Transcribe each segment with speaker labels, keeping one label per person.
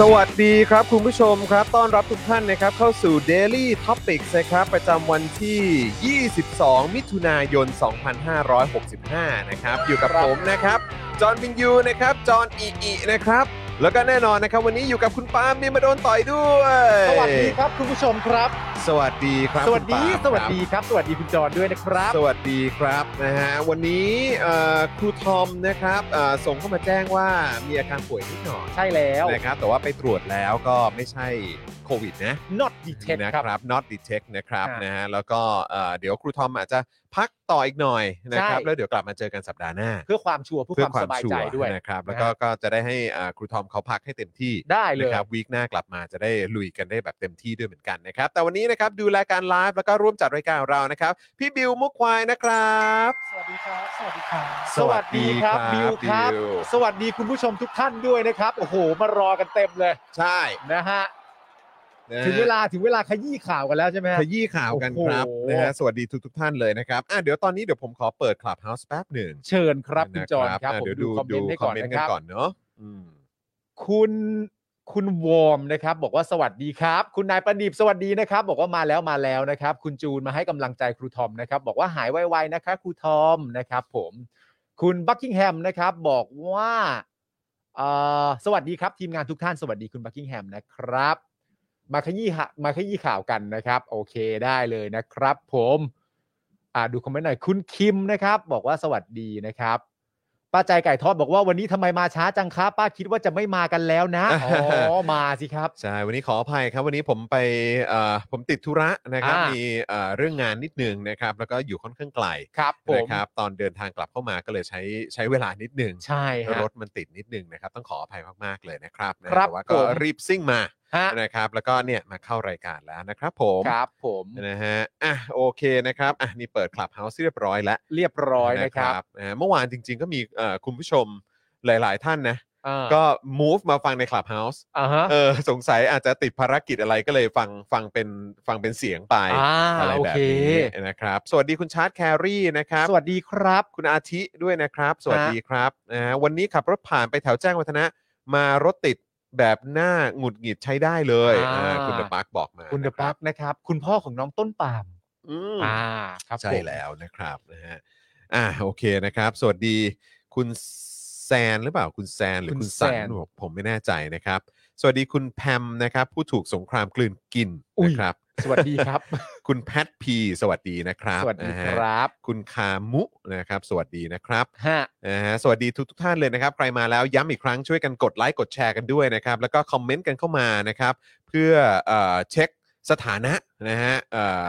Speaker 1: สวัสดีครับคุณผู้ชมครับ ต้อนรับทุกท่านนะครับเข้าสู่ Daily Topics นะครับประจำวันที่ 22 มิถุนายน 2565 นะครับอยู่กับผมนะครับ จอห์นวินยูนะครับ จอห์นอีอีนะครับ แล้วก็แน่นอนนะครับ วันนี้อยู่กับคุณปาล์มเมียมาโดนต่อยด้วย
Speaker 2: สวัสดีครับคุณผู้ชมครับ
Speaker 1: สวัสดีครับ
Speaker 2: สวัสดี
Speaker 1: คุณปาล์ม
Speaker 2: สวั
Speaker 1: ค
Speaker 2: ส
Speaker 1: รับ
Speaker 2: ดีครับ สวัสดีคุณจอนด้วยนะครับ
Speaker 1: สวัสดีครับนะฮะวันนี้เอ่อครูทอมนะครับเอ่อส่งเข้ามาแจ้งว่ามีอาการป่วยนิดหน่อย
Speaker 2: ใช่แล้ว
Speaker 1: นะครับแต่ว่าไปตรวจแล้วก็ไม่ใช่โควิดนะ
Speaker 2: not detect
Speaker 1: นะค
Speaker 2: ค
Speaker 1: รับ รับ not detect นะครับ
Speaker 2: อ่าน
Speaker 1: นะฮะแล้วก็เอ่อเดี๋ยวครูทอมอาจจะพักต่ออีกหน่อยนะครับ
Speaker 2: ใช่
Speaker 1: แล้วเดี๋ยวกลับมาเจอกันสัปดาห์หน้า
Speaker 2: เพื่อความชัวร์เพื่อความสบายใจ
Speaker 1: ร์
Speaker 2: ด้วย
Speaker 1: นะครับแล้วก็
Speaker 2: นะฮะ
Speaker 1: ก็จะได้ให้เอ่อครูทอมเขาพักให้เต็มที่
Speaker 2: ได้เลย
Speaker 1: นะครับวีคหน้ากลับมาจะได้ลุยกันได้แบบเต็มที่ด้วยเหมือนกันนะครับ แต่วันนี้นะครับดูรายการไลฟ์แล้วก็ร่วมจัดรายการของเรานะครับ พี่บิวมุกควายนะครับ
Speaker 2: สวัสดีครับ สวัสดีครับ สวัสดีครับบิวครับ
Speaker 1: บิว
Speaker 2: สวัสดีคุณผู้ชมทุกท่านด้วยนะครับ โอ้โห มารอกันเต็มเลย
Speaker 1: ใช่
Speaker 2: นะฮะ
Speaker 1: นะฮะ
Speaker 2: ถึงเวลาถึงเวลาขยี้ข่าวกันแล้วใช่ไหมฮะ
Speaker 1: ขยี้ข่าวกันครับ
Speaker 2: โอ้โห
Speaker 1: นะฮะสวัสดีทุกทท่านเลยนะครับอ่ะเดี๋ยวตอนนี้เดี๋ยวผมขอเปิดคลับเฮาส์แป๊บหนึ่ง
Speaker 2: เชิญครับคุณจอนครับ
Speaker 1: ะ
Speaker 2: ผม
Speaker 1: เดี๋ยว
Speaker 2: ดู
Speaker 1: ดู
Speaker 2: คอมเม
Speaker 1: ดู
Speaker 2: นต์ให้
Speaker 1: คอม
Speaker 2: ก่อน
Speaker 1: เมนต์
Speaker 2: นะ
Speaker 1: กั
Speaker 2: คน รับ
Speaker 1: ก่อนเนาะอืม
Speaker 2: คุณคุณวอร์มนะครับ บอกว่าสวัสดีครับ คุณนายประดิบสวัสดีนะครับ บอกว่ามาแล้วมาแล้วนะครับ คุณจูนมาให้กำลังใจครูทอมนะครับ บอกว่าหายไวๆนะคะครูทอมนะครับ ผม คุณบักกิงแฮมนะครับ บอกว่าเอ่อสวัสดีครับ ทีมงานทุกท่านสวัสดีคุณบักกิงแฮมนะครับ มาขยี้หะมาขยี้ข่าวกันนะครับ โอเคได้เลยนะครับ ผมอ่าดูคอมเมนต์หน่อยคุณคิมนะครับ บอกว่าสวัสดีนะครับป้าใจไก่ทอดบอกว่าวันนี้ทำไมมาช้าจังครับป้าคิดว่าจะไม่มากันแล้ว นะอ๋อมาสิครับ
Speaker 1: ใช่วันนี้ขออภัยครับวันนี้ผมไปเอ่อผมติดธุระนะครับ
Speaker 2: อ่ามี
Speaker 1: มีเอ่อเรื่องงานนิดนึงนะครับแล้วก็อยู่ค่อนข้างไกล
Speaker 2: ครับ ผม
Speaker 1: นะครับตอนเดินทางกลับเข้ามาก็เลยใช้ใช้เวลานิดหนึ่ง
Speaker 2: ใช่ฮะ
Speaker 1: รถมันติดนิดหนึ่งนะครับ ต้องขออภัยมากๆเลยนะครับนะครับ แต่ว่าก็
Speaker 2: ผม
Speaker 1: รีบซิ่งมา
Speaker 2: ฮะ
Speaker 1: นะครับ แล้วก็เนี่ยมาเข้ารายการแล้วนะครับ ผม
Speaker 2: ครับผม
Speaker 1: นะฮะอ่ะโอเคนะครับอ่ะนี่เปิดคลับเฮาส์เรียบร้อยแล้ว
Speaker 2: เรียบร้อยนะครับ
Speaker 1: นะฮะเมื่อวานจริง ๆ ก็มีเอ่อคุณผู้ชมหลาย ๆ ท่านนะ
Speaker 2: อ่า
Speaker 1: ก็ move มาฟังในคลับเฮาส์
Speaker 2: อ่าฮะ
Speaker 1: เออสงสัยอาจจะติดภารกิจอะไรก็เลยฟังฟังเป็นฟังเป็นเสียงไป
Speaker 2: อ่า
Speaker 1: อะไร
Speaker 2: โอ
Speaker 1: แบบ
Speaker 2: เค
Speaker 1: นี้นะครับสวัสดีคุณชาร์ตแครี่นะครับ
Speaker 2: สวัสดีครับ
Speaker 1: คุณอาทิด้วยนะครับ สวัสดีครับนะฮะวันนี้ขับรถผ่านไปแถวแจ้งวัฒนะ มารถติดแบบหน้าหงุดหงิดใช้ได้เลย
Speaker 2: อ่า
Speaker 1: อ่าคุณเดอะปาร์คบอกมา
Speaker 2: คุณเดอะปั๊บนะครับ คุณพ่อของน้องต้นปาล์ม
Speaker 1: อืม
Speaker 2: อ่าครับผม
Speaker 1: ใช่แล้วนะครับนะฮะอ่าโอเคนะครับ สวัสดีคุณแซนหรือเปล่าคุณแซนหรือ
Speaker 2: คุณ
Speaker 1: คุณสัน
Speaker 2: แซน
Speaker 1: ผมผมไม่แน่ใจนะครับ สวัสดีคุณแพมนะครับ ผู้ถูกสงครามกลืนกิน
Speaker 2: อุ๊ย
Speaker 1: นะครับ
Speaker 2: สวัสดีครับ
Speaker 1: คุณแพทพีสวัสดีนะครับ
Speaker 2: สวัสดี
Speaker 1: นะฮะ
Speaker 2: ครับ
Speaker 1: คุณคามุนะครับ สวัสดีนะครับ
Speaker 2: ฮะ
Speaker 1: นะฮะสวัสดีทุกทุกๆท่านเลยนะครับ ใครมาแล้วย้ำอีกครั้งช่วยกันกดไลค์กดแชร์กันด้วยนะครับ แล้วก็คอมเมนต์กันเข้ามานะครับ เพื่อเอ่อเช็คสถานะนะฮะเอ่อ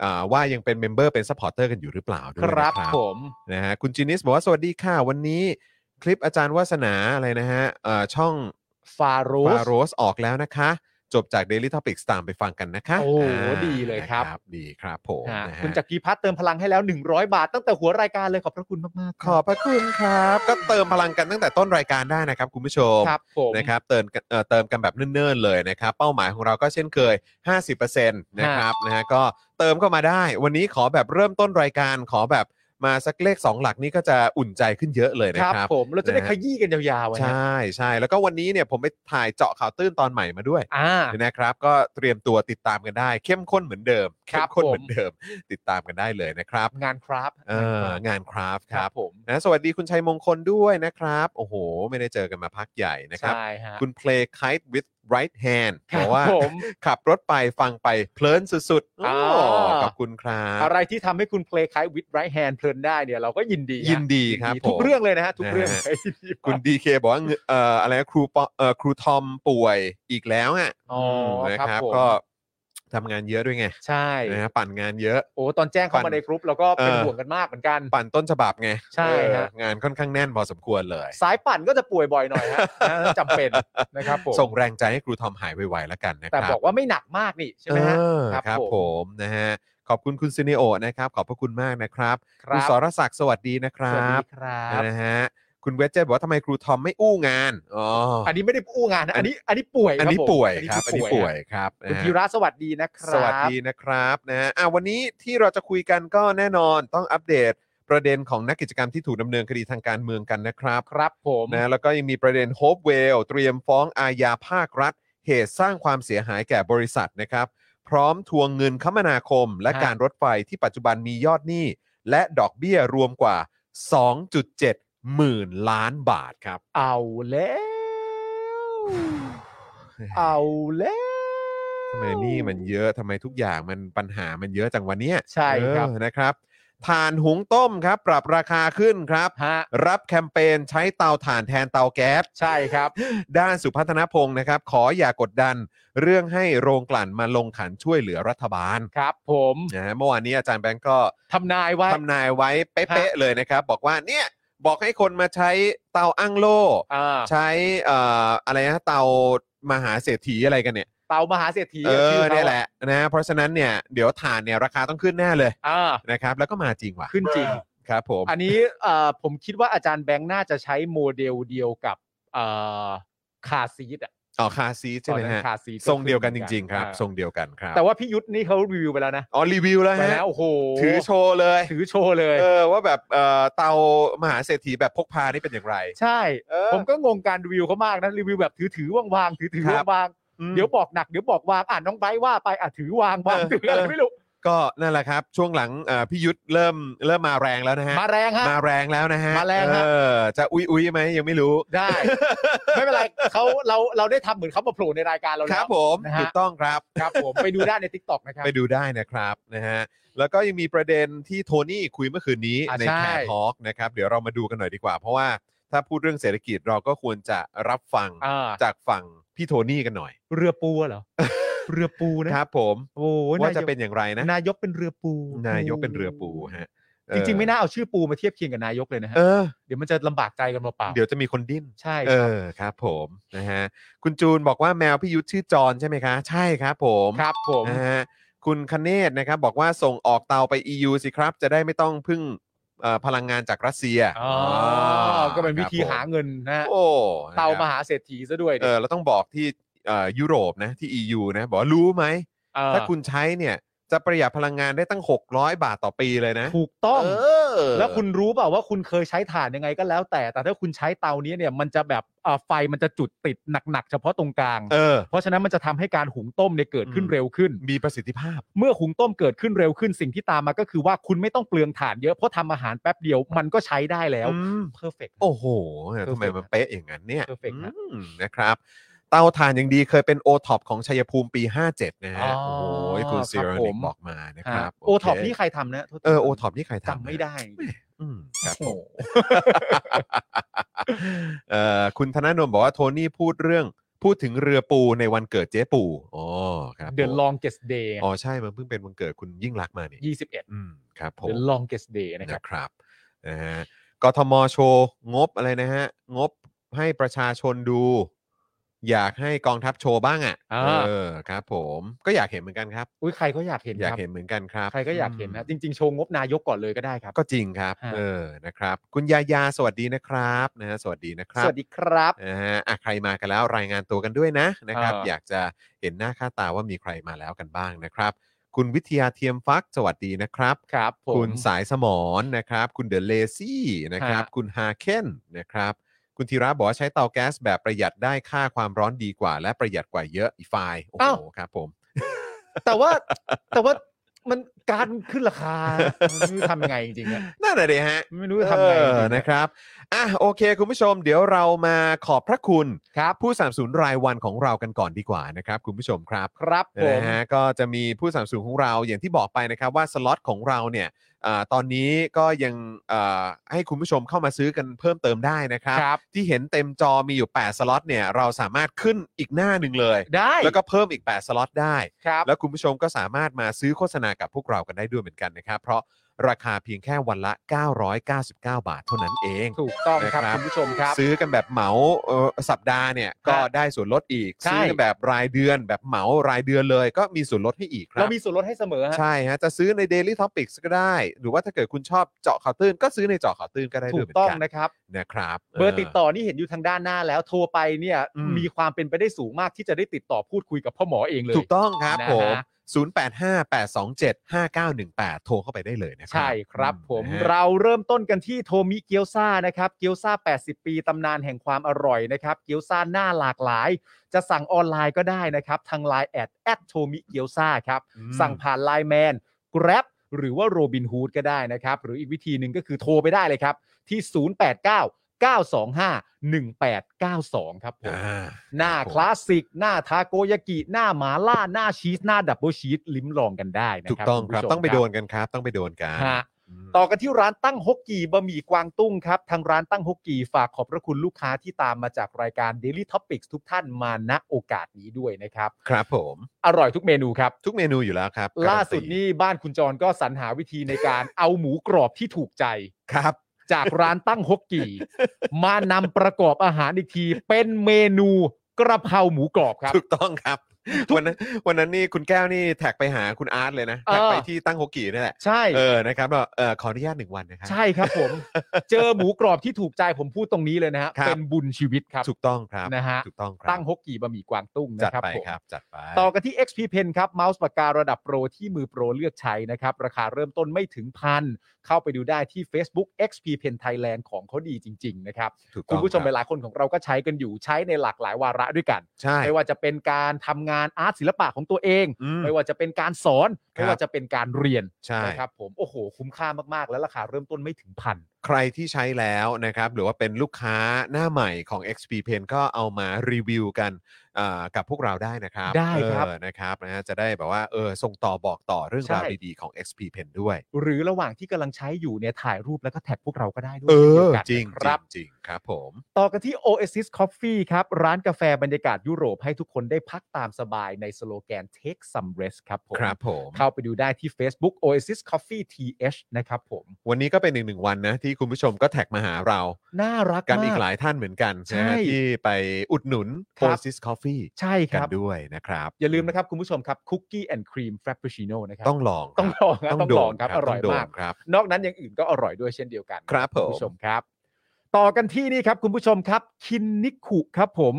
Speaker 1: เอ่อว่ายังเป็นเมมเบอร์เป็นซัพพอร์เตอร์กันอยู่หรือเปล่าด้วย
Speaker 2: ค
Speaker 1: นะ
Speaker 2: รับผม
Speaker 1: นะฮะคุณจินิสบอกว่าสวัสดีค่ะ วันนี้คลิปอาจารย์วาสนาอะไรนะฮะเอ่อช่อง
Speaker 2: ฟาโรส
Speaker 1: ฟาโรสออกแล้วนะคะ จบจาก Daily Topics ตามไปฟังกันนะคะ
Speaker 2: โอ้โห
Speaker 1: า
Speaker 2: ดีเลยครับ
Speaker 1: นะดีครับผม
Speaker 2: ฮะ
Speaker 1: นะฮะ
Speaker 2: คุณจักรีพัฒน์เติมพลังให้แล้ว 100 บาท ตั้งแต่หัวรายการเลยขอบพระคุณมากๆ
Speaker 1: ขอบพระคุณครับ ก็เติมพลังกันตั้งแต่ต้นรายการได้นะครับคุณผู้ชม
Speaker 2: ครับผม
Speaker 1: นะครับเติมกันเอ่อเติมกันแบบเนิ่นๆเลยนะครับ เป้าหมายของเราก็เช่นเคย 50%นะครับนะฮะก็เติมเข้ามาได้ วันนี้ขอแบบเริ่มต้นรายการขอแบบ มาสักเลข 2 หลักนี่ก็จะอุ่นใจขึ้นเยอะเลย
Speaker 2: ค
Speaker 1: นะ
Speaker 2: รับ
Speaker 1: ครับ
Speaker 2: ผมเราจะได้
Speaker 1: นะฮะ
Speaker 2: ขยี้กันยาวๆอะ
Speaker 1: ใช
Speaker 2: นะ
Speaker 1: ่ใช่แล้วก็วันนี้เนี่ยผมไปถ่ายเจาะข่าวตื้นตอนใหม่มาด้วย
Speaker 2: อ่า
Speaker 1: นะครับก็เตรียมตัวติดตามกันได้ เข้มข้นเหมือนเดิม
Speaker 2: ค
Speaker 1: เข้
Speaker 2: รับ
Speaker 1: มข้น
Speaker 2: ผม
Speaker 1: เหมือนเดิม ติดตามกันได้เลยนะครับ
Speaker 2: งานครับ
Speaker 1: เอองานคราฟต์
Speaker 2: ค
Speaker 1: ค
Speaker 2: รั
Speaker 1: รั
Speaker 2: บบ ผม
Speaker 1: นะสวัสดีคุณชัยมงคลด้วยนะครับ โอ้โห ไม่ได้เจอกันมาพักใหญ่นะครับ
Speaker 2: ใช่ฮะ
Speaker 1: คุณ play kite with right hand
Speaker 2: ครับ
Speaker 1: อกว่า
Speaker 2: ผม
Speaker 1: ขับรถไปฟังไปเพลินสุดๆโอ้
Speaker 2: อ่า
Speaker 1: ขอบคุณครับ
Speaker 2: อะไรที่ทำให้คุณ play คล้าย with right hand เพลินได้เนี่ยเราก็ยินดีะ
Speaker 1: ยินดีครับ
Speaker 2: ทุก
Speaker 1: ผม
Speaker 2: เรื่องเลยนะฮะทุกเรื่อง
Speaker 1: นะฮะ
Speaker 2: เลยยินดี
Speaker 1: คุณ
Speaker 2: มาก
Speaker 1: DK บอกว่าเงินเอ่ออะไรนะครูปอเอ่อครูทอมป่วยอีกแล้วอ่ะ
Speaker 2: อ๋อ
Speaker 1: มนะครับ
Speaker 2: ผม
Speaker 1: ก็ทำงานเยอะด้วยไง
Speaker 2: ใช่
Speaker 1: นะฮะปั่นงานเยอะ
Speaker 2: โอ้ตอนแจ้งเข้ามาในกรุ๊ปเราก็เป็น
Speaker 1: เออ
Speaker 2: ห่วงกันมากเหมือนกัน
Speaker 1: ปั่นต้นฉบับไง
Speaker 2: ใช่ฮะ
Speaker 1: เอองานค่อนข้างแน่นพอสมควรเลย
Speaker 2: สายปั่นก็จะป่วยบ่อยหน่อยฮะ นะจำเป็นนะครับผม
Speaker 1: ส่งแรงใจให้ครูทอมหายไวๆแล้วกันนะค
Speaker 2: แต่
Speaker 1: รั
Speaker 2: บอกว่าไม่หนักมากนี่ใช่ไหมฮะ
Speaker 1: เออ
Speaker 2: ครับ
Speaker 1: ครับ
Speaker 2: ผ
Speaker 1: ผม มนะฮะขอบคุณคุณซินโอนะครับ ขอบพระคุณมากนะครับ
Speaker 2: ค
Speaker 1: ณ
Speaker 2: รับ
Speaker 1: สรศักดิ์สวัสดีนะค
Speaker 2: สวัส
Speaker 1: รั
Speaker 2: ดี
Speaker 1: บ
Speaker 2: ครับ
Speaker 1: นะฮะคุณเวจเจตบอกว่าทำไมครูทอมไม่อู้งานอ๋อ
Speaker 2: อันนี้ไม่ได้อู้งานนะอันนี้อันนี้ป่วย
Speaker 1: อันนี้
Speaker 2: ผม
Speaker 1: ป่วยครับอันนี้ป่วย
Speaker 2: ฮะ
Speaker 1: ครับ
Speaker 2: คุณ
Speaker 1: นะฮะ
Speaker 2: พีระสวัสดีนะครับ
Speaker 1: สวัสดีนะครับนะฮะอ่ะวันนี้ที่เราจะคุยกันก็แน่นอนต้องอัปเดตประเด็นของนักกิจกรรมที่ถูกดำเนินคดีทางการเมืองกันนะครับ
Speaker 2: ครับผม
Speaker 1: นะแล้วก็ยังมีประเด็นโฮปเวลเตรียมฟ้องอาญาภาครัฐ เหตุสร้างความเสียหายแก่บริษัทนะครับ พร้อมทวงเงินคมนาคม และ
Speaker 2: ฮะ
Speaker 1: การรถไฟที่ปัจจุบันมียอดหนี้ และดอกเบี้ยรวมกว่า 2.7 หมื่นล้านบาทครับ
Speaker 2: เอาแล้ว เอาแล้ว
Speaker 1: ทำไมหนี้มันเยอะทำไมทุกอย่างมันปัญหามันเยอะจังวันเนี้ย
Speaker 2: ใช่ครับ
Speaker 1: เออนะครับถ่านหุงต้มครับ ปรับราคาขึ้นครับ
Speaker 2: ฮะ
Speaker 1: รับแคมเปญใช้เตาถ่านแทนเตาแก๊ส
Speaker 2: ใช่ครับ
Speaker 1: ด้านสุพัฒนพงศ์นะครับ ขออย่ากดดันเรื่องให้โรงกลั่นมาลงขันช่วยเหลือรัฐบาล
Speaker 2: ครับ ผม
Speaker 1: นะฮะเมื่อวานนี้อาจารย์แบงก์ก็
Speaker 2: ทำนายไว่า
Speaker 1: ทำนายไว้เป๊ะๆเลยนะครับ บอกว่าเนี่ยบอกให้คนมาใช้เตาอั้งโล่
Speaker 2: อ่า
Speaker 1: ใช้เอ่ออะไรนะเตามหาเศรษฐีอะไรกันเนี่ย
Speaker 2: เตามหาเศรษฐี
Speaker 1: เอ
Speaker 2: ชื่
Speaker 1: อ
Speaker 2: ขา
Speaker 1: เนี่ยแหละนะเพราะฉะนั้นเนี่ยเดี๋ยวถ่านเนี่ยราคาต้องขึ้นแน่เลย
Speaker 2: อ่า
Speaker 1: นะครับ แล้วก็มาจริงว่ะ
Speaker 2: ขึ้นจริง
Speaker 1: ครับผม
Speaker 2: อันนี้เอ่อผมคิดว่าอาจารย์แบงค์น่าจะใช้โมเดลเดียวกับเอ่อคาร์ซีดอ่ะ
Speaker 1: อ๋อคาร์ซีท
Speaker 2: ต
Speaker 1: ใช่
Speaker 2: อน
Speaker 1: ไหม
Speaker 2: นั้น
Speaker 1: ฮะ
Speaker 2: คาร์ซีท
Speaker 1: ทรงเดียวกันจริง ๆ ครับ
Speaker 2: อ่า
Speaker 1: ทรงเดียวกันครับ
Speaker 2: แต่ว่าพี่ยุทธนี่เขารีวิวไปแล้วนะ
Speaker 1: อ๋อรีวิวแล้ว
Speaker 2: ไป
Speaker 1: ฮะ
Speaker 2: แล้วโอ้โห
Speaker 1: ถือโชว์เลย
Speaker 2: ถือโชว์เลย
Speaker 1: เออว่าแบบเอ่อเตามหาเศรษฐีแบบพกพานี่เป็นอย่างไร
Speaker 2: ใช่
Speaker 1: เออ
Speaker 2: ผมก็งงการรีวิวเขามากนะรีวิวแบบถือถือๆวางๆถือถือ
Speaker 1: ครั
Speaker 2: วาง
Speaker 1: บ
Speaker 2: วางๆ
Speaker 1: อืม
Speaker 2: เดี๋ยวบอกหนักเดี๋ยวบอกวางอ่านน้องไบร์ทว่าไปอ่ะถือวางวาง
Speaker 1: เออ
Speaker 2: ถืออะไร
Speaker 1: เออ
Speaker 2: ไม่รู้
Speaker 1: ก็นั่นแหละครับ ช่วงหลังเอ่อพี่ยุทธเริ่มเริ่มมาแรงแล้วนะฮะ
Speaker 2: มาแรงฮะ
Speaker 1: มาแรงแล้วนะฮะ
Speaker 2: มาแรง
Speaker 1: เอ
Speaker 2: ฮะ
Speaker 1: อจะอุ้ยอุ้ยไหมยังไม่รู้
Speaker 2: ได้ ไม่เป็นไรเขาเราเราได้ทำเหมือนเขามาโผล่ในรายการเรา
Speaker 1: ค
Speaker 2: แล้
Speaker 1: รับ
Speaker 2: ว
Speaker 1: ผม
Speaker 2: นะฮะ
Speaker 1: ถูกต้องครับ
Speaker 2: ครับผมไปดูได้ในทิกตอกนะครับ
Speaker 1: ไปดูได้นะครับนะฮะแล้วก็ยังมีประเด็นที่โทนี่คุยเมื่อคืนนี้
Speaker 2: อ่ะ
Speaker 1: ใน
Speaker 2: ใช่
Speaker 1: แคร์ทอล์กนะครับเดี๋ยวเรามาดูกันหน่อยดีกว่า เพราะว่าถ้าพูดเรื่องเศรษฐกิจเราก็ควรจะรับฟัง
Speaker 2: อ่า
Speaker 1: จากฝั่งพี่โทนี่กันหน่อย
Speaker 2: เรือปูเหรอ เรือปูนะครับ
Speaker 1: ผม
Speaker 2: โอ้ย
Speaker 1: ว่าจะเป็นอย่างไรนะ
Speaker 2: นายกเป็นเรือปู
Speaker 1: นายกเป็นเรือปูฮะเออ
Speaker 2: จริงๆ ไม่น่าเอาชื่อปูมาเทียบเคียงกับนายกเลยนะฮะ
Speaker 1: เออ
Speaker 2: เดี๋ยวมันจะลำบากใจกันเปล่าๆ
Speaker 1: เดี๋ยวจะมีคนดิ้น
Speaker 2: ใช่
Speaker 1: เอ
Speaker 2: ครับ
Speaker 1: อครับผมนะฮะคุณจูนบอกว่าแมวพี่ยุทธชื่อจอนใช่ไหมคะ ใช่ครับผม
Speaker 2: ครับผม
Speaker 1: นะฮะคุณคเนศนะครับบอกว่าส่งออกเตาไป EU สิครับ จะได้ไม่ต้องพึ่งเอ่อพลังงานจากรัสเซีย
Speaker 2: อ๋อก็เป็นวิธีหาเงิน
Speaker 1: ครั
Speaker 2: นะฮะ
Speaker 1: บผมโอ้
Speaker 2: เตาม
Speaker 1: นะครับ
Speaker 2: หาเศรษฐีซะด้วยดิ
Speaker 1: เออเราต้องบอกที่เอ่อยุโรปนะที่ EU นะบอกว่ารู้ไหม
Speaker 2: เออ
Speaker 1: ถ้าคุณใช้เนี่ยจะประหยัดพลังงานได้ตั้ง 600 บาทต่อปีเลยนะ
Speaker 2: ถูกต้อง
Speaker 1: เออ
Speaker 2: แล้วคุณรู้เปล่าว่าคุณเคยใช้ถ่านยังไงก็แล้วแต่ แต่ถ้าคุณใช้เตานี้เนี่ยมันจะแบบเอ่อไฟมันจะจุดติดหนักๆ เฉพาะตรงกลาง
Speaker 1: เออ
Speaker 2: เพราะฉะนั้นมันจะทำให้การหุงต้มเนี่ยเกิดขึ้น
Speaker 1: อืม
Speaker 2: เร็วขึ้น
Speaker 1: มีประสิทธิภาพ
Speaker 2: เมื่อหุงต้มเกิดขึ้นเร็วขึ้นสิ่งที่ตามมาก็คือว่าคุณไม่ต้องเปลืองถ่านเยอะเพราะทำอาหารแป๊บเดียวมันก็ใช้ได้แล้ว
Speaker 1: อืม
Speaker 2: perfect
Speaker 1: โอ้โหเนี่ย
Speaker 2: Perfect
Speaker 1: ทำไมมันเป๊ะอย่างนั้นเนี่ย
Speaker 2: Perfect ฮะ
Speaker 1: อืมนะครับ เตาถ่านยังดีเคยเป็นโอท็อปของชัยภูมิปี 57 นะฮะ
Speaker 2: อ๋อ
Speaker 1: โอ้ยคุณ
Speaker 2: ครับ
Speaker 1: ซีร
Speaker 2: ผ
Speaker 1: นิก
Speaker 2: ม
Speaker 1: บอกมานะครับ
Speaker 2: โอท็อป
Speaker 1: เค
Speaker 2: นี่ใครทำนะโทษที
Speaker 1: เออโอท็อปนี่ใครทำ
Speaker 2: จำไม่ได้
Speaker 1: อืมครับ
Speaker 2: โอ้
Speaker 1: ผ
Speaker 2: โ
Speaker 1: ม
Speaker 2: ห
Speaker 1: เอ่อคุณธนาโนมบอกว่าโทนี่พูดเรื่องพูดถึงเรือปูในวันเกิดเจ๊ปูอ๋อครับ
Speaker 2: เดือน
Speaker 1: ผม
Speaker 2: ลองเกสเดย์
Speaker 1: อ๋อใช่มันเพิ่งเป็นวันเกิดคุณยิ่งรักษณ์มานี่
Speaker 2: ยี่สิบเอ็ด
Speaker 1: อืมครับผม
Speaker 2: เดือนลองเกสเดย์นะครั
Speaker 1: นะ
Speaker 2: บ
Speaker 1: ครับนะฮะกทมโชว์งบอะไรนะฮะ งบให้ประชาชนดู อยากให้กองทัพโชว์บ้างอ่ะ
Speaker 2: อ่า
Speaker 1: เออครับ ผมก็อยากเห็นเหมือนกันครับ
Speaker 2: อุ้ยใครก็อยากเห็น
Speaker 1: อยาก
Speaker 2: ครับ
Speaker 1: เห็นเหมือนกันครับ
Speaker 2: ใครก็อยากเห็นนะจริงๆโชว์งบนายกก่อนเลยก็ได้ครับ
Speaker 1: ก็จริงครับ
Speaker 2: ฮะ
Speaker 1: เออนะครับ คุณยายาสวัสดีนะครับนะฮะสวัสดีนะครั
Speaker 2: ส
Speaker 1: บ
Speaker 2: วัสดีครับ
Speaker 1: นะฮะอ่ะใครมากันแล้วรายงานตัวกันด้วยนะนะครับ
Speaker 2: เออ
Speaker 1: อ
Speaker 2: อ
Speaker 1: ยากจะเห็นหน้าค่าตาว่ามีใครมาแล้วกันบ้างนะครับ คุณวิทยาเทียมฟักสวัสดีนะครับ
Speaker 2: ครับผม
Speaker 1: คุณสายสมอนนะครับ คุณเดอะเลซี่นะครับ
Speaker 2: ฮะ
Speaker 1: คุณฮาเคนนะครับ คุณธีระบอกว่าใช้เตาแก๊สแบบประหยัดได้ค่าความร้อนดีกว่า และประหยัดกว่าเยอะอีไฟล์โอ้โหครับผม
Speaker 2: แต่ว่าแต่ว่ามันการมันขึ้นราคามันไม่รู้ทำยังไงจริงๆอะ
Speaker 1: น่าหละดิฮะ
Speaker 2: ไม่รู้จะทำยังไงจ
Speaker 1: เออ
Speaker 2: ริงๆ
Speaker 1: นะ
Speaker 2: อะ
Speaker 1: ครับอ่ะโอเค คุณผู้ชม เดี๋ยวเรามาขอบพระคุณ
Speaker 2: ครับ
Speaker 1: ผู้สามสูนรายวันของเรากันก่อนดีกว่านะครับ คุณผู้ชมครับ
Speaker 2: ครับผม
Speaker 1: นะฮะก็จะมีผู้สนับสนุนของเราอย่างที่บอกไปนะครับว่าสล็อตของเราเนี่ยอาตอนนี้ก็ยังอ่าให้คุณผู้ชมเข้ามาซื้อกันเพิ่มเติมได้นะครับ
Speaker 2: ครับ
Speaker 1: ที่เห็นเต็มจอมีอยู่ 8 สล็อตเนี่ยเราสามารถขึ้นอีกหน้าหนึ่งเลย
Speaker 2: ได้
Speaker 1: แล้วก็เพิ่มอีก 8 สล็อตได้
Speaker 2: ครับ
Speaker 1: แล้วคุณผู้ชมก็สามารถมาซื้อโฆษณากับพวกเรากันได้ด้วยเหมือนกันนะครับ เพราะราคาเพียงแค่วันละ 999 บาทเท่านั้นเอง
Speaker 2: ถูกต้องครับ
Speaker 1: นะครับ
Speaker 2: คุณผู้ชมครับ
Speaker 1: ซื้อกันแบบเหมาเอ่อสัปดาห์เนี่ยก็
Speaker 2: ฮะ
Speaker 1: ได้ส่วนลดอีก
Speaker 2: ใช่
Speaker 1: ซื้อกันแบบรายเดือนแบบเหมารายเดือนเลย ก็มีส่วนลดให้อีกครั
Speaker 2: เรา
Speaker 1: บ
Speaker 2: มีส่วนลดให้เสมอฮะ
Speaker 1: ใช่ฮะ จะซื้อใน Daily Topics ก็ได้ หรือว่าถ้าเกิดคุณชอบเจาะข่าวตื้น ก็ซื้อในเจาะข่าวตื้นก็ได้
Speaker 2: ถู
Speaker 1: ด้วยเห
Speaker 2: ก
Speaker 1: มือน
Speaker 2: ต้อง
Speaker 1: กัน
Speaker 2: นะครับ
Speaker 1: นะครับ
Speaker 2: เบอร์ติดต่อนี่เห็นอยู่ทางด้านหน้าแล้วโทรไปเนี่ย
Speaker 1: อืม
Speaker 2: มีความเป็นไปได้สูงมากที่จะได้ติดต่อพูดคุยกับพ่อหมอเองเลย
Speaker 1: ถูกต้องครับ
Speaker 2: นะ
Speaker 1: ผม
Speaker 2: ฮะ
Speaker 1: 0858275918 โทรเข้าไปได้เลยนะครั
Speaker 2: ใช่ครับผม
Speaker 1: นะฮะ
Speaker 2: เราเริ่มต้นกันที่โทมิเกียวซานะครับเกียวซา80 ปีตำนานแห่งความอร่อยนะครับเกียวซาหน้าหลากหลาย จะสั่งออนไลน์ก็ได้นะครับทาง Line แอดแอดโทมิเกียวซาครับ
Speaker 1: อืม
Speaker 2: สั่งผ่าน Line Man Grab หรือว่าโรบินฮูดก็ได้นะครับ หรืออีกวิธีหนึ่งก็คือโทรไปได้เลยครับ ที่ 089 925 1892 ครับผม
Speaker 1: อ่า
Speaker 2: หน้า
Speaker 1: ครับผม
Speaker 2: คลาสสิก หน้าทาโกยากิ หน้าหมาล่า หน้าชีส หน้าดับเบิลชีส ลิ้มลองกันได้นะ
Speaker 1: ถูก
Speaker 2: ครับ
Speaker 1: ต้อง
Speaker 2: ณ
Speaker 1: ค
Speaker 2: ผู้
Speaker 1: รับ
Speaker 2: ชม
Speaker 1: ต้องไปโดนกันครับ ต้องไปโดนกัน
Speaker 2: ฮะ
Speaker 1: อืม
Speaker 2: ต่อกันที่ร้านตั้งฮกกีบะหมี่กวางตุ้งครับทางร้านตั้งฮกกีฝากขอบพระคุณลูกค้าที่ตามมาจากรายการ Daily Topics ทุกท่านมาณโอกาสนี้ด้วยนะครับ
Speaker 1: ครับผม
Speaker 2: อร่อยทุกเมนูครับ
Speaker 1: ทุกเมนูอยู่แล้วครับ
Speaker 2: ล่าสุด
Speaker 1: ก
Speaker 2: นี่บ้านคุณจรก็สรรหาวิธีในการ เอาหมูกรอบที่ถูกใจ
Speaker 1: ารันตีครับ
Speaker 2: จากร้านตั้งฮก กี่ มานำประกอบอาหารอีกที เป็นเมนูกระเพราหมูกรอบครับ
Speaker 1: ถูกต้องครับ วันนั้นวันนั้นนี่คุณแก้วนี่แท็กไปหาคุณอาร์ตเลยนะ
Speaker 2: เออ
Speaker 1: แท็กไปที่ตั้งฮกกี้นั่นแหละ
Speaker 2: ใช่
Speaker 1: เออ นะครับแล้วเออขออนุญาตหนึ่งวันนะครับ
Speaker 2: ใช่ครับ ผม เจอหมูกรอบที่ถูกใจผมพูดตรงนี้เลยนะฮะ
Speaker 1: ครับ
Speaker 2: เป็นบุญชีวิตครับ
Speaker 1: ถูกต้องครับ
Speaker 2: นะฮะ
Speaker 1: ถูกต้องครับ
Speaker 2: ตั้งฮกกี่บะหมี่กวางตุ้ง
Speaker 1: จัด
Speaker 2: นะครับ
Speaker 1: ไป
Speaker 2: ผม
Speaker 1: ครับจัดไป
Speaker 2: ต่อกันที่ XP Pen ครับเมาส์ปากการะดับโปรที่มือโปรเลือกใช้นะครับ ราคาเริ่มต้นไม่ถึงพันเข้าไปดูได้ที่ Facebook XP Pen Thailand ของเขาดีจริง ๆ นะครับ
Speaker 1: ถูกต้
Speaker 2: คุ
Speaker 1: อง
Speaker 2: ณผู้ชมห
Speaker 1: รับ
Speaker 2: ลายๆคนของเราก็ใช้กันอยู่ใช้ในหลากหลายวาระด้วยกัน
Speaker 1: ใช่
Speaker 2: ไม่ว่าจะเป็นการทำงานอาร์ตศิลปะของตัวเอง
Speaker 1: อืม
Speaker 2: ไม่ว่าจะเป็นการสอน
Speaker 1: ครับ
Speaker 2: ไม่ว่าจะเป็นการเรียน
Speaker 1: ใช่
Speaker 2: นะครับผมโอ้โห คุ้มค่ามากๆ แล้วราคาเริ่มต้นไม่ถึงพัน
Speaker 1: ใครที่ใช้แล้วนะครับ หรือว่าเป็นลูกค้าหน้าใหม่ของ XP Pen ก็เอามารีวิวกันอ่ากับพวกเราได้นะครับ
Speaker 2: ได้ครับ
Speaker 1: เออนะครับนะฮะจะได้แบบว่าเออส่งต่อบอกต่อเรื่องราว
Speaker 2: ใช่
Speaker 1: ดีๆของ XP Pen ด้วย
Speaker 2: หรือระหว่างที่กำลังใช้อยู่เนี่ยถ่ายรูปแล้วก็แท็กพวกเราก็ได้ด้วย
Speaker 1: เอ
Speaker 2: เช่นเดีย
Speaker 1: อ
Speaker 2: วกัน
Speaker 1: จริงจ
Speaker 2: นะค
Speaker 1: ริ
Speaker 2: รั
Speaker 1: ง
Speaker 2: บ
Speaker 1: จริงครับผม
Speaker 2: ต่อกันที่ Oasis Coffee ครับ ร้านกาแฟบรรยากาศยุโรปให้ทุกคนได้พักตามสบายในสโลแกน Take some rest ครับผม
Speaker 1: ครับผม
Speaker 2: เข้าไปดูได้ที่ Facebook Oasis Coffee TH นะครับผม
Speaker 1: วันนี้ก็เป็นอีกหนึ่งวันนะ ที่คุณผู้ชมก็แท็กมาหาเรา
Speaker 2: น่ารัก
Speaker 1: กัน
Speaker 2: มา
Speaker 1: อี
Speaker 2: ก
Speaker 1: กหลายท่านเหมือนกันนะฮะ
Speaker 2: ใช่
Speaker 1: ที่ไปอุดหนุน
Speaker 2: ครับ
Speaker 1: Oasis Coffee
Speaker 2: ใช่ค
Speaker 1: กัน
Speaker 2: รับ
Speaker 1: ด้วยนะครับ
Speaker 2: อย่าลืมนะครับ คุณผู้ชมครับคุกกี้แอนด์ครีมฟรปปูชิโน่นะครับ
Speaker 1: ต้องลองครับ
Speaker 2: ต้องลองครับต้อ
Speaker 1: โดน
Speaker 2: งลองครับอร่อย
Speaker 1: ต้งโดน
Speaker 2: มาก
Speaker 1: ครับ
Speaker 2: นอกนั้นอย่างอื่นก็อร่อยด้วยเช่นเดียวกัน
Speaker 1: ครับผม
Speaker 2: ณผู้ชมครับ ต่อกันที่นี่ครับ คุณผู้ชมครับ คินนิคุครับผม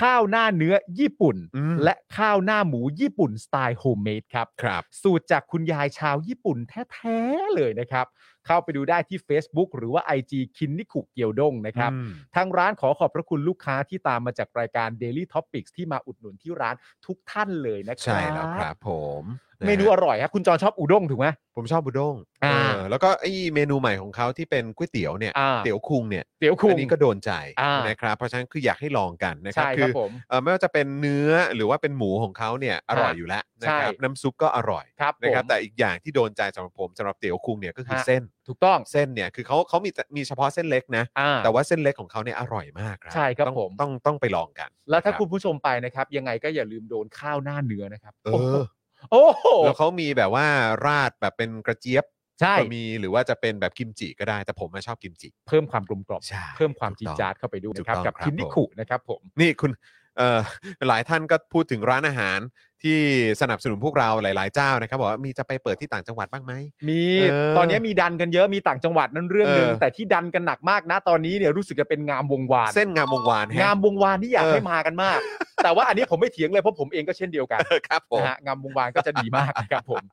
Speaker 2: ข้าวหน้าเนื้อญี่ปุ่น
Speaker 1: อืม
Speaker 2: และข้าวหน้าหมูญี่ปุ่นสไตล์โฮมเมดครับ
Speaker 1: ครับ
Speaker 2: สูตรจากคุณยายชาวญี่ปุ่นแท้ๆเลยนะครับ เข้าไปดูได้ที่ Facebook หรือว่า IG คินนิคุเกียวดงนะครับ
Speaker 1: อืม
Speaker 2: ทางร้านขอขอบพระคุณลูกค้าที่ตามมาจากรายการ Daily Topics ที่มาอุดหนุนที่ร้านทุกท่านเลยนะครับ
Speaker 1: ใช่แล้วครับผม
Speaker 2: เมนูอร่อยครับคุณจอนชอบอุด้งถูกไหม
Speaker 1: ผมชอบบุด้ง
Speaker 2: อ่า
Speaker 1: เออแล้วก็ไอเมนูใหม่ของเขาที่เป็นก๋วยเตี๋ยวเนี่ย
Speaker 2: อ่า
Speaker 1: เตี๋ยวคุงเนี่ย
Speaker 2: เตี๋ยวคุ
Speaker 1: อั
Speaker 2: ง
Speaker 1: นี้ก็โดนใจ
Speaker 2: อ่าน
Speaker 1: นะครับเพราะฉะนั้นคืออยากให้ลองกันนะครับ
Speaker 2: ใช่
Speaker 1: คื
Speaker 2: ครับ
Speaker 1: อ
Speaker 2: ผม
Speaker 1: เอ่อไม่ว่าจะเป็นเนื้อหรือว่าเป็นหมูของเขาเนี่ยอร่อยอยู่แล้วนะครับ
Speaker 2: ใช่
Speaker 1: น้ำซุปก็อร่อย
Speaker 2: ครับผม
Speaker 1: นะครับแต่อีกอย่างที่โดนใจสำหรับผมสำหรับเตี๋ยวคุงเนี่ยก็คือ
Speaker 2: ฮะ
Speaker 1: เส้น
Speaker 2: ถูกต้อง
Speaker 1: เส้นเนี่ยคือเขาเขามีแต่มีเฉพาะเส้นเล็กนะ
Speaker 2: อ่า
Speaker 1: แต่ว่าเส้นเล็กของเขาเนี่ยอร่อยมากครับ
Speaker 2: ใช่ครับ
Speaker 1: ต้อง
Speaker 2: ผม
Speaker 1: ต้องต้องไปลองกัน
Speaker 2: แล้วถ้า
Speaker 1: นะรับ
Speaker 2: คุณผู้ชมไปนะครับ ยังไงก็อย่าลืมโดนข้าวหน้าเนื้อนะครับ
Speaker 1: เออ
Speaker 2: โอ้โห
Speaker 1: แล้วเขามีแบบว่าราดแบบเป็นกระเจี๊ยบ
Speaker 2: ใช่
Speaker 1: ก็มีหรือว่าจะเป็นแบบกิมจิก็ได้ แต่ผมมาชอบกิมจิ
Speaker 2: เพิ่มความกลมกล่อม
Speaker 1: ใช่
Speaker 2: เพิ่มความ
Speaker 1: ถู
Speaker 2: จี
Speaker 1: ก
Speaker 2: ด
Speaker 1: ต้อง
Speaker 2: จาดเข้าไปด้วย
Speaker 1: ถูก
Speaker 2: นะครับ
Speaker 1: ต้อง
Speaker 2: กับ
Speaker 1: ครับ
Speaker 2: คินนิ
Speaker 1: ผม
Speaker 2: คุนะครับผม
Speaker 1: นี่คุณเอ่อ หลายท่านก็พูดถึงร้านอาหาร ที่สนับสนุนพวกเราหลาย ๆ เจ้านะครับบอกว่ามีจะไปเปิดที่ต่างจังหวัดบ้างไหม
Speaker 2: มี
Speaker 1: เออ
Speaker 2: ตอนนี้มีดันกันเยอะมีต่างจังหวัดนั่นเรื่องหนึ่ง
Speaker 1: เออ
Speaker 2: แต่ที่ดันกันหนักมากนะตอนนี้เนี่ยรู้สึกจะเป็นงามวงวาน
Speaker 1: เส้นงามวงวานฮะ
Speaker 2: งามวงวานที่อยาก
Speaker 1: เออ
Speaker 2: ให้มากันมาก แต่ว่าอันนี้ผมไม่เถียงเลยเพราะผมเองก็เช่นเดียวกัน
Speaker 1: ครับผม
Speaker 2: นะฮะงามวงวานก็จะดีมากนะครับผม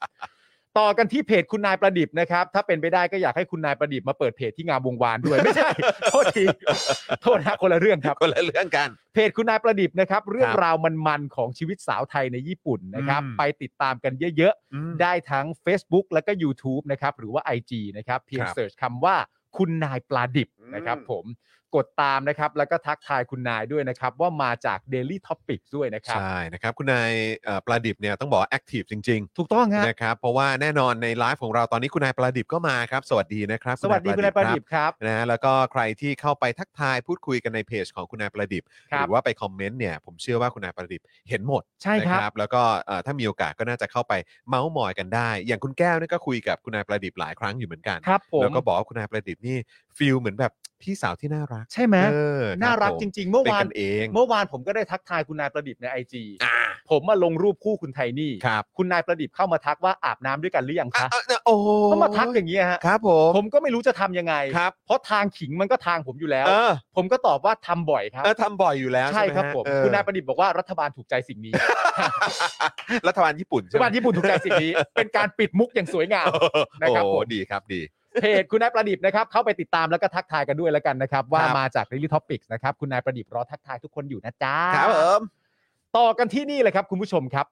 Speaker 2: ต่อกันที่เพจคุณนายประดิษฐ์นะครับ ถ้าเป็นไปได้ก็อยากให้คุณนายประดิษฐ์มาเปิดเพจที่งามวงวานด้วยไม่ใช่ โทษทีโทษนะคนละเรื่องครับ
Speaker 1: คนละเรื่องกัน
Speaker 2: เพจคุณนายประดิษฐ์นะครับ เรื่อง
Speaker 1: ครับ
Speaker 2: ราวมันๆของชีวิตสาวไทยในญี่ปุ่นนะครับ
Speaker 1: อืม
Speaker 2: ไปติดตามกันเยอะ
Speaker 1: อืม
Speaker 2: ๆ ได้ทั้ง Facebook แล้วก็ YouTube นะครับ หรือว่า IG นะครับ เพียง
Speaker 1: ครับ
Speaker 2: เสิร์ชคำว่าคุณนายปลาดิบ
Speaker 1: อืม
Speaker 2: นะครับผมกดตามนะครับ แล้วก็ทักทายคุณนายด้วยนะครับ ว่ามาจาก Daily Topic ด้วยนะครับ
Speaker 1: ใช่นะครับ คุณนายเอ่อปลาดิบเนี่ยต้องบอกแอคทีฟจริง
Speaker 2: ถูกต้องฮะ
Speaker 1: ๆ นะครับ เพราะว่าแน่นอนในไลฟ์ของเราตอนนี้คุณนายปลาดิบก็มาครับ สวัสดีนะครับ
Speaker 2: สวัสดีคุณนายปลาดิบครับ
Speaker 1: ครับนะฮะแล้วก็ใครที่เข้าไปทักทายพูดคุยกันในเพจของคุณนายปลาดิบ
Speaker 2: ค
Speaker 1: ห
Speaker 2: รับ
Speaker 1: รือว่าไปคอมเมนต์เนี่ยผมเชื่อว่าคุณนายปลาดิบเห็นหมด
Speaker 2: ใช่ครับ
Speaker 1: นะแล้วก็เอ่อถ้ามีโอกาสก็น่าจะเข้าไปเมาส์มอยกันได้ อย่างคุณแก้วนี่ก็คุยกับคุณนายประดิษฐ์หลายครั้งอยู่เหมือนกัน
Speaker 2: ครับผม
Speaker 1: แล้วก็บอกว่าคุณนายประดิษฐ์นี่ฟิลเหมือนแบบพี่สาวที่น่ารัก
Speaker 2: ใช่ไหม
Speaker 1: เออคบ
Speaker 2: น่ารัก
Speaker 1: ผม
Speaker 2: จริง ๆ เมื่อ
Speaker 1: เป็น
Speaker 2: วาน
Speaker 1: กันเอง
Speaker 2: เมื่อวานผมก็ได้ทักทายคุณนายประดิษฐ์ใน IG ผมมาลงรูปคู่คุณไทนี่
Speaker 1: ครับ
Speaker 2: คุณนายประดิษฐ์เข้ามาทักว่าอาบน้ำด้วยกันหรือยัง
Speaker 1: อ่ะ
Speaker 2: คะ
Speaker 1: อ่ะอ่ะโอ้
Speaker 2: ก็มาทักอย่างนี้ยฮะ
Speaker 1: ครับผม
Speaker 2: ผมก็ไม่รู้จะทำยังไง
Speaker 1: ครับ
Speaker 2: เพราะทางขิงมันก็ทางผมอยู่แล้ว
Speaker 1: เออ
Speaker 2: ผมก็ตอบว่าทำบ่อยครับ
Speaker 1: เออทำบ่อยอยู่แล้ว
Speaker 2: ใช่
Speaker 1: ใช่ไหม
Speaker 2: ครับ
Speaker 1: ฮะ
Speaker 2: ผม
Speaker 1: เออ
Speaker 2: คุณนาย ประดิษฐ์บอกว่ารัฐบาลถูกใจสิ่งนี้
Speaker 1: รัฐบาลญี่ปุ่น
Speaker 2: รั
Speaker 1: ใช่
Speaker 2: ฐ
Speaker 1: ไหม
Speaker 2: บาลญี่ปุ่นถูกใจสิ่งนี้ เป็นการปิดมุกอย่างสวยงาม นะครับ
Speaker 1: โอ้
Speaker 2: ผม
Speaker 1: ดีครับดี
Speaker 2: เพจคุณนายประดิษฐ์นะครับ เข้าไปติดตามแล้วก็ทักทายกันด้วยแล้วกันนะครับ ว่า
Speaker 1: ครับ
Speaker 2: มาจาก Daily Topics นะครับ คุณนายประดิษฐ์รอทักทายทุกคนอยู่นะจ๊ะ
Speaker 1: ครับผม
Speaker 2: ต่อกันที่นี่เลยครับคุณผู้ชมครับ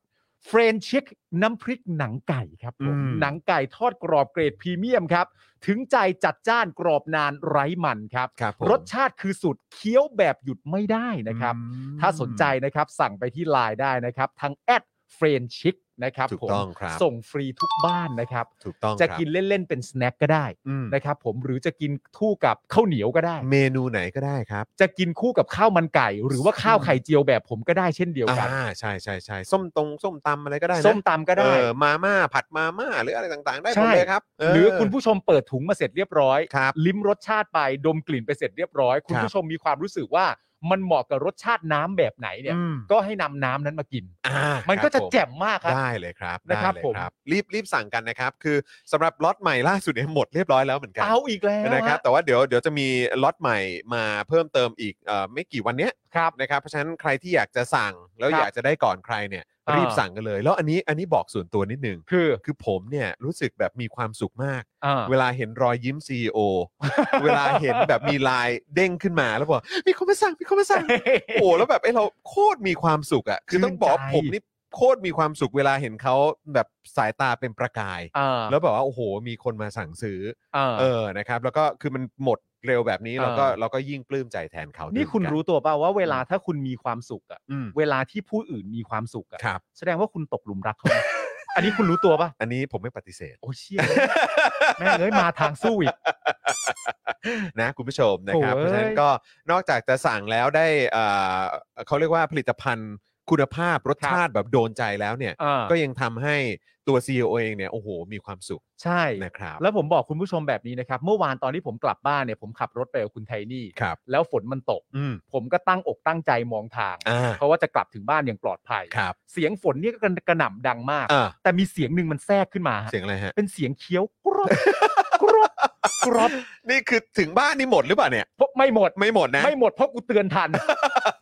Speaker 2: เฟรนชิกน้ำพริกหนังไก่ครับผมหนังไก่ทอดกรอบเกรดพรีเมียมครับ ถึงใจจัดจ้านกรอบนานไร้มันครับ
Speaker 1: ครับผม
Speaker 2: รสชาติคือสุดเคี้ยวแบบหยุดไม่ได้นะครับ
Speaker 1: อืม
Speaker 2: ถ้าสนใจนะครับสั่งไปที่ Line ได้นะครับ ทางแอดเฟรนชิกนะครับ
Speaker 1: ถูก
Speaker 2: ผม
Speaker 1: ต้องครับ
Speaker 2: ส่งฟรีทุกบ้านนะครับ
Speaker 1: ถูกต้อง
Speaker 2: จะ
Speaker 1: ครับ
Speaker 2: กินเล่น ๆ เป็นสแน็คก็ได้
Speaker 1: อืม
Speaker 2: นะครับผมหรือจะกินคู่กับข้าวเหนียวก็ได้
Speaker 1: เมนูไหนก็ได้ครับ
Speaker 2: จะกินคู่กับข้าวมันไก่ หรือว่าข้าวไข่เจียวแบบผมก็ได้เช่นเดียวกัน
Speaker 1: อ่าใช่ใช่ใช่ส้มตรงส้มตำอะไรก็ได้นะ
Speaker 2: ส้มตำก็ได้
Speaker 1: เออมาม่าผัดมาม่าหรืออะไรต่างๆ ได้หมด
Speaker 2: ใช่
Speaker 1: เลยครับเห
Speaker 2: รือคุณผู้ชมเปิดถุงมาเสร็จเรียบร้อย
Speaker 1: ครับ
Speaker 2: ลิ้มรสชาติไปดมกลิ่นไปเสร็จเรียบร้อย คุณ
Speaker 1: ครับ
Speaker 2: ผู้ชมมีความรู้สึกว่ามันเหมาะกับรสชาติน้ำแบบไหนเนี่ย
Speaker 1: อืม
Speaker 2: ก็ให้นำน้ำนั้นมากิน
Speaker 1: อ่า
Speaker 2: มันก็
Speaker 1: ค
Speaker 2: จะ
Speaker 1: รับผ
Speaker 2: แจ่มมากครับ
Speaker 1: ได้เลยครับ
Speaker 2: นะครับ
Speaker 1: ได้เลย
Speaker 2: ผม
Speaker 1: รีบรีบสั่งกันนะครับ คือสำหรับล็อตใหม่ล่าสุดเนี่ยหมดเรียบร้อยแล้วเหมือนกัน
Speaker 2: เอาอีกแล้ว
Speaker 1: นะครับ แต่ว่าเดี๋ยวเดี๋ยวจะมีล็อตใหม่มาเพิ่มเติมอีกเอ่อไม่กี่วันเนี้ย
Speaker 2: ครับ
Speaker 1: นะครับเพราะฉะนั้นใครที่อยากจะสั่งแล้ว
Speaker 2: ครับ
Speaker 1: อยากจะได้ก่อนใครเนี่ย
Speaker 2: อ่า
Speaker 1: รีบสั่งกันเลย แล้วอันนี้อันนี้บอกส่วนตัวนิดนึง
Speaker 2: คือ
Speaker 1: คือผมเนี่ยรู้สึกแบบมีความสุขมาก
Speaker 2: อ่า
Speaker 1: เวลาเห็นรอยยิ้ม CEO เวลาเห็นแบบมีไลายเด้งขึ้นมาแล้วบอกมีคนมาสั่งมีคนมา สั่ง โอ้แล้วแบบไอ้เราโคตรมีความสุขอ่ะคือต้องบอกว่า
Speaker 2: ชื่นใจ
Speaker 1: ผมนี่โคตรมีความสุขเวลาเห็นเขาแบบสายตาเป็นประกาย
Speaker 2: อ่า
Speaker 1: แล้วแบบว่าโอ้โห มีคนมาสั่งซื้อ
Speaker 2: อ่า
Speaker 1: เออนะครับ แล้วก็คือมันหมดเร็วแบบนี้
Speaker 2: เออ
Speaker 1: เราก็เราก็ยิ่งปลื้มใจแทนเขา
Speaker 2: นี่
Speaker 1: ด้วย
Speaker 2: คุณ
Speaker 1: เหมือกั
Speaker 2: รู้ตัวเปล่าว่าเวลาถ้าคุณมีความสุขอะ
Speaker 1: อืม
Speaker 2: เวลาที่ผู้อื่นมีความสุขอะ
Speaker 1: ครับ
Speaker 2: แสดงว่าคุณตกหลุมรักเขา นะ อันนี้คุณรู้ตัวป่ะ
Speaker 1: อันนี้ผมไม่ปฏิเสธ
Speaker 2: โอ้ยเชี่ยแม่งเอ้ยมาทางสู้อีก
Speaker 1: นะคุณผู้ชมนะครับเพ
Speaker 2: โอ้ย
Speaker 1: ราะฉะนั้นก็นอกจากจะสั่งแล้วได้เอ่อเขาเรียกว่าผลิตภัณฑ์คุณภาพรสชาติแบบโดนใจแล้ว เนี่ย
Speaker 2: อ่า
Speaker 1: ก็ยังทำให้ตัว CEO เองเนี่ยโอ้โห มีความสุข
Speaker 2: ใช่
Speaker 1: นะครับ
Speaker 2: แล้วผมบอกคุณผู้ชมแบบนี้นะครับ เมื่อวานตอนที่ผมกลับบ้านเนี่ยผมขับรถไปกับคุณไทนี่
Speaker 1: ครับ
Speaker 2: แล้วฝนมันตก
Speaker 1: อืม
Speaker 2: ผมก็ตั้งอกตั้งใจมองทาง
Speaker 1: อ่า
Speaker 2: เพราะว่าจะกลับถึงบ้านอย่างปลอดภัย
Speaker 1: ครับ
Speaker 2: เสียงฝนเนี่ยก็กระหน่ำดังมาก
Speaker 1: อ่า
Speaker 2: แต่มีเสียงหนึ่งมันแทรกขึ้นมาฮะ
Speaker 1: เสียงอะไรฮะ
Speaker 2: เป็นเสียงเคี้ยวกรอบ กรอบกรอบ
Speaker 1: นี่คือถึงบ้านนี่หมดหรือเปล่าเนี่ย
Speaker 2: เพราะไม่หมด
Speaker 1: ไม่หมดนะ
Speaker 2: ไม่หมดเพราะกูเตือน ทัน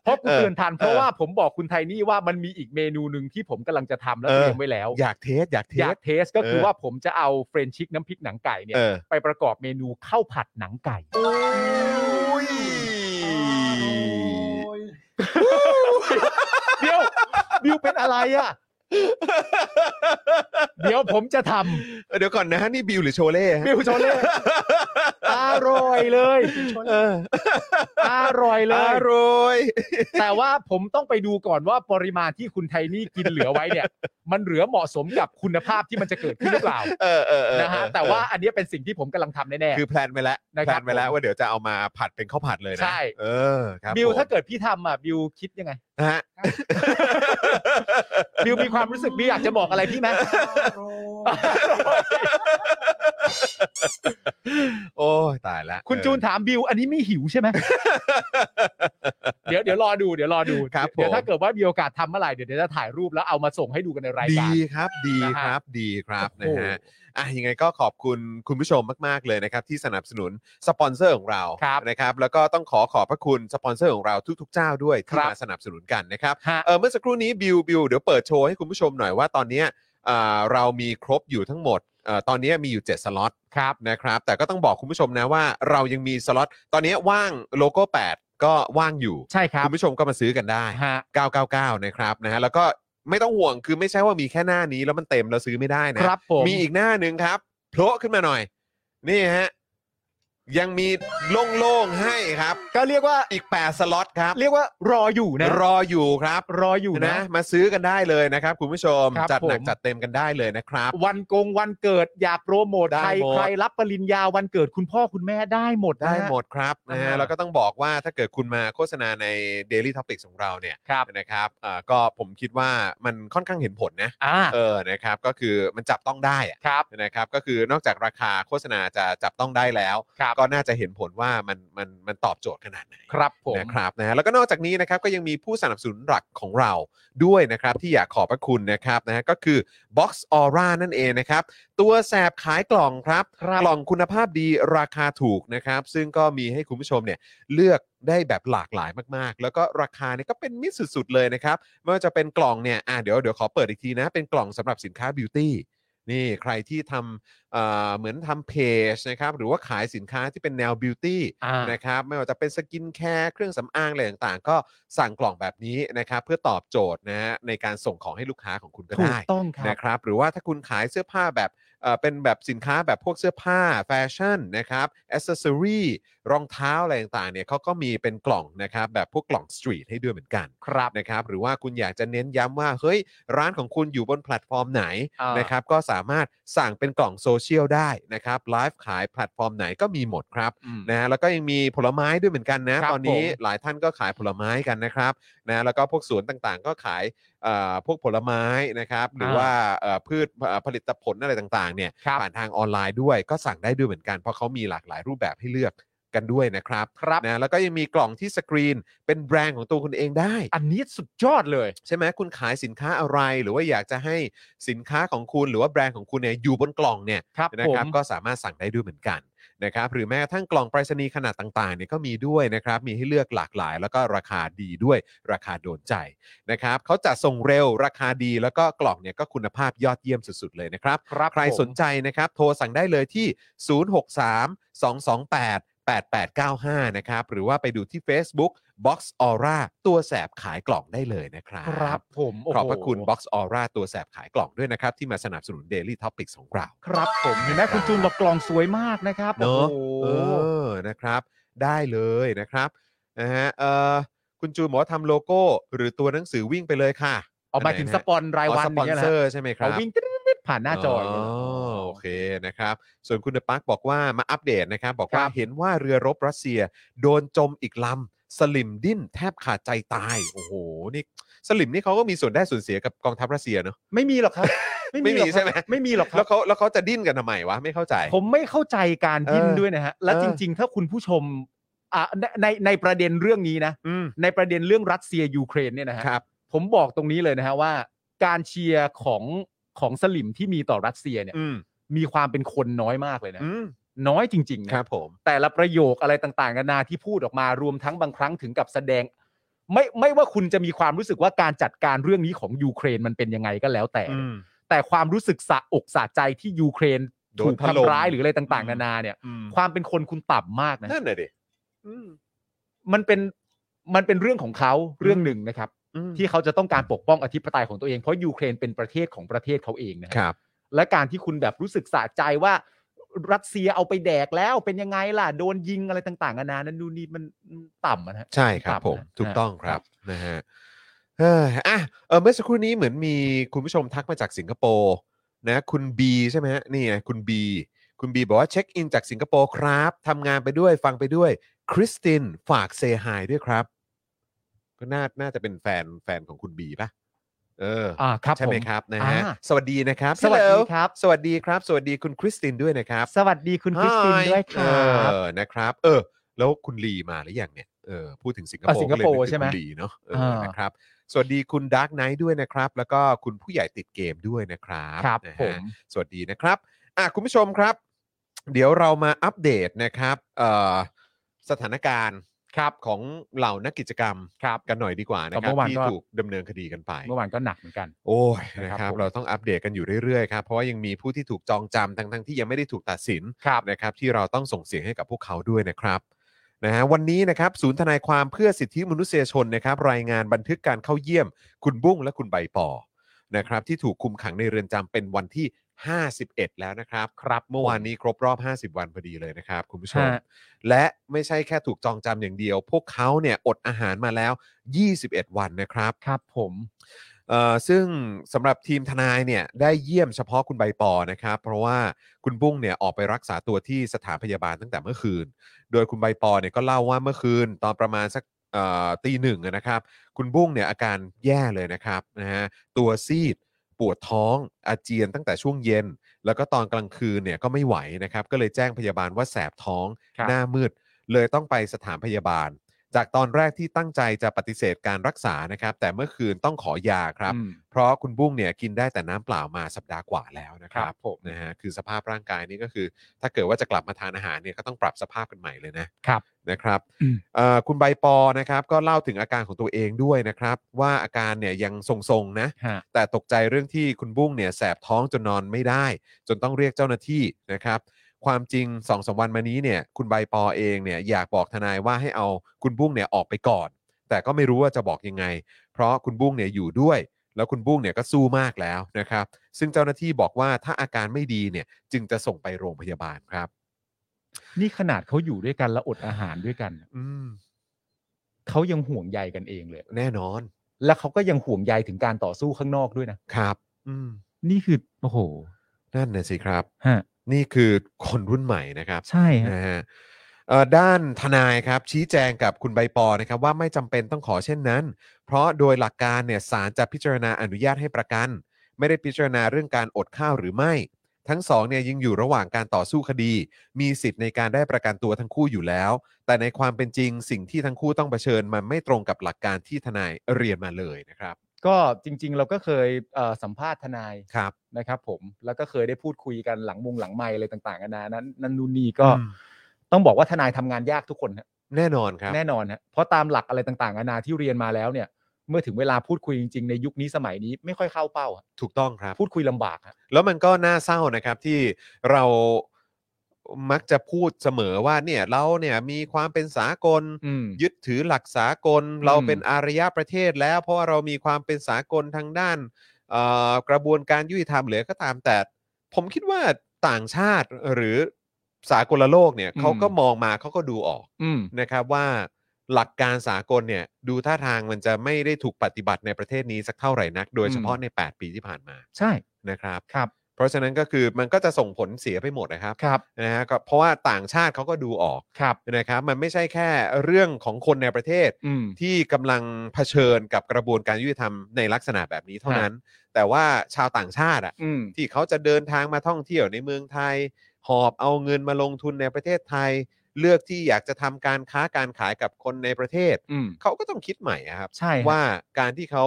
Speaker 2: เพราะกูเตือนทัน
Speaker 1: เออ
Speaker 2: เพราะว่าผมบอกคุณไทนี่ว่ามันมีอีกเมนูหนึ่งที่ผมกำลังจะทำและ
Speaker 1: เออ
Speaker 2: เตรียมไว้แล้ว
Speaker 1: อยากเทสอยากเท
Speaker 2: อยา
Speaker 1: ส
Speaker 2: กเทสก็คือ
Speaker 1: เออ
Speaker 2: ว่าผมจะเอาเฟรนชิกน้ำพริกหนังไก่เนี่ย
Speaker 1: เออ
Speaker 2: ไปประกอบเมนูข้าวผัดหนังไก่
Speaker 1: อุ้ย
Speaker 2: เดี๋ยวบิวเป็นอะไรอ่ะ เดี๋ยวผมจะท
Speaker 1: เออเดี๋ยวก่อนนะนี่บิวหรือโชเล่
Speaker 2: ำ
Speaker 1: ฮะ
Speaker 2: บิวโชเล่อร่อยเลย
Speaker 1: เออ
Speaker 2: อร่อยเล
Speaker 1: อย ร่อย
Speaker 2: แต่ว่าผมต้องไปดูก่อนว่าปริมาณที่คุณไทนี่กินเหลือไว้ เนี่ย มันเหลือเหมาะสมกับคุณภาพที่มันจะเกิดขึ้นหรือเปล่า
Speaker 1: เออเออเออ
Speaker 2: นะฮะ
Speaker 1: เออ
Speaker 2: แต่ว่าอันเนี้ยเป็นสิ่งที่ผมกำลังทำแน่
Speaker 1: คือแพลนไปแล้ว
Speaker 2: นะครั
Speaker 1: แพล
Speaker 2: บ
Speaker 1: นไปแล้ว
Speaker 2: ผม
Speaker 1: ว่าเดี๋ยวจะเอามาผัดเป็นข้าวผัดเลยนะ
Speaker 2: ใช่
Speaker 1: เออครับ
Speaker 2: ๆบิว
Speaker 1: ผม
Speaker 2: ถ้าเกิดพี่ทำอ่ะบิวคิดยังไง
Speaker 1: นะฮะ
Speaker 2: บิวมีความรู้สึกบิวอยากจะบอก อะไรพี่ไหม
Speaker 1: โ โอ้ยตายละ
Speaker 2: คุณจูน
Speaker 1: เออ
Speaker 2: ถามบิว อันนี้ไม่หิว ใช่ไหม เดี๋ยวเดี๋ยวรอดูเดี๋ยวรอดู
Speaker 1: ครับ
Speaker 2: เดี๋ยว
Speaker 1: ผม
Speaker 2: ถ้าเกิดว่ามีโอกาสทำเมื่อไหร่เดี๋ยวเดี๋ยวจะถ่ายรูปแล้วเอามาส่งให้ดูกันในราย
Speaker 1: ดี
Speaker 2: การ
Speaker 1: ครับดี
Speaker 2: นะ
Speaker 1: ค
Speaker 2: ฮะ
Speaker 1: รับดีครับ
Speaker 2: โอ้
Speaker 1: นะ
Speaker 2: โห
Speaker 1: ฮะอ่ะยังไงก็ขอบคุณคุณผู้ชมมาก ๆ เลยนะครับ ที่สนับสนุนสปอนเซอร์ของเรา
Speaker 2: ครับ
Speaker 1: นะครับแล้วก็ต้องขอขอบพระคุณสปอนเซอร์ของเราทุก ๆ เจ้าด้วยที่
Speaker 2: ครับ
Speaker 1: มาสนับสนุนกันนะครับ
Speaker 2: ฮะ
Speaker 1: เออเมื่อสักครู่นี้บิวบิวเดี๋ยวเปิดโชว์ให้คุณผู้ชมหน่อยว่าตอนเนี้ยอ่าเรามีครบอยู่ทั้งหมดเอ่อตอนเนี้ยมีอยู่ 7 สล็อต
Speaker 2: ครับ
Speaker 1: นะครับแต่ก็ต้องบอกคุณผู้ชมนะว่าเรายังมีสล็อตตอนเนี้ยว่างโลโก้ 8 ก็ว่างอยู่
Speaker 2: ใช่ครับ
Speaker 1: คุณผู้ชมก็มาซื้อกันได้
Speaker 2: ฮะ
Speaker 1: 999 นะครับนะฮะแล้วก็ไม่ต้องห่วงคือไม่ใช่ว่ามีแค่หน้านี้แล้วมันเต็มแล้วซื้อไม่ได้นะครับ
Speaker 2: ผม
Speaker 1: มีอีกหน้าหนึ่งครับโผล่ขึ้นมาหน่อย นี่ฮะ ยังมีโล่งๆให้ครับ
Speaker 2: ก็เรียกว่า
Speaker 1: อีก 8 สล็อตครับ
Speaker 2: เรียกว่ารออยู่นะ
Speaker 1: รออยู่ครับ
Speaker 2: รออยู่นะ
Speaker 1: นะ มาซื้อกันได้เลยนะครับ คุณผู้ชม
Speaker 2: ครับ
Speaker 1: จัดหนัก
Speaker 2: ผม
Speaker 1: จัดเต็มกันได้เลยนะครับ
Speaker 2: วันโกงวันเกิดอยากโปรโมท
Speaker 1: ได้
Speaker 2: ใคร
Speaker 1: หมด
Speaker 2: ใครรับปริญญาวันเกิดคุณพ่อคุณแม่ได้หมดนะ
Speaker 1: ได้
Speaker 2: ฮะ
Speaker 1: หมดครับนะฮะ
Speaker 2: อ่า
Speaker 1: แล้วก็ต้องบอกว่าถ้าเกิดคุณมาโฆษณาใน Daily Topics ของเราเนี่ย
Speaker 2: ครับ
Speaker 1: นะครับอ่าก็ผมคิดว่ามันค่อนข้างเห็นผลนะ
Speaker 2: อ่า
Speaker 1: เออนะครับก็คือมันจับต้องได้อะ
Speaker 2: ครับ
Speaker 1: นะครับก็คือนอกจากราคาโฆษณาจะจับต้องได้แล้ว
Speaker 2: ครับ
Speaker 1: ก็น่าจะเห็นผลว่ามันมันมันตอบโจทย์ขนาดไหน
Speaker 2: ครับผม
Speaker 1: นะครับนะฮะแล้วก็นอกจากนี้นะครับก็ยังมีผู้สนับสนุนหลักของเราด้วยนะครับ ที่อยากขอบพระคุณนะครับนะฮะก็คือ Box Aura นั่นเองนะครับ ตัวแสบขายกล่องครับ
Speaker 2: ครับ
Speaker 1: กล่องคุณภาพดีราคาถูกนะครับ ซึ่งก็มีให้คุณผู้ชมเนี่ยเลือกได้แบบหลากหลายมากๆ แล้วก็ราคาเนี่ยก็เป็นมิตรสุดๆเลยนะครับไม่ว่าจะเป็นกล่องเนี่ยอ่ะเดี๋ยวเดี๋ยวขอเปิดอีกทีนะ เป็นกล่องสำหรับสินค้าบิวตี้นี่ใครที่ทำเอ่อเหมือนทำเพจนะครับหรือว่าขายสินค้าที่เป็นแนวบิวตี้
Speaker 2: อ่า
Speaker 1: นะครับไม่ว่าจะเป็นสกินแคร์เครื่องสำอางอะไรต่างๆ ก็สั่งกล่องแบบนี้นะครับเพื่อตอบโจทย์นะฮะในการส่งของให้ลูกค้าของคุณก็
Speaker 2: ถูก
Speaker 1: ได้
Speaker 2: ต้องครับ
Speaker 1: นะครับหรือว่าถ้าคุณขายเสื้อผ้าแบบเอ่อเป็นแบบสินค้าแบบพวกเสื้อผ้าแฟชั่นนะครับอ c เซอรี่รองเท้าอะไรต่างๆเนี่ยเขาก็มีเป็นกล่องนะครับแบบพวกกล่องสตรีทให้ด้วยเหมือนกัน
Speaker 2: ครับ
Speaker 1: นะครับหรือว่าคุณอยากจะเน้นย้ำว่าเฮ้ยร้านของคุณอยู่บนแพลตฟอร์มไหน
Speaker 2: อ่าน
Speaker 1: นะครับก็สามารถสั่งเป็นกล่องโซเชียลได้นะครับไลฟ์ขายแพลตฟอร์มไหนก็มีหมดครับ
Speaker 2: อืม
Speaker 1: นะฮะแล้วก็ยังมีผลไม้ด้วยเหมือนกันนะ
Speaker 2: ครับ
Speaker 1: ตอนนี้
Speaker 2: ผม
Speaker 1: หลายท่านก็ขายผลไม้กันนะครับนะแล้วก็พวกสวนต่างๆ ก็ขายเอ่อพวกผลไม้นะครับ หรืออา ว่าเอ่อพืชเอ่อผลิตผลอะไรต่างๆเนี่ย
Speaker 2: ครับ
Speaker 1: ผ่านทางออนไลน์ด้วยก็สั่งได้ด้วยเหมือนกัน เพราะเขามีหลากหลายรูปแบบให้เลือกกันด้วยนะครับ
Speaker 2: ครับ
Speaker 1: นะแล้วก็ยังมีกล่องที่สกรีนเป็นแบรนด์ของตัวคุณเองได้
Speaker 2: อันนี้สุดยอดเลย
Speaker 1: ใช่ไหมคุณขายสินค้าอะไรหรือว่าอยากจะให้สินค้าของคุณหรือว่าแบรนด์ของคุณเนี่ยอยู่บนกล่องเนี่ย
Speaker 2: ครับ
Speaker 1: นะ
Speaker 2: ผ
Speaker 1: ครับ
Speaker 2: ม
Speaker 1: ก็สามารถสั่งได้ด้วยเหมือนกันนะครับหรือแม้กระทั่งกล่องไปรษณีย์ขนาดต่างๆเนี่ยก็มีด้วยนะครับมีให้เลือกหลากหลาย แล้วก็ราคาดีด้วยราคาโดนใจนะครับเขาจะส่งเร็วราคาดีแล้วก็กล่องเนี่ยก็คุณภาพยอดเยี่ยมสุดๆเลยนะครับ
Speaker 2: ครับ
Speaker 1: ใคร
Speaker 2: ผม
Speaker 1: สนใจนะครับโทรสั่งได้เลยที่ 063 228 8895 นะครับหรือว่าไปดูที่ Facebook Box Aura ตัวแสบขายกล่องได้เลยนะครับ
Speaker 2: ครับผมโโห
Speaker 1: ขอบพระคุณ Box Aura ตัวแสบขายกล่องด้วยนะครับที่มาสนับสนุน Daily Topics ของเรา
Speaker 2: ครับผมเห็นไหมคุณจูนบอกกล่องสวยมากนะครับ
Speaker 1: เนอะ
Speaker 2: โอ้โห
Speaker 1: เออ นะครับ ได้เลยนะครับ นะฮะ เอ่อ คุณจูนบอกว่าทำโลโก้ หรือตัวหนังสือวิ่งไปเลยค่ะ
Speaker 2: ออกมายถึงสปอนรายวั
Speaker 1: อ๋อ
Speaker 2: น
Speaker 1: สปอน
Speaker 2: ย่างงี้ยห
Speaker 1: เซอร์ใช่ไหมค
Speaker 2: เอา
Speaker 1: รับ
Speaker 2: วิ่งตึ๊ดๆผ่านหน้าจออย่างเงี้ย
Speaker 1: อโอเค นะครับ ส่วนคุณเดอะปักบอกว่า มาอัปเดตนะครับ บอกว่า
Speaker 2: ครับ
Speaker 1: เห็นว่าเรือรบรัสเซีย โดนจมอีกลำ สลิมดิ้นแทบขาดใจตาย โอ้โห นี่ สลิมนี่เขาก็มีส่วนได้ส่วนเสียกับกองทัพรัสเซียเนอะ
Speaker 2: ไม่มีหรอกครับ
Speaker 1: ไม่มี
Speaker 2: รอกครับ
Speaker 1: ใช่ไหม
Speaker 2: ไม่มีหรอกค
Speaker 1: แล้
Speaker 2: รั
Speaker 1: วเขาแล้วเขาจะดิ้นกันทำไมวะ ไม่เข้าใจ
Speaker 2: ผมไม่เข้าใจการดิ้น
Speaker 1: เออ
Speaker 2: ด้วยนะฮะ และ
Speaker 1: เออ
Speaker 2: จริง ๆ ถ้าคุณผู้ชมอ่ะในในในประเด็นเรื่องนี้นะ
Speaker 1: อืม
Speaker 2: ในประเด็นเรื่องรัสเซียยูเครนเนี่ยนะฮะ
Speaker 1: ครับ
Speaker 2: ผมบอกตรงนี้เลยนะฮะว่า การเชียร์ของของสลิมที่มีต่อรัสเซียเนี่ย
Speaker 1: อืม
Speaker 2: มีความเป็นคนน้อยมากเลยนะ
Speaker 1: อืม
Speaker 2: น้อยจริงๆนะครับ
Speaker 1: ผม
Speaker 2: แต่ละประโยคอะไรต่างๆกันานาที่พูดออกมารวมทั้งบางครั้งถึงกับแสดง ไม่ไม่ว่าคุณจะมีความรู้สึกว่าการจัดการเรื่องนี้ของยูเครนมันเป็นยังไงก็แล้วแต่
Speaker 1: อืม
Speaker 2: แต่ความรู้สึกสะอกสะใจที่ยูเครน
Speaker 1: โดน
Speaker 2: ถูก
Speaker 1: ถล่ม
Speaker 2: ทำร้ายหรืออะไรต่างๆนานาเนี่ย
Speaker 1: อืม
Speaker 2: ความเป็นคนคุณต่ำมากนะ
Speaker 1: นั่นน่ะดิ
Speaker 2: มันเป็นมันเป็นเรื่องของเขาเรื่องหนึ่งนะครับ
Speaker 1: ที่
Speaker 2: ที่เขาจะต้องการปกป้องอธิปไตยของตัวเองเพราะยูเครนเป็นประเทศของประเทศเขาเองนะ
Speaker 1: ค
Speaker 2: ครั
Speaker 1: รั
Speaker 2: บ
Speaker 1: บ
Speaker 2: และการที่คุณแบบรู้สึกสะใจว่า รัสเซียเอาไปแดกแล้วเป็นยังไงล่ะโดนยิงอะไรต่างๆนานานั้นดูนนี่มันมันต่ำอะนะ
Speaker 1: ใช่ครับ
Speaker 2: ปรับ
Speaker 1: ผม
Speaker 2: นะ
Speaker 1: ถูกต้องค
Speaker 2: ครั
Speaker 1: รับบ นะฮะเอ้ยอ่ะเออเมื่อสักครู่นี้เหมือนมีคุณผู้ชมทักมาจากสิงคโปร์นะคุณบีใช่ไหมฮะนี่ไงคุณบีคุณบีบอกว่าเช็คอินจากสิงคโปร์ครับทำงานไปด้วยฟังไปด้วยคริสตินฝากเซ y ายด้วยครับ ก็น่าน่าจะเป็นแฟนแฟนของคุณบีป่ะ เ เออ
Speaker 2: อ่าครับ
Speaker 1: ใช่ไหม
Speaker 2: ผ
Speaker 1: ครับนะฮะ
Speaker 2: อ่า
Speaker 1: สวัสดีนะครับ
Speaker 2: สวัส
Speaker 1: พี่
Speaker 2: ดี
Speaker 1: เหลว
Speaker 2: ครับ
Speaker 1: สวัสดีครับ สวัสดีคุณคริสตินด้วยนะครับ
Speaker 2: สวัสดีคุณคริสตินด้วยค
Speaker 1: เอ
Speaker 2: รับ
Speaker 1: อนะครับ เออ แล้วคุณลีมาหรือยังเนี่ยเออพูดถึงสิงคโป
Speaker 2: อ่ะ
Speaker 1: ร์
Speaker 2: สิงคโปร์
Speaker 1: ก็เลยนึถึ
Speaker 2: ใช่ไหม
Speaker 1: คุณลีเนาะเออ
Speaker 2: เออ
Speaker 1: นะครับ สวัสดีคุณดาร์กไนท์ด้วยนะครับ แล้วก็คุณผู้ใหญ่ติดเกมด้วยนะครับ
Speaker 2: ครับ
Speaker 1: นะฮะ
Speaker 2: ผม
Speaker 1: สวัสดีนะครับ อ่ะคุณผู้ชมครับ เดี๋ยวเรามาอัปเดตนะครับเอ่อสถานการณ์ครับของเหล่านักกิจกรรม
Speaker 2: ครับ
Speaker 1: กันหน่อยดีกว่านะค
Speaker 2: แต่
Speaker 1: รั
Speaker 2: เมื่
Speaker 1: บ
Speaker 2: อวาน
Speaker 1: ที่
Speaker 2: ก็
Speaker 1: ถูกดำเนินคดีกันไป
Speaker 2: เมื่อวานก็หนักเหมือนกัน
Speaker 1: โอ้ย
Speaker 2: นะ
Speaker 1: นะ
Speaker 2: ค
Speaker 1: ค
Speaker 2: รั
Speaker 1: รั
Speaker 2: บบ ผม
Speaker 1: เราต้องอัปเดตกันอยู่เรื่อยๆครับเพราะว่ายังมีผู้ที่ถูกจองจำทั้งทั้งๆที่ยังไม่ได้ถูกตัดสิน
Speaker 2: ครับ
Speaker 1: นะครับที่เราต้องส่งเสียงให้กับพวกเขาด้วยนะครับนะฮะวันนี้นะครับศูนย์ทนายความเพื่อสิทธิมนุษยชนนะครับรายงานบันทึกการเข้าเยี่ยม คุณบุ้งและคุณใบปอนะครับที่ถูกคุมขังในเรือนจำเป็นวันที่ 51 แล้วนะครับครับเมื่อวานนี้ครบรอบ 50 วันพอดีเลยนะครับคุณผู้ชม
Speaker 2: ฮะ
Speaker 1: และไม่ใช่แค่ถูกจองจำอย่างเดียว พวกเขาเนี่ยอดอาหารมาแล้ว 21 วันนะครับ
Speaker 2: ครับผม
Speaker 1: เอ่อซึ่งสำหรับทีมทนายเนี่ยได้เยี่ยมเฉพาะคุณใบปอนะครับ เพราะว่าคุณบุ้งเนี่ยออกไปรักษาตัวที่สถานพยาบาลตั้งแต่เมื่อคืน โดยคุณใบปอเนี่ยก็เล่าว่าเมื่อคืนตอนประมาณสักเอ่อตีหนึ่งอะนะครับ คุณบุ้งเนี่ยอาการแย่เลยนะครับนะฮะตัวซีดปวดท้องอาเจียนตั้งแต่ช่วงเย็น แล้วก็ตอนกลางคืนเนี่ยก็ไม่ไหวนะครับ ก็เลยแจ้งพยาบาลว่าแสบท้อง
Speaker 2: ครับ
Speaker 1: หน้ามืดเลยต้องไปสถานพยาบาล จากตอนแรกที่ตั้งใจจะปฏิเสธการรักษานะครับ แต่เมื่อคืนต้องขอยาครับ
Speaker 2: อืม
Speaker 1: เพราะคุณบุ้งเนี่ยกินได้แต่น้ำเปล่ามาสัปดาห์กว่าแล้วนะค
Speaker 2: ค
Speaker 1: รั
Speaker 2: รั
Speaker 1: บบ
Speaker 2: ผม
Speaker 1: นะฮะคือสภาพร่างกายนี่ก็คือ ถ้าเกิดว่าจะกลับมาทานอาหารเนี่ยก็ต้องปรับสภาพกันใหม่เลยนะครับ นะครับ
Speaker 2: อืม
Speaker 1: เอ่อคุณใบปอนะครับก็เล่าถึงอาการของตัวเองด้วยนะครับ ว่าอาการเนี่ยยังทรงๆนะ
Speaker 2: ฮะ
Speaker 1: แต่ตกใจเรื่องที่คุณบุ้งเนี่ยแสบท้องจนนอนไม่ได้ จนต้องเรียกเจ้าหน้าที่นะครับ ความจริงสองสามวันมานี้เนี่ยคุณใบปอเองเนี่ยอยากบอกทนายว่าให้เอาคุณบุ้งเนี่ยออกไปก่อน แต่ก็ไม่รู้ว่าจะบอกยังไง เพราะคุณบุ้งเนี่ยอยู่ด้วย แล้วคุณบุ้งเนี่ยก็สู้มากแล้วนะครับ ซึ่งเจ้าหน้าที่บอกว่าถ้าอาการไม่ดีเนี่ยจึงจะส่งไปโรงพยาบาลครับ
Speaker 2: นี่ขนาดเขาอยู่ด้วยกันแล้วอดอาหารด้วยกัน
Speaker 1: อืม
Speaker 2: เขายังห่วงใยกันเองเลย
Speaker 1: แน่นอน
Speaker 2: แล้วเขาก็ยังห่วงใยถึงการต่อสู้ข้างนอกด้วยนะครับ
Speaker 1: อืม
Speaker 2: นี่คือโอ้โห
Speaker 1: นั่นน่ะสิครับ
Speaker 2: ฮะ
Speaker 1: นี่คือคนรุ่นใหม่นะครับ
Speaker 2: ใช่ฮะ
Speaker 1: นะฮะเอ่อด้านทนายครับชี้แจงกับคุณใบปอนะครับว่าไม่จำเป็นต้องขอเช่นนั้น เพราะโดยหลักการเนี่ยศาลจะพิจารณาอนุญาตให้ประกัน ไม่ได้พิจารณาเรื่องการอดข้าวหรือไม่ ทั้งสองเนี่ยยังอยู่ระหว่างการต่อสู้คดี มีสิทธิ์ในการได้ประกันตัวทั้งคู่อยู่แล้ว แต่ในความเป็นจริงสิ่งที่ทั้งคู่ต้องเผชิญมันไม่ตรงกับหลักการที่ทนายเรียนมาเลยนะครับ
Speaker 2: ก็จริง ๆ เราก็เคยเอ่อสัมภาษณ์ทนาย
Speaker 1: ครับ
Speaker 2: นะครับ ผมแล้วก็เคยได้พูดคุยกันหลังมุงหลังไมค์อะไรต่างๆกันานานั้นนันนูนนีก็ต้องบอกว่าทนายทำงานยากทุกคนฮะ
Speaker 1: แน่นอนครับ
Speaker 2: แน่นอนฮะเพราะตามหลักอะไรต่างๆกันานาที่เรียนมาแล้วเนี่ย เมื่อถึงเวลาพูดคุยจริง ๆ ในยุคนี้สมัยนี้ไม่ค่อยเข้าเป้าอะ
Speaker 1: ถูกต้องครับ
Speaker 2: พูดคุยลำบากอะ
Speaker 1: แล้วมันก็น่าเศร้านะครับที่เรามักจะพูดเสมอว่าเนี่ยเราเนี่ยมีความเป็นสากล ยึดถือหลักสากล
Speaker 2: อืม
Speaker 1: เราเป็นอารยประเทศแล้ว เพราะว่าเรามีความเป็นสากลทางด้านเอ่อกระบวนการยุติธรรมเหลือก็ตามแต่ ผมคิดว่าต่างชาติหรือสากลโลกเนี่ยเขาก็มองมาเขาก็ดูออก
Speaker 2: อืม
Speaker 1: นะครับว่าหลักการสากลเนี่ยดูท่าทางมันจะไม่ได้ถูกปฏิบัติในประเทศนี้สักเท่าไหร่นัก โดยเฉพาะใน 8 ปีที่ผ่านมา
Speaker 2: ใช่
Speaker 1: นะครับ
Speaker 2: ครับ
Speaker 1: เพราะฉะนั้นก็คือมันก็จะส่งผลเสียไปหมดนะครับ
Speaker 2: ครับ
Speaker 1: นะฮะก็เพราะว่าต่างชาติเขาก็ดูออก
Speaker 2: ครับ
Speaker 1: นะครับ มันไม่ใช่แค่เรื่องของคนในประเทศ
Speaker 2: อืม
Speaker 1: ที่กำลังเผชิญกับกระบวนการยุติธรรมในลักษณะแบบนี้เท่านั้น แต่ว่าชาวต่างชาติอ่ะ
Speaker 2: อืม
Speaker 1: ที่เขาจะเดินทางมาท่องเที่ยวในเมืองไทย หอบเอาเงินมาลงทุนในประเทศไทย เลือกที่อยากจะทำการค้าการขายกับคนในประเทศ
Speaker 2: อืม
Speaker 1: เขาก็ต้องคิดใหม่อะครับ
Speaker 2: ใช่ฮะ
Speaker 1: ว่าการที่เขา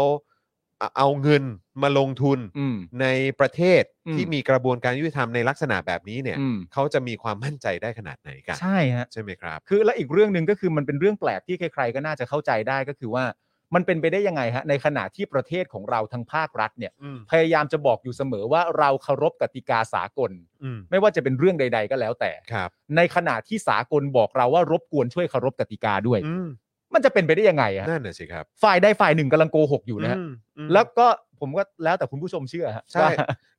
Speaker 1: เอาเงินมาลงทุน
Speaker 2: อืม
Speaker 1: ในประเทศ
Speaker 2: อืม
Speaker 1: ที่มีกระบวนการยุติธรรมในลักษณะแบบนี้เนี่ย
Speaker 2: อืม
Speaker 1: เขาจะมีความมั่นใจได้ขนาดไหนกัน
Speaker 2: ใช่ฮะ
Speaker 1: ใช่ไหมครับ
Speaker 2: คือและอีกเรื่องหนึ่งก็คือมันเป็นเรื่องแปลกที่ใครๆก็น่าจะเข้าใจได้ก็คือว่ามันเป็นไปได้ยังไงฮะในขณะที่ประเทศของเราทางภาครัฐเนี่ย
Speaker 1: อืม
Speaker 2: พยายามจะบอกอยู่เสมอว่าเราเคารพกติกาสากล
Speaker 1: อืม
Speaker 2: ไม่ว่าจะเป็นเรื่องใด ๆ ก็แล้วแต่
Speaker 1: ครับ
Speaker 2: ในขณะที่สากลบอกเราว่ารบกวนช่วยเคารพกติกาด้วย
Speaker 1: อืม
Speaker 2: มันจะเป็นไปได้ยังไงอะฮะ
Speaker 1: นั่นน่ะสิครับ
Speaker 2: ฝ่ายใดฝ่ายหนึ่งกำลังโกหกอยู่นะฮะ
Speaker 1: อืมอืม
Speaker 2: แล้วก็ผมก็แล้วแต่คุณผู้ชมเชื่อฮะ
Speaker 1: ใช่
Speaker 2: ว่า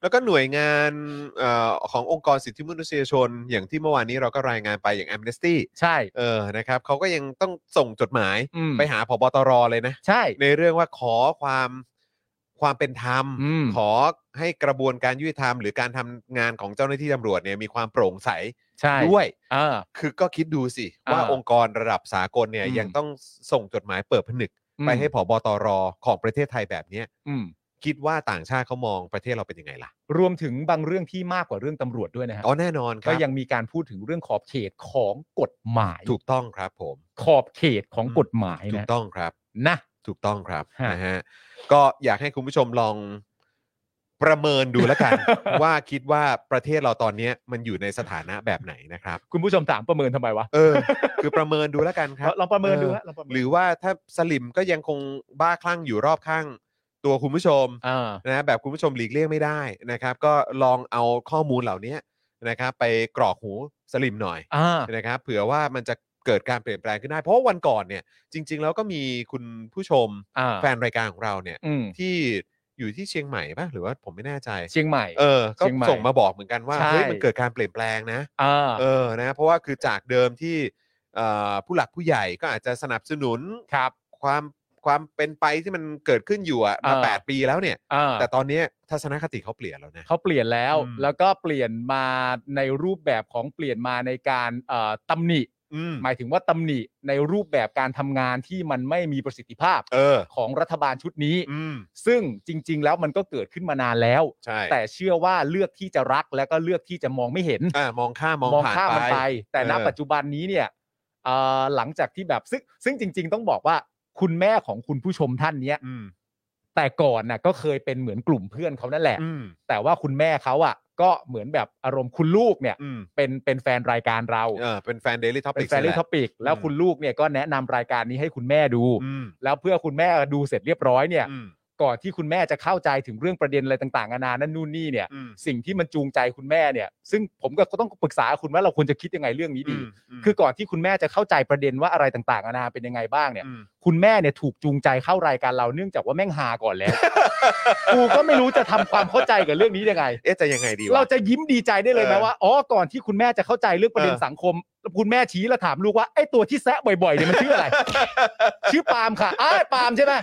Speaker 1: แล้วก็หน่วยงานเอ่อขององค์กรสิทธิมนุษยชน อย่างที่เมื่อวานนี้เราก็รายงานไปอย่าง Amnesty
Speaker 2: ใช่
Speaker 1: เออนะครับเขาก็ยังต้องส่งจดหมาย
Speaker 2: อืม
Speaker 1: ไปหาพบตรเลยนะ
Speaker 2: ใช่
Speaker 1: ในเรื่องว่าขอความความเป็นธรรม
Speaker 2: อืม
Speaker 1: ขอให้กระบวนการยุติธรรม หรือการทำงานของเจ้าหน้าที่ตำรวจเนี่ยมีความโปร่งใส
Speaker 2: ใช่
Speaker 1: ด้วย
Speaker 2: อ่า
Speaker 1: คือก็คิดดูสิ
Speaker 2: อ่า
Speaker 1: ว่าองค์กรระดับสากลเนี่ย
Speaker 2: อืม
Speaker 1: ยังต้องส่งจดหมายเปิดผนึก ไปให้ผบตรของประเทศไทยแบบเนี้ย
Speaker 2: อืม
Speaker 1: คิดว่าต่างชาติเขามองประเทศเราเป็นยังไงล่ะ
Speaker 2: รวมถึงบางเรื่องที่มากกว่าเรื่องตำรวจด้วยนะฮะ
Speaker 1: อ๋อแน่นอนค
Speaker 2: ก็
Speaker 1: รับ
Speaker 2: ยังมีการพูดถึงเรื่องขอบเขตของกฎหมาย
Speaker 1: ถูกต้องครับผม
Speaker 2: ขอบเขตของกฎหมาย
Speaker 1: ถู
Speaker 2: นะ
Speaker 1: กต้องครับ
Speaker 2: นะ
Speaker 1: ถูกต้องครับ
Speaker 2: ฮะ
Speaker 1: นะฮะก็อยากให้คุณผู้ชมลองประเมินดูแล้ว กัน ว่าคิดว่าประเทศเราตอนเนี้ยมันอยู่ในสถานะแบบไหนนะครับ
Speaker 2: คุณผู้ชมถามประเมินทำไมวะ
Speaker 1: เออ คือประเมินดูแล้วกันครับ
Speaker 2: ลอง ประเมินดูฮะ
Speaker 1: เออ
Speaker 2: ลองประเมิน
Speaker 1: หรือว่าถ้าสลิมก็ยังคงบ้าคลั่งอยู่รอบข้างตัวคุณผู้ชม
Speaker 2: อ่า
Speaker 1: นะแบบคุณผู้ชมหลีกเลี่ยงไม่ได้นะครับ ก็ลองเอาข้อมูลเหล่านี้นะครับ ไปกรอกหูสลิมหน่อย
Speaker 2: อ่า
Speaker 1: นะครับเผื่อว่ามันจะเกิดการเปลี่ยนแปลงขึ้นได้ เพราะว่าวันก่อนเนี่ยจริง ๆ แล้วก็มีคุณผู้ชม
Speaker 2: อ่า
Speaker 1: แฟนรายการของเราเนี่ย
Speaker 2: อืม
Speaker 1: ที่อยู่ที่เชียงใหม่ป่ะหรือว่าผมไม่แน่ใจ
Speaker 2: เชียงใหม่
Speaker 1: เออ ก็
Speaker 2: เชียงใหม่
Speaker 1: ส่งมาบอกเหมือนกันว่า
Speaker 2: ใช่
Speaker 1: เฮ้ยมันเกิดการเปลี่ยนแปลงนะ
Speaker 2: อ่า
Speaker 1: เออนะเพราะว่าคือจากเดิมที่เอ่อผู้หลักผู้ใหญ่ก็อาจจะสนับสนุน
Speaker 2: ครับ
Speaker 1: ความความเป็นไปที่มันเกิดขึ้นอยู่อะมา
Speaker 2: อ่า
Speaker 1: แปดปีแล้วเนี่ย
Speaker 2: อ่า
Speaker 1: แต่ตอนเนี้ยทัศนคติเขาเปลี่ยนแล้วนะ
Speaker 2: เขาเปลี่ยนแล้ว
Speaker 1: อืม
Speaker 2: แล้วก็เปลี่ยนมาในรูปแบบของเปลี่ยนมาในการเอ่อตำหนิ
Speaker 1: อืม
Speaker 2: หมายถึงว่าตำหนิในรูปแบบการทำงานที่มันไม่มีประสิทธิภาพ
Speaker 1: เออ
Speaker 2: ของรัฐบาลชุดนี้
Speaker 1: อืม
Speaker 2: ซึ่งจริง ๆ แล้วมันก็เกิดขึ้นมานานแล้ว
Speaker 1: ใช่
Speaker 2: แต่เชื่อว่าเลือกที่จะรักและก็เลือกที่จะมองไม่เห็น
Speaker 1: อ่ามองข้ามมอง
Speaker 2: มอง
Speaker 1: ผ่าน
Speaker 2: ข้ามมัน
Speaker 1: ไป
Speaker 2: ไป แต่ณ
Speaker 1: เออ
Speaker 2: ปัจจุบันนี้เนี่ยเอ่อหลังจากที่แบบซึ่งซึ่งจริง ๆ ต้องบอกว่าคุณแม่ของคุณผู้ชมท่านเนี้ย
Speaker 1: อืม
Speaker 2: แต่ก่อนน่ะก็เคยเป็นเหมือนกลุ่มเพื่อนเขานั่นแหละ
Speaker 1: อืม
Speaker 2: แต่ว่าคุณแม่เขาอ่ะก็เหมือนแบบอารมณ์คุณลูกเนี่ย
Speaker 1: อืม
Speaker 2: เป็นเป็นแฟนรายการเรา
Speaker 1: เออเป็นแฟน Daily
Speaker 2: เป็
Speaker 1: Topic
Speaker 2: นแฟนลิทอปิกแล้วคุณลูกเนี่ยก็แนะนำรายการนี้ให้คุณแม่ดู
Speaker 1: อืม
Speaker 2: แล้วเพื่อคุณแม่ดูเสร็จเรียบร้อยเนี่ย
Speaker 1: อืม
Speaker 2: ก่อนที่คุณแม่จะเข้าใจถึงเรื่องประเด็นอะไรต่างๆนานานั่นนู่นนี่เนี่ย
Speaker 1: อืม
Speaker 2: สิ่งที่มันจูงใจคุณแม่เนี่ย ซึ่งผมก็ต้องปรึกษาคุณว่าเราควรจะคิดยังไงเรื่องนี้ดี
Speaker 1: ม
Speaker 2: คือก่อนที่คุณแม่จะเข้าใจประเด็นว่าอะไรต่างๆนานาเป็นยังไงบ้างเนี่ย
Speaker 1: อืม
Speaker 2: คุณแม่เนี่ยถูกจูงใจเข้ารายการเราเนื่องจากว่าแม่งหาก่อน แล้ว กูก็ไม่รู้จะทำความเข้าใจกับเรื่องนี้ยังไง
Speaker 1: เอ๊ะจะยังไงดีว
Speaker 2: เราจะยิ้มดีใจได้เลยไหม
Speaker 1: เออ
Speaker 2: ว่าอ๋อก่อนที่คุณแม่จะเข้าใจเรื่องประเด็น
Speaker 1: เออ
Speaker 2: สังคม คุณแม่ชี้แล้วถามลูกว่าไอ้ตัวที่แซะบ่อยๆเนี่ยมันชื่อ อะไร ชื่อปาล์มค่ะอ้ายปาล์มใช่ไหม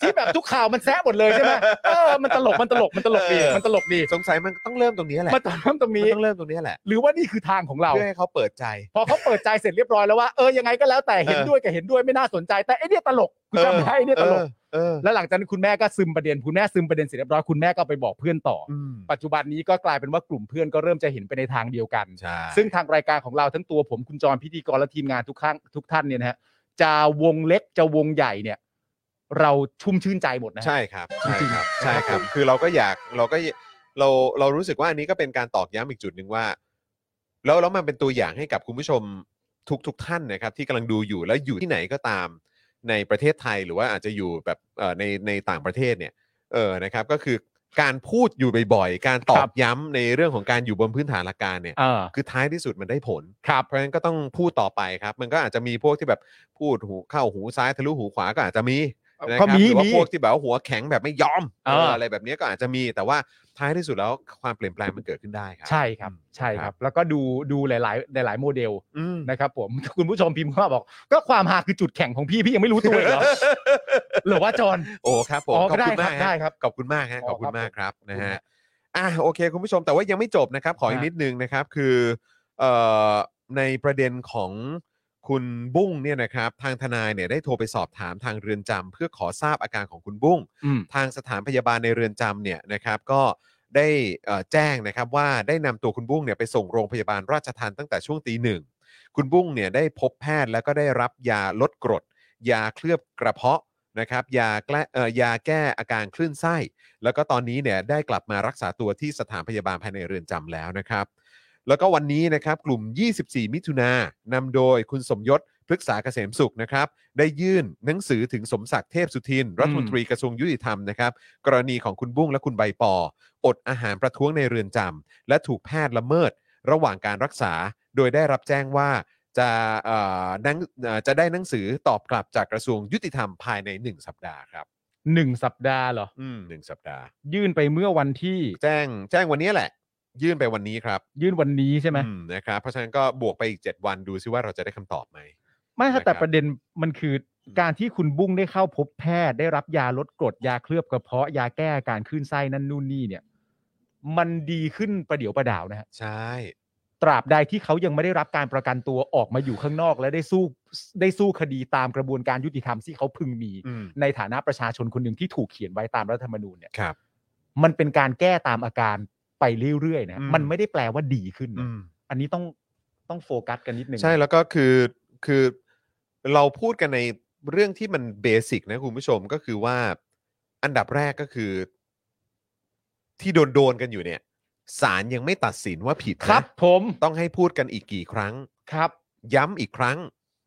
Speaker 2: ที่แบบทุกข่าวมันแซะหมดเลยใช่ไหมเออมันตลกมันตลกมันตลกดีมันตลกดี
Speaker 1: สงสัยมันต้องเริ่มตรงนี้แหละ
Speaker 2: มันตลกตรง
Speaker 1: มัน
Speaker 2: นี้
Speaker 1: ต้องเริ่มตรงนี้แหละ
Speaker 2: หรือว่านี่คือทางของเรา
Speaker 1: เพื่อให้เขาเปิดใจ
Speaker 2: พอเขาเปิดใจเสร็จเรียบร้อยแล้วว่าเออยังไงก็แล้วแต่เห็น
Speaker 1: เออ
Speaker 2: ด้วยกับเห็นด้วยไม่น่าสนใจ แต่ไอเนี่ยตลกคุณจำได้ไอเนี่ยตลก
Speaker 1: เออ
Speaker 2: แล้วหลังจากนั้นคุณแม่ก็ซึมประเด็นคุณแม่ซึมประเด็นเสร็จเรียบร้อยคุณแม่ก็ไปบอกเพื่อนต่ออ
Speaker 1: อืม
Speaker 2: ปัจจุบันนี้ก็กลายเป็นว่ากลุ่มเพื่อนก็เริ่มจะเห็นไปในทางเดียวกัน
Speaker 1: ใช่
Speaker 2: ซึ่งทางรายการของเราทั้งตัวผมคุณจรพิธีกรและทีมงานทุกข้างทุกท่านเนี่ยนะฮะจะวงเล็กจะวงใหญ่เนี่ย เราชุ่มชื่นใจหมดนะฮะ
Speaker 1: ใช่ครับ
Speaker 2: จริงๆ
Speaker 1: ใช่ครับใช่ค
Speaker 2: นะครับ
Speaker 1: รับ
Speaker 2: ผม
Speaker 1: คือเราก็อยากเราก็เราเรารู้สึกว่าอันนี้ก็เป็นการตอกย้ำอีกจุดหนึ่งว่า แล้วแล้วมันเป็นตัวอย่างให้กับคุณผู้ชมทุกทุกท่านนะครับ ที่กำลังดูอยู่แล้วอยู่ที่ไหนก็ตามในประเทศไทยหรือว่าอาจจะอยู่แบบเอ่อในในต่างประเทศเนี่ย เออ นะครับ ก็คือการพูดอยู่บ่อยๆ การตอ
Speaker 2: ครับ บ
Speaker 1: ย้ำในเรื่องของการอยู่บนพื้นฐานหลักการเนี่ย
Speaker 2: เออ
Speaker 1: คือท้ายที่สุดมันได้ผล
Speaker 2: ครับ
Speaker 1: เพราะฉะนั้นก็ต้องพูดต่อไปครับ มันก็อาจจะมีพวกที่แบบพูดหูเข้าหูซ้ายทะลุหูขวาก็อาจจะมีนะครับ
Speaker 2: ก็มี
Speaker 1: หรือว่า
Speaker 2: มี
Speaker 1: พวกที่แบบว่าหัวแข็งแบบไม่ยอม
Speaker 2: เออ
Speaker 1: เไรแบบนี้ก็อาจจะมีแต่ว่าท้ายที่สุดแล้วความเปลี่ยนแปลงมันเกิดขึ้นได้ครั
Speaker 2: ใช่ครับใช่ค
Speaker 1: ครั
Speaker 2: รับ
Speaker 1: บ
Speaker 2: แล้วก็ดูดูหลาย ๆ หลาย ๆ โมเดล
Speaker 1: อืม
Speaker 2: นะครับผม คุณผู้ชมพิมพ์เข้ามาบอก ก็ความฮาคือจุดแข็งของพี่ พี่ยังไม่รู้ตัวอีก เหรอ หรือว่าจอน
Speaker 1: โอ้ครับผม
Speaker 2: อ๋อ
Speaker 1: ขอบคุณ
Speaker 2: ได้
Speaker 1: มาก
Speaker 2: ครับได้ครับ
Speaker 1: ขอบคุณมากฮะ
Speaker 2: อ๋อ
Speaker 1: ขอบคุณมากครับ
Speaker 2: ครับผม
Speaker 1: นะฮะอ่ะโอเค คุณผู้ชมแต่ว่ายังไม่จบนะครับ ขออีก
Speaker 2: ฮะ
Speaker 1: นิดนึงนะครับ คือเอ่อในประเด็นของคุณบุ้งเนี่ยนะครับ ทางทนายเนี่ยได้โทรไปสอบถามทางเรือนจำเพื่อขอทราบอาการของคุณบุ้ง ทางสถานพยาบาลในเรือนจำเนี่ยนะครับ ก็ได้เอ่อแจ้งนะครับว่าได้นำตัวคุณบุ้งเนี่ยไปส่งโรงพยาบาลราชทันตั้งแต่ช่วงตีหนึ่งคุณบุ้งเนี่ยได้พบแพทย์แล้วก็ได้รับยาลดกรด ยาเคลือบกระเพาะนะครับยาแก้เอ่อยาแก้อาการคลื่นไส้ แล้วก็ตอนนี้เนี่ยได้กลับมารักษาตัวที่สถานพยาบาลภายในเรือนจำแล้วนะครับ แล้วก็วันนี้นะครับกลุ่ม 24 มิถุนานำโดยคุณสมยศพฤกษาเกษมสุขนะครับ ได้ยื่นหนังสือถึงสมศักดิ์เทพสุทิน รัฐมนตรีกระทรวงยุติธรรมนะครับ กรณีของคุณบุ้งและคุณใบปอ อดอาหารประท้วงในเรือนจำและถูกแพทย์ละเมิด ระหว่างการรักษา โดยได้รับแจ้งว่าจะเอ่อหนังเอ่อจะได้หนังสือตอบกลับจากกระทรวงยุติธรรมภายใน 1 สัปดาห์ครับ
Speaker 2: หนึ่งสัปดาห์เหรอ
Speaker 1: อืมหนึ่งสัปดาห์
Speaker 2: ยื่นไปเมื่อวันที่
Speaker 1: แจ้งแจ้งวันนี้แหละ ยื่นไปวันนี้ครับ
Speaker 2: ยื่นวันนี้ใช่ไหม
Speaker 1: อืมนะครับเพราะฉะนั้นก็บวกไปอีก 7 วันดูซิว่าเราจะได้คำตอบไหม
Speaker 2: ไม่
Speaker 1: นะครั
Speaker 2: ค่ะ
Speaker 1: บ
Speaker 2: แต่ประเด็นมันคือการที่คุณบุ้งได้เข้าพบแพทย์ได้รับยาลดกรดยาเคลือบกระเพาะยาแก้อาการคลื่นไส้นั่นนู่นนี่เนี่ย มันดีขึ้นประเดี๋ยวประดาวนะฮะ
Speaker 1: ใช่
Speaker 2: ตราบใดที่เขายังไม่ได้รับการประกันตัวออกมาอยู่ข้างนอก และได้สู้ ได้สู้คดีตามกระบวนการยุติธรรมที่เขาพึงมี
Speaker 1: อืม
Speaker 2: ในฐานะประชาชนคนหนึ่งที่ถูกเขียนไว้ตามรัฐธรรมนูญเนี่ย
Speaker 1: ครับ
Speaker 2: มันเป็นการแก้ตามอาการไปเรื่อยๆนะ
Speaker 1: อืม
Speaker 2: มันไม่ได้แปลว่าดีขึ้นนะ
Speaker 1: อืม
Speaker 2: อันนี้ต้องต้องโฟกัสกันนิดหนึ่ง
Speaker 1: ใช่แล้วก็คือคือเราพูดกันในเรื่องที่มันเบสิกนะคุณผู้ชมก็คือว่าอันดับแรกก็คือ ที่โดนโดนๆกันอยู่เนี่ยศาลยังไม่ตัดสินว่าผิดนะครับ
Speaker 2: ผม
Speaker 1: ต้องให้พูดกันอีกกี่ครั้ง
Speaker 2: ครับ
Speaker 1: ย้ำอีกครั้ง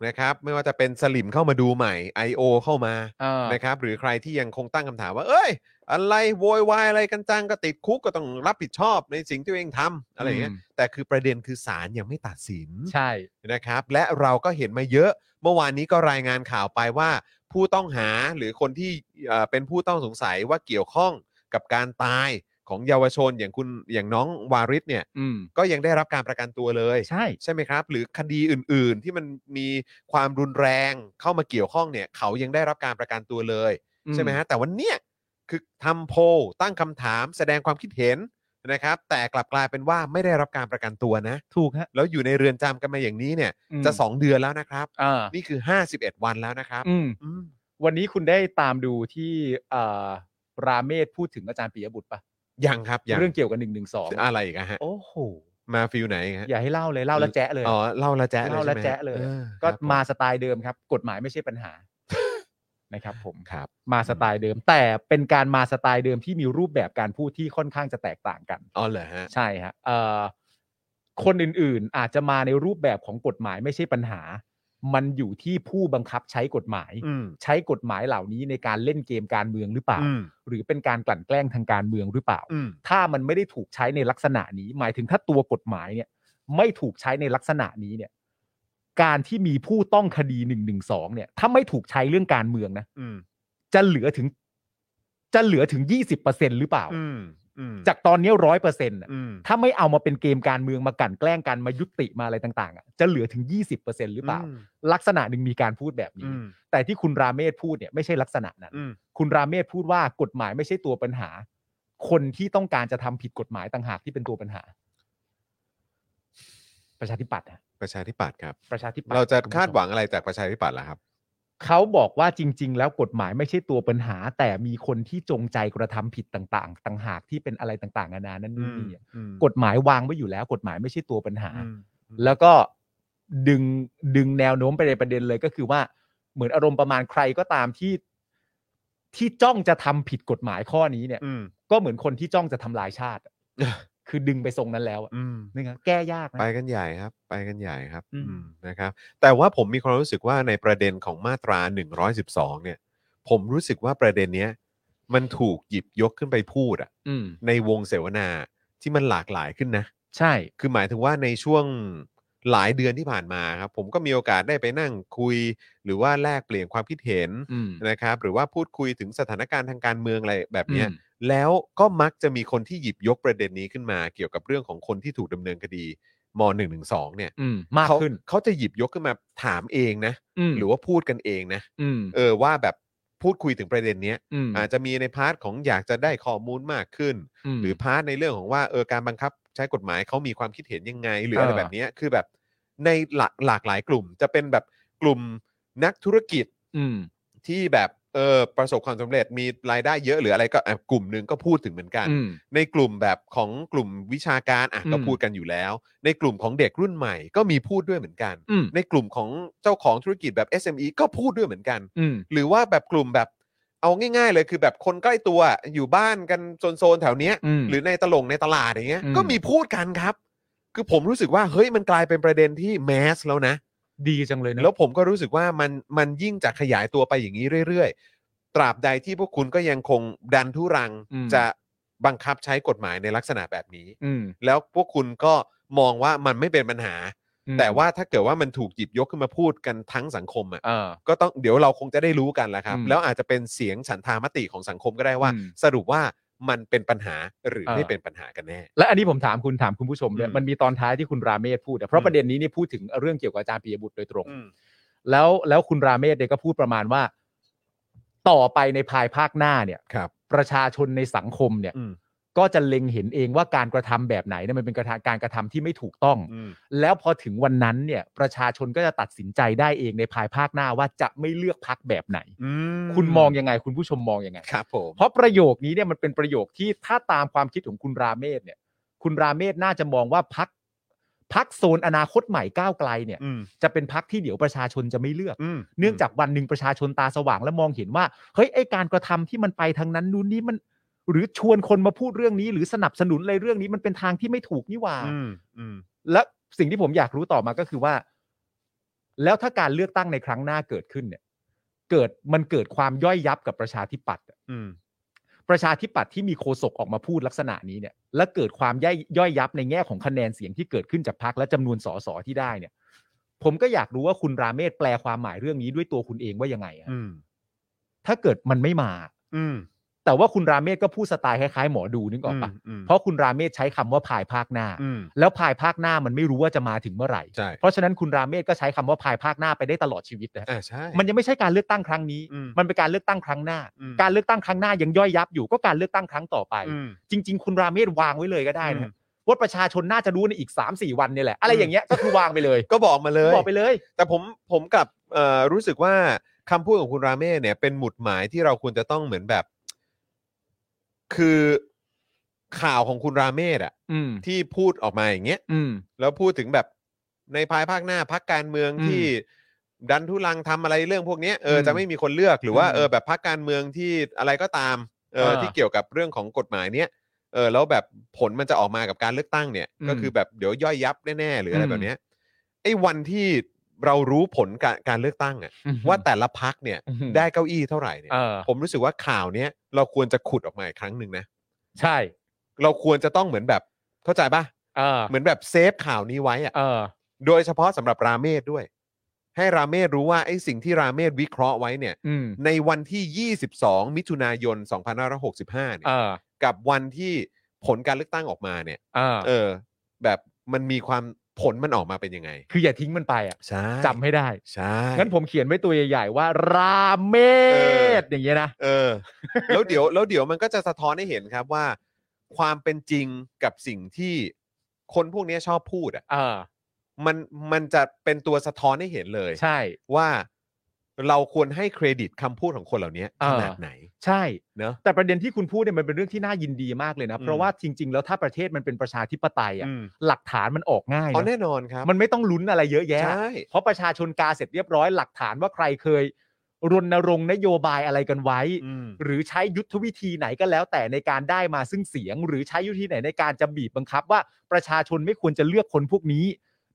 Speaker 1: นะครับ ไม่ว่าจะเป็นสลิมเข้ามาดูใหม่ I.O. เข้ามา
Speaker 2: อ่า
Speaker 1: นะครับ หรือใครที่ยังคงตั้งคำถามว่า เอ้ย อะไรโวยวายอะไรกันจังก็ติดคุกก็ต้องรับผิดชอบในสิ่งที่ตัวเองทำอะไรอย่างเงี้ยแต่คือประเด็นคือศาลยังไม่ตัดสิน
Speaker 2: ใช่
Speaker 1: นะครับและเราก็เห็นมาเยอะ เมื่อวานนี้ก็รายงานข่าวไปว่า ผู้ต้องหาหรือคนที่เอ่อเป็นผู้ต้องสงสัยว่าเกี่ยวข้องกับการตายของเยาวชนอย่างคุณอย่างน้องวาริศเนี่ย
Speaker 2: อืม
Speaker 1: ก็ยังได้รับการประกันตัวเลย
Speaker 2: ใช่
Speaker 1: ใช่ไหมครับ หรือคดีอื่น ๆ ที่มันมีความรุนแรงเข้ามาเกี่ยวข้องเนี่ยเขายังได้รับการประกันตัวเลย ใช่ไหมฮะแต่วันเนี้ยคือทำโพลตั้งคำถามแสดงความคิดเห็นนะครับ แต่กลับกลายเป็นว่าไม่ได้รับการประกันตัวนะ
Speaker 2: ถูกฮะ
Speaker 1: แล้วอยู่ในเรือนจำกันมาอย่างนี้เนี่ย
Speaker 2: ม
Speaker 1: จะ 2 เดือนแล้วนะครับ
Speaker 2: อ่า
Speaker 1: นี่คือ 51 วันแล้วนะครับ
Speaker 2: อืม
Speaker 1: อืม
Speaker 2: วันนี้คุณได้ตามดูที่อ่าราเมศพูดถึงอาจารย์ปิยบุตรปะ
Speaker 1: ยังครับยัง
Speaker 2: เรื่องเกี่ยวกับหนึ่งหนึ่งสอง
Speaker 1: อะไรอีกอะฮะ
Speaker 2: โอ้โห
Speaker 1: มาฟิลไหนอีกฮะ
Speaker 2: อย่าให้เล่าเลยเล่าแล้วแจ๊ะเลย
Speaker 1: อ๋อเล่าละแจ๊ะเลย
Speaker 2: เล่าละ
Speaker 1: ใช่ไหมฮ
Speaker 2: แจ๊ะเลย
Speaker 1: ออ
Speaker 2: ก็
Speaker 1: ครับผ
Speaker 2: มาสไตล์เดิมครับ กฎหมายไม่ใช่ปัญหา นะครับ ผม
Speaker 1: ครับ
Speaker 2: มาสไตล์เดิม แต่เป็นการมาสไตล์เดิมที่มีรูปแบบการพูดที่ค่อนข้างจะแตกต่างกัน
Speaker 1: อ๋อเหรอฮะ
Speaker 2: ใช่ฮะเอ่อคนอื่นๆอาจจะมาในรูปแบบของกฎหมายไม่ใช่ปัญหา มันอยู่ที่ผู้บังคับใช้กฎหมาย
Speaker 1: อืม
Speaker 2: ใช้กฎหมายเหล่านี้ในการเล่นเกมการเมืองหรือเปล่า
Speaker 1: อืม
Speaker 2: หรือเป็นการกลั่นแกล้งทางการเมืองหรือเปล่า
Speaker 1: อืม
Speaker 2: ถ้ามันไม่ได้ถูกใช้ในลักษณะนี้ หมายถึงถ้าตัวกฎหมายเนี่ย ไม่ถูกใช้ในลักษณะนี้เนี่ย การที่มีผู้ต้องคดีหนึ่งหนึ่งสองเนี่ย ถ้าไม่ถูกใช้เรื่องการเมืองนะ
Speaker 1: อืม
Speaker 2: จะเหลือถึง จะเหลือถึงยี่สิบเปอร์เซ็นหรือเปล่า
Speaker 1: อืมอืม
Speaker 2: จากตอนนี้ร้อยเปอร์เซ็นต์
Speaker 1: อืม
Speaker 2: ถ้าไม่เอามาเป็นเกมการเมืองมากลั่นแกล้งกันมายุติมาอะไรต่างๆอะจะเหลือถึงยี่สิบเปอร์เซ็นหรือเปล่า
Speaker 1: ม
Speaker 2: ลักษณะหนึ่งมีการพูดแบบนี้
Speaker 1: อืม
Speaker 2: แต่ที่คุณราเมศพูดเนี่ยไม่ใช่ลักษณะนั้น
Speaker 1: อืม
Speaker 2: คุณราเมศพูดว่ากฎหมายไม่ใช่ตัวปัญหา คนที่ต้องการจะทำผิดกฎหมายต่างหากที่เป็นตัวปัญหา ประชาธิปัตย์ฮะ
Speaker 1: ประชาธิปัตย์ครับ
Speaker 2: ประชาธิปัตย์
Speaker 1: เราจะ
Speaker 2: คุณผู้ชม
Speaker 1: คาดหวังอะไรจากประชาธิปัตย์ล่ะครับ
Speaker 2: เขาบอกว่าจริง ๆ แล้วกฎหมายไม่ใช่ตัวปัญหา แต่มีคนที่จงใจกระทำผิดต่างๆต่างหากที่เป็นอะไรต่างๆนานานั่นนู่นนี่อะกฎหมายวางไว้อยู่แล้ว กฎหมายไม่ใช่ตัวปัญหา แล้วก็ดึงดึงแนวโน้มไปในประเด็นเลยก็คือว่า เหมือนอารมณ์ประมาณใครก็ตามที่ที่จ้องจะทำผิดกฎหมายข้อนี้เนี่ย
Speaker 1: อืม
Speaker 2: ก็เหมือนคนที่จ้องจะทำลายชาติอะ
Speaker 1: เออ
Speaker 2: คือดึงไปทรงนั้นแล้วอะ
Speaker 1: อืม
Speaker 2: นี่ไงแก้ยากนะ
Speaker 1: ไปกันใหญ่ครับ ไปกันใหญ่ครับ
Speaker 2: อืม
Speaker 1: อืมนะครับ แต่ว่าผมมีความรู้สึกว่าในประเด็นของมาตรา 112 เนี่ย ผมรู้สึกว่าประเด็นเนี้ยมันถูกหยิบยกขึ้นไปพูดอะ
Speaker 2: อืม
Speaker 1: ในวงเสวนาที่มันหลากหลายขึ้นนะ
Speaker 2: ใช่
Speaker 1: คือหมายถึงว่าในช่วงหลายเดือนที่ผ่านมาครับ ผมก็มีโอกาสได้ไปนั่งคุย หรือว่าแลกเปลี่ยนความคิดเห็น
Speaker 2: อืม
Speaker 1: นะครับ หรือว่าพูดคุยถึงสถานการณ์ทางการเมืองอะไรแบบเนี้ย
Speaker 2: อืม
Speaker 1: แล้วก็มักจะมีคนที่หยิบยกประเด็นนี้ขึ้นมา เกี่ยวกับเรื่องของคนที่ถูกดำเนินคดีม .112 เนี่ย
Speaker 2: อืมมาก
Speaker 1: เขา
Speaker 2: ขึ้น
Speaker 1: เขาจะหยิบยกขึ้นมาถามเองนะ
Speaker 2: อืม
Speaker 1: หรือว่าพูดกันเองนะ
Speaker 2: อืม
Speaker 1: เออว่าแบบพูดคุยถึงประเด็นเนี้ย
Speaker 2: อืม
Speaker 1: อาจจะมีในพาร์ทของอยากจะได้ข้อมูลมากขึ้น
Speaker 2: ม
Speaker 1: หรือพาร์ทในเรื่องของว่าเออการบังคับใช้กฎหมายเขามีความคิดเห็นยังไง หรือ
Speaker 2: เอออ
Speaker 1: อะไรแบบเนี้ยคือแบบในหลากหลากหลายกลุ่ม จะเป็นแบบกลุ่มนักธุรกิจ
Speaker 2: อืม
Speaker 1: ที่แบบเออประสบความสำเร็จมีรายได้เยอะหรืออะไรก็อ่ะกลุ่มหนึ่งก็พูดถึงเหมือนกัน
Speaker 2: อืม
Speaker 1: ในกลุ่มแบบของกลุ่มวิชาการอ่ะ
Speaker 2: อืม
Speaker 1: ก็พูดกันอยู่แล้ว ในกลุ่มของเด็กรุ่นใหม่ก็มีพูดด้วยเหมือนกัน
Speaker 2: อืม
Speaker 1: ในกลุ่มของเจ้าของธุรกิจแบบ SME ก็พูดด้วยเหมือนกัน
Speaker 2: อืม
Speaker 1: หรือว่าแบบกลุ่มแบบเอาง่าย ๆ เลยคือแบบคนใกล้ตัวอ่ะอยู่บ้านกันโซนๆแถวเนี้ย
Speaker 2: อืม
Speaker 1: หรือในตลงในตลาดอย่างเงี้ย
Speaker 2: อืม
Speaker 1: ก็มีพูดกันครับ คือผมรู้สึกว่าเฮ้ยมันกลายเป็นประเด็นที่แมสแล้วนะ
Speaker 2: ดีจังเลยนะ
Speaker 1: แล้วผมก็รู้สึกว่ามันมันยิ่งจะขยายตัวไปอย่างนี้เรื่อยๆ ตราบใดที่พวกคุณก็ยังคงดันทุรังจะบังคับใช้กฎหมายในลักษณะแบบนี้
Speaker 2: อืม
Speaker 1: แล้วพวกคุณก็มองว่ามันไม่เป็นปัญหา
Speaker 2: อืม
Speaker 1: แต่ว่าถ้าเกิดว่ามันถูกหยิบยกขึ้นมาพูดกันทั้งสังคมอ่ะ
Speaker 2: เออ
Speaker 1: ก็ต้องเดี๋ยวเราคงจะได้รู้กันแหละครับ
Speaker 2: อืม
Speaker 1: แล้วอาจจะเป็นเสียงฉันทามติของสังคมก็ได้ว่า
Speaker 2: อืม
Speaker 1: สรุปว่ามันเป็นปัญหาหรือ
Speaker 2: เออ
Speaker 1: ไม่เป็นปัญหากันแน่
Speaker 2: และอันนี้ผมถามคุณถามคุณผู้ชมด้วย
Speaker 1: อืม
Speaker 2: มันมีตอนท้ายที่คุณราเมศพูดอะเพ
Speaker 1: อื
Speaker 2: ราะ
Speaker 1: ม
Speaker 2: ประเด็นนี้เนี่ยพูดถึงเรื่องเกี่ยวกับอาจารย์ปิยบุตรโดยตรง
Speaker 1: อืม
Speaker 2: แล้วแล้วคุณราเมศเนี่ยก็พูดประมาณว่า ต่อไปในภายภาคหน้าเนี่ย
Speaker 1: ครับ
Speaker 2: ประชาชนในสังคมเนี่ย
Speaker 1: อืม
Speaker 2: ก็จะเล็งเห็นเองว่าการกระทำแบบไหนเนี่ยมันเป็นกระทำการกระทำที่ไม่ถูกต้อง
Speaker 1: อืม
Speaker 2: แล้วพอถึงวันนั้นเนี่ยประชาชนก็จะตัดสินใจได้เองในภายภาคหน้าว่าจะไม่เลือกพักแบบไหน
Speaker 1: อืม
Speaker 2: คุณมองยังไง คุณผู้ชมมองยังไง
Speaker 1: ครับผม
Speaker 2: เพราะประโยคนี้เนี่ยมันเป็นประโยคที่ถ้าตามความคิดของคุณราเมศเนี่ย คุณราเมศน่าจะมองว่าพักพักโซนอนาคตใหม่ก้าวไกลเนี่ย
Speaker 1: อืม
Speaker 2: จะเป็นพักที่เดี๋ยวประชาชนจะไม่เลือก
Speaker 1: อืม
Speaker 2: เนื่องจากวันหนึ่งประชาชนตาสว่างและมองเห็นว่าเฮ้ยไอการกระทำที่มันไปทางนั้นนู่นนี่มัน หรือชวนคนมาพูดเรื่องนี้ หรือสนับสนุนอะไรเรื่องนี้มันเป็นทางที่ไม่ถูกนี่หว่า
Speaker 1: อืมอืม
Speaker 2: และสิ่งที่ผมอยากรู้ต่อมาก็คือว่า แล้วถ้าการเลือกตั้งในครั้งหน้าเกิดขึ้นเนี่ย เกิดมันเกิดความย่อยยับกับประชาธิปัตย์อะ
Speaker 1: อืม
Speaker 2: ประชาธิปัตย์ที่มีโฆษกออกมาพูดลักษณะนี้เนี่ย และเกิดความย่อยย่อยยับในแง่ของคะแนนเสียงที่เกิดขึ้นจากพรรคและจำนวนสสที่ได้เนี่ย ผมก็อยากรู้ว่าคุณราเมศแปลความหมายเรื่องนี้ด้วยตัวคุณเองว่ายังไงอะ
Speaker 1: อืม
Speaker 2: ถ้าเกิดมันไม่มา
Speaker 1: อืม
Speaker 2: แต่ว่าคุณราเมศก็พูดสไตล์คล้ายๆหมอดูนึกออกปะ
Speaker 1: ม
Speaker 2: เพราะคุณราเมศใช้คำว่าภายภาคหน้า
Speaker 1: อืม
Speaker 2: แล้วภายภาคหน้ามันไม่รู้ว่าจะมาถึงเมื่อไหร่
Speaker 1: ใช่
Speaker 2: เพราะฉะนั้นคุณราเมศก็ใช้คำว่าภายภาคหน้าไปได้ตลอดชีวิตนะฮะ
Speaker 1: อ่าใช่
Speaker 2: มันยังไม่ใช่การเลือกตั้งครั้งนี้
Speaker 1: อืม
Speaker 2: มันเป็นการเลือกตั้งครั้งหน้า
Speaker 1: อืม
Speaker 2: การเลือกตั้งครั้งหน้ายังย่อยยับอยู่ก็การเลือกตั้งครั้งต่อไป
Speaker 1: อืม
Speaker 2: จริง ๆ คุณราเมศวางไว้เลยก็ได้นะ
Speaker 1: อืม
Speaker 2: ฮะว่าประชาชนน่าจะรู้ในอีก 3 4 วันเนี่ยแหละ อะไร
Speaker 1: อืม
Speaker 2: อย่างเงี้ยก็คือวางไปเลย
Speaker 1: ก็บอกมาเลย
Speaker 2: บอกไปเลย
Speaker 1: แต่ผมผมกลับเอ่อรู้สึกว่าคำพูดของคุณราเม่เนี่ยเป็นหมุดหมายที่เราควรจะต้องเหมือนแบบ คือข่าวของคุณราเม่อะ
Speaker 2: อืม
Speaker 1: ที่พูดออกมาอย่างเงี้ย
Speaker 2: อืม
Speaker 1: แล้วพูดถึงแบบในภายภาคหน้าพักการเมือง
Speaker 2: อืม
Speaker 1: ที่ดันทุลังทำอะไรเรื่องพวกเนี้ยเอออ
Speaker 2: ม
Speaker 1: จะไม่มีคนเลือกหรือว่า
Speaker 2: อืม
Speaker 1: เออแบบพักการเมืองที่อะไรก็ตามเออ
Speaker 2: เออ
Speaker 1: ที่เกี่ยวกับเรื่องของกฎหมายเนี้ยเออแล้วแบบผลมันจะออกมากับการเลือกตั้งเนี่ย
Speaker 2: อืม
Speaker 1: ก็คือแบบเดี๋ยวย่อยยับแน่ๆหรืออะไรแบบเนี้ยไอ้วันที่เรารู้ผลการการเลือกตั้งอะ ว่าแต่ละพักเนี่ย
Speaker 2: อืม
Speaker 1: ได้เก้าอี้เท่าไหร่เนี่ย
Speaker 2: เออ
Speaker 1: ผมรู้สึกว่าข่าวเนี้ยเราควรจะขุดออกมาอีกครั้งหนึ่งนะ
Speaker 2: ใช่
Speaker 1: เราควรจะต้องเหมือนแบบเข้าใจปะ
Speaker 2: เออ
Speaker 1: เหมือนแบบเซฟข่าวนี้ไว้อะ
Speaker 2: เออ
Speaker 1: โดยเฉพาะสำหรับราเมศด้วย ให้ราเมศรู้ว่าไอ้สิ่งที่ราเมศวิเคราะห์ไว้เนี่ย
Speaker 2: อืม
Speaker 1: ในวันที่ 22 มิถุนายน 2565เนี่
Speaker 2: เอย อ
Speaker 1: กับวันที่ผลการเลือกตั้งออกมาเนี่ย
Speaker 2: เออ
Speaker 1: เออ แบบมันมีความผลมันออกมาเป็นยังไง
Speaker 2: คืออย่าทิ้งมันไปอ่ะ
Speaker 1: ใช่
Speaker 2: จำให้ได้
Speaker 1: ใช่
Speaker 2: งั้นผมเขียนไว้ตัวใหญ่ๆว่า ราเมศอย่างเงี้ยนะ
Speaker 1: เออ แล้วเดี๋ยวแล้วเดี๋ยวมันก็จะสะท้อนให้เห็นครับว่า ความเป็นจริงกับสิ่งที่คนพวกนี้ชอบพูดอ่ะ
Speaker 2: เออ
Speaker 1: มันมันจะเป็นตัวสะท้อนให้เห็นเลย
Speaker 2: ใช่
Speaker 1: ว่าเราควรให้เครดิตคำพูดของคนเหล่านี้
Speaker 2: เอ
Speaker 1: ข
Speaker 2: อ
Speaker 1: นาดไหน
Speaker 2: ใช่
Speaker 1: เนอะ
Speaker 2: แต่ประเด็นที่คุณพูดเนี่ยมันเป็นเรื่องที่น่ายินดีมากเลยนะ
Speaker 1: อืม
Speaker 2: เพราะว่าจริง ๆ แล้วถ้าประเทศมันเป็นประชาธิปไตยอ่ะ
Speaker 1: อืม
Speaker 2: หลักฐานมันออกง่าย
Speaker 1: อ๋อ
Speaker 2: นะ
Speaker 1: แน่นอนครับ
Speaker 2: มันไม่ต้องลุ้นอะไรเยอะแยะ
Speaker 1: ใช่
Speaker 2: เพราะประชาชนกาเสร็จเรียบร้อยหลักฐานว่าใครเคย รณรงค์นโยบายอะไรกันไว้
Speaker 1: อืม
Speaker 2: หรือใช้ยุทธวิธีไหนก็แล้วแต่ในการได้มาซึ่งเสียง หรือใช้ยุทธวิธีไหนในการจะบีบบังคับว่าประชาชนไม่ควรจะเลือกคนพวกนี้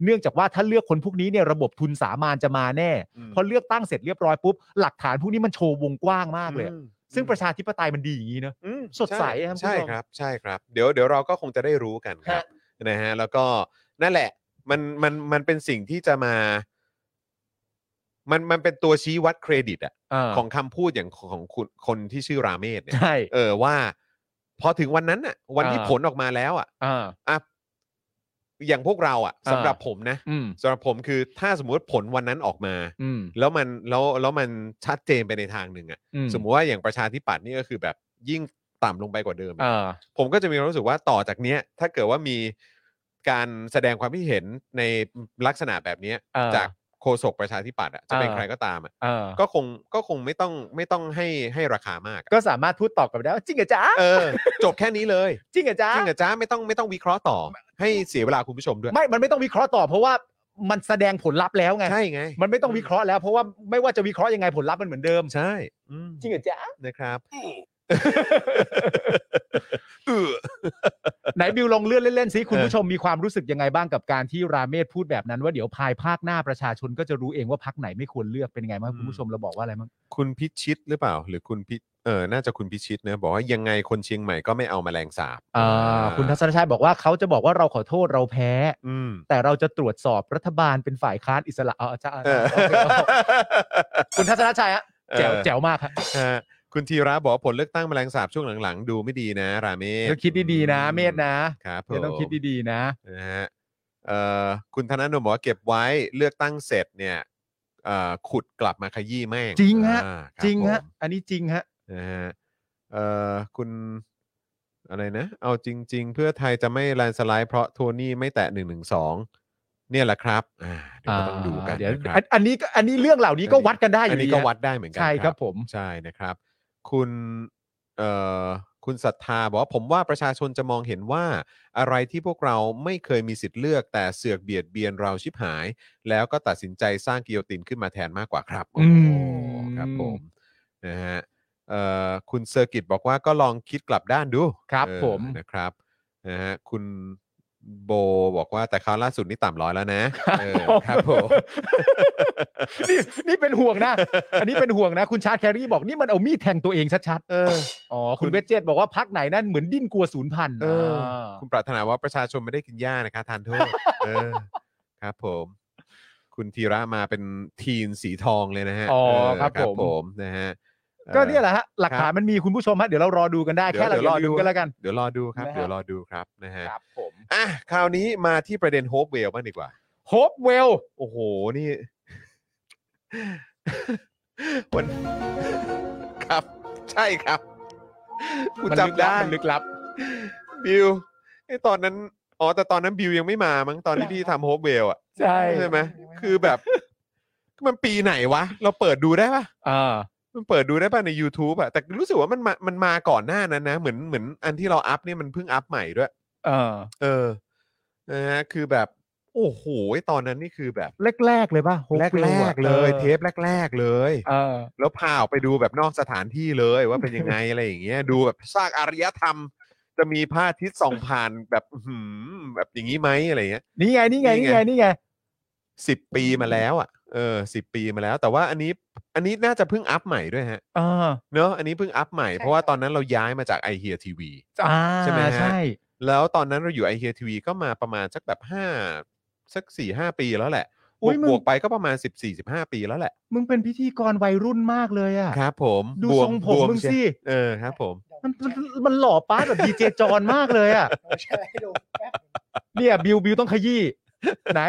Speaker 2: เนื่องจากว่าถ้าเลือกคนพวกนี้เนี่ยระบบทุนสามานจะมาแน่
Speaker 1: อืม
Speaker 2: พอเลือกตั้งเสร็จเรียบร้อยปุ๊บ หลักฐานพวกนี้มันโชว์วงกว้างมากเลยอะ
Speaker 1: อืม
Speaker 2: ซึ่งประชาธิปไตยมันดีอย่างนี้เนอะ
Speaker 1: อืม
Speaker 2: สดใสครับ บ
Speaker 1: ใช่
Speaker 2: คุณผู้ชม
Speaker 1: ครับ ใช่ครับ เดี๋ยวเดี๋ยวเราก็คงจะได้รู้กันครับ
Speaker 2: ฮะ
Speaker 1: นะฮะ แล้วก็นั่นแหละ มันมันมันเป็นสิ่งที่จะมา มันมันเป็นตัวชี้วัดเครดิตอะ
Speaker 2: ข
Speaker 1: ข
Speaker 2: อ
Speaker 1: อง งคำพูดอย่างของคุณคนที่ชื่อราเมศเนี่ย
Speaker 2: ใช่
Speaker 1: เออว่า พอถึงวันนั้นน่ะ วันที่
Speaker 2: อ่า
Speaker 1: ผลออกมาแล้วอ่ะ
Speaker 2: อ่า
Speaker 1: อ่ะอย่างพวกเราอ่ะ
Speaker 2: อ่า
Speaker 1: สำหรับผมนะ
Speaker 2: อืม
Speaker 1: สำหรับผมคือถ้าสมมุติผลวันนั้นออกมา
Speaker 2: อืม
Speaker 1: แล้วมันแล้วแล้วมันชัดเจนไปในทางหนึ่งอ่ะ
Speaker 2: อืม
Speaker 1: สมมุติว่าอย่างประชาธิปัตย์นี่ก็คือแบบยิ่งต่ำลงไปกว่าเดิมอีก
Speaker 2: อ่า
Speaker 1: ผมก็จะมีความรู้สึกว่าต่อจากเนี้ย ถ้าเกิดว่ามีการแสดงความคิดเห็นในลักษณะแบบเนี้ย
Speaker 2: เออ
Speaker 1: จากโฆษกประชาธิปัตย์อะจะเป็น
Speaker 2: เออ
Speaker 1: ใครก็ตามอะ
Speaker 2: อ่า
Speaker 1: ก็คงก็คงไม่ต้องไม่ต้องให้ให้ราคามากอะ
Speaker 2: ก็สามารถพูดตอบกลับไปได้ว่าจริงเหรอจ๊ะ
Speaker 1: เออ จบแค่นี้เลย
Speaker 2: จริงเหรอจ๊ะ
Speaker 1: จริงเหรอจ้าไม่ต้องไม่ต้องวิเคราะห์ต่อ ให้เสียเวลาคุณผู้ชมด้วย
Speaker 2: ไม่มันไม่ต้องวิเคราะห์ต่อเพราะว่ามันแสดงผลลัพธ์แล้วไง
Speaker 1: ใช่ไง
Speaker 2: มันไม่ต้องวิเคราะห์แล้วเพราะว่าไม่ว่าจะวิเคราะห์ยังไงผลลัพธ์มันเหมือนเดิม
Speaker 1: ใช่อืม
Speaker 2: จริงเหรอจ๊ะ
Speaker 1: นะครับ
Speaker 2: ไหนบิวลองเลื่อนเล่นๆสิคุณ
Speaker 1: เออ
Speaker 2: ผู้ชมมีความรู้สึกยังไงบ้างกับการที่ราเมศพูดแบบนั้น ว่าเดี๋ยวภายภาคหน้าประชาชนก็จะรู้เองว่าพักไหนไม่ควรเลือกเป็นยังไงบ้างคุณผู้ชมเราบอกว่าอะไรบ้าง
Speaker 1: คุณพิชิตหรือเปล่า หรือคุณพิเออน่าจะคุณพิชิตนะบอกว่ายังไงคนเชียงใหม่ก็ไม่เอาแมลงสาบ
Speaker 2: อ่าคุณทัศนชัยบอกว่าเขาจะบอกว่าเราขอโทษเราแพ้
Speaker 1: อืม
Speaker 2: แต่เราจะตรวจสอบรัฐบาลเป็นฝ่ายค้านอิสระเอาเอาจะเอา
Speaker 1: เออ
Speaker 2: โอเคเอาคุณทัศนชัยฮะแจ๋วแจ๋วมากครับ
Speaker 1: ฮะคุณธีระบอกว่าผลเลือกตั้งแมลงสาบช่วงหลังๆ ดูไม่ดีนะ ราเมศ
Speaker 2: ต้องคิดดีๆนะ เมธนะครับ
Speaker 1: ผม
Speaker 2: เดี๋ยวต้องคิดดีๆนะ
Speaker 1: นะฮะเอ่อคุณธนาโนมบอกว่าเก็บไว้เลือกตั้งเสร็จเนี่ยเอ่อขุดกลับมาขยี้แม่ง
Speaker 2: จริงฮะ
Speaker 1: อ่าคบ
Speaker 2: จริงฮะ
Speaker 1: ผม
Speaker 2: อันนี้จริงฮะ
Speaker 1: นะฮะเอ่อคุณ อะไรนะ เอาจริง ๆ เพื่อไทยจะไม่แลนสไลด์เพราะโทนี่ไม่แตะ1นึเนี่ยแหละครับอ่าเดี๋ยวก็ต้องดูกัน
Speaker 2: เดี๋ยว
Speaker 1: นะครับ
Speaker 2: อันอันนี้ก็อันนี้เรื่องเหล่านี้ก็วัดกันได้อ
Speaker 1: อั
Speaker 2: ยู่
Speaker 1: น
Speaker 2: ดี
Speaker 1: นี้ก็
Speaker 2: ฮะ
Speaker 1: วัดได้เหมือนกั
Speaker 2: ใช่ครับผม
Speaker 1: ใช่นะครับ คุณเอ่อคุณศรัทธาบอกว่าผมว่าประชาชนจะมองเห็นว่า อะไรที่พวกเราไม่เคยมีสิทธิ์เลือกแต่เสือกเบียดเบียนเราชิบหาย แล้วก็ตัดสินใจสร้างกิโยตินขึ้นมาแทนมากกว่าครับ
Speaker 2: อื
Speaker 1: โอ้
Speaker 2: ม
Speaker 1: โหครับผมนะฮะเอ่อคุณเซอร์กิตบอกว่าก็ลองคิดกลับด้านดู
Speaker 2: ครับ
Speaker 1: เออ
Speaker 2: ผม
Speaker 1: นะครับนะฮะคุณโบบอกว่าแต่คราวล่าสุดนี่ต่ำร้อยแล้วนะเออครับผม
Speaker 2: นี่นี่เป็นห่วงนะ อันนี้เป็นห่วงนะ คุณชาร์ตแครีบอกนี่มันเอามีดแทงตัวเองชัด
Speaker 1: เออ
Speaker 2: ๆอ๋อคุ
Speaker 1: คุณ ณ
Speaker 2: เวจเจตบอกว่าพักไหนนั่นเหมือนดิ้นกลัวศูนย์พัน
Speaker 1: เออ
Speaker 2: อ
Speaker 1: คุณปรารถนาว่าประชาชนไม่ได้กินหญ้านะคะทานโทษ เออครับผม คุณธีระมาเป็นทีนสีทองเลยนะฮะ
Speaker 2: อ๋อ
Speaker 1: เ
Speaker 2: ครับผม
Speaker 1: ผมนะฮะอ่อ
Speaker 2: ก็เนี่ยแหละฮะหลัก
Speaker 1: ครับ
Speaker 2: ฐานมันมีคุณผู้ชมฮะเดี๋ยวเรารอดูกันได้
Speaker 1: เดี๋ยว
Speaker 2: แค่เรา
Speaker 1: เดี๋ยว
Speaker 2: อย่าร
Speaker 1: อ
Speaker 2: ลืม
Speaker 1: ดู
Speaker 2: กันแล้วกัน
Speaker 1: เดี๋ยวรอดูครับ
Speaker 2: นะฮะ
Speaker 1: เดี๋ยวรอดูครับนะฮะ
Speaker 2: ครับผม
Speaker 1: อ่ะคราวนี้มาที่ประเด็นโฮปเวลบ้างดีกว่า
Speaker 2: โฮปเวล
Speaker 1: โอ้โห นี่ วัน ครับ ใช่ครับกูจำได้
Speaker 2: มันลึกลับ
Speaker 1: บิวไอตอนนั้นอ๋อแต่ตอนนั้นบิวยังไม่มามั้งตอนที่พี่ทำโฮปเวลอ่ะ
Speaker 2: ใช่
Speaker 1: ใช่ไหมคือแบบ มันปีไหนวะ เราเปิดดูได้ปะ
Speaker 2: อ่า
Speaker 1: มันเปิดดูได้ป่ะใน YouTube อะแต่รู้สึกว่ามันมามันมาก่อนหน้านั้นนะ เหมือนเหมือนอันที่เราอัพเนี่ยมันเพิ่งอัพใหม่ด้วย
Speaker 2: เออ
Speaker 1: เออนะฮะคือแบบ โอ้โหไอ้ตอนนั้นนี่คือแบบ
Speaker 2: แรกๆเลยป่ะ Hope
Speaker 1: แร
Speaker 2: Well
Speaker 1: ก
Speaker 2: อะ
Speaker 1: ๆเลย
Speaker 2: ออ
Speaker 1: เทปแรกๆเลย
Speaker 2: เออ
Speaker 1: แล้วพาออกไปดูแบบนอกสถานที่เลยว่าเป็นยังไง อะไรอย่างเงี้ย ดูแบบซากอารยธรรม จะมีพระอาทิตย์ส่องผ่านแบบอื้อหือแบบอย่างนี้ไหมอะไรเงี้ย
Speaker 2: นี่ไงนี่ไง
Speaker 1: นี่
Speaker 2: นี่
Speaker 1: ไง
Speaker 2: ไงนี่ไง
Speaker 1: สิบปีมาแล้วอ่ะเออสิบปีมาแล้ว แต่ว่าอันนี้อันนี้น่าจะเพิ่งอัพใหม่ด้วยฮะ
Speaker 2: เออ
Speaker 1: เนอะอันนี้เพิ่งอัพใหม่เพราะว่าตอนนั้นเราย้ายมาจากไอเฮียทีวี
Speaker 2: อ่า
Speaker 1: ใช่ไหมฮะ
Speaker 2: ใช่
Speaker 1: แล้วตอนนั้นเราอยู่ไอเฮียทีวีก็มาประมาณสักแบบห้าสักสี่ห้าปีแล้วแหละ
Speaker 2: อุ๊ย
Speaker 1: บวก
Speaker 2: มึง
Speaker 1: บวกไปก็ประมาณสิบสี่สิบห้าปีแล้วแหละ
Speaker 2: มึงเป็นพิธีกรวัยรุ่นมากเลยอ่ะ
Speaker 1: ครับ ผม
Speaker 2: ดู
Speaker 1: บว
Speaker 2: ทรงผม
Speaker 1: บว
Speaker 2: มึง
Speaker 1: เชีย
Speaker 2: สิ
Speaker 1: เออครับ ผม
Speaker 2: มันมันมันหล่อป้าแบบดีเจจอนมากเลย อ่ะเนี่ยบิวบิวต้องขยี้ไหน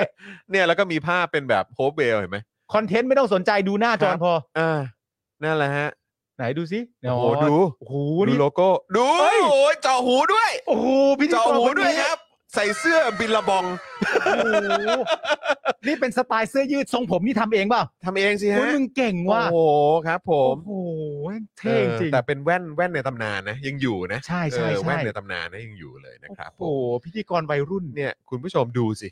Speaker 1: เนี่ยแล้วก็มีภาพเป็นแบบโฮปเวลเห็นไหม
Speaker 2: คอนเทนต์ไม่ต้องสนใจดูหน้าจอ
Speaker 1: ค
Speaker 2: น
Speaker 1: รับ
Speaker 2: พอ
Speaker 1: อ่า นั่นแหละฮะ
Speaker 2: ไหนดูสิ
Speaker 1: โอ้โห ดู
Speaker 2: โอ้โห
Speaker 1: ดู
Speaker 2: นี่
Speaker 1: โลโก้ ดู
Speaker 2: เฮ้
Speaker 1: โอ้ย
Speaker 2: ย
Speaker 1: เจาะหูด้วย
Speaker 2: โอ้โหพิธี
Speaker 1: เจาะ
Speaker 2: กร
Speaker 1: หู
Speaker 2: คนนี้
Speaker 1: ด้วยครับ ใส่เสื้อบินละบอง
Speaker 2: โอ้โหนี่เป็นสไตล์เสื้อยืดทรงผมนี่ทำเองเปล่า
Speaker 1: ทำเองสิฮะ
Speaker 2: เฮ้ยมึงเก่งว่ะ
Speaker 1: โอ้โหครับผม
Speaker 2: โอ้โหเท่จ
Speaker 1: เอ
Speaker 2: ริง
Speaker 1: อแต่เป็นแว่นแว่นในตำนานนะ ยังอยู่นะ
Speaker 2: ใช่ใช่
Speaker 1: เออ
Speaker 2: ใช่
Speaker 1: แว่นในตำนานนะยังอยู่เลยนะครับผ
Speaker 2: โอ้โห
Speaker 1: ม
Speaker 2: พิธีกรวัยรุ่น
Speaker 1: เนี่ยคุณผู้ชมดูสิ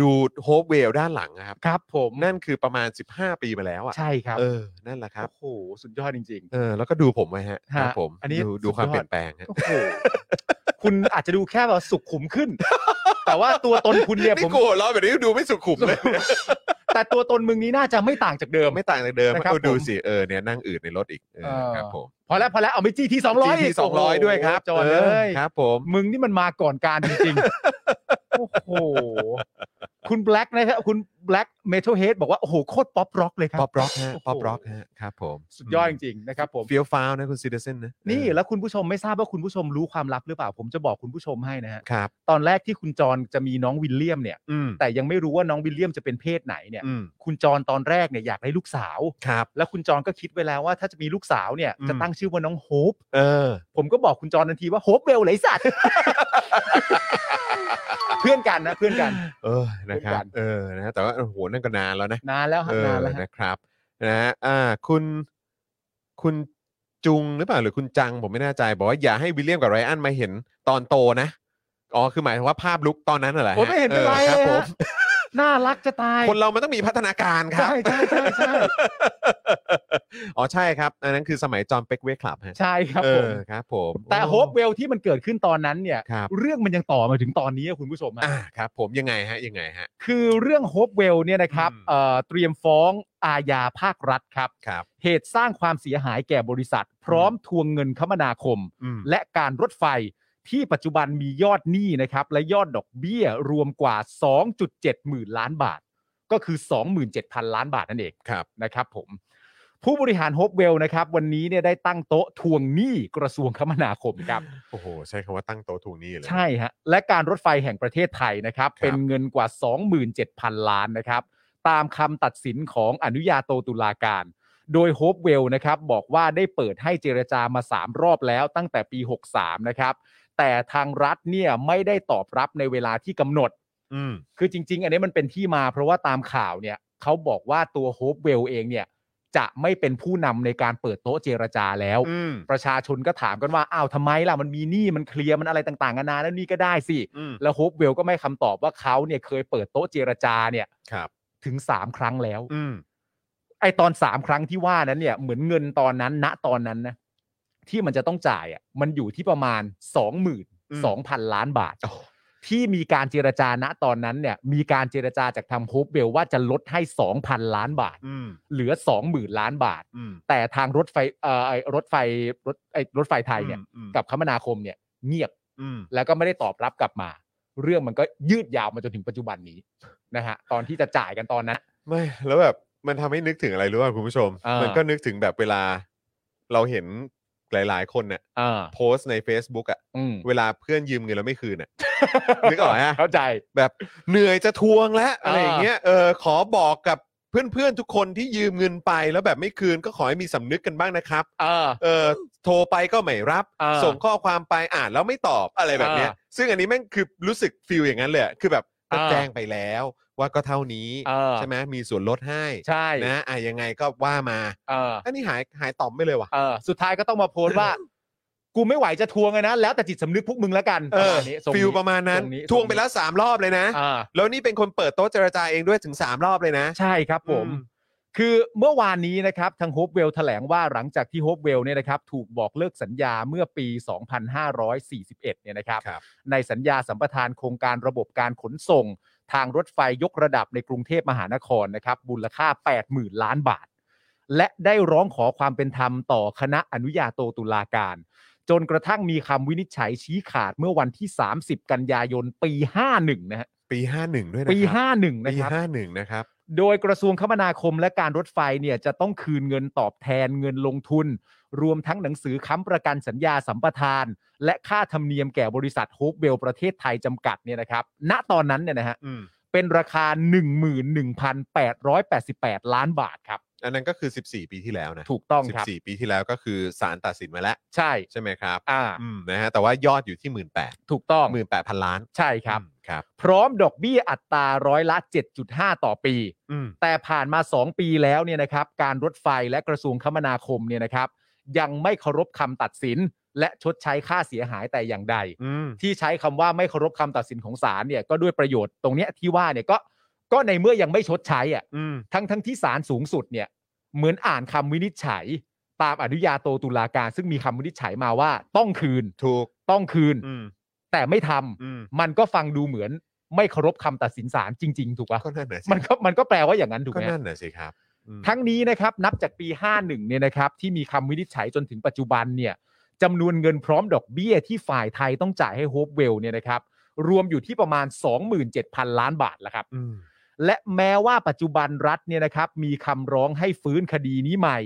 Speaker 1: ดูโฮปเวลด้านหลังนะครับ
Speaker 2: ครับ ผม
Speaker 1: นั่นคือประมาณ 15 ปีมาแล้วอ่ะ
Speaker 2: ใช่ครับ
Speaker 1: เออนั่นแหละครับ
Speaker 2: โอ้โหสุดยอดจริง ๆ
Speaker 1: เออแล้วก็ดูผมไว้ฮะ
Speaker 2: ฮะ
Speaker 1: ครับผม
Speaker 2: อันนี้
Speaker 1: ดูดูความ
Speaker 2: สุดยอด
Speaker 1: เปลี่ยนแปลงฮะ
Speaker 2: โอ้โห คุณอาจจะดูแค่แบบสุขุมขึ้น แต่ว่าตัวตนคุณเนี่ยผ
Speaker 1: นี่
Speaker 2: ม
Speaker 1: โกรธเราแบบนี้ดูไม่สุขุมเลย
Speaker 2: แต่ตัวตนมึงนี้น่าจะไม่ต่างจากเดิม
Speaker 1: ไม่ต่างจากเดิม
Speaker 2: นะครับ
Speaker 1: เอาดู
Speaker 2: ผม
Speaker 1: สิ เออเนี่ยนั่งอืดในรถอีกเออ
Speaker 2: เออ
Speaker 1: ครับผม
Speaker 2: พอแล้วพอแล้วเอาไปจี้ที่สองร้อย
Speaker 1: ที่สองร้อยด้วยครับ
Speaker 2: จอน
Speaker 1: เอ
Speaker 2: เล
Speaker 1: อย ครับ ผม
Speaker 2: มึงนี่มันมาก่อนการจริงๆ โอ้โห คุณแบล็กนะครับ คุณแบล็กเมทัลเฮดบอกว่า โอ้โห โคตรป๊อปร็อกเลยครับ
Speaker 1: ป๊อปร็อกฮะ
Speaker 2: โโห
Speaker 1: ป๊อปร็อกฮะครับผม
Speaker 2: สุดยอดจริงๆนะครับผม
Speaker 1: เฟี้ยวฟ้าวนะคุณซิเดเซนนะ
Speaker 2: นี่
Speaker 1: เออ
Speaker 2: แล้วคุณผู้ชมไม่ทราบว่าคุณผู้ชมรู้ความลับหรือเปล่า ผมจะบอกคุณผู้ชมให้นะฮะ
Speaker 1: ครับ
Speaker 2: ตอนแรกที่คุณจอนจะมีน้องวิลเลียมเนี่ย
Speaker 1: อืม
Speaker 2: แต่ยังไม่รู้ว่าน้องวิลเลียมจะเป็นเพศไหนเนี่ย
Speaker 1: อืม
Speaker 2: คุณจรตอนแรกเนี่ยอยากได้ลูกสาว
Speaker 1: ครับ
Speaker 2: แล้วคุณจรก็คิดไว้แล้วว่าถ้าจะมีลูกสาวเนี่ย
Speaker 1: อืม
Speaker 2: จะตั้งชื่อว่าน้องโฮป
Speaker 1: เออ
Speaker 2: ผมก็บอกคุณจรทันทีว่าโฮปเวลไหลสัตว์ เพื่อนกันนะเพื่อนกัน
Speaker 1: เออนะครับ เออนะฮะแต่ว่าโอ้โหนั่นก็นานแล้วนะ
Speaker 2: นานแล้ว
Speaker 1: เอน
Speaker 2: ฮะาน
Speaker 1: อ
Speaker 2: แล้วฮะ
Speaker 1: นะครับนะฮะอ่าคุณคุณจุงหรือเปล่าหรือคุณจังผมไม่แน่ใจบอกว่าอย่าให้วิลเลียมกับไรอันมาเห็นตอนโตนะอ๋อคือหมายถึงว่าภาพลุกตอนนั้นน่ะเหรอฮะ
Speaker 2: โอ้ยไม่เห็นเป็นไร
Speaker 1: ออค
Speaker 2: เล
Speaker 1: รับ
Speaker 2: ย
Speaker 1: ผม
Speaker 2: ฮะน่ารักจะตาย
Speaker 1: คนเรามันต้องมีพัฒนาการครับ
Speaker 2: ใช่ใช่ใช่ใช่
Speaker 1: อ๋อใช่ครับ อันนั้นคือสมัยจอห์นเป็กเวกคลับฮะ
Speaker 2: ใช่ครับ
Speaker 1: เอ
Speaker 2: ผม
Speaker 1: อครับ ผม
Speaker 2: แต่
Speaker 1: โอ้
Speaker 2: โฮปเวลที่มันเกิดขึ้นตอนนั้นเนี่ย
Speaker 1: ครับ
Speaker 2: เรื่องมันยังต่อมาถึงตอนนี้อะคุณผู้ชมฮะ
Speaker 1: อ่าครับ ผมยังไงฮะยังไงฮะ
Speaker 2: คือเรื่องโฮปเวลเนี่ยนะครับ
Speaker 1: อืม
Speaker 2: เอ่อเตรียมฟ้องอาญาภาครัฐครับ
Speaker 1: ครับ
Speaker 2: เหตุสร้างความเสียหายแก่บริษัท พร้อมทวงเงินคมนาคม
Speaker 1: อืม
Speaker 2: และการรถไฟที่ปัจจุบันมียอดหนี้นะครับ และยอดดอกเบี้ยรวมกว่า 2.7 หมื่นล้านบาท ก็คือ 27,000 ล้านบาทนั่นเอง
Speaker 1: ครับ
Speaker 2: นะครับผม ผู้บริหารโฮปเวลนะครับ วันนี้เนี่ยได้ตั้งโต๊ะทวงหนี้กระทรวงคมนาคมครับ
Speaker 1: โอ้โหใช้คำว่าตั้งโต๊ะทวงหนี้เลย
Speaker 2: ใช่ฮะและการรถไฟแห่งประเทศไทยนะครับ
Speaker 1: ครับ
Speaker 2: เป็นเงินกว่า 27,000 ล้านนะครับ ตามคำตัดสินของอนุญาโตตุลาการ โดยโฮปเวลนะครับบอกว่าได้เปิดให้เจรจามา 3 รอบแล้วตั้งแต่ปี 63 นะครับ แต่ทางรัฐเนี่ยไม่ได้ตอบรับในเวลาที่กำหนด
Speaker 1: อืม
Speaker 2: คือจริง ๆ อันนี้มันเป็นที่มาเพราะว่าตามข่าวเนี่ยเขาบอกว่าตัวโฮปเวลเองเนี่ยจะไม่เป็นผู้นำในการเปิดโต๊ะเจรจาแล้ว
Speaker 1: อืม
Speaker 2: ประชาชนก็ถามกันว่าอ้าวทำไมล่ะมันมีหนี้มันเคลียร์มันอะไรต่างๆนานาแล้วนี่ก็ได้สิ
Speaker 1: อืม
Speaker 2: แล้วโฮปเวลก็ไม่คำตอบว่าเขาเนี่ยเคยเปิดโต๊ะเจรจาเนี่ย
Speaker 1: ครับ
Speaker 2: ถึง 3 ครั้งแล้ว
Speaker 1: อืม
Speaker 2: ไอตอน 3 ครั้งที่ว่านั้นเนี่ยเหมือนเงินตอนนั้นณตอนนั้นนะที่มันจะต้องจ่ายอ่ะมันอยู่ที่ประมาณ 2 2 0 0 0 ล้านบาท ที่มีการเจรจาณตอนนั้นเนี่ยมีการเจรจาจากทางโฮปเวลว่าจะลดให้ 2,000 ล้านบาท
Speaker 1: อืม
Speaker 2: เหลือ 20,000 ล้านบาท
Speaker 1: อืม
Speaker 2: แต่ทางรถไฟเอ่อไอ้รถไฟรถไอ้รถไฟไทยเนี่ย
Speaker 1: อืม
Speaker 2: กับคมนาคมเนี่ยเงียบ
Speaker 1: อืม
Speaker 2: แล้วก็ไม่ได้ตอบรับกลับมา เรื่องมันก็ยืดยาวมาจนถึงปัจจุบันนี้ นะฮะตอนที่จะจ่ายกันตอนนั้น
Speaker 1: ไม่ แล้วแบบมันทำให้นึกถึงอะไรรู้ป่ะคุณผู้ชม
Speaker 2: อ่ามั
Speaker 1: มันก็นึกถึงแบบเวลา เราเห็นหลายๆ คนเนี่ย
Speaker 2: เออ
Speaker 1: โพสต์ใน Facebook อะ
Speaker 2: อืม
Speaker 1: เวลาเพื่อนยืมเงินแล้วไม่คื นอะ นึกออกไหมฮะ
Speaker 2: เข้าใจ
Speaker 1: แบบเหนื่อยจะทวงแล้วอะไรอย่างเงี้ยเออขอบอกกับเพื่อนๆทุกคนที่ยืมเงินไปแล้วแบบไม่คืนก็ขอให้มีสำนึกกันบ้างนะครับ
Speaker 2: เออ
Speaker 1: เออโทรไปก็ไม่รับ
Speaker 2: เออ
Speaker 1: ส่งข้อความไปอ่านแล้วไม่ตอบอะไรแบบเนี้ย
Speaker 2: เอ
Speaker 1: ซึ่งอันนี้แม่งคือรู้สึกฟิลอย่างนั้นเลยอะคือแบบก็
Speaker 2: เออ
Speaker 1: แจ้งไปแล้วว่าก็เท่านี้
Speaker 2: เออ
Speaker 1: ใช่ไหมมีส่วนลดให้
Speaker 2: ใช่
Speaker 1: นะอ่ะยังไงก็ว่ามา
Speaker 2: เออ
Speaker 1: อันนี้หายหายตอบไม่เลยว่ะ
Speaker 2: เออสุดท้ายก็ต้องมาโพสต์ว่า กูไม่ไหวจะทวงเลยนะ แล้วแต่จิตสำนึกพวกมึงแล้วกัน
Speaker 1: เอ
Speaker 2: ป
Speaker 1: อ
Speaker 2: ระมาณนี้ทรงนี้
Speaker 1: ฟิลประมาณนั้น
Speaker 2: ทรงนี้
Speaker 1: ทวงไปแล้วสามรอบเลยนะ
Speaker 2: อ่า
Speaker 1: แล้วนี่เป็นคนเปิดโต๊ะเจรจาเองด้วยถึงสามรอบเลยนะ
Speaker 2: ใช่ครับผม
Speaker 1: อืม
Speaker 2: คือเมื่อวานนี้นะครับ ทางโฮปเวลแถลงว่าหลังจากที่โฮปเวลเนี่ยนะครับ ถูกบอกเลิกสัญญาเมื่อปี 2541 เนี่ยนะครับ
Speaker 1: ครับ
Speaker 2: ในสัญญาสัมปทานโครงการระบบการขนส่ง ทางรถไฟยกระดับในกรุงเทพมหานครนะครับมูลค่า 80,000 ล้านบาท และได้ร้องขอความเป็นธรรมต่อคณะอนุญาโตตุลาการ จนกระทั่งมีคำวินิจฉัยชี้ขาดเมื่อวันที่ 30 กันยายนปี 51 นะฮะ
Speaker 1: ปี 51 ด้วยนะ
Speaker 2: ปี
Speaker 1: ครับ
Speaker 2: 51 นะ
Speaker 1: ปี
Speaker 2: ครับ
Speaker 1: 51 นะครับ
Speaker 2: โดยกระทรวงคมนาคมและการรถไฟเนี่ยจะต้องคืนเงินตอบแทนเงินลงทุน รวมทั้งหนังสือค้ำประกันสัญญาสัมปทาน และค่าธรรมเนียมแก่บริษัทโฮปเวลประเทศไทยจำกัดเนี่ยนะครับ ณตอนนั้นเนี่ยนะฮะ
Speaker 1: อืม
Speaker 2: เป็นราคา 11,888 ล้านบาทครับ
Speaker 1: อันนั้นก็คือ 14 ปีที่แล้วนะ
Speaker 2: ถูกต้องครับ
Speaker 1: 14 ปีที่แล้วก็คือศาลตัดสินมาแล้ว
Speaker 2: ใช่
Speaker 1: ใช่ไหมครับ
Speaker 2: อ่า
Speaker 1: อืมนะฮะแต่ว่ายอดอยู่ที่ 1 8 0 0 0
Speaker 2: ถูกต้อง
Speaker 1: 18,000 ล้าน
Speaker 2: ใช่ครับ
Speaker 1: อืมครับ
Speaker 2: พร้อมดอกเบี้ยอัตราร้อยละ 7.5 ต่อปี
Speaker 1: อืม
Speaker 2: แต่ผ่านมา 2 ปีแล้วเนี่ยนะครับ การรถไฟและกระทรวงคมนาคมเนี่ยนะครับ ยังไม่เคารพคำตัดสิน และชดใช้ค่าเสียหายแต่อย่างใด
Speaker 1: อืม
Speaker 2: ที่ใช้คำว่าไม่เคารพคำตัดสินของศาลเนี่ยก็ด้วยประโยชน์ตรงเนี้ยที่ว่าเนี่ยก็ก็ในเมื่อยังไม่ชดใช้อ่ะ
Speaker 1: อืม
Speaker 2: ทั้งทั้งที่ศาลสูงสุดเนี่ยเหมือนอ่านคำวินิจฉัย ตามอนุญาโตตุลาการ ซึ่งมีคำวินิจฉัยมาว่าต้องคืน
Speaker 1: ถูก
Speaker 2: ต้องคืน
Speaker 1: อืม
Speaker 2: แต่ไม่ทำ
Speaker 1: อืม
Speaker 2: มันก็ฟังดูเหมือนไม่เคารพคำตัดสินศาลจริง ๆ ถูกปะ
Speaker 1: ก็นั่นน่ะสิ
Speaker 2: มันก็มันก็แปลว่าอย่างนั้นถูก
Speaker 1: ก็
Speaker 2: ไหม
Speaker 1: นั่นน่ะสิครับอืม
Speaker 2: ทั้งนี้นะครับนับจากปี 51 เนี่ยนะครับที่มีคำวินิจฉัยจนถึงปัจจุบันเนี่ยจำนวนเงินพร้อมดอกเบี้ยที่ฝ่ายไทยต้องจ่ายให้โฮปเวลเนี่ยนะครับรวมอยู่ที่ประมาณ 27,000 ล้านบาทแล้วครับ
Speaker 1: อืม
Speaker 2: และแม้ว่าปัจจุบันรัฐเนี่ยนะครับมีคำร้องให้ฟื้นคดีนี้ใหม่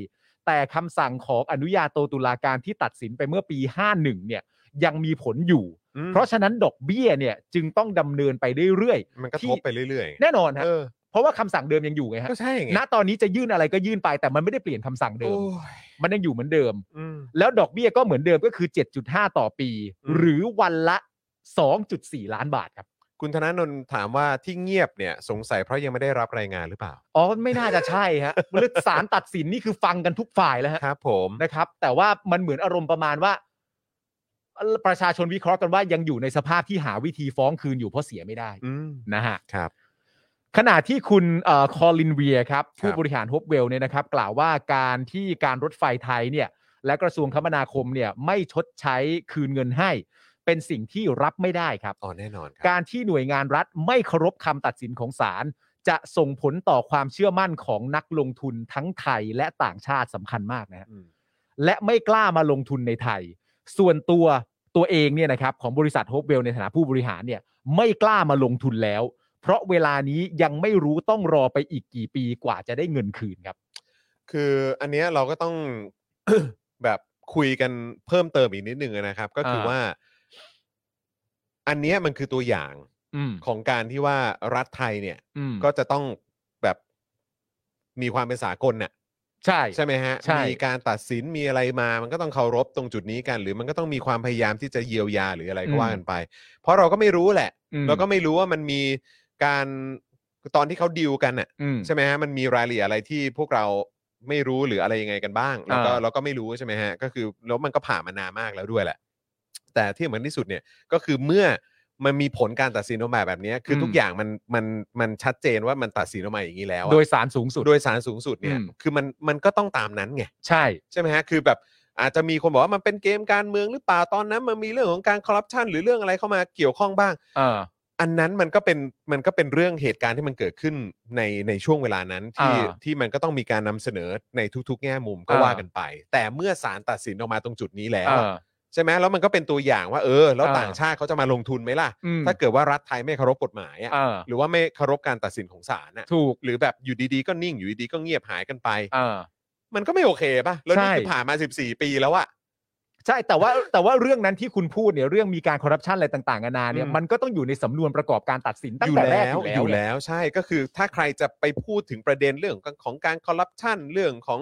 Speaker 2: แต่คำสั่งของอนุญาโตตุลาการที่ตัดสินไปเมื่อปี 51 เนี่ยยังมีผลอยู่
Speaker 1: อืม
Speaker 2: เพราะฉะนั้นดอกเบี้ยเนี่ยจึงต้องดำเนินไปเรื่อย
Speaker 1: มันก็ทบไปเรื่อย
Speaker 2: ๆ แน่นอนฮะ
Speaker 1: เออ
Speaker 2: เพราะว่าคำสั่งเดิมยังอยู่ไงฮะ
Speaker 1: ก็ใช่ไง
Speaker 2: ณตอนนี้จะยื่นอะไรก็ยื่นไปแต่มันไม่ได้เปลี่ยนคำสั่งเดิ
Speaker 1: โอ้
Speaker 2: ม
Speaker 1: ย
Speaker 2: มันยังอยู่เหมือนเดิม
Speaker 1: อืม
Speaker 2: แล้วดอกเบี้ยก็เหมือนเดิมก็คือ 7.5 ต่อปี
Speaker 1: อืม
Speaker 2: หรือวันละ 2.4 ล้านบาทครับ
Speaker 1: คุณธนาโนนท์ถามว่าที่เงียบเนี่ยสงสัยเพราะยังไม่ได้รับรายงานหรือเปล่า
Speaker 2: อ๋อไม่น่าจะใช่ฮะ หรือสารตัดสินนี่คือฟังกันทุกฝ่ายแล้วฮะ
Speaker 1: ครับผม
Speaker 2: นะครับ แต่ว่ามันเหมือนอารมณ์ประมาณว่า ประชาชนวิเคราะห์กันว่ายังอยู่ในสภาพที่หาวิธีฟ้องคืนอยู่เพราะเสียไม่ได้
Speaker 1: อืม
Speaker 2: นะฮะ
Speaker 1: ครับ
Speaker 2: ขณะที่คุณคอลินเวียครับ
Speaker 1: ครับ
Speaker 2: ผู้บริหารฮ w เวลเนี่ยนะครับ กล่าวว่าการที่การรถไฟไทยเนี่ย และกระทรวงคมนาคมเนี่ยไม่ชดใช้คืนเงินให้ เป็นสิ่งที่รับไม่ได้ครับ
Speaker 1: อ๋อแน่นอนครับ
Speaker 2: การที่หน่วยงานรัฐไม่เคารพคำตัดสินของศาลจะส่งผลต่อความเชื่อมั่นของนักลงทุนทั้งไทยและต่างชาติสำคัญมากนะฮะ
Speaker 1: อืม
Speaker 2: และไม่กล้ามาลงทุนในไทย ส่วนตัวตัวเองเนี่ยนะครับของบริษัทโฮปเวลในฐานะผู้บริหารเนี่ยไม่กล้ามาลงทุนแล้ว เพราะเวลานี้ยังไม่รู้ต้องรอไปอีกกี่ปีกว่าจะได้เงินคืนครับ
Speaker 1: คืออันเนี้ยเราก็ต้อง แบบคุยกันเพิ่มเติมอีกนิดนึงนะครับ ก็คือ
Speaker 2: อ่า
Speaker 1: ว่า อันเนี้ยมันคือตัวอย่าง
Speaker 2: อืม
Speaker 1: ของการที่ว่ารัฐไทยเนี่ย
Speaker 2: อืม
Speaker 1: ก็จะต้องแบบมีความเป็นสากลเนี่ย
Speaker 2: ใช่
Speaker 1: ใช่ไหมฮะ
Speaker 2: ใช่
Speaker 1: มีการตัดสินมีอะไรมามันก็ต้องเคารพตรงจุดนี้กัน หรือมันก็ต้องมีความพยายามที่จะเยียวยาหรืออะไรก็ว่ากันไป เพราะเราก็ไม่รู้แหละ
Speaker 2: อืม
Speaker 1: เราก็ไม่รู้ว่ามันมีการตอนที่เขาดิวกันน่ะ
Speaker 2: อืม
Speaker 1: ใช่ไหมฮะมันมีรายละเอียดอะไรที่พวกเราไม่รู้หรืออะไรยังไงกันบ้างแล้วก็
Speaker 2: อ่า
Speaker 1: เราก็ไม่รู้ใช่ไหมฮะก็คือแล้วมันก็ผ่านมานานมากแล้วด้วยแหละ แต่ที่เหมือนที่สุดเนี่ยก็คือเมื่อมันมีผลการตัดสินออกมาแบบเนี้ยคืออ
Speaker 2: ม
Speaker 1: ทุกอย่างมันมันมันชัดเจนว่ามันตัดสินออกมาอย่างนี้แล้วอะ
Speaker 2: โดยสารสูงสุด
Speaker 1: โดยสารสูงสุดเนี่ย
Speaker 2: อืม
Speaker 1: คือมันมันก็ต้องตามนั้นไง
Speaker 2: ใช่
Speaker 1: ใช่ไหมฮะ คือแบบอาจจะมีคนบอกว่ามันเป็นเกมการเมืองหรือเปล่า ตอนนั้นมันมีเรื่องของการคอร์รัปชันหรือเรื่องอะไรเข้ามาเกี่ยวข้องบ้าง
Speaker 2: เออ
Speaker 1: อันนั้นมันก็เป็นมันก็เป็นเรื่องเหตุการณ์ที่มันเกิดขึ้นในในช่วงเวลานั้นที่
Speaker 2: อ่า
Speaker 1: ที่มันก็ต้องมีการนำเสนอในทุก ๆ แง่มุมก็
Speaker 2: อ่า
Speaker 1: ว่ากันไป แต่เมื่อศาลตัดสินออกมาตรงจุดนี้แล้ว
Speaker 2: เอ
Speaker 1: อะ
Speaker 2: อ
Speaker 1: ใช่ไหมแล้วมันก็เป็นตัวอย่างว่าเออ แล้ว
Speaker 2: อ่า
Speaker 1: ต่างชาติเขาจะมาลงทุนไหมล่ะ
Speaker 2: อืม
Speaker 1: ถ้าเกิดว่ารัฐไทยไม่เคารพกฎหมายอะ
Speaker 2: เออ
Speaker 1: หรือว่าไม่เคารพการตัดสินของศาลน่ะ
Speaker 2: ถูก
Speaker 1: หรือแบบอยู่ดีๆก็นิ่งอยู่ดีๆก็เงียบหายกันไป
Speaker 2: เออ
Speaker 1: มันก็ไม่โอเคป่ะแล้วนี่
Speaker 2: ใช่
Speaker 1: คือผ่านมา 14 ปีแล้วอะ
Speaker 2: ใช่แต่ว่าแต่ว่าเรื่องนั้นที่คุณพูดเนี่ยเรื่องมีการคอร์รัปชันอะไรต่างๆนานาเนี่ย
Speaker 1: อืม
Speaker 2: มันก็ต้องอยู่ในสำนวนประกอบการตัดสินตั้
Speaker 1: อง ยู่
Speaker 2: แต่แร
Speaker 1: แล้
Speaker 2: ก
Speaker 1: วอ
Speaker 2: อ
Speaker 1: ยู่ ยู่
Speaker 2: แล้ว
Speaker 1: แล้วใช่ก็คือถ้าใครจะไปพูดถึงประเด็นเรื่องของของการคอร์รัปชันเรื่องของ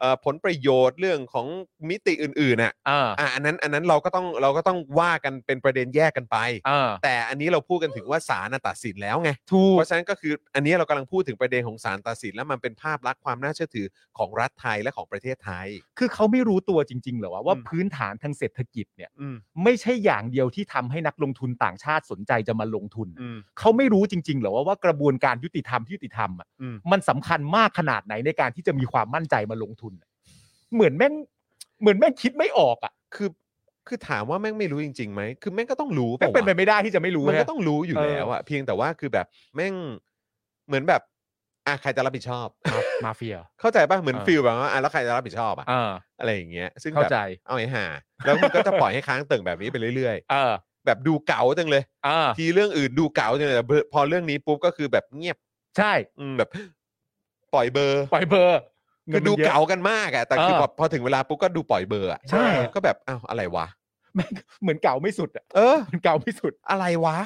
Speaker 1: เอ่อผลประโยชน์เรื่องของมิติอื่นๆน่ะ
Speaker 2: เออ
Speaker 1: อ่ะอันนั้นอันนั้นเราก็ต้องเราก็ต้องว่ากันเป็นประเด็นแยกกันไป
Speaker 2: เออ
Speaker 1: แต่อันนี้เราพูดกันถึงว่าศาลน่ะตัดสินแล้วไง
Speaker 2: ถูก
Speaker 1: เพราะฉะนั้นก็คืออันนี้เรากำลังพูดถึงประเด็นของศาลตัดสินแล้วมันเป็นภาพลักษณ์ความน่าเชื่อถือของรัฐไทยและของประเทศไทย
Speaker 2: คือเขาไม่รู้ตัวจริงๆเหรอวะว่า
Speaker 1: อืม
Speaker 2: พื้นฐานทางเศรษฐกิจเนี่ย
Speaker 1: อืม
Speaker 2: ไม่ใช่อย่างเดียวที่ทำให้นักลงทุนต่างชาติสนใจจะมาลงทุน
Speaker 1: อืม
Speaker 2: เขาไม่รู้จริงๆเหรอว่าว่ากระบวนการยุติธรรมที่ยุติธรรมอะ
Speaker 1: อืม
Speaker 2: มันสำคัญมากขนาดไหนในการที่จะมีความมั่นใจมาลงทุนอะเหมือนแม่งเหมือนแม่งคิดไม่ออกอ่ะ
Speaker 1: คือคือถามว่าแม่งไม่รู้จริงๆไหมคือแม่งก็ต้องรู้
Speaker 2: แม่
Speaker 1: ปะ
Speaker 2: งเป็น
Speaker 1: วะ
Speaker 2: ไปไม่ได้ที่จะไม่รู้
Speaker 1: มันก็
Speaker 2: ฮะ
Speaker 1: ต้องรู้อยู่
Speaker 2: เออ
Speaker 1: แล้วอะเพียงแต่ว่าคือแบบแม่งเหมือนแบบอ่ะใครจะรับผิดชอบ
Speaker 2: มามาเฟีย
Speaker 1: เข้าใจป่ะเหมือน
Speaker 2: เออ
Speaker 1: ฟิลแบบว่าอ่ะแล้วใครจะรับผิดชอบอะ
Speaker 2: เออ
Speaker 1: อะไรอย่างเงี้ย ซึ่ง
Speaker 2: เข้า
Speaker 1: แบบ
Speaker 2: ใจ
Speaker 1: เอาไอ้ห่าแล้วมันก็จะปล่อยให้ค้างเติ่งแบบนี้ไปเรื่อย
Speaker 2: เออ
Speaker 1: ๆ แบบดูเก๋าจังเลย
Speaker 2: เออ
Speaker 1: ทีเรื่องอื่นดูเก๋าจังเลยแต่พอเรื่องนี้ปุ๊บก็คือแบบเงียบ
Speaker 2: ใช่
Speaker 1: อืมแบบ ปล่อยเบอร์
Speaker 2: ปล่อยเบอร์งิ
Speaker 1: คือ
Speaker 2: นมัน
Speaker 1: ดู
Speaker 2: ยะ
Speaker 1: เก๋ากันมากอะแต่คือ
Speaker 2: เออ
Speaker 1: พอพอถึงเวลาปุ๊บก็ดูปล่อยเบอร์อะ
Speaker 2: ใช่
Speaker 1: ก็แบบอ้าวอะไรวะ
Speaker 2: แม่งเหมือนเก่าไม่สุดอ่ะ
Speaker 1: เออ
Speaker 2: เหมือนเก่าไม่สุด
Speaker 1: อะไรวะ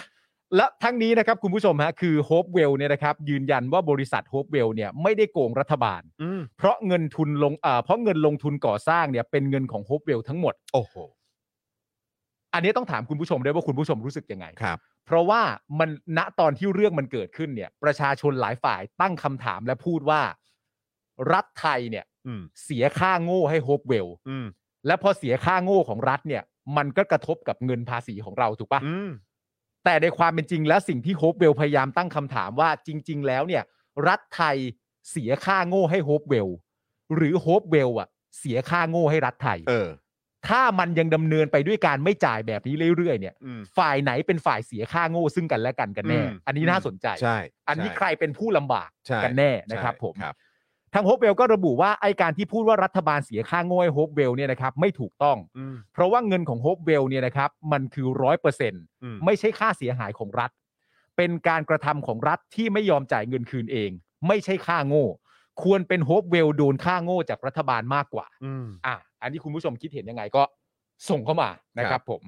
Speaker 2: และทั้งนี้นะครับคุณผู้ชมฮะคือโฮปเวลเนี่ยนะครับยืนยันว่าบริษัทโฮปเวลเนี่ยไม่ได้โกงรัฐบาล
Speaker 1: อืม
Speaker 2: เพราะเงินทุนลงอ่าเพราะเงินลงทุนก่อสร้างเนี่ยเป็นเงินของโฮปเวลทั้งหมด
Speaker 1: โอ้โห
Speaker 2: อันนี้ต้องถามคุณผู้ชมด้วยว่าคุณผู้ชมรู้สึกยังไง
Speaker 1: ครับ
Speaker 2: เพราะว่ามันณตอนที่เรื่องมันเกิดขึ้นเนี่ย ประชาชนหลายฝ่ายตั้งคำถามและพูดว่า รัฐไทยเนี่ย
Speaker 1: อืม
Speaker 2: เสียค่าโง่ให้โฮปเวล
Speaker 1: อืม
Speaker 2: และพอเสียค่าโง่ของรัฐเนี่ย มันก็กระทบกับเงินภาษีของเราถูกปะ
Speaker 1: อืม
Speaker 2: แต่ในความเป็นจริงแล้วสิ่งที่โฮปเวลพยายามตั้งคำถามว่าจริง ๆ แล้วเนี่ย รัฐไทยเสียค่าโง่ให้โฮปเวลหรือโฮปเวลอะเสียค่าโง่ให้รัฐไทย
Speaker 1: เออ
Speaker 2: ถ้ามันยังดำเนินไปด้วยการไม่จ่ายแบบนี้เรื่อยๆเนี่ย
Speaker 1: อืม
Speaker 2: ฝ่ายไหนเป็นฝ่ายเสียค่าโง่ซึ่งกันและกันกันแน่
Speaker 1: อืม
Speaker 2: อันนี้น่าสนใจ
Speaker 1: ใช่
Speaker 2: อันนี้
Speaker 1: ช่
Speaker 2: ใครเป็นผู้ลำบาก
Speaker 1: ใช่
Speaker 2: กันแน่นะครับผม
Speaker 1: ครับ
Speaker 2: ทางโฮปเวลก็ระบุว่าไอการที่พูดว่ารัฐบาลเสียค่าโง่ให้โฮปเวลเนี่ยนะครับไม่ถูกต้อง
Speaker 1: อืม
Speaker 2: เพราะว่าเงินของโฮปเวลเนี่ยนะครับมันคือร้อยเปอร์เซ็นต์
Speaker 1: อืม
Speaker 2: ไม่ใช่ค่าเสียหายของรัฐ เป็นการกระทำของรัฐที่ไม่ยอมจ่ายเงินคืนเอง ไม่ใช่ค่าโง่ ควรเป็นโฮปเวลโดนค่าโง่จากรัฐบาลมากกว่า
Speaker 1: อืม
Speaker 2: อ่ะ อันนี้คุณผู้ชมคิดเห็นยังไงก็ส่งเข้ามานะค
Speaker 1: ครั
Speaker 2: รั
Speaker 1: บบ
Speaker 2: ผม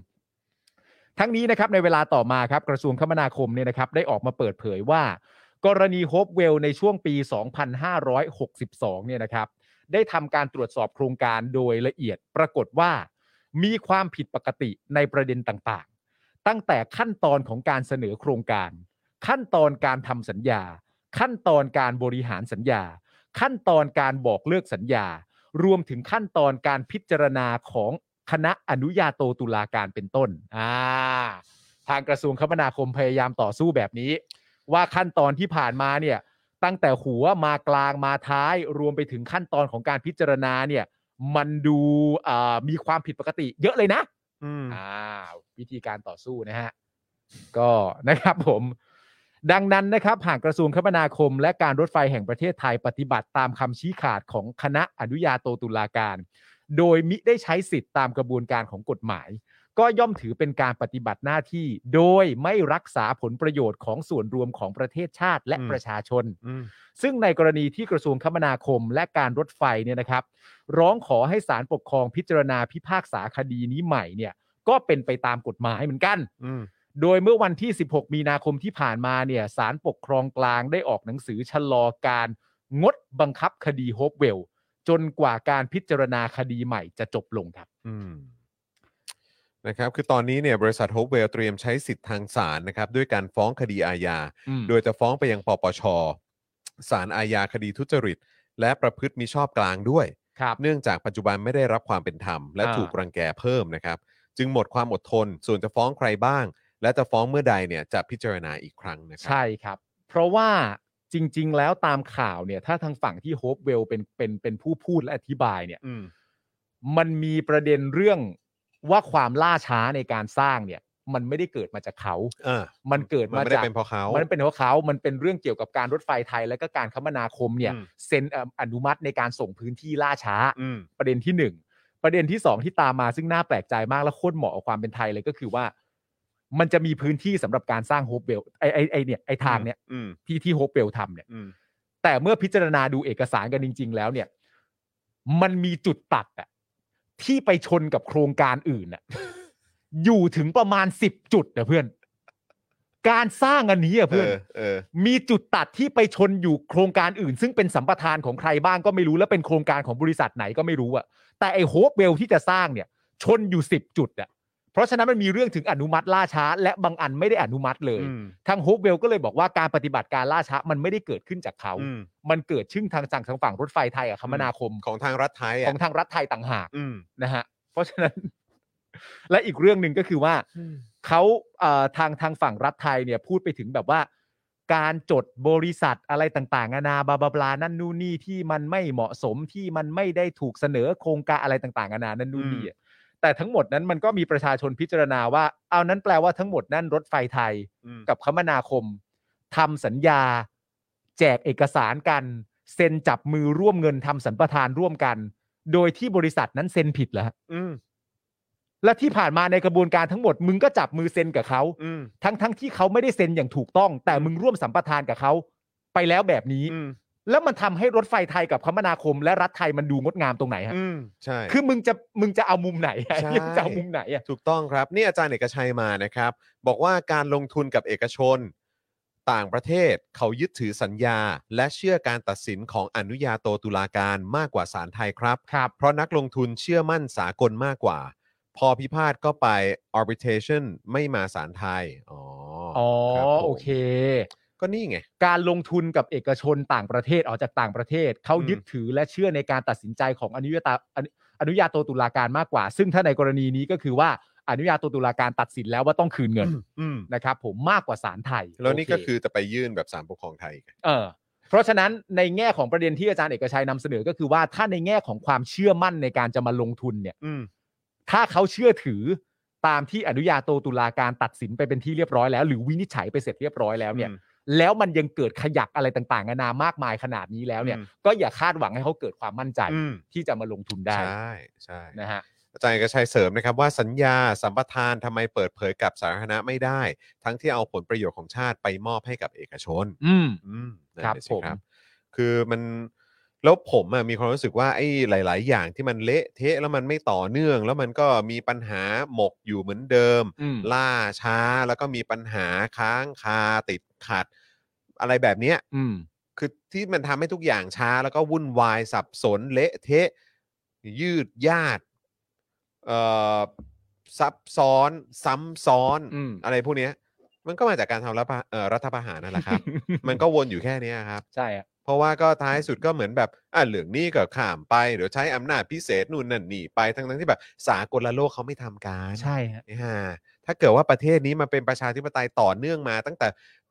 Speaker 2: ทั้งนี้นะครับในเวลาต่อมาครับกระทรวงคมนาคมเนี่ยนะครับ ได้ออกมาเปิดเผยว่า กรณีโฮปเวลในช่วงปี 2562 เนี่ยนะครับ ได้ทำการตรวจสอบโครงการโดยละเอียดปรากฏว่า มีความผิดปกติในประเด็นต่างๆ ตั้งแต่ขั้นตอนของการเสนอโครงการ ขั้นตอนการทำสัญญา ขั้นตอนการบริหารสัญญา ขั้นตอนการบอกเลิกสัญญา รวมถึงขั้นตอนการพิจารณาของคณะอนุญาโตตุลาการเป็นต้น อ่า ทางกระทรวงคมนาคมพยายามต่อสู้แบบนี้ ว่าขั้นตอนที่ผ่านมาเนี่ย ตั้งแต่หัวมากลางมาท้าย รวมไปถึงขั้นตอนของการพิจารณาเนี่ย มันดูอ่ามีความผิดปกติ เยอะเลยนะ
Speaker 1: อืม
Speaker 2: อ่าวิธีการต่อสู้นะฮะ ก็นะครับผม ดังนั้นนะครับหากกระทรวงคมนาคม และการรถไฟแห่งประเทศไทยปฏิบัติตามคำชี้ขาดของคณะอนุญาโตตุลาการ โดยมิได้ใช้สิทธิ์ตามกระบวนการของกฎหมาย ก็ย่อมถือเป็นการปฏิบัติหน้าที่ โดยไม่รักษาผลประโยชน์ของส่วนรวมของประเทศชาติและประชาชน
Speaker 1: อืม
Speaker 2: ซึ่งในกรณีที่กระทรวงคมนาคมและการรถไฟเนี่ยนะครับ ร้องขอให้ศาลปกครองพิจารณาพิพากษาคดีนี้ใหม่เนี่ย ก็เป็นไปตามกฎหมายเหมือนกัน
Speaker 1: อืม
Speaker 2: โดยเมื่อวันที่ 16 มีนาคมที่ผ่านมาเนี่ยศาลปกครองกลางได้ออกหนังสือชะลอการงดบังคับคดีโฮปเวล จนกว่าการพิจารณาคดีใหม่จะจบลงครับ
Speaker 1: อืมนะครับคือตอนนี้เนี่ยบริษัทโฮปเวลเตรียมใช้สิทธิ์ทางศาลนะครับด้วยการฟ้องคดีอาญา โดยจะฟ้องไปยังปปชศาลอาญาคดีทุจริต และประพฤติมิชอบกลางด้วย
Speaker 2: ครับ
Speaker 1: เนื่องจากปัจจุบันไม่ได้รับความเป็นธรรม และ
Speaker 2: อ่า
Speaker 1: ถูกรังแกเพิ่มนะครับ จึงหมดความอดทน ส่วนจะฟ้องใครบ้าง และจะฟ้องเมื่อใดเนี่ยจะพิจารณาอีกครั้งนะครั
Speaker 2: ใช่ครับ เพราะว่าจริง ๆ แล้วตามข่าวเนี่ย ถ้าทางฝั่งที่โฮปเวลเป็นเป็นเป็นผู้พูดและอธิบายเนี่ย
Speaker 1: อืม
Speaker 2: มันมีประเด็นเรื่องว่าความล่าช้าในการสร้างเนี่ย มันไม่ได้เกิดมาจากเขา
Speaker 1: อ่า
Speaker 2: มันเกิด
Speaker 1: มัน
Speaker 2: มา
Speaker 1: ไม่ได้
Speaker 2: จาก
Speaker 1: เป็นเพราะเขา
Speaker 2: มันเป็นของเขา มันเป็นเรื่องเกี่ยวกับการรถไฟไทยและก็การคมนาคมเนี่ย
Speaker 1: อืม
Speaker 2: เซ็นเอ่ออนุมัติในการส่งพื้นที่ล่าช้า
Speaker 1: อืม
Speaker 2: ประเด็นที่หนึ่งประเด็นที่สองที่ตามมาซึ่งน่าแปลกใจมากและโคตรเหมาะกับความเป็นไทยเลยก็คือว่า มันจะมีพื้นที่สำหรับการสร้างโฮปเวลไอไอไอเนี่ยไอทางเนี่ย
Speaker 1: อืม
Speaker 2: ที่ที่โฮปเวลทำเนี่ย
Speaker 1: อืม
Speaker 2: แต่เมื่อพิจารณาดูเอกสารกันจริง ๆ แล้วเนี่ย มันมีจุดตัดอะที่ไปชนกับโครงการอื่ นอะ อยู่ถึงประมาณสิบจุดนะเพื่อน การสร้างอันนี้อะ
Speaker 1: เอ
Speaker 2: เพื่อน
Speaker 1: อเออ
Speaker 2: มีจุดตัดที่ไปชนอยู่โครงการอื่น ซึ่งเป็นสัมปทานของใครบ้างก็ไม่รู้และเป็นโครงการของบริษัทไหนก็ไม่รู้อะแต่ไอโฮปเวลที่จะสร้างเนี่ย ชนอยู่สิบจุดอะเพราะฉะนั้นมันมีเรื่องถึงอนุมัติล่าช้า และบางอันไม่ได้อนุมัติเลย
Speaker 1: อืม
Speaker 2: ทางโฮปเวลก็เลยบอกว่าการปฏิบัติการล่าช้ามันไม่ได้เกิดขึ้นจากเขา
Speaker 1: อืม
Speaker 2: มันเกิดชึ่งทางจังทางฝั่งรถไฟไทยอะคมนาคม
Speaker 1: ของทางรัฐไทย
Speaker 2: ข
Speaker 1: อ่ะ
Speaker 2: องทางรัฐไทยต่างหาก
Speaker 1: อืม
Speaker 2: นะฮะเพราะฉะนั้น และอีกเรื่องหนึ่งก็คือว่า เขาเอ่อทางทางฝั่งรัฐไทยเนี่ยพูดไปถึงแบบว่า การจดบริษัทอะไรต่างๆนานาบลาบลาบลานั่นนู่นนี่ที่มันไม่เหมาะสมที่มันไม่ได้ถูกเสนอโครงการอะไรต่างๆนานานั่นนู่นนี่อะแต่ทั้งหมดนั้นมันก็มีประชาชนพิจารณาว่าเอานั้นแปลว่าทั้งหมดนั่นรถไฟไทย
Speaker 1: อืม
Speaker 2: กับคมนาคมทำสัญญา แจกเอกสารกัน เซ็นจับมือร่วมเงินทำสัมปทานร่วมกัน โดยที่บริษัทนั้นเซ็นผิดเหรอฮะ
Speaker 1: อืม
Speaker 2: และที่ผ่านมาในกระบวนการทั้งหมด มึงก็จับมือเซ็นกับเขา
Speaker 1: อืม
Speaker 2: ทั้งทั้งที่เขาไม่ได้เซ็นอย่างถูกต้อง แต่มึงร่วมสัมปทานกับเขาไปแล้วแบบนี้
Speaker 1: อืม
Speaker 2: แล้วมันทำให้รถไฟไทยกับคมนาคม และรัฐไทยมันดูงดงามตรงไหนฮะ
Speaker 1: อืมใช่
Speaker 2: คือมึงจะมึงจะเอามุมไหนอะ
Speaker 1: ใช่
Speaker 2: มึงจะเอามุมไหนอะ
Speaker 1: ถูกต้องครับนี่อาจารย์เอกชัยมานะครับ บอกว่าการลงทุนกับเอกชน ต่างประเทศเขายึดถือสัญญา และเชื่อการตัดสินของอนุญาโตตุลาการมากกว่าศาลไทยครับ
Speaker 2: ครับ
Speaker 1: เพราะนักลงทุนเชื่อมั่นสากลมากกว่า พอพิพาทก็ไป arbitration ไม่มาศาลไทย อ๋อ
Speaker 2: อ๋อ
Speaker 1: ครับผม
Speaker 2: โอเค
Speaker 1: ก็นี่ไง
Speaker 2: การลงทุนกับเอกชนต่างประเทศออกจากต่างประเทศ เขายึดถือและเชื่อในการตัดสินใจของอนุญาตาอนุอนุญาโตตุลาการมากกว่า ซึ่งถ้าในกรณีนี้ก็คือว่าอนุญาโตตุลาการตัดสินแล้วว่าต้องคืนเงิน
Speaker 1: อืม
Speaker 2: นะครับ ผมมากกว่าศาลไทย
Speaker 1: แล้วนี่
Speaker 2: โเ
Speaker 1: ก็คือจะไปยื่นแบบสารปกครองไทยอีก
Speaker 2: เออเพราะฉะนั้นในแง่ของประเด็นที่อาจารย์เอกชัยนำเสนอก็คือว่าถ้าในแง่ของความเชื่อมั่นในการจะมาลงทุนเนี่ย
Speaker 1: อืม
Speaker 2: ถ้าเขาเชื่อถือตามที่อนุญาโตตุลาการตัดสินไปเป็นที่เรียบร้อยแล้ว หรือวินิจฉัยไปเสร็จเรียบร้อยแล้วเนี่ย
Speaker 1: อืม
Speaker 2: แล้วมันยังเกิดขยักอะไรต่างๆนานามากมายขนาดนี้แล้วเนี่ย
Speaker 1: อืม
Speaker 2: ก็อย่าคาดหวังให้เขาเกิดความมั่นใจ
Speaker 1: อืม
Speaker 2: ที่จะมาลงทุนได้
Speaker 1: ใช่ใช่
Speaker 2: นะฮะ
Speaker 1: อาจารย์เอกชัยเสริมนะครับว่าสัญญาสัมปทานทำไมเปิดเผยกับสาธารณะไม่ได้ ทั้งที่เอาผลประโยชน์ของชาติไปมอบให้กับเอกชน
Speaker 2: อืม
Speaker 1: อืมนั่น
Speaker 2: ครับ
Speaker 1: น่ะสิ
Speaker 2: ผม
Speaker 1: คือมันแล้วผมอะมีความรู้สึกว่าไอ้หลาย ๆ อย่างที่มันเละเทะแล้วมันไม่ต่อเนื่อง แล้วมันก็มีปัญหาหมกอยู่เหมือนเดิม
Speaker 2: อืม
Speaker 1: ล่าช้าแล้วก็มีปัญหาค้างคาติดขัด อะไรแบบเนี้ย
Speaker 2: อืม
Speaker 1: คือที่มันทำให้ทุกอย่างช้าแล้วก็วุ่นวายสับสนเละเทะ ยืดยาดเอ่อซับซ้อน ซ้ำซ้อน
Speaker 2: อืม
Speaker 1: อะไรพวกเนี้ย มันก็มาจากการทำรัฐประเอ่อรัฐประหารนั่นแหละครับ มันก็วนอยู่แค่เนี้ยครับ
Speaker 2: ใช่อะ
Speaker 1: เพราะว่าก็ท้ายสุดก็เหมือนแบบอ่ะเหลืองนี่ก็ข้ามไปเดี๋ยวใช้อำนาจพิเศษนู่นนั่นนี่ไปทั้งทั้งๆที่แบบ สากลโลกเขาไม่ทำการ
Speaker 2: ใช่ฮะ
Speaker 1: อ่าถ้าเกิดว่าประเทศนี้มันเป็นประชาธิปไตยต่อเนื่องมา ตั้งแต่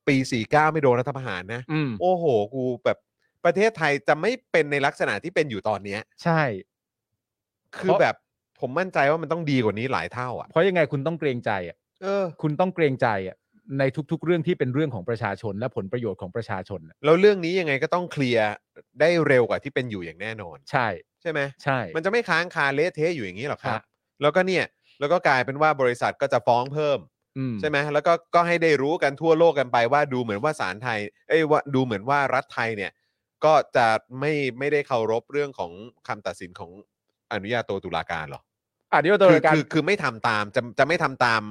Speaker 1: ปี 49 ไม่โดนรัฐประหารนะ
Speaker 2: อืม
Speaker 1: โอ้โห กูแบบประเทศไทยจะไม่เป็นในลักษณะที่เป็นอยู่ตอนเนี้ย
Speaker 2: ใช่
Speaker 1: คือแบบผมมั่นใจว่ามันต้องดีกว่านี้หลายเท่าอ่ะ
Speaker 2: เพราะยังไงคุณต้องเกรงใจอ่ะ
Speaker 1: เออ
Speaker 2: คุณต้องเกรงใจอ่ะในทุก ๆ เรื่องที่เป็นเรื่องของประชาชน และผลประโยชน์ของประชาชนน่ะ
Speaker 1: แล้วเรื่องนี้ยังไงก็ต้องเคลียร์ได้เร็วกว่าที่เป็นอยู่อย่างแน่นอน
Speaker 2: ใช่
Speaker 1: ใช่ไหม
Speaker 2: ใช่
Speaker 1: มันจะไม่ค้างคาเละเทะอยู่อย่างนี้หรอกครับ
Speaker 2: ฮะ
Speaker 1: แล้วก็เนี่ย แล้วก็กลายเป็นว่าบริษัทก็จะฟ้องเพิ่ม
Speaker 2: อืม
Speaker 1: ใช่ไหมแล้วก็ก็ให้ได้รู้กันทั่วโลกกันไปว่าดูเหมือนว่าศาลไทย เอ้ยว่าดูเหมือนว่ารัฐไทยเนี่ย ก็จะไม่ไม่ได้เคารพเรื่องของคำตัดสินของอนุญาโตตุลาการหรอ
Speaker 2: อ่ะเดี๋ยวตัว
Speaker 1: คือ
Speaker 2: การ
Speaker 1: คือคือไม่ทำตามจะจะไม่ทำตาม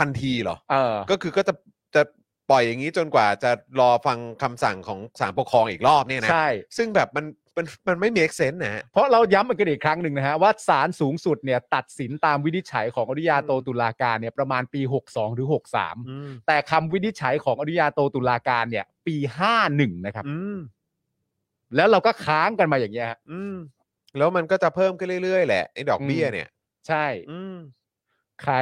Speaker 1: ทันทีเหรอ
Speaker 2: เออ
Speaker 1: ก็คือก็จะจะปล่อยอย่างนี้จนกว่าจะรอฟังคำสั่งของศาลปกครองอีกรอบเนี่ยนะ
Speaker 2: ใช่
Speaker 1: ซึ่งแบบมัน มันมันไม่ make sense นะฮะ
Speaker 2: เพราะเราย้ำกันอีกครั้งหนึ่งนะฮะว่าศาลสูงสุดเนี่ยตัดสินตามวินิจฉัยของอนุญาโตตุลาการเนี่ยประมาณปี 62 หรือ 63 แต่คำวินิจฉัยของอนุญาโตตุลาการเนี่ยปี 51 นะครับ
Speaker 1: อืม
Speaker 2: แล้วเราก็ค้างกันมาอย่างเงี้ยฮะ
Speaker 1: อืม แล้วมันก็จะเพิ่มขึ้นเรื่อยๆ แหละไอ้ดอกเบี้ยเนี่ย
Speaker 2: ใช่
Speaker 1: อืม
Speaker 2: ใคร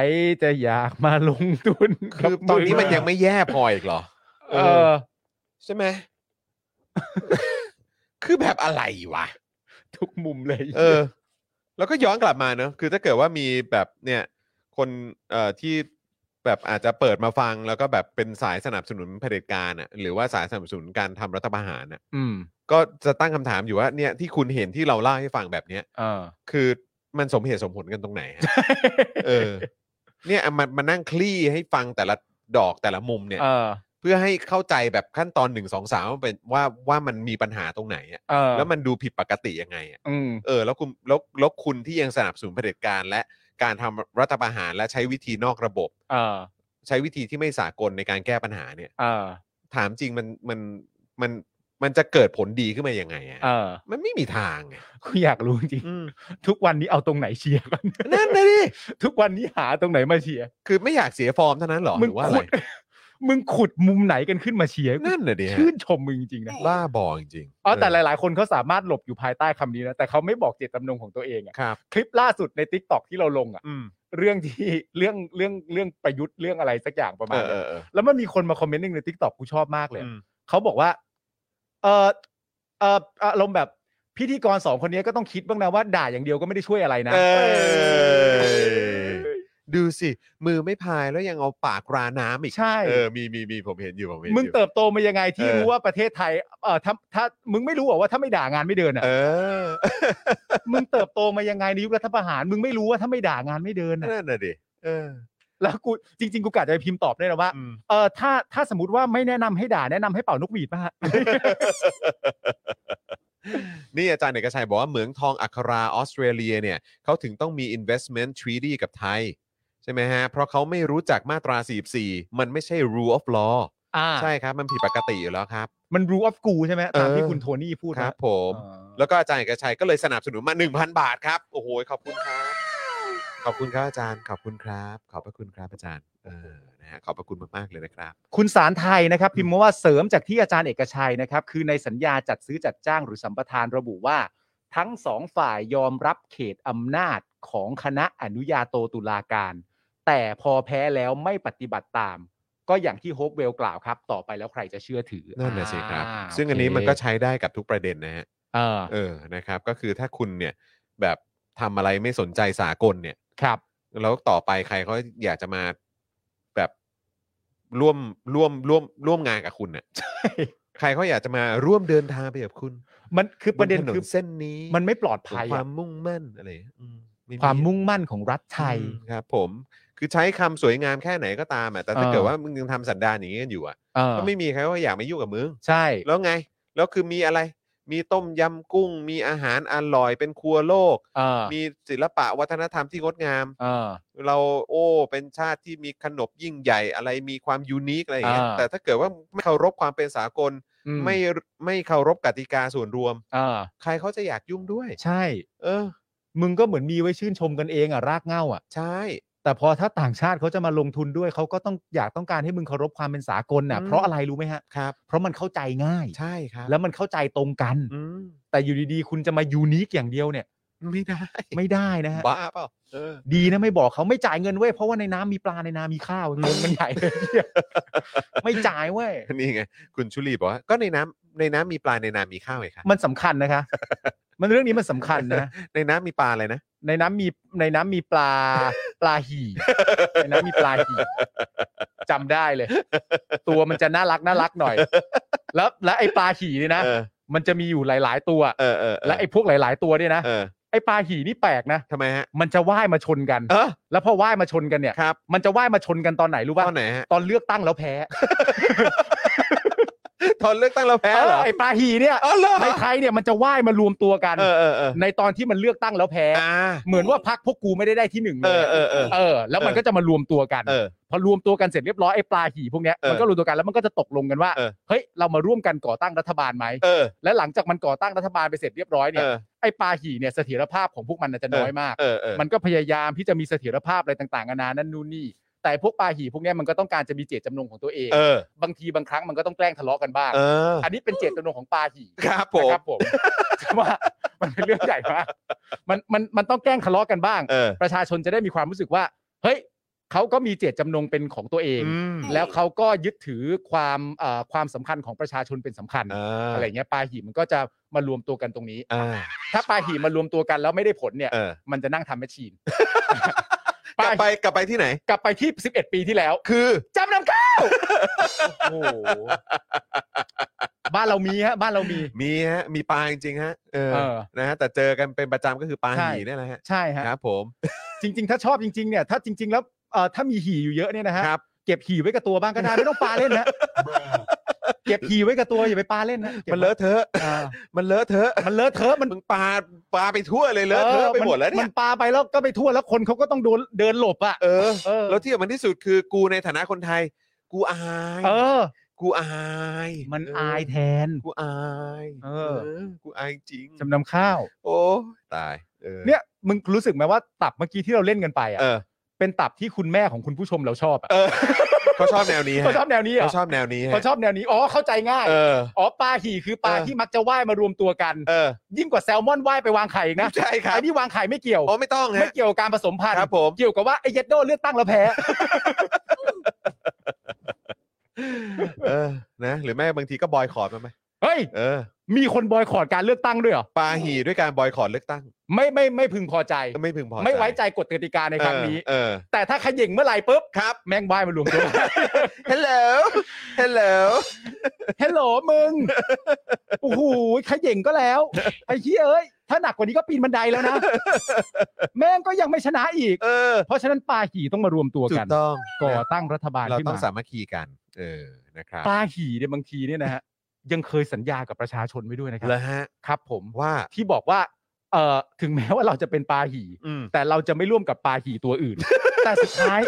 Speaker 2: จะอยากมาลงทุน
Speaker 1: คือตอนนี้มันยังไม่แย่พออีกเหรอ
Speaker 2: เออ
Speaker 1: ใช่ไหม คือแบบอะไร วะ
Speaker 2: ทุกมุมเลย
Speaker 1: เออ แล้วก็ย้อนกลับมาเนอะคือถ้าเกิดว่ามีแบบเนี่ย คนเอ่อที่แบบอาจจะเปิดมาฟังแล้วก็แบบเป็นสายสนับสนุนเผด็จการอ่ะหรือว่าสายสนับสนุนการทำรัฐประหารอ่ะ
Speaker 2: อืม
Speaker 1: ก็จะตั้งคำถามอยู่ว่าเนี่ยที่คุณเห็นที่เราเล่าให้ฟังแบบเนี้ย
Speaker 2: เออ
Speaker 1: คือมันสมเหตุสมผลกันตรงไหน ฮะ เออ เนี่ยมันมานั่งคลี่ให้ฟังแต่ละดอกแต่ละมุมเนี่ย
Speaker 2: เออ
Speaker 1: เพื่อให้เข้าใจแบบขั้นตอนหนึ่งสองสามว่าเป็นว่าว่ามันมีปัญหาตรงไหนอะ
Speaker 2: เออ
Speaker 1: แล้วมันดูผิดปกติยังไงอะ
Speaker 2: อืม
Speaker 1: เออแล้วคุณแล้วแล้วคุณที่ยังสนับสนุนเผด็จการและการทำรัฐประหารและใช้วิธีนอกระบบ
Speaker 2: เออ
Speaker 1: ใช้วิธีที่ไม่สากลในการแก้ปัญหาเนี่ย
Speaker 2: เออ
Speaker 1: ถามจริงมันมันมันมันจะเกิดผลดีขึ้นมายังไงอะ
Speaker 2: เออ
Speaker 1: มันไม่มีทางอะ
Speaker 2: กูอยากรู้จริง
Speaker 1: อืม
Speaker 2: ทุกวันนี้เอาตรงไหนเชียร์กัน
Speaker 1: นั่นนะดิ
Speaker 2: ทุกวันนี้หาตรงไหนมาเชียร์
Speaker 1: คือไม่อยากเสียฟอร์มเท่านั้นเหรอห
Speaker 2: มึง
Speaker 1: รือว่าอะ
Speaker 2: ขุ
Speaker 1: ไร
Speaker 2: ด มึงขุดมุมไหนกันขึ้นมาเชียร์กู
Speaker 1: นั่นนะดิฮะ
Speaker 2: ชื่นชมมึงจริงๆนะ
Speaker 1: บ้าบอจริงๆ
Speaker 2: อ๋อแต่ห
Speaker 1: เล
Speaker 2: ายๆ คนเขาสามารถหลบอยู่ภายใต้คำนี้นะ แต่เขาไม่บอกเจตจำนงของตัวเองอะ
Speaker 1: ครับ
Speaker 2: คลิปล่าสุดใน t ิ k t o k ที่เราลงอะ
Speaker 1: อืม
Speaker 2: เรื่องที่ เรื่องเรื่องเรื่องประยุทธ์เรื่องอะไรสักอย่างประมา
Speaker 1: เอ
Speaker 2: ณ
Speaker 1: อเอ
Speaker 2: เนี้ย
Speaker 1: อเออ
Speaker 2: แล้วมันมีคนมาคอมเมนต์หนึ่งใน t ิ k t o k กูชอบมากเลย
Speaker 1: อืม
Speaker 2: เขาบอกว่า เออเอออารมณ์แบบพิธีกรสองคนนี้ก็ต้องคิดบ้างนะว่าด่าอย่างเดียวก็ไม่ได้ช่วยอะไรนะ
Speaker 1: เอ้ย
Speaker 2: เอ้ย
Speaker 1: ดูสิ มือไม่พายแล้วยังเอาปากราน้ำอีก
Speaker 2: ใช่
Speaker 1: เออมีมีมีผมเห็นอยู่ผมเห็น
Speaker 2: มึง
Speaker 1: อยู่
Speaker 2: เติบโตมายังไงที่
Speaker 1: เออ
Speaker 2: รู้ว่าประเทศไทย เออถ้าถ้ามึงไม่รู้หรอว่าถ้าไม่ด่างานไม่เดินอ่ะ
Speaker 1: เออ
Speaker 2: มึงเติบโตมายังไงในยุครัฐประหาร มึงไม่รู้ว่าถ้าไม่ด่างานไม่เดินอ่ะ
Speaker 1: นั่นน่ะดิเออ
Speaker 2: แล้วกูจริง ๆ กูกะจะไปพิมพ์ตอบด้วยนะว่า
Speaker 1: อืม
Speaker 2: เออถ้าถ้าสมมติว่าไม่แนะนำให้ด่าแนะนำให้เป่านกหวีดป่ะฮะ
Speaker 1: นี่อาจารย์เอกชัยบอกว่าเหมืองทองอัคราออสเตรเลียเนี่ยเขาถึงต้องมี investment treaty กับไทย ใช่ไหมฮะ เพราะเขาไม่รู้จักมาตรา 44 มันไม่ใช่ rule of law
Speaker 2: อ่า
Speaker 1: ใช่ครับ มันผิดปกติอยู่แล้วครับ
Speaker 2: มัน rule of กูใช่ไหมตามที่
Speaker 1: เออ
Speaker 2: คุณโทนี่พูด
Speaker 1: ค
Speaker 2: นะ
Speaker 1: รับผม
Speaker 2: อ๋อ
Speaker 1: แล้วก็อาจารย์เอกชัยก็เลยสนับสนุนมา 1,000 บาทครับ โอ้โห ขอบคุณครับ ขอบคุณครับอาจารย์ ขอบคุณครับ ขอบพระคุณครับอาจารย์ เออ นะฮะ ขอบพระคุณมากๆเลยนะครับ
Speaker 2: คุณสารไทยนะครับพิมพ์มาว่าเสริมจากที่อาจารย์เอกชัยนะครับ คือในสัญญาจัดซื้อจัดจ้างหรือสัมปทานระบุว่า ทั้งสองฝ่ายยอมรับเขตอำนาจของคณะอนุญาโตตุลาการ แต่พอแพ้แล้วไม่ปฏิบัติตาม ก็อย่างที่โฮปเวลกล่าวครับ ต่อไปแล้วใครจะเชื่อถือ
Speaker 1: นั่นนะสิครับ
Speaker 2: า
Speaker 1: ซึ่งอันนี้มันก็ใช้ได้กับทุกประเด็นนะฮะ
Speaker 2: เออ
Speaker 1: เออ นะครับ ก็คือถ้าคุณเนี่ยแบบทำอะไรไม่สนใจสากลเนี่ย
Speaker 2: ครับ
Speaker 1: แล้วต่อไปใครเขาอยากจะมาแบบร่วมร่วมร่วมร่วมงานกับคุณเนี่ยใครเขาอยากจะมาร่วมเดินทางไปกับคุณ
Speaker 2: มันคือประเด็น
Speaker 1: บถ
Speaker 2: คือ
Speaker 1: เส้นนี้
Speaker 2: มันไม่ปลอดภัย
Speaker 1: ค
Speaker 2: อะ
Speaker 1: วามมุ่งมั่นอะไรอืมไ
Speaker 2: ความมุ่งมั่นของรัฐไทย
Speaker 1: อืมครับ ผม คือใช้คำสวยงามแค่ไหนก็ตามอ่ะแต่ถ้า
Speaker 2: เออ
Speaker 1: เกิดว่ามึงยังทำสันดานอย่างนี้กันอยู่อ่ะ
Speaker 2: เออ
Speaker 1: ก็ไม่มีใครว่าอยากมายุ่งกับมึง
Speaker 2: ใช่
Speaker 1: แล้วไง แล้วคือมีอะไร มีต้มยำกุ้ง มีอาหารอร่อยเป็นครัวโลก
Speaker 2: เออ
Speaker 1: มีศิลปะวัฒนธรรมที่งดงาม
Speaker 2: เออ
Speaker 1: เราโอ้เป็นชาติที่มีขนบยิ่งใหญ่อะไรมีความยูนิคอะไรอย่างเงี้ย
Speaker 2: อ่า
Speaker 1: แต่ถ้าเกิดว่าไม่เคารพความเป็นสากล
Speaker 2: อื
Speaker 1: ไม่ไม่เคารพกติกาส่วนรวม
Speaker 2: เออ
Speaker 1: ใครเขาจะอยากยุ่งด้วย
Speaker 2: ใช่
Speaker 1: เออ
Speaker 2: มึงก็เหมือนมีไว้ชื่นชมกันเองอะรากเหง้าอะ
Speaker 1: ใช่
Speaker 2: แต่พอถ้าต่างชาติเขาจะมาลงทุนด้วยเขาก็ต้องอยากต้องการให้มึงเคารพความเป็นสากลน่ะ
Speaker 1: อืม
Speaker 2: เพราะอะไรรู้ไหมฮะ
Speaker 1: ครับ
Speaker 2: เพราะมันเข้าใจง่าย
Speaker 1: ใช่ครับ
Speaker 2: แล้วมันเข้าใจตรงกัน
Speaker 1: อืม
Speaker 2: แต่อยู่ดีๆ คุณจะมายูนิคอย่างเดียวเนี่ย
Speaker 1: ไม่ได้
Speaker 2: ไม่ได้นะฮะ
Speaker 1: บ้าเปล่าเออ
Speaker 2: ดีนะไม่บอกเขาไม่จ่ายเงินเว้ยเพราะว่าในน้ำมีปลาในนามีข้าวเงินมันใหญ่ เลยเหี้ยไม่จ่ายเว้ย
Speaker 1: นี่ไง คุณชุลีบอกว่า ก็ในน้ำในน้ำมีปลาในนามีข้าวไงครับ
Speaker 2: มันสำคัญ นะคะ มันเรื่องนี้มันสำคัญนะ
Speaker 1: ในน้ำมีปลาอะไรนะ
Speaker 2: ในน้ำมีในน้ำมีปลาปลาหี่ ในน้ำมีปลาหี่จำได้เลย ตัวมันจะน่ารักน่ารักหน่อย แล้วและไอปลาหี่เนี่ยนะ
Speaker 1: เออ
Speaker 2: มันจะมีอยู่หลาย ๆ ตัว
Speaker 1: เออเออเออ
Speaker 2: และไอพวกหลาย ๆ ตัวเนี่ยนะ
Speaker 1: เออ
Speaker 2: ไอปลาหี่นี่แปลกนะ
Speaker 1: ทำไมฮะ
Speaker 2: มันจะว่ายมาชนกัน
Speaker 1: เออ
Speaker 2: แล้วพอว่ายมาชนกันเนี่ย
Speaker 1: ครับ
Speaker 2: มันจะว่ายมาชนกันตอนไหนรู้ป่ะ
Speaker 1: ตอนไหนฮะ
Speaker 2: ตอนเลือกตั้งแล้วแพ้
Speaker 1: ตอนเลือกตั้งเราแพ้
Speaker 2: เอ
Speaker 1: เหร
Speaker 2: อ
Speaker 1: อ
Speaker 2: ไอปลาหีเนี่ย
Speaker 1: อ๋อเหรอ
Speaker 2: ในไทยเนี่ยมันจะว่ายมารวมตัวกัน
Speaker 1: เออเออเออ
Speaker 2: ในตอนที่มันเลือกตั้งแล้วแพ้
Speaker 1: อ่า
Speaker 2: เหมือนว่าพักพวกกูไม่ได้ได้ที่หนึ่งเล
Speaker 1: เอย อเออเออ
Speaker 2: เออ แล้วมันก็จะมารวมตัวกัน
Speaker 1: เออ
Speaker 2: พอรวมตัวกันเสร็จเรียบร้อยไอ้ปลาหีพวกเนี้ย
Speaker 1: เออ
Speaker 2: มันก็รวมตัวกันแล้วมันก็จะตกลงกันว่า
Speaker 1: เออ
Speaker 2: เฮ้ยเรามาร่วมกันก่อตั้งรัฐบาลไหม
Speaker 1: เออ
Speaker 2: และหลังจากมันก่อตั้งรัฐบาลไปเสร็จเรียบร้อยเนี่
Speaker 1: เอย อ
Speaker 2: ไอ้ปลาหีเนี่ยเสถียรภาพของพวกมันน่ะจะน้อยมาก
Speaker 1: เออเออ
Speaker 2: มันก็พยายามที่จะมีเสถียรภาพอะไรต่างๆนานานั่นนู่นนี่ แต่พวกปลาหีพวกเนี้ยมันก็ต้องการจะมีเจตจำนงของตัวเอง
Speaker 1: เออ
Speaker 2: บางทีบางครั้งมันก็ต้องแกล้งทะเลาะกันบ้าง
Speaker 1: เออ
Speaker 2: อันนี้เป็นเจตจำนงของปลาหี
Speaker 1: ครับผม
Speaker 2: นะครับผม ว่ามันเป็นเรื่องใหญ่มากมันมันมันต้องแกล้งทะเลาะกันบ้าง
Speaker 1: เออ
Speaker 2: ประชาชนจะได้มีความรู้สึกว่า เฮ้ยเขาก็มีเจตจำนงเป็นของตัวเอง
Speaker 1: อืม
Speaker 2: แล้วเขาก็ยึดถือความเอ่อความสำคัญของประชาชนเป็นสำคัญ
Speaker 1: อ่า
Speaker 2: อะไรเงี้ยปลาหีมันก็จะมารวมตัวกันตรงนี้
Speaker 1: อ่า
Speaker 2: ถ้าปลาหีมารวมตัวกันแล้วไม่ได้ผลเนี่ย
Speaker 1: เออ
Speaker 2: มันจะนั่งทำแมชชีน
Speaker 1: กลับไปกลับไปที่ไหน
Speaker 2: กลับไปที่ 11 ปีที่แล้ว
Speaker 1: คือ
Speaker 2: จำนำ ข้าวโอ้โหบ้านเรามีฮะ บ้านเรามี
Speaker 1: มีฮะ มีปลาจริงๆฮะ เออ
Speaker 2: เออ
Speaker 1: นะฮะ แต่เจอกันเป็นประจำก็คือปลา
Speaker 2: ใช่
Speaker 1: หีเนี่ยแหละฮะ
Speaker 2: ใช่ฮะ
Speaker 1: ครับผม
Speaker 2: จริง ๆ ถ้าชอบจริงๆเนี่ยถ้าจริง ๆ แล้วเอ่อถ้ามีหีอยู่เยอะเนี่ยนะฮะ
Speaker 1: ครับ
Speaker 2: เก็บหีไว้กับตัวบ้างก็ได้ไม่ต้องปาเล่น นะเก็บหีไว้กับตัวอย่าไปปาเล่นนะก็บ
Speaker 1: มันเลอะเทอะ
Speaker 2: อ่า
Speaker 1: มันเลอะเทอะ
Speaker 2: มันเลอะเทอะมัน
Speaker 1: มึงปลาปลาไปทั่วเลยเลอะเทอะไปหมดแล้วเนี่
Speaker 2: มั
Speaker 1: ย
Speaker 2: นปาไปแล้วก็ไปทั่วแล้วคนเขาก็ต้องโดนเดินหลบอ่ะ
Speaker 1: เออ
Speaker 2: เออ
Speaker 1: แล้วที่สำคัญที่สุดคือกูในฐานะคนไทย กูอาย
Speaker 2: เออ
Speaker 1: กูอาย
Speaker 2: มัน
Speaker 1: เ
Speaker 2: อายแทน
Speaker 1: กูอาย
Speaker 2: เออ
Speaker 1: กูอายจริง
Speaker 2: จำนำข้าว
Speaker 1: โอ้ตายออ
Speaker 2: เนี่ยมึงรู้สึกไหมว่าตับเมื่อกี้ที่เราเล่นกันไปอ่ะ
Speaker 1: เออ
Speaker 2: เป็นตับที่คุณแม่ของคุณผู้ชมเราชอบอ่ะ
Speaker 1: เอ อ เขาชอบแนวนี้ฮะ
Speaker 2: เขาชอบแนวนี้เหร
Speaker 1: เขา
Speaker 2: อ่ะ
Speaker 1: ชอบแนวนี้ฮะ
Speaker 2: เขาชอบแนวนี้ อ๋อ เข้าใจง่าย
Speaker 1: เออ
Speaker 2: อ๋อ ปลาหี่คือปลา
Speaker 1: เออ
Speaker 2: ที่มักจะว่ายมารวมตัวกัน
Speaker 1: เออ
Speaker 2: ยิ่งกว่าแซลมอนว่ายไปวางไข่อีกนะ
Speaker 1: ใช่ครับ
Speaker 2: ไอ้นี่วางไข่ไม่เกี่ยว
Speaker 1: โอ้ไม่ต้อง
Speaker 2: ไม่
Speaker 1: ฮะ
Speaker 2: เกี่ยวกับการผสมพันธุ์
Speaker 1: ครับผม
Speaker 2: เกี่ยวกับว่าไอ้เยดโดเลือกตั้งแล้วแพ้
Speaker 1: เออ นะ หรือแม่บางทีก็บอยคอรดมาไหม
Speaker 2: เฮ้ย
Speaker 1: เออ
Speaker 2: มีคนบอยคอรดการเลือกตั้งด้วยเหรอ
Speaker 1: ปาหีด้วยการบอยคอรดเลือกตั้ง
Speaker 2: ไม่ไม่ไม่พึงพอใจ
Speaker 1: ก็ไม่พึงพอ
Speaker 2: ไม่ไว้ใจกฎกติกาในครั้งนี้
Speaker 1: เออ
Speaker 2: แต่ถ้าขย่งเมื่อไหร่ปุ๊บ
Speaker 1: ครับ
Speaker 2: แม่งว่ายมารวม ตัว
Speaker 1: hello hello
Speaker 2: ฮัลโหลมึง โอ้โหขย่งก็แล้ว ไอ้เหี้ยเอ้ย ถ้าหนักกว่านี้ก็ปีนบันไดแล้วนะ แม่งก็ยังไม่ชนะอีก
Speaker 1: เออ
Speaker 2: เพราะฉะนั้นปลาหี่ต้องมารวมตัว
Speaker 1: ถู
Speaker 2: กั
Speaker 1: ก
Speaker 2: น
Speaker 1: ต้อง
Speaker 2: ก่อ
Speaker 1: นะ
Speaker 2: ตั้งรัฐบาล
Speaker 1: เรา
Speaker 2: ขึ้น
Speaker 1: ต้อ
Speaker 2: มาง
Speaker 1: สามัคคีกัน เออ นะครับ
Speaker 2: ปลาหี่เนี่ยบางทีเนี่ยนะฮะยังเคยสัญญากับประชาชนไว้ด้วยนะครั
Speaker 1: แล้วฮะ
Speaker 2: ครับผม
Speaker 1: ว่า
Speaker 2: ที่บอกว่าเอ่อถึงแม้ว่าเราจะเป็นปลาหี่
Speaker 1: อืม
Speaker 2: แต่เราจะไม่ร่วมกับปลาหี่ตัว อื่น แต่สุดท้าย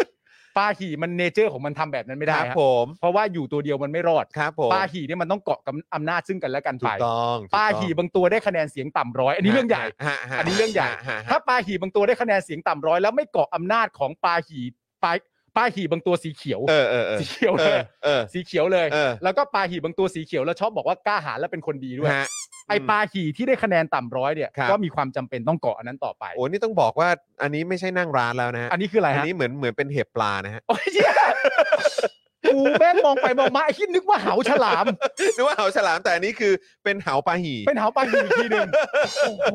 Speaker 2: ปลาหี่มันเนเจอร์ของมันทำแบบนั้นไม่
Speaker 1: ค
Speaker 2: ได้
Speaker 1: รับ
Speaker 2: ฮะ
Speaker 1: ผม
Speaker 2: เพราะว่าอยู่ตัวเดียวมันไม่รอด
Speaker 1: ครับผม
Speaker 2: ปลาหี่เนี่ยมันต้องเกาะกับอำนาจซึ่งกันและกัน
Speaker 1: ถู
Speaker 2: ไป
Speaker 1: กต้องถูกต้อง
Speaker 2: ปลาหี่บางตัวได้คะแนนเสียงต่ำร้อย อันนี้เรื่องใหญ่
Speaker 1: ฮะฮะฮะ
Speaker 2: อันนี้เรื่องใหญ่
Speaker 1: ฮะฮะ
Speaker 2: ถ้าปลาหี่บางตัวได้คะแนนเสียงต่ำร้อยแล้วไม่เกาะอำนาจของปลาหี่ปลาปลาหี่บางตัวสีเขียว
Speaker 1: เออเออเออ
Speaker 2: สีเขียว
Speaker 1: เอ
Speaker 2: เลย
Speaker 1: อเออ
Speaker 2: สีเขียวเลย
Speaker 1: เออ
Speaker 2: แล้วก็ปลาหี่บางตัวสีเขียวแล้วชอบบอกว่ากล้าหาญและเป็นคนดีด้วย
Speaker 1: ฮะ
Speaker 2: ไอปลาหี่ที่ได้คะแนนต่ำร้อยเนี่ย
Speaker 1: ครับ
Speaker 2: ก็มีความจำเป็นต้องเกาะอันนั้นต่อไป
Speaker 1: โอ้นี่ต้องบอกว่าอันนี้ไม่ใช่นั่งร้านแล้วนะฮะ
Speaker 2: อันนี้คืออะไร
Speaker 1: อัน
Speaker 2: ฮะ
Speaker 1: นี้เหมือนเหมือนเป็นเห็บปลานะฮะ
Speaker 2: โอ้ยเหี้ยกูแม่งมองไปมองมาไอ้ที่นึกว่าเหาฉลาม
Speaker 1: นึกว่าเหาฉลามแต่อันนี้คือเป็นเหาปลาหี่
Speaker 2: เป็นเหาปลาหี่อีกทีหนึ่งโอ้โห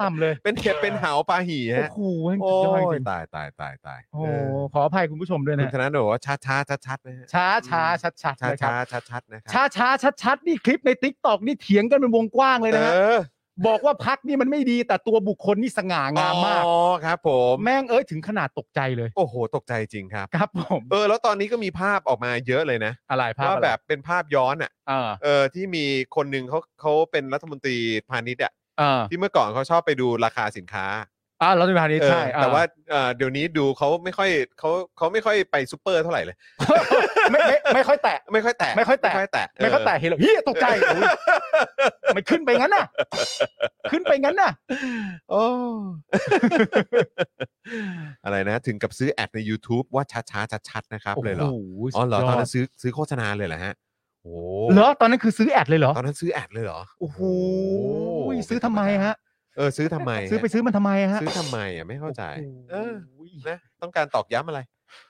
Speaker 2: ต่ำเลย
Speaker 1: เป็นเห็บเป็นเหาปลาหี่
Speaker 2: โอ้
Speaker 1: ฮะ
Speaker 2: โหแม่ง
Speaker 1: โอ้
Speaker 2: สุดยอดจ
Speaker 1: ย
Speaker 2: ริง
Speaker 1: ตายตายตายตาย
Speaker 2: โอ้
Speaker 1: เอ
Speaker 2: โห
Speaker 1: อ
Speaker 2: ขออภัยคุณผู้ชมด้วย
Speaker 1: คุณ
Speaker 2: นะ
Speaker 1: ธนาโดบอกว่าชัดชัดชัดชัดๆนะฮะ
Speaker 2: ช้าช้าชัดชัด
Speaker 1: ชัด
Speaker 2: นะค
Speaker 1: ชั
Speaker 2: รั
Speaker 1: ด
Speaker 2: บ
Speaker 1: ชัดชัดๆนะครั
Speaker 2: ช้าช้าชัดชัดนี่คลิปในติ๊กตอกนี่เถียงกันเป็นวงกว้างเลยนะฮะ
Speaker 1: เออ
Speaker 2: บอกว่าพักนี่มันไม่ดีแต่ตัวบุคคลนี่สง่างามมาก
Speaker 1: อ๋อครับผม
Speaker 2: แม่งเอ้ยถึงขนาดตกใจเลย
Speaker 1: โอ้โหตกใจจริงครับ
Speaker 2: ครับผม
Speaker 1: เออแล้วตอนนี้ก็มีภาพออกมาเยอะเลยนะ
Speaker 2: อะไรภาพ
Speaker 1: ว่า
Speaker 2: อะไร
Speaker 1: แบบเป็นภาพย้อนอ่ะ
Speaker 2: เออ
Speaker 1: เออที่มีคนหนึ่งเขาเขาเป็นรัฐมนตรีพาณิชย์อ่ะ
Speaker 2: เออ
Speaker 1: ที่เมื่อก่อนเขาชอบไปดูราคาสินค้า
Speaker 2: อ่าเราจะพาณิช
Speaker 1: เออ
Speaker 2: ย์ใช่อ่
Speaker 1: แต่ว่าเอ่อเดี๋ยวนี้ดูเขาไม่ค่อยเขาเขาไม่ค่อยไปซูเปอร์เท่าไหร่เลย
Speaker 2: ไม่ไม่ไม่ค่อยแตะ
Speaker 1: ไม่ค่อยแตะ
Speaker 2: ไม่ค่อยแตะ
Speaker 1: ไม่ค่อยแตะ
Speaker 2: ไม่ค่อยแตะเห็นหรอกเฮียตกใจอุ๊ยมันขึ้นไปงั้นน่ะ ขึ้นไปงั้นน่ะ
Speaker 1: โอ้ อะไรนะ ถึงกับซื้อแอดใน YouTube ว่าช้าๆชัดๆนะครับเลยเหรอ
Speaker 2: โอ้โห
Speaker 1: อ๋อเหรอตอนนั้น
Speaker 2: สุด
Speaker 1: ซื้อซื้อโฆษณาเลยเหรอฮะโอ้
Speaker 2: ยอดเหรอตอนนั้นคือซื้อแอดเลยเหรอ
Speaker 1: ตอนนั้นซื้อแอดเลยเหรอ
Speaker 2: โอ้โห
Speaker 1: โโห
Speaker 2: ซื้อทำไมฮะ
Speaker 1: เออซื้อทำไม
Speaker 2: ซื้อไปซื้อมันทำไมฮะ
Speaker 1: ซื้อทำไมอ่ะไม่เข้าใจ เออ
Speaker 2: โอ้โห
Speaker 1: นะต้องการตอกย้ำอะไร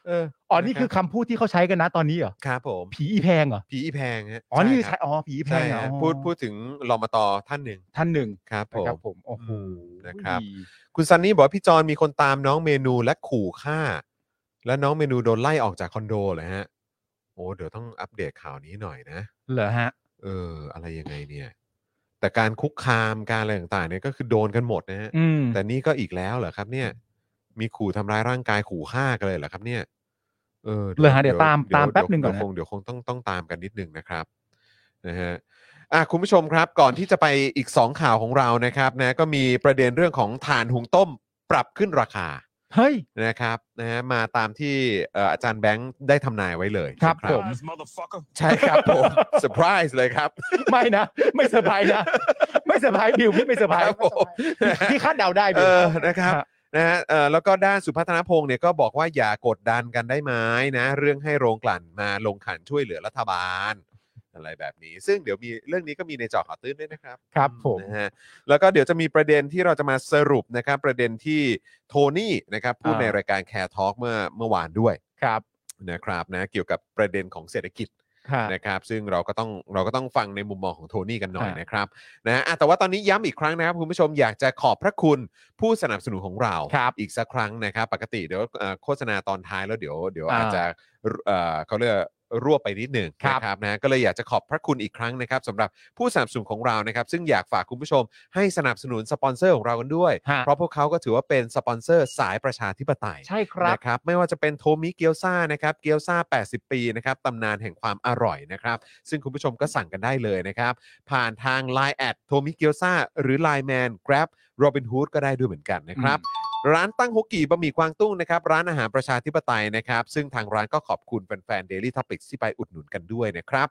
Speaker 1: เออ
Speaker 2: อ๋อ นี่คือคำพูดที่เขาใช้กันนะตอนนี้เหรอ
Speaker 1: ครับผม
Speaker 2: ผีอีแพงเหรอ
Speaker 1: ผีอีแพงฮะ
Speaker 2: อ๋อ นี่คือ
Speaker 1: ใช่
Speaker 2: ใช้ อ๋อ ผีอีแพ
Speaker 1: ใช่
Speaker 2: งเหรอ
Speaker 1: ฮะ
Speaker 2: อ๋อ
Speaker 1: พูดพูดถึงรมตท่านหนึ่ง
Speaker 2: ท่านหนึ่ง
Speaker 1: ครับผ
Speaker 2: นะครั
Speaker 1: ม
Speaker 2: บผม โอ้โห
Speaker 1: นะครับ คุณซันนี่บอกว่าพี่จอนมีคนตามน้องเมนูและขู่ฆ่า และน้องเมนูโดนไล่ออกจากคอนโดเลยฮะ โอ้เดี๋ยวต้องอัปเดตข่าวนี้หน่อยนะ
Speaker 2: เหรอฮะ
Speaker 1: เออ อะไรยังไงเนี่ย แต่การคุกคามการอะไรต่างๆเนี่ยก็คือโดนกันหมดนะฮะ
Speaker 2: อืม
Speaker 1: แต่นี่ก็อีกแล้วเหรอครับเนี่ย มีขู่ทำร้ายร่างกายขู่ฆ่ากันเลยเหรอครับเนี่ย เออ
Speaker 2: เลยฮะเดี๋ยวตามตามแป๊บหนึ่งก่อน
Speaker 1: เดี๋ยว
Speaker 2: นะ
Speaker 1: คงเดี๋ยวคงต้องต้องตามกันนิดหนึงนะครับ นะฮะอ่ะคุณผู้ชมครับก่อนที่จะไปอีก 2 ข่าวของเรานะครับนะก็มีประเด็นเรื่องของถ่านหุงต้มปรับขึ้นราคา
Speaker 2: เฮ้ย
Speaker 1: นะครับนะฮะมาตามที่เอ่ออาจารย์แบงค์ได้ทำนายไว้เลย
Speaker 2: ครับ
Speaker 1: นะ
Speaker 2: ผม
Speaker 1: ใช่ครับ ผมเซอร์ไพรส์เลยครับ
Speaker 2: ไม่นะ ไม่เซอร์ไพรส์นะ ไม่เซอร์ไพรส์บิวพี่ไม่เซอร์ไพร
Speaker 1: ค
Speaker 2: ส์
Speaker 1: รับผม
Speaker 2: พี่คาดเดาได้
Speaker 1: เอ
Speaker 2: บิว
Speaker 1: อนะครับ
Speaker 2: ฮ
Speaker 1: นะฮะเอ่อแล้วก็ด้านสุพัฒนพงศ์เนี่ยก็บอกว่าอย่ากดดันกันได้ไหมนะ เรื่องให้โรงกลั่นมาลงขันช่วยเหลือรัฐบาล อะไรแบบนี้ ซึ่งเดี๋ยวมีเรื่องนี้ก็มีในเจอข่าวตื้นด้วยนะครับ
Speaker 2: ครับผม
Speaker 1: นะฮะแล้วก็เดี๋ยวจะมีประเด็นที่เราจะมาสรุปนะครับ ประเด็นที่โทนี่นะครับพูด
Speaker 2: อ่า
Speaker 1: ในรายการแคร์ทอล์กเมื่อเมื่อวานด้วย
Speaker 2: ครับ
Speaker 1: นะครับนะเกี่ยวกับประเด็นของเศรษฐกิจ
Speaker 2: ฮะ
Speaker 1: นะครับซึ่งเราก็ต้องเราก็ต้องฟังในมุมมองของโทนี่กันหน่อย
Speaker 2: ฮะ
Speaker 1: นะครับนะฮะอ่ะแต่ว่าตอนนี้ย้ำอีกครั้งนะครับคุณผู้ชมอยากจะขอบพระคุณผู้สนับสนุนของเรา
Speaker 2: ครับ
Speaker 1: อีกสักครั้งนะครับ ปกติเดี๋ยวเอ่อโฆษณาตอนท้ายแล้วเดี๋ยวเดี๋ยว
Speaker 2: อ่า
Speaker 1: อาจจะเอ่อเขาเรียกรวบไปนิดหนึ่ง
Speaker 2: ครับ
Speaker 1: นะครับนะก็เลยอยากจะขอบพระคุณอีกครั้งนะครับสำหรับผู้สนับสนุนของเรานะครับ ซึ่งอยากฝากคุณผู้ชมให้สนับสนุนสปอนเซอร์ของเรากันด้วย
Speaker 2: ฮะ
Speaker 1: เพราะพวกเขาก็ถือว่าเป็นสปอนเซอร์สายประชาธิปไตย
Speaker 2: ใช่ครับ
Speaker 1: นะครับไม่ว่าจะเป็นโทมิเกียวซานะครับเกียวซา80 ปีนะครับตำนานแห่งความอร่อยนะครับซึ่งคุณผู้ชมก็สั่งกันได้เลยนะครับ ผ่านทาง Line แอดโทมิเกียวซาหรือ Line Man Grab Robin Hood ก็ได้ด้วยเหมือนกันนะครับ ร้านตั้งฮกกีบะหมี่กวางตุ้งนะครับร้านอาหารประชาธิปไตยนะครับ ซึ่งทางร้านก็ขอบคุณแฟนๆ Daily Topics ที่ไปอุดหนุนกันด้วยนะครับ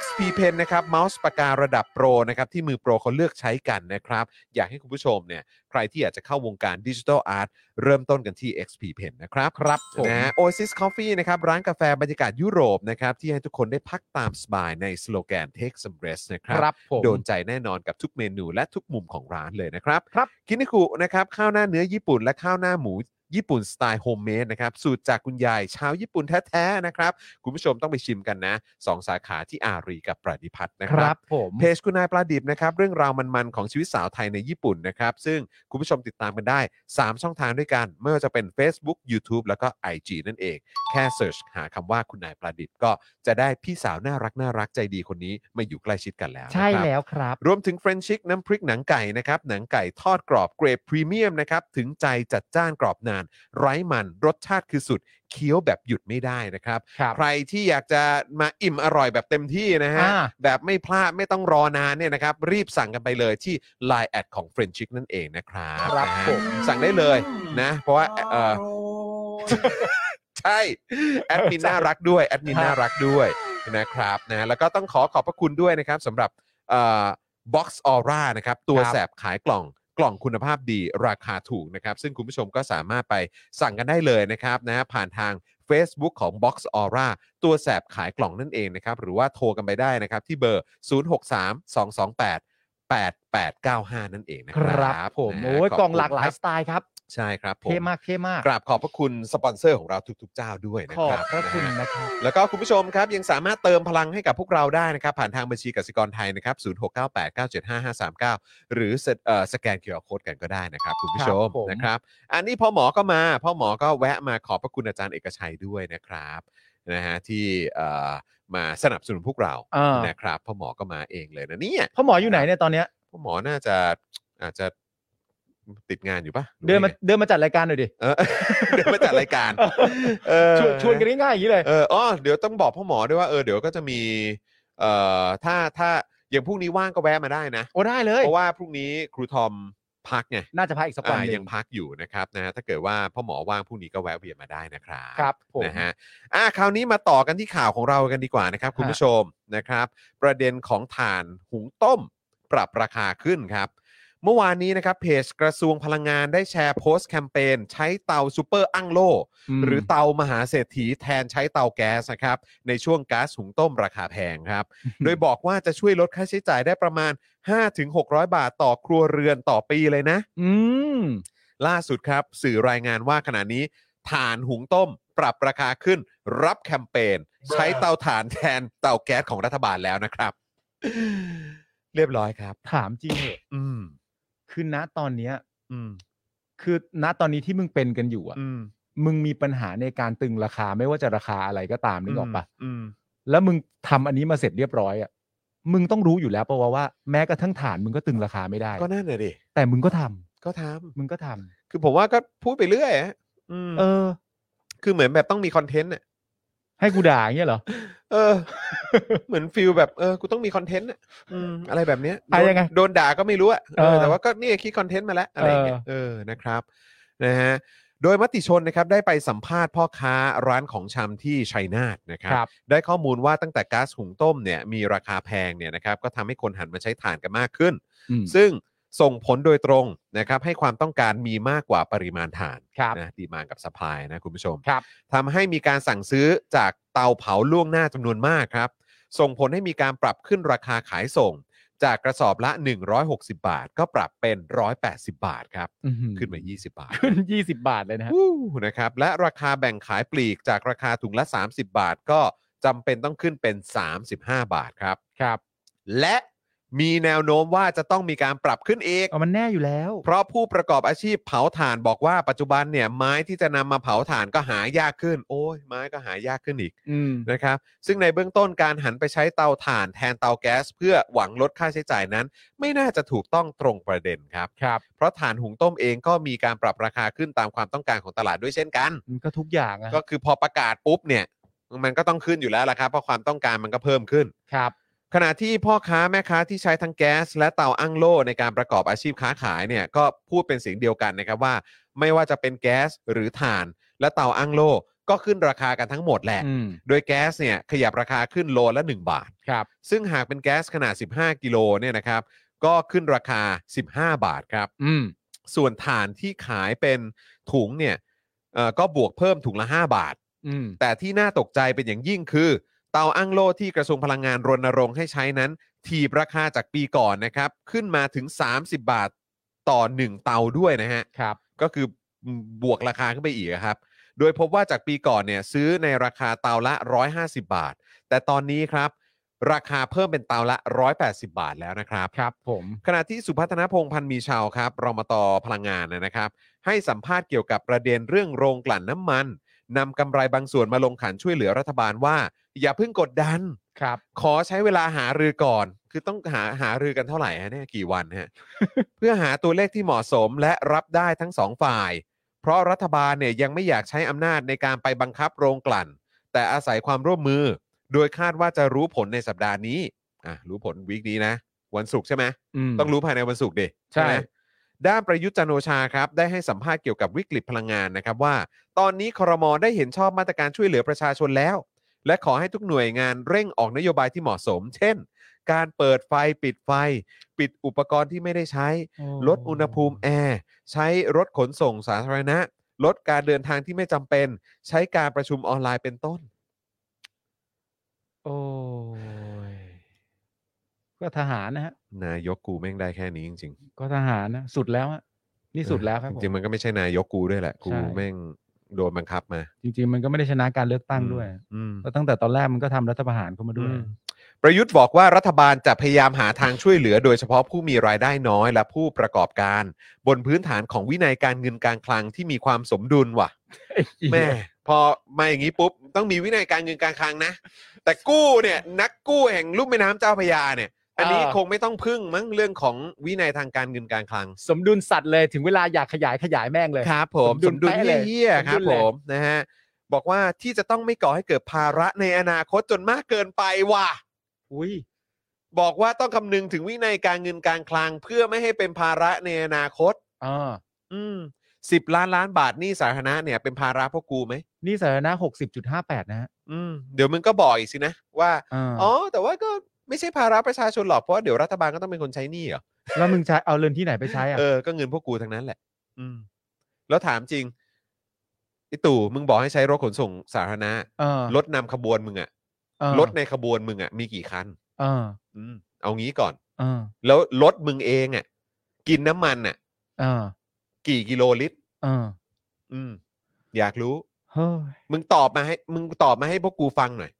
Speaker 1: XP Pen นะครับเมาส์ปากการะดับโปรนะครับที่มือโปรเขาเลือกใช้กันนะครับ อยากให้คุณผู้ชมเนี่ยใครที่อยากจะเข้าวงการดิจิทัลอาร์ตเริ่มต้นกันที่ XP Pen นะครับ
Speaker 2: ครับผม
Speaker 1: นะฮะ Oasis Coffee นะครับร้านกาแฟบรรยากาศยุโรปนะครับที่ให้ทุกคนได้พักตามสบายในสโลแกน Take some rest นะค
Speaker 2: ครับ รับผม
Speaker 1: โดนใจแน่นอนกับทุกเมนูและทุกมุมของร้านเลยนะครับ
Speaker 2: ครับ
Speaker 1: คินิคุนะครับข้าวหน้าเนื้อญี่ปุ่นและข้าวหน้าหมู ญี่ปุ่นสไตล์โฮมเมดนะครับสูตรจากคุณยายชาวญี่ปุ่นแท้ๆนะครับ คุณผู้ชมต้องไปชิมกันนะสองสาขาที่อารีกับประดิพัฒน์นะ
Speaker 2: ค
Speaker 1: ค
Speaker 2: รั
Speaker 1: รับบ
Speaker 2: ผม
Speaker 1: เพจคุณนายปลาดิบนะครับเรื่องราวมันๆของชีวิตสาวไทยในญี่ปุ่นนะครับซึ่งคุณผู้ชมติดตามกันได้ 3 ช่องทางด้วยกัน ไม่ว่าจะเป็น Facebook YouTube แล้วก็ IG นั่นเอง แค่เสิร์ชหาคำว่าคุณนายปลาดิบก็จะได้พี่สาวน่ารักน่ารักๆใจดีคนนี้มาอยู่ใกล้ชิดกันแล้วนะครับ
Speaker 2: ใช่แล้วครับ
Speaker 1: รวมถึงเฟรนชิกน้ำพริกหนังไก่นะครับหนังไก่ทอดกรอบเกรดพรีเมียมนะครับถึงใจจัดจ้านกรอบนาน ไร้มันรสชาติคือสุดเคี้ยวแบบหยุดไม่ได้นะครับ
Speaker 2: ครับ
Speaker 1: ใครที่อยากจะมาอิ่มอร่อยแบบเต็มที่นะฮะ
Speaker 2: อ่า
Speaker 1: แบบไม่พลาดไม่ต้องรอนานเนี่ยนะครับ รีบสั่งกันไปเลยที่ Line แอดของเฟรนชิกนั่นเองนะครับ
Speaker 2: ครับ
Speaker 1: นะฮะ
Speaker 2: ผม
Speaker 1: สั่งได้เลยนะ เพราะว่าเอ่อ ใช่ แอดมินน่ารักด้วยแอดมิน
Speaker 2: ครับ
Speaker 1: น่ารักด้วยนะครับนะแล้วก็ต้องขอขอบพระคุณด้วยนะครับสำหรับบ็อกซ์ออร่านะครับ ตัวแสบขายกล่องกล่องคุณภาพดีราคาถูกนะครับ ซึ่งคุณผู้ชมก็สามารถไปสั่งกันได้เลยนะครับนะผ่านทาง Facebook ของ Box Aura ตัวแสบขายกล่องนั่นเองนะครับ หรือว่าโทรกันไปได้นะครับ ที่เบอร์ 063 228 8895 นั่นเองนะ
Speaker 2: ค
Speaker 1: ค
Speaker 2: รั
Speaker 1: รั
Speaker 2: บบ ผม
Speaker 1: นะ
Speaker 2: โอ้ย
Speaker 1: ขบ
Speaker 2: กล่อง
Speaker 1: คุณ
Speaker 2: หลากหลาย
Speaker 1: ครับ
Speaker 2: สไตล์ครับ
Speaker 1: ใช่ครับผม
Speaker 2: เท่มากเท่มาก
Speaker 1: กราบขอบพระคุณสปอนเซอร์ของเราทุกๆ เจ้าด้วยนะ
Speaker 2: ขอ
Speaker 1: ครับ บ
Speaker 2: พระคุณ
Speaker 1: นะฮะ
Speaker 2: นะครับ
Speaker 1: แล้วก็คุณผู้ชมครับยังสามารถเติมพลังให้กับพวกเราได้นะครับ ผ่านทางบัญชีกสิกรไทยนะครับ 0698975539 หรือสแเอ่อสแกนเคอร์โคดกันก็ได้นะครับ คุณผู้ชม
Speaker 2: ครับผม
Speaker 1: นะครับ อันนี้พ่อหมอก็มาพ่อหมอก็แวะมาขอบพระคุณอาจารย์เอกชัยด้วยนะครับนะฮะที่เอ่อมาสนับสนุนพวกเรา
Speaker 2: อ่า
Speaker 1: นะครับพ่อหมอก็มาเองเลยนะเนี่ย
Speaker 2: พ่อหมออยู่ไหนเนี่ยตอนเนี้ย
Speaker 1: พ่อหมอน่าจะอาจจะติดงานอยู่ปะ
Speaker 2: เดินมาเดินมาจัดรายการหน่อยดิ
Speaker 1: เออ เดินมาจัดรายการ เออ
Speaker 2: ชวนชวนกันง่ายๆอย่างนี้เลย
Speaker 1: เอออ๋อเดี๋ยวต้องบอกพ่อหมอด้วยว่า เออ เดี๋ยวก็จะมี เอ่อ ถ้า ถ้า อย่างพรุ่งนี้ว่างก็แวะมาได้นะ
Speaker 2: โอ้ได้เลย
Speaker 1: เพราะว่าพรุ่งนี้ครูทอมพักไง
Speaker 2: น่าจะพักอีกสักวัน
Speaker 1: อ่า
Speaker 2: หนึ่
Speaker 1: ยังพักอยู่นะครับนะ ถ้าเกิดว่าพ่อหมอว่างพรุ่งนี้ก็แวะเวียนมาได้นะครับ
Speaker 2: ครับผม
Speaker 1: นะฮะอ่ะคราวนี้มาต่อกันที่ข่าวของเรากันดีกว่านะครับ คุณผู้ชมนะครับ ประเด็นของถ่านหุงต้ม ปรับราคาขึ้นครับ เมื่อวานนี้นะครับเพจกระทรวงพลังงานได้แชร์โพสต์แคมเปญใช้เตาซูเปอร์อั้งโล หรือเตามหาเศรษฐีแทนใช้เตาแก๊สนะครับ ในช่วงก๊าซหุงต้มราคาแพงครับ โดยบอกว่าจะช่วยลดค่าใช้จ่ายได้ประมาณ 5-600 บาทต่อครัวเรือนต่อปีเลยนะ
Speaker 2: อืม
Speaker 1: ล่าสุดครับ สื่อรายงานว่าขณะนี้ถ่านหุงต้ม ปรับราคาขึ้น รับแคมเปญใช้เตาถ่านแทนเตาแก๊สของรัฐบาลแล้วนะครับ เรียบร้อยครับ
Speaker 2: ถามจริงเหอะ
Speaker 1: อืม
Speaker 2: คือณตอนเนี้ย
Speaker 1: อืม
Speaker 2: คือณตอนนี้ที่มึงเป็นกันอยู่อ่ะ
Speaker 1: อืม
Speaker 2: มึงมีปัญหาในการตึงราคาไม่ว่าจะราคาอะไรก็ตามนึกออกปะ
Speaker 1: อืม
Speaker 2: แล้วมึงทำอันนี้มาเสร็จเรียบร้อยอ่ะ มึงต้องรู้อยู่แล้วปะวะว่าแม้กระทั่งฐานมึงก็ตึงราคาไม่ได้
Speaker 1: ก็นั่นเลยดิ
Speaker 2: แต่มึงก็ทำ
Speaker 1: ก็ท
Speaker 2: มึงก็ทำ
Speaker 1: ำคือผมว่าก็พูดไปเรื่อยอะอืม
Speaker 2: เออ
Speaker 1: คือเหมือนแบบต้องมีคอนเทนต์อ่ะ
Speaker 2: ให้กูด่าอย่างเงี้ยเหรอ
Speaker 1: เออ เหมือนฟิลแบบเออกูต้องมีคอนเทนต์อะอืมอะไรแบบเนี้ย
Speaker 2: อ่ะ
Speaker 1: โดน
Speaker 2: ยังไง
Speaker 1: โดนด่าก็ไม่รู้อะเอ
Speaker 2: เอ
Speaker 1: อ
Speaker 2: อ
Speaker 1: แต่ว่าก็เนี่ยคิดคอนเทนต์มาแล้วอะไรอย่างเงี้ยเออนะครับนะฮะโดยมติชนนะครับได้ไปสัมภาษณ์พ่อค้าร้านของชำที่ชัยนาทนะครับ
Speaker 2: ครับ
Speaker 1: ได้ข้อมูลว่าตั้งแต่ก๊าซหุงต้มเนี่ยมีราคาแพงเนี่ยนะครับก็ทำให้คนหันมาใช้ถ่านกันมากขึ้น
Speaker 2: อืม
Speaker 1: ซึ่งส่งผลโดยตรงนะครับให้ความต้องการมีมากกว่าปริมาณถ่าน
Speaker 2: ครับ
Speaker 1: นะดีมานกับสปายนะคุณผู้ชม
Speaker 2: ครับ
Speaker 1: ทำให้มีการสั่งซื้อจากเตาเผาล่วงหน้าจำนวนมากครับ ส่งผลให้มีการปรับขึ้นราคาขายส่ง จากกระสอบละ 160 บาท ก็ปรับเป็น 180 บาทครับ
Speaker 2: อื้อหือ
Speaker 1: ขึ้นมา 20 บาท
Speaker 2: ขึ้น 20 บาทเลยนะฮะ
Speaker 1: วู้นะครับ และราคาแบ่งขายปลีกจากราคาถุงละ 30 บาท ก็จำเป็นต้องขึ้นเป็น 35 บาทครับ
Speaker 2: ครับ
Speaker 1: และมีแนวโน้มว่าจะต้องมีการปรับขึ้นอีก
Speaker 2: เอามันแน่อยู่แล้ว
Speaker 1: เพราะผู้ประกอบอาชีพเผาถ่านบอกว่าปัจจุบันเนี่ยไม้ที่จะนำมาเผาถ่านก็หายากขึ้น โอ้ยไม้ก็หายากขึ้นอีก
Speaker 2: อืม
Speaker 1: นะครับ ซึ่งในเบื้องต้นการหันไปใช้เตาถ่านแทนเตาแก๊ส เพื่อหวังลดค่าใช้จ่ายนั้น ไม่น่าจะถูกต้องตรงประเด็นครับ
Speaker 2: ครับ
Speaker 1: เพราะถ่านหุงต้มเองก็มีการปรับราคาขึ้นตามความต้องการของตลาดด้วยเช่นกัน
Speaker 2: มันก็ทุกอย่างอะ
Speaker 1: ก็คือพอประกาศปุ๊บเนี่ยมันก็ต้องขึ้นอยู่แล้วล่ะครับเพราะความต้องการมันก็เพิ่มขึ้น
Speaker 2: ครับ
Speaker 1: ขณะที่พ่อค้าแม่ค้าที่ใช้ทั้งแก๊ส และเตาอั้งโล่ในการประกอบอาชีพค้าขายเนี่ยก็พูดเป็นเสียงเดียวกันนะครับว่า ไม่ว่าจะเป็นแก๊สหรือถ่าน และเตาอั้งโล่ก็ขึ้นราคากันทั้งหมดแหละ
Speaker 2: อืม
Speaker 1: โดยแก๊สเนี่ยขยับราคาขึ้นโลละ 1 บาท
Speaker 2: ครับ
Speaker 1: ซึ่งหากเป็นแก๊สขนาด 15 กิโลเนี่ยนะครับก็ขึ้นราคา 15 บาทครับ
Speaker 2: อืม
Speaker 1: ส่วนถ่านที่ขายเป็นถุงเนี่ยเอ่อก็บวกเพิ่มถุงละ 5 บาท
Speaker 2: อืม
Speaker 1: แต่ที่น่าตกใจเป็นอย่างยิ่งคือ เตาอั้งโล่ที่กระทรวงพลังงานรณรงค์ให้ใช้นั้น ถีบราคาจากปีก่อนนะครับ ขึ้นมาถึง 30 บาทต่อ 1 เตาด้วยนะฮะ
Speaker 2: ครับ
Speaker 1: ก็คือบวกราคาขึ้นไปอีกครับ โดยพบว่าจากปีก่อนเนี่ยซื้อในราคาเตาละ 150 บาท แต่ตอนนี้ครับ ราคาเพิ่มเป็นเตาละ 180 บาทแล้วนะครับ
Speaker 2: ครับผม
Speaker 1: ขณะที่สุพัฒนพงษ์พันธ์มีชาวครับรมตพลังงานนะครับ ให้สัมภาษณ์เกี่ยวกับประเด็นเรื่องโรงกลั่นน้ำมันนำกำไรบางส่วนมาลงขันช่วยเหลือรัฐบาลว่า อย่าเพิ่งกดดัน
Speaker 2: ครับ
Speaker 1: ขอใช้เวลาหารือก่อน คือต้องหาหารือกันเท่าไหร่ฮะเนี่ยกี่วันฮะ เพื่อหาตัวเลขที่เหมาะสมและรับได้ทั้งสองฝ่าย เพราะรัฐบาลเนี่ยยังไม่อยากใช้อำนาจในการไปบังคับโรงกลั่น แต่อาศัยความร่วมมือ โดยคาดว่าจะรู้ผลในสัปดาห์นี้อ่ะรู้ผลวีคนี้นะ วันศุกร์ใช่ไหม
Speaker 2: อืม
Speaker 1: ต้องรู้ภายในวันศุกร์ดิ
Speaker 2: ใช่
Speaker 1: ไหมด้านประยุทธ์จันทร์โอชาครับ ได้ให้สัมภาษณ์เกี่ยวกับวิกฤตพลังงานนะครับว่า ตอนนี้ครมได้เห็นชอบมาตรการช่วยเหลือประชาชนแล้ว และขอให้ทุกหน่วยงานเร่งออกนโยบายที่เหมาะสม เช่น การเปิดไฟปิดไฟ ปิดอุปกรณ์ที่ไม่ได้ใช้ ลดอุณหภูมิแอร์ใช้รถขนส่งสาธารณะ ลดการเดินทางที่ไม่จำเป็น ใช้การประชุมออนไลน์เป็นต้น
Speaker 2: โอ้ย ก็ทหารนะฮะ
Speaker 1: นายกกูแม่งได้แค่นี้จริง ๆ
Speaker 2: ก็ทหารนะ สุดแล้วฮะ นี่สุดแล้วครับ
Speaker 1: จ
Speaker 2: ผม
Speaker 1: ริงๆมันก็ไม่ใช่นายกกูด้วยแหละ กู
Speaker 2: ใช่
Speaker 1: แม่งโดนบังคับมา
Speaker 2: จริง ๆ มันก็ไม่ได้ชนะการเลือกตั้งด้วย
Speaker 1: อืม
Speaker 2: แล้วตั้งแต่ตอนแรกมันก็ทำรัฐประหารเข้ามาด้วย
Speaker 1: อืม ประยุทธ์บอกว่ารัฐบาลจะพยายามหาทางช่วยเหลือ โดยเฉพาะผู้มีรายได้น้อยและผู้ประกอบการ บนพื้นฐานของวินัยการเงินการคลังที่มีความสมดุลว่ะแม่พอมาอย่างนี้ปุ๊บต้องมีวินัยการเงินการคลังนะ แต่กู้เนี่ยนักกู้แห่งลุ่มแม่น้ำเจ้าพระยาเนี่ย อันนี้
Speaker 2: เออ
Speaker 1: คงไม่ต้องพึ่งมั้งเรื่องของวินัยทางการเงินการคลัง
Speaker 2: สมดุลสัตว์เลยถึงเวลาอยากขยายขยายแม่งเลย
Speaker 1: ครับผมส
Speaker 2: ส
Speaker 1: ม
Speaker 2: มดุ
Speaker 1: ดุล
Speaker 2: ลเป๊ะเลย
Speaker 1: เยี่ยๆค
Speaker 2: สม
Speaker 1: รั
Speaker 2: ดุล
Speaker 1: บ
Speaker 2: เล
Speaker 1: ผ
Speaker 2: ย
Speaker 1: มนะฮะบอกว่าที่จะต้องไม่ก่อให้เกิดภาระในอนาคตจนมากเกินไปว่ะ
Speaker 2: อุ้ย
Speaker 1: บอกว่าต้องคำนึงถึงวินัยการเงินการคลัง เพื่อไม่ให้เป็นภาระในอนาคต
Speaker 2: อ่า
Speaker 1: อืมสิบล้านล้านบาทหนี่สาธารณะเนี่ยเป็นภาระพวกกูไหม
Speaker 2: นี่สาธารณะหกสิบจุดห้าแปดนะฮะ
Speaker 1: อืมเดี๋ยวมึงก็บอกอีกสินะว่า
Speaker 2: อ่า
Speaker 1: อ๋อแต่ว่าก็ไม่ใช่ภาระประชาชนหรอกเพราะว่าเดี๋ยวรัฐบาลก็ต้องเป็นคนใช้หนี้เหรอ
Speaker 2: แล้วมึงใช้เอาเรือนที่ไหนไปใช้อ่ะ
Speaker 1: เออก็เงินพวกกูทั้งนั้นแหละ อืม แล้วถามจริงไอตู่มึงบอกให้ใช้รถขนส่งสาธารณะ
Speaker 2: เออ
Speaker 1: รถนำขบวนมึงอะ
Speaker 2: เออ
Speaker 1: รถในขบวนมึงอะมีกี่คัน
Speaker 2: เออ
Speaker 1: อืมเอางี้ก่อน
Speaker 2: เออ
Speaker 1: แล้วรถมึงเองอะกินน้ำมันอะ
Speaker 2: เออ
Speaker 1: กี่กิโลลิตร
Speaker 2: เออ
Speaker 1: อืม อยากรู้
Speaker 2: เฮ้ย
Speaker 1: มึงตอบมาให้ มึงตอบมาให้พวกกูฟังหน่อย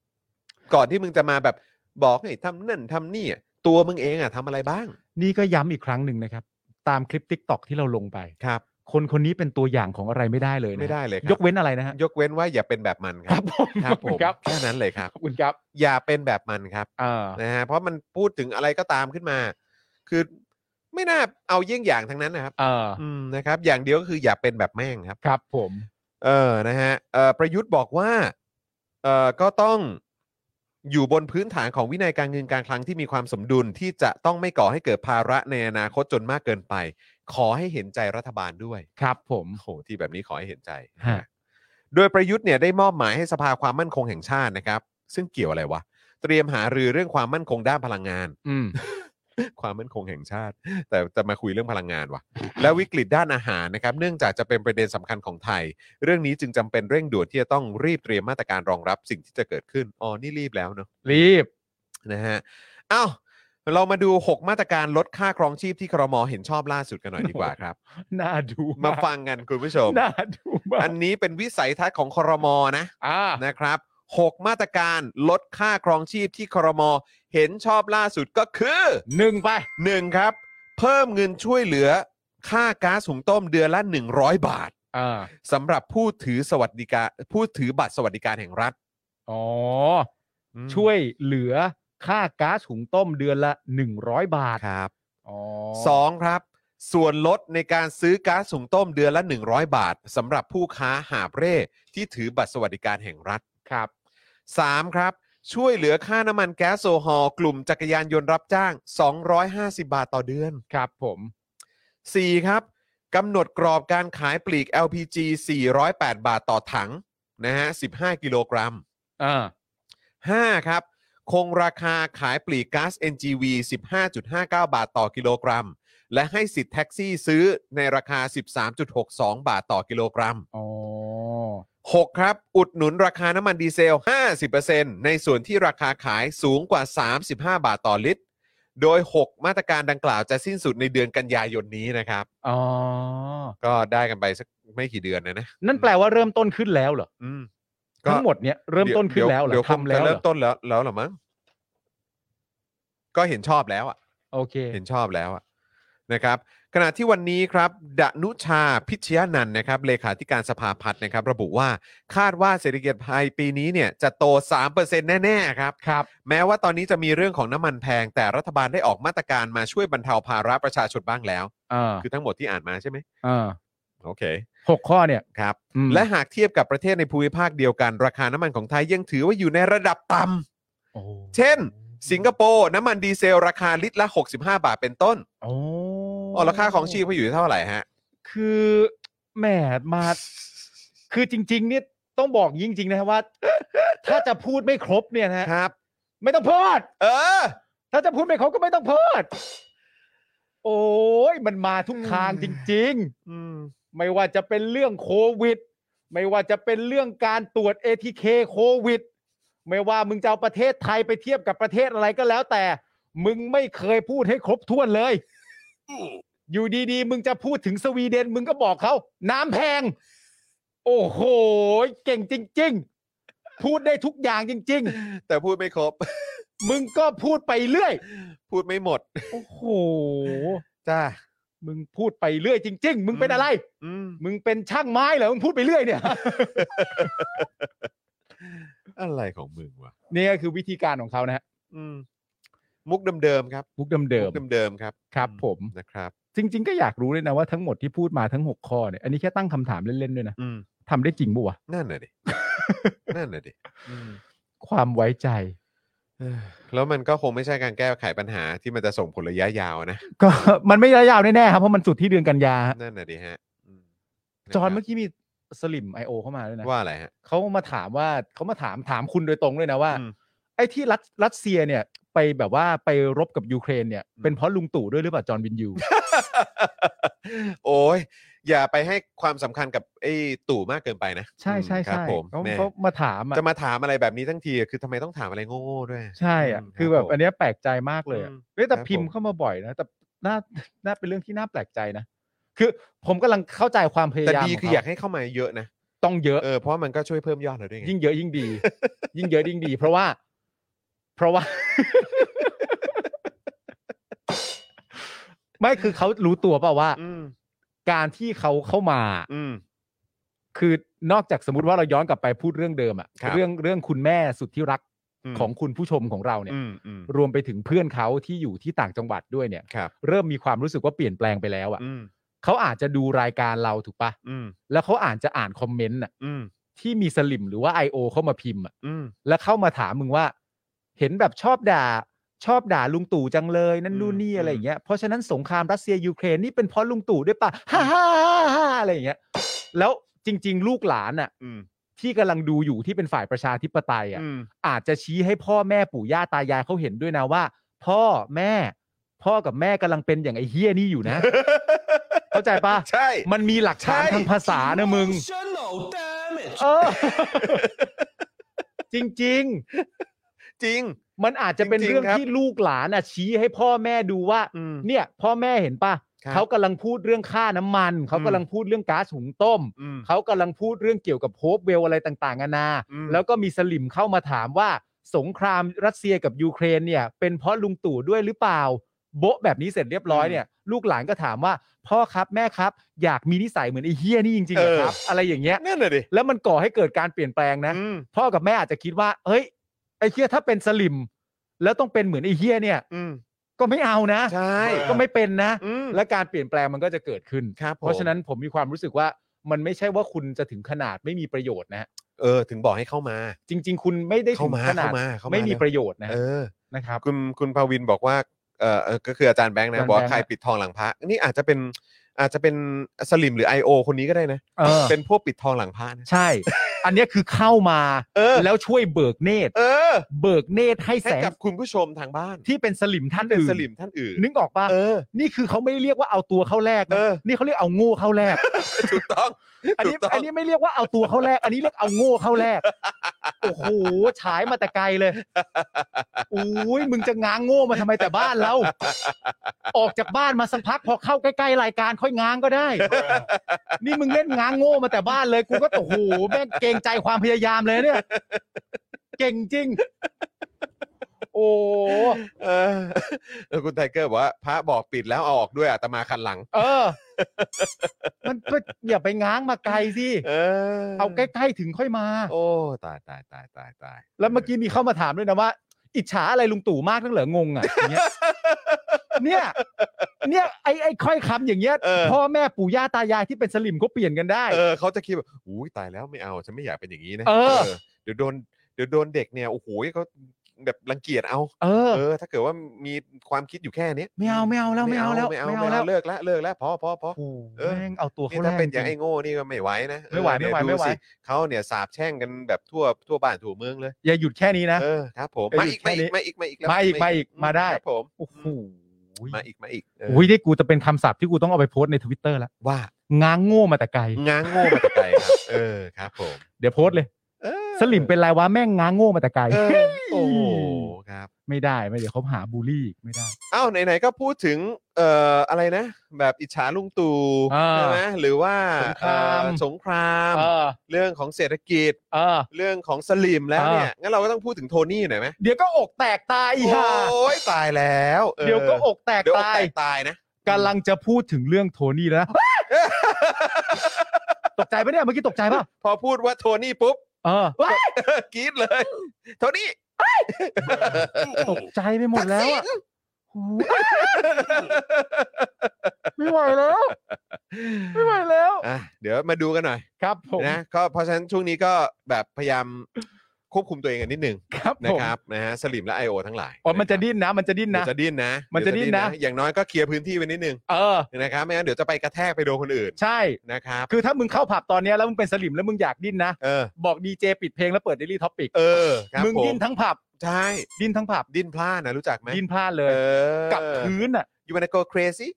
Speaker 1: ก่อนที่มึงจะมาแบบบอกให้ทำนั่นทำนี่อะตัวมึงเองอะทำอะไรบ้าง
Speaker 2: นี่ก็ย้ำอีกครั้งหนึ่งนะครับ ตามคลิป t ิ k t o k ที่เราลงไป
Speaker 1: ครับ
Speaker 2: คนคนนี้เป็นตัวอย่างของอะไรไม่ได้เลยนะ
Speaker 1: ไม่ได้เลยค
Speaker 2: ย
Speaker 1: รับ
Speaker 2: กเว้นอะไรนะฮะ
Speaker 1: ยกเว้นว่าอย่าเป็นแบบมันค
Speaker 2: ค
Speaker 1: รั
Speaker 2: รั
Speaker 1: บบ
Speaker 2: ผม
Speaker 1: ครับผม
Speaker 2: ครับ
Speaker 1: แค่นั้นเลยครับ
Speaker 2: ขอบคุณครับ
Speaker 1: อย่าเป็นแบบมันครับ
Speaker 2: เออ
Speaker 1: นะฮะเพราะมันพูดถึงอะไรก็ตามขึ้นมา คือไม่น่าเอาเยี่ยงอย่างทั้งนั้นนะครับ
Speaker 2: เออ
Speaker 1: อืมนะครับ อย่างเดียวก็คืออย่าเป็นแบบแม่งครับ
Speaker 2: ครับผม
Speaker 1: เออนะฮะเออประยุทธ์บอกว่าเออก็ต้อง อยู่บนพื้นฐานของวินัยการเงินการคลังที่มีความสมดุลที่จะต้องไม่ก่อให้เกิดภาระในอนาคตจนมากเกินไป ขอให้เห็นใจรัฐบาลด้วย
Speaker 2: ครับผม
Speaker 1: โหที่แบบนี้ขอให้เห็นใจ
Speaker 2: ฮะ
Speaker 1: โดยประยุทธ์เนี่ยได้มอบหมายให้สภาความมั่นคงแห่งชาตินะครับ ซึ่งเกี่ยวอะไรวะ เตรียมหารือเรื่องความมั่นคงด้านพลังงาน
Speaker 2: อืม
Speaker 1: ความมั่นคงแห่งชาติ แต่จะมาคุยเรื่องพลังงานว่ะ และวิกฤตด้านอาหารนะครับ เนื่องจากจะเป็นประเด็นสำคัญของไทย เรื่องนี้จึงจำเป็นเร่งด่วนที่จะต้องรีบเตรียมมาตรการรองรับสิ่งที่จะเกิดขึ้นอ๋อนี่รีบแล้วเนาะ
Speaker 2: รีบ
Speaker 1: นะฮะอ้าวเรามาดู 6 มาตรการลดค่าครองชีพที่ครมเห็นชอบล่าสุดกันหน่อยดีกว่า ครับ
Speaker 2: น่าดู
Speaker 1: มา
Speaker 2: าก
Speaker 1: ฟังกันคุณผู้ชม
Speaker 2: น่าดูมาก
Speaker 1: อันนี้เป็นวิสัยทัศน์ของครมนะ
Speaker 2: อ่า
Speaker 1: นะครับ 6 มาตรการลดค่าครองชีพที่ครมเห็นชอบล่าสุดก็คือ
Speaker 2: หนึ่งไป
Speaker 1: 1. ครับ เพิ่มเงินช่วยเหลือค่าก๊าซหุงต้มเดือนละ 100 บาท
Speaker 2: อ่า
Speaker 1: สำหรับผู้ถือสวัสดิการผู้ถือบัตรสวัสดิการแห่งรัฐ
Speaker 2: อ๋อ
Speaker 1: อืม
Speaker 2: ช่วยเหลือค่าก๊าซหุงต้มเดือนละ 100 บาท
Speaker 1: ครับ
Speaker 2: อ๋อ
Speaker 1: สองครับ ส่วนลดในการซื้อก๊าซสูงต้มเดือนละ 100 บาทสำหรับผู้ค้าหาบเร่ที่ถือบัตรสวัสดิการแห่งรัฐ
Speaker 2: ครับ
Speaker 1: สามครับ ช่วยเหลือค่าน้ำมันแก๊สโซฮอล์กลุ่มจักรยานยนต์รับจ้าง 250 บาทต่อเดือน
Speaker 2: ครับผม
Speaker 1: 4. ครับกำหนดกรอบการขายปลีก LPG 408 บาทต่อถังนะฮะ15 กิโลกรัม
Speaker 2: อ่า
Speaker 1: 5. ครับ คงราคาขายปลีกก๊าซ NGV 15.59 บาทต่อกิโลกรัม และให้สิทธิ์แท็กซี่ซื้อในราคา 13.62 บาทต่อกิโลกรัม
Speaker 2: อ๋อ
Speaker 1: 6. ครับ อุดหนุนราคาน้ำมันดีเซล 50%ในส่วนที่ราคาขายสูงกว่า 35 บาทต่อลิตร โดย 6 มาตรการดังกล่าวจะสิ้นสุดในเดือนกันยายนนี้นะครับ
Speaker 2: อ๋อ
Speaker 1: ก็ได้กันไปสักไม่กี่เดือนนะนะ
Speaker 2: นั่นแปลว่าเริ่มต้นขึ้นแล้วเหรอ
Speaker 1: อืมก็
Speaker 2: ทั้งหมดเนี่ยเริ่มต้นขึ้นแล้วเหร
Speaker 1: เดี๋
Speaker 2: อ
Speaker 1: ยวคง
Speaker 2: ทำแล้
Speaker 1: จะ
Speaker 2: วเหร
Speaker 1: เริ่ม
Speaker 2: อ
Speaker 1: ต้นแล้วแล้วเหรอมั้งก็เห็นชอบแล้วอ่ะ
Speaker 2: โอเค
Speaker 1: เห็นชอบแล้วอะนะครับขณะที่วันนี้ครับดนุชาพิชยานันท์นะครับเลขาธิการสภาพัฒน์นะครับ ระบุว่าคาดว่าเศรษฐกิจไทยปีนี้เนี่ยจะโต 3%แน่ ๆ ครับ
Speaker 2: ครับ
Speaker 1: แม้ว่าตอนนี้จะมีเรื่องของน้ำมันแพง แต่รัฐบาลได้ออกมาตรการมาช่วยบรรเทาภาระประชาชนบ้างแล้ว
Speaker 2: อ่า
Speaker 1: คือทั้งหมดที่อ่านมาใช่ไหม
Speaker 2: อ่า
Speaker 1: โอเค
Speaker 2: หกข้อเนี่ย
Speaker 1: ครับ
Speaker 2: อืม
Speaker 1: และหากเทียบกับประเทศในภูมิภาคเดียวกัน ราคาน้ำมันของไทยยังถือว่าอยู่ในระดับต่ำ
Speaker 2: โอ้
Speaker 1: เช่น สิงคโปร์น้ำมันดีเซล ราคาลิตรละ 65 บาทเป็นต้น
Speaker 2: โอ้
Speaker 1: อ๋อราคาของชีพเขาอยู่ที่เท่าไหร่ฮะ
Speaker 2: คือแหมมา คือจริง ๆ เนี่ยต้องบอกจริง ๆ นะว่า ถ้าจะพูดไม่ครบเนี่ยนะฮะ
Speaker 1: ครับ
Speaker 2: ไม่ต้องพูด
Speaker 1: เออ
Speaker 2: ถ้าจะพูดไม่ครบก็ไม่ต้องพูด โอ้ยมันมาทุกทางจริง
Speaker 1: อืม
Speaker 2: ๆ ไม่ว่าจะเป็นเรื่องโควิด ไม่ว่าจะเป็นเรื่องการตรวจ ATK โควิด ไม่ว่ามึงจะเอาประเทศไทยไปเทียบกับประเทศอะไรก็แล้วแต่ มึงไม่เคยพูดให้ครบถ้วนเลย อยู่ดีๆ มึงจะพูดถึงสวีเดน มึงก็บอกเขา น้ำแพง โอ้โห เก่งจริง ๆ พูดได้ทุกอย่างจริง
Speaker 1: แต่พูดไม่ครบ
Speaker 2: ๆ มึงก็พูดไปเรื่อย
Speaker 1: พูดไม่หมด
Speaker 2: โอ้โห
Speaker 1: จ้า
Speaker 2: มึงพูดไปเรื่อยจริง ๆ มึงเป็น
Speaker 1: อืม
Speaker 2: อะไร
Speaker 1: อืม
Speaker 2: มึงเป็นช่างไม้เหรอ มึงพูดไปเรื่อยเนี่ย
Speaker 1: อะไรของมึงวะ
Speaker 2: นี่ก็คือวิธีการของเขานะฮะ
Speaker 1: อืม มุกเดิมๆครับ
Speaker 2: มุกเดิม
Speaker 1: มุกเดิมๆครับ
Speaker 2: ๆครับ ผม
Speaker 1: นะครับ
Speaker 2: จริง ๆ ก็อยากรู้เลยนะว่าทั้งหมดที่พูดมาทั้ง 6 ข้อเนี่ย อันนี้แค่ตั้งคำถามเล่น ๆ ด้วยนะ
Speaker 1: อืม
Speaker 2: ทำได้จริงปะวะ
Speaker 1: นั่นน่ะดิ นั่นน่ะดิอืม
Speaker 2: ความไว้ใจ
Speaker 1: เอ้อแล้วมันก็คงไม่ใช่การแก้ไขปัญหาที่มันจะส่งผลระยะยาวนะ
Speaker 2: ก็ มันไม่ระยะยาวแน่ๆครับ เพราะมันสุดที่เดือนกันยาฮะ
Speaker 1: นั่นน่ะดิฮะอืม
Speaker 2: จอห์
Speaker 1: ค
Speaker 2: นะ
Speaker 1: บ
Speaker 2: เมื่อกี้มีสลิม I.O. เข้ามาด้วยนะ
Speaker 1: ว่าอะไรฮะ
Speaker 2: เขามาถามว่าเขามาถามถามคุณโดยตรงด้วยนะว่า
Speaker 1: อืม
Speaker 2: ไอ้ที่รัสรัสเซียเนี่ย ไปแบบว่าไปรบกับยูเครนเนี่ย เป็นเพราะลุงตู่ด้วยหรือเปล่าจอห์นวินยู
Speaker 1: โอ้ย อย่าไปให้ความสำคัญกับไอ้ตู่มากเกินไปนะ
Speaker 2: ใช่
Speaker 1: อืม
Speaker 2: ใช่
Speaker 1: ครับ
Speaker 2: ใช่
Speaker 1: ผม
Speaker 2: เขา
Speaker 1: แหม่
Speaker 2: เขามาถามอ่ะ
Speaker 1: จะมาถามอะไรแบบนี้ทั้งทีอะคือทำไมต้องถามอะไรโง่ๆด้วย
Speaker 2: ใช่อ่ะ
Speaker 1: ม
Speaker 2: คือแบบ
Speaker 1: รัผม
Speaker 2: อันเนี้ยแปลกใจมากเลยอะ
Speaker 1: อืม
Speaker 2: เฮ้ยแต่
Speaker 1: ครับ
Speaker 2: พิม
Speaker 1: ผ
Speaker 2: พ์
Speaker 1: ม
Speaker 2: เข้ามาบ่อยนะแต่น่า น่าเป็นเรื่องที่น่าแปลกใจนะ คือผมกำลังเข้าใจความพยา
Speaker 1: แต่
Speaker 2: ยาม
Speaker 1: ดี
Speaker 2: ขง
Speaker 1: คือ
Speaker 2: เข
Speaker 1: อยากให้เข้ามาเยอะนะ
Speaker 2: ต้องเยอะ
Speaker 1: เออเพราะมันก็ช่วยเพิ่มยอดเราด้วยไง
Speaker 2: ยิ่งเยอะยิ่งดี ยิ่งเยอะยิ่งดี เพราะว่า เพราะว่า ไม่คือเขารู้ตัวเปล่าว่า
Speaker 1: อืม
Speaker 2: การที่เขาเข้ามา
Speaker 1: อืม
Speaker 2: คือนอกจากสมมติว่าเราย้อนกลับไปพูดเรื่องเดิมอะ
Speaker 1: ครับ
Speaker 2: เรื่องเรื่องคุณแม่สุดที่รัก
Speaker 1: ม
Speaker 2: ของคุณผู้ชมของเราเนี่ย
Speaker 1: อืมอืม
Speaker 2: รวมไปถึงเพื่อนเขาที่อยู่ที่ต่างจังหวัดด้วยเนี่ย
Speaker 1: ครับ
Speaker 2: เริ่มมีความรู้สึกว่าเปลี่ยนแปลงไปแล้ว
Speaker 1: อื
Speaker 2: อะ่ะ
Speaker 1: ม
Speaker 2: เขาอาจจะดูรายการเราถูกปะ
Speaker 1: อืม
Speaker 2: แล้วเขาอาจจะอ่านคอมเมนต์น่ะ
Speaker 1: อืม
Speaker 2: ที่มีสลิมหรือว่า I.O. เข้ามาพิมพ์อะ
Speaker 1: อืม
Speaker 2: แล้วเข้ามาถามมึงว่า เห็นแบบชอบด่า ชอบด่าลุงตู่จังเลยนั่น
Speaker 1: อืม
Speaker 2: นู่นนี่
Speaker 1: อืม
Speaker 2: อะไรอย่างเงี้ยเพราะฉะนั้นสงครามรัสเซียยูเครนนี่เป็นเพราะลุงตู่ด้วยป่ะฮ่าฮ่าฮ่าฮ่าอะไรอย่างเงี้ยแล้วจริง ๆ ลูกหลานอ่ะ
Speaker 1: อืม
Speaker 2: ที่กำลังดูอยู่ที่เป็นฝ่ายประชาธิปไตยอ่ะ
Speaker 1: อืม
Speaker 2: อาจจะชี้ให้พ่อแม่ปู่ย่าตายายเขาเห็นด้วยนะว่า พ่อแม่ พ่อกับแม่กำลังเป็นอย่างไอ้เฮี้ยนี่อยู่นะ เข้าใจปะ
Speaker 1: ใช่
Speaker 2: มันมีหลักฐาน
Speaker 1: ใช่
Speaker 2: ทางภาษานะมึงเออ จริง
Speaker 1: จริง
Speaker 2: ๆ มันอาจจะเป็น
Speaker 1: จริงๆ
Speaker 2: เรื่อง
Speaker 1: ครับ
Speaker 2: ที่ลูกหลานอ่ะชี้ให้พ่อแม่ดูว่า เนี่ย พ่อแม่เห็นปะ
Speaker 1: ครับ
Speaker 2: เขากำลังพูดเรื่องค่าน้ำมัน เขากำลังพูดเรื่องก๊าซหุงต้ม เขากำลังพูดเรื่องเกี่ยวกับโฮปเวลอะไรต่างๆนานา
Speaker 1: อืม
Speaker 2: แล้วก็มีสลิมเข้ามาถามว่าสงครามรัสเซียกับยูเครนเนี่ย เป็นเพราะลุงตู่ด้วยหรือเปล่า โบ๊ะแบบนี้เสร็จเรียบร้อยเนี่ย ลูกหลานก็ถามว่า พ่อครับแม่ครับ อยากมีนิสัยเหมือนไอ้เฮี้ยนี่จริงๆเหรอครับ อะไรอย่างเงี้ย
Speaker 1: นั่นน่ะดิ
Speaker 2: แล้วมันก่อให้เกิดการเปลี่ยนแปลงนะ
Speaker 1: อืม
Speaker 2: พ่อกับแม่อาจจะคิดว่าเฮ้ยไอ้เฮี้ยถ้าเป็นสลิม แล้วต้องเป็นเหมือนไอ้เฮี้ยเนี่ย
Speaker 1: อืม
Speaker 2: ก็ไม่เอานะ
Speaker 1: ใช่
Speaker 2: ก็ไม่เป็นนะ
Speaker 1: อืม
Speaker 2: และการเปลี่ยนแปลงมันก็จะเกิดขึ้น
Speaker 1: ครับผม
Speaker 2: เพราะฉะนั้นผมมีความรู้สึกว่ามันไม่ใช่ว่าคุณจะถึงขนาดไม่มีประโยชน์นะฮะ
Speaker 1: เออ ถึงบอกให้เข้ามา
Speaker 2: จริง ๆ คุณไม่ได้
Speaker 1: เข้า
Speaker 2: ถึง
Speaker 1: มา
Speaker 2: ขนาด
Speaker 1: เข้ามาเข้ามา
Speaker 2: ไม่มี
Speaker 1: เร็ว
Speaker 2: ประโยชน์นะ
Speaker 1: เออ
Speaker 2: นะครับ
Speaker 1: คุณคุณภาวินบอกว่าเออเอ่อก็คืออาจารย์แบงค์นะ
Speaker 2: อาจารย์
Speaker 1: บอกว่า
Speaker 2: แบงค์
Speaker 1: ใคร
Speaker 2: อะ
Speaker 1: ปิดทองหลังพระนี่อาจจะเป็นอาจจะเป็นสลิมหรือ IO คนนี้ก็ได้นะ
Speaker 2: เออ
Speaker 1: เป็นพวกปิดทองหลังพระนะ
Speaker 2: ใช่ อันเนี้ยคือเข้ามา
Speaker 1: เออ
Speaker 2: แล้วช่วยเบิกเนตร
Speaker 1: เออ
Speaker 2: เบิกเนตรให้
Speaker 1: ให้
Speaker 2: แสง
Speaker 1: กับคุณผู้ชมทางบ้าน
Speaker 2: ที่เป็นสลิมท่าน
Speaker 1: เป็น
Speaker 2: อื่น
Speaker 1: สลิมท่านอื่น
Speaker 2: นึกออกปะ
Speaker 1: เออ
Speaker 2: นี่คือเขาไม่เรียกว่าเอาตัวเข้าแรก
Speaker 1: เอ
Speaker 2: นะ
Speaker 1: อ
Speaker 2: นี่เขาเรียกเอาโง่เข้าแรก
Speaker 1: ถูกต้อง
Speaker 2: อันนี้
Speaker 1: ถูกต้อง
Speaker 2: อันนี้ไม่เรียกว่าเอาตัวเข้าแรก อันนี้เรียกเอาโง่เข้าแรก โอ้โหฉายมาแต่ไกลเลยอุ้ยมึงจะง้างโง่มาทำไมแต่บ้านเรา ออกจากบ้านมาสักพักพอเข้าใกล้ๆรายการค่อยง้างก็ได้ นี่มึงเล่นง้างโง่มาแต่บ้านเลยกูก็โอ้โหแม่งเกรงใจความพยายามเลยเนี่ย เก่งจริง โอ้
Speaker 1: เออ แล้วคุณไทเกอร์บอกว่าพระบอกปิดแล้วเอาออกด้วยอาตมาคันหลัง
Speaker 2: เออ มันก็อย่าไปง้างมาไกลสิ
Speaker 1: เออ
Speaker 2: เอาใกล้ๆถึงค่อยมา
Speaker 1: โอ้ตายตายตายตายตาย
Speaker 2: แล้วเมื่อกี้มีเข้ามาถามด้วยนะว่า อิจฉาอะไรลุงตู่มากนั่งเหรองงอ่ะอย่างเงี้ย เนี่ย เนี่ยไอ้ไอ้ค่อยคำอย่างเงี้ย
Speaker 1: เออ
Speaker 2: พ่อแม่ปู่ย่าตายายที่เป็นสลิมก็เปลี่ยนกันได้
Speaker 1: เออเขาจะคิดแบบอุ้ยตายแล้วไม่เอาฉันไม่อยากเป็นอย่างนี้นะ
Speaker 2: เออ
Speaker 1: เดี๋ยวโดนเดี๋ยวโดนเด็กเนี่ยโอ้โหเขาแบบรังเกียจเอา
Speaker 2: เออ
Speaker 1: เออ ถ้าเกิดว่ามีความคิดอยู่แค่เนี้ย
Speaker 2: ไม่เอาไม่เอาแล้วไม่เอาแล้ว
Speaker 1: ไม่เอา
Speaker 2: ไม่
Speaker 1: ไม่
Speaker 2: เอา
Speaker 1: เอา
Speaker 2: แล้ว
Speaker 1: เลิกละเลิกละพอพอพอ
Speaker 2: โอ้โห
Speaker 1: เออ
Speaker 2: แม่งเอาตัว
Speaker 1: นี่
Speaker 2: เขา
Speaker 1: ถ้า
Speaker 2: แรง
Speaker 1: เป็นอย่าง
Speaker 2: จริ
Speaker 1: ไอ้
Speaker 2: ง
Speaker 1: โง่นี่ก็ไม่ไหวนะ
Speaker 2: ไม่ไหว
Speaker 1: เออเนี่ย
Speaker 2: ไม่
Speaker 1: ดู
Speaker 2: ไหวไม่ไหว
Speaker 1: สิเขาเนี่ยสาบแช่งกันแบบทั่วทั่วบ้านทั่วเมืองเลย
Speaker 2: อย่าหยุดแค่นี้นะ
Speaker 1: เออครับผม
Speaker 2: เออ
Speaker 1: มาอีก
Speaker 2: แค่
Speaker 1: มา
Speaker 2: นี้
Speaker 1: อีกมาอีกมาอีกแล้ว
Speaker 2: มาอีกมาอีกมาได้
Speaker 1: ครับผม
Speaker 2: โอ้โห
Speaker 1: มาอีกมาอีกเออ
Speaker 2: อุ้ยนี่กูจะเป็นคำศัพท์ที่กูต้องเอาไปโพสต์ในทวิตเตอร์ละ
Speaker 1: ว่า
Speaker 2: ง้างโง่มาแต่ไกล
Speaker 1: ง้างโง่มาแต่ไกลครับเออครับผม
Speaker 2: เดี๋ยวโพสต์เลย
Speaker 1: เออ
Speaker 2: สลิมเป็นไรวะแม่งง้างโง่มาแต่ไกล
Speaker 1: เออโอ้โหครับ
Speaker 2: ไม่ได้ไม่เดี๋ยวเขาหาบูลลี่อีกไม่ได้
Speaker 1: อ้าวไหนๆก็พูดถึงเอ่ออะไรนะ แบบอิจฉาลุงตู่
Speaker 2: อ่า
Speaker 1: ใช่ไหมหรือว่า
Speaker 2: สงคราม
Speaker 1: เอ่อสงคราม
Speaker 2: เออ
Speaker 1: เรื่องของเศรษฐกิจ
Speaker 2: เออ
Speaker 1: เรื่องของสลิมแล้วเนี่ยงั้นเราก็ต้องพูดถึงโทนี่หน่อยไหม
Speaker 2: เดี๋ยวก็อกแตกตายอีห่า
Speaker 1: โอ้ยตายแล้วออ
Speaker 2: เดี๋ยวก็อกแตก
Speaker 1: เดี๋ยวอก
Speaker 2: ตาย
Speaker 1: แตกตายนะ
Speaker 2: กำลังจะพูดถึงเรื่องโทนี่แล้วนะ ตกใจปะเนี่ยเมื่อกี้ตกใจปะ
Speaker 1: พอพูดว่าโทนี่ปุ๊บ
Speaker 2: เออ
Speaker 1: กรี๊ดเลย โทนี่
Speaker 2: ตกใจไปหมดแล้วอะโอ้ยไม่ไหวแล้ว ไม่ไหวแล้ว
Speaker 1: อ่ะเดี๋ยวมาดูกันหน่อย
Speaker 2: ครับผม
Speaker 1: นะก็เพราะฉะนั้นช่วงนี้ก็แบบพยายามควบคุมตัวเองกันนิดนึง
Speaker 2: ครับ
Speaker 1: นะ
Speaker 2: ผม
Speaker 1: ครับนะฮะสลิมและ IO ทั้งหลาย
Speaker 2: อ๋อมัน
Speaker 1: ค
Speaker 2: จะ
Speaker 1: รับ
Speaker 2: ดิ้นนะ มันจะดิ้น
Speaker 1: เดี๋ย
Speaker 2: นะ
Speaker 1: วจะดิ้นนะ
Speaker 2: มันจะดิ้นนะ
Speaker 1: เดี๋ยวอย่างน้อยก็เคลียร์พื้นที่ไว้นิดนึง
Speaker 2: เออ
Speaker 1: นะครับไม่งั้นเดี๋ยวจะไปกระแทกไปโดนคนอื่น
Speaker 2: ใช่
Speaker 1: นะครับ
Speaker 2: คือถ้ามึงเข้าผับตอนเนี้ยแล้วมึงเป็นสลิมแล้วมึงอยากดิ้นนะ
Speaker 1: เออ
Speaker 2: บอกดีเจปิดเพลงแล้วเปิดเดลี่ท็อปิก
Speaker 1: เออครับ
Speaker 2: มึง
Speaker 1: ผ
Speaker 2: ดิ้นทั้งผับ
Speaker 1: ใช่
Speaker 2: ดิ้นทั้งผับ
Speaker 1: ดิ้นพลาดนะรู้จักไหม
Speaker 2: ดิ้นพลาดเล
Speaker 1: เอย อ
Speaker 2: กับพื้นอ่ะ
Speaker 1: ยูวันโก crazy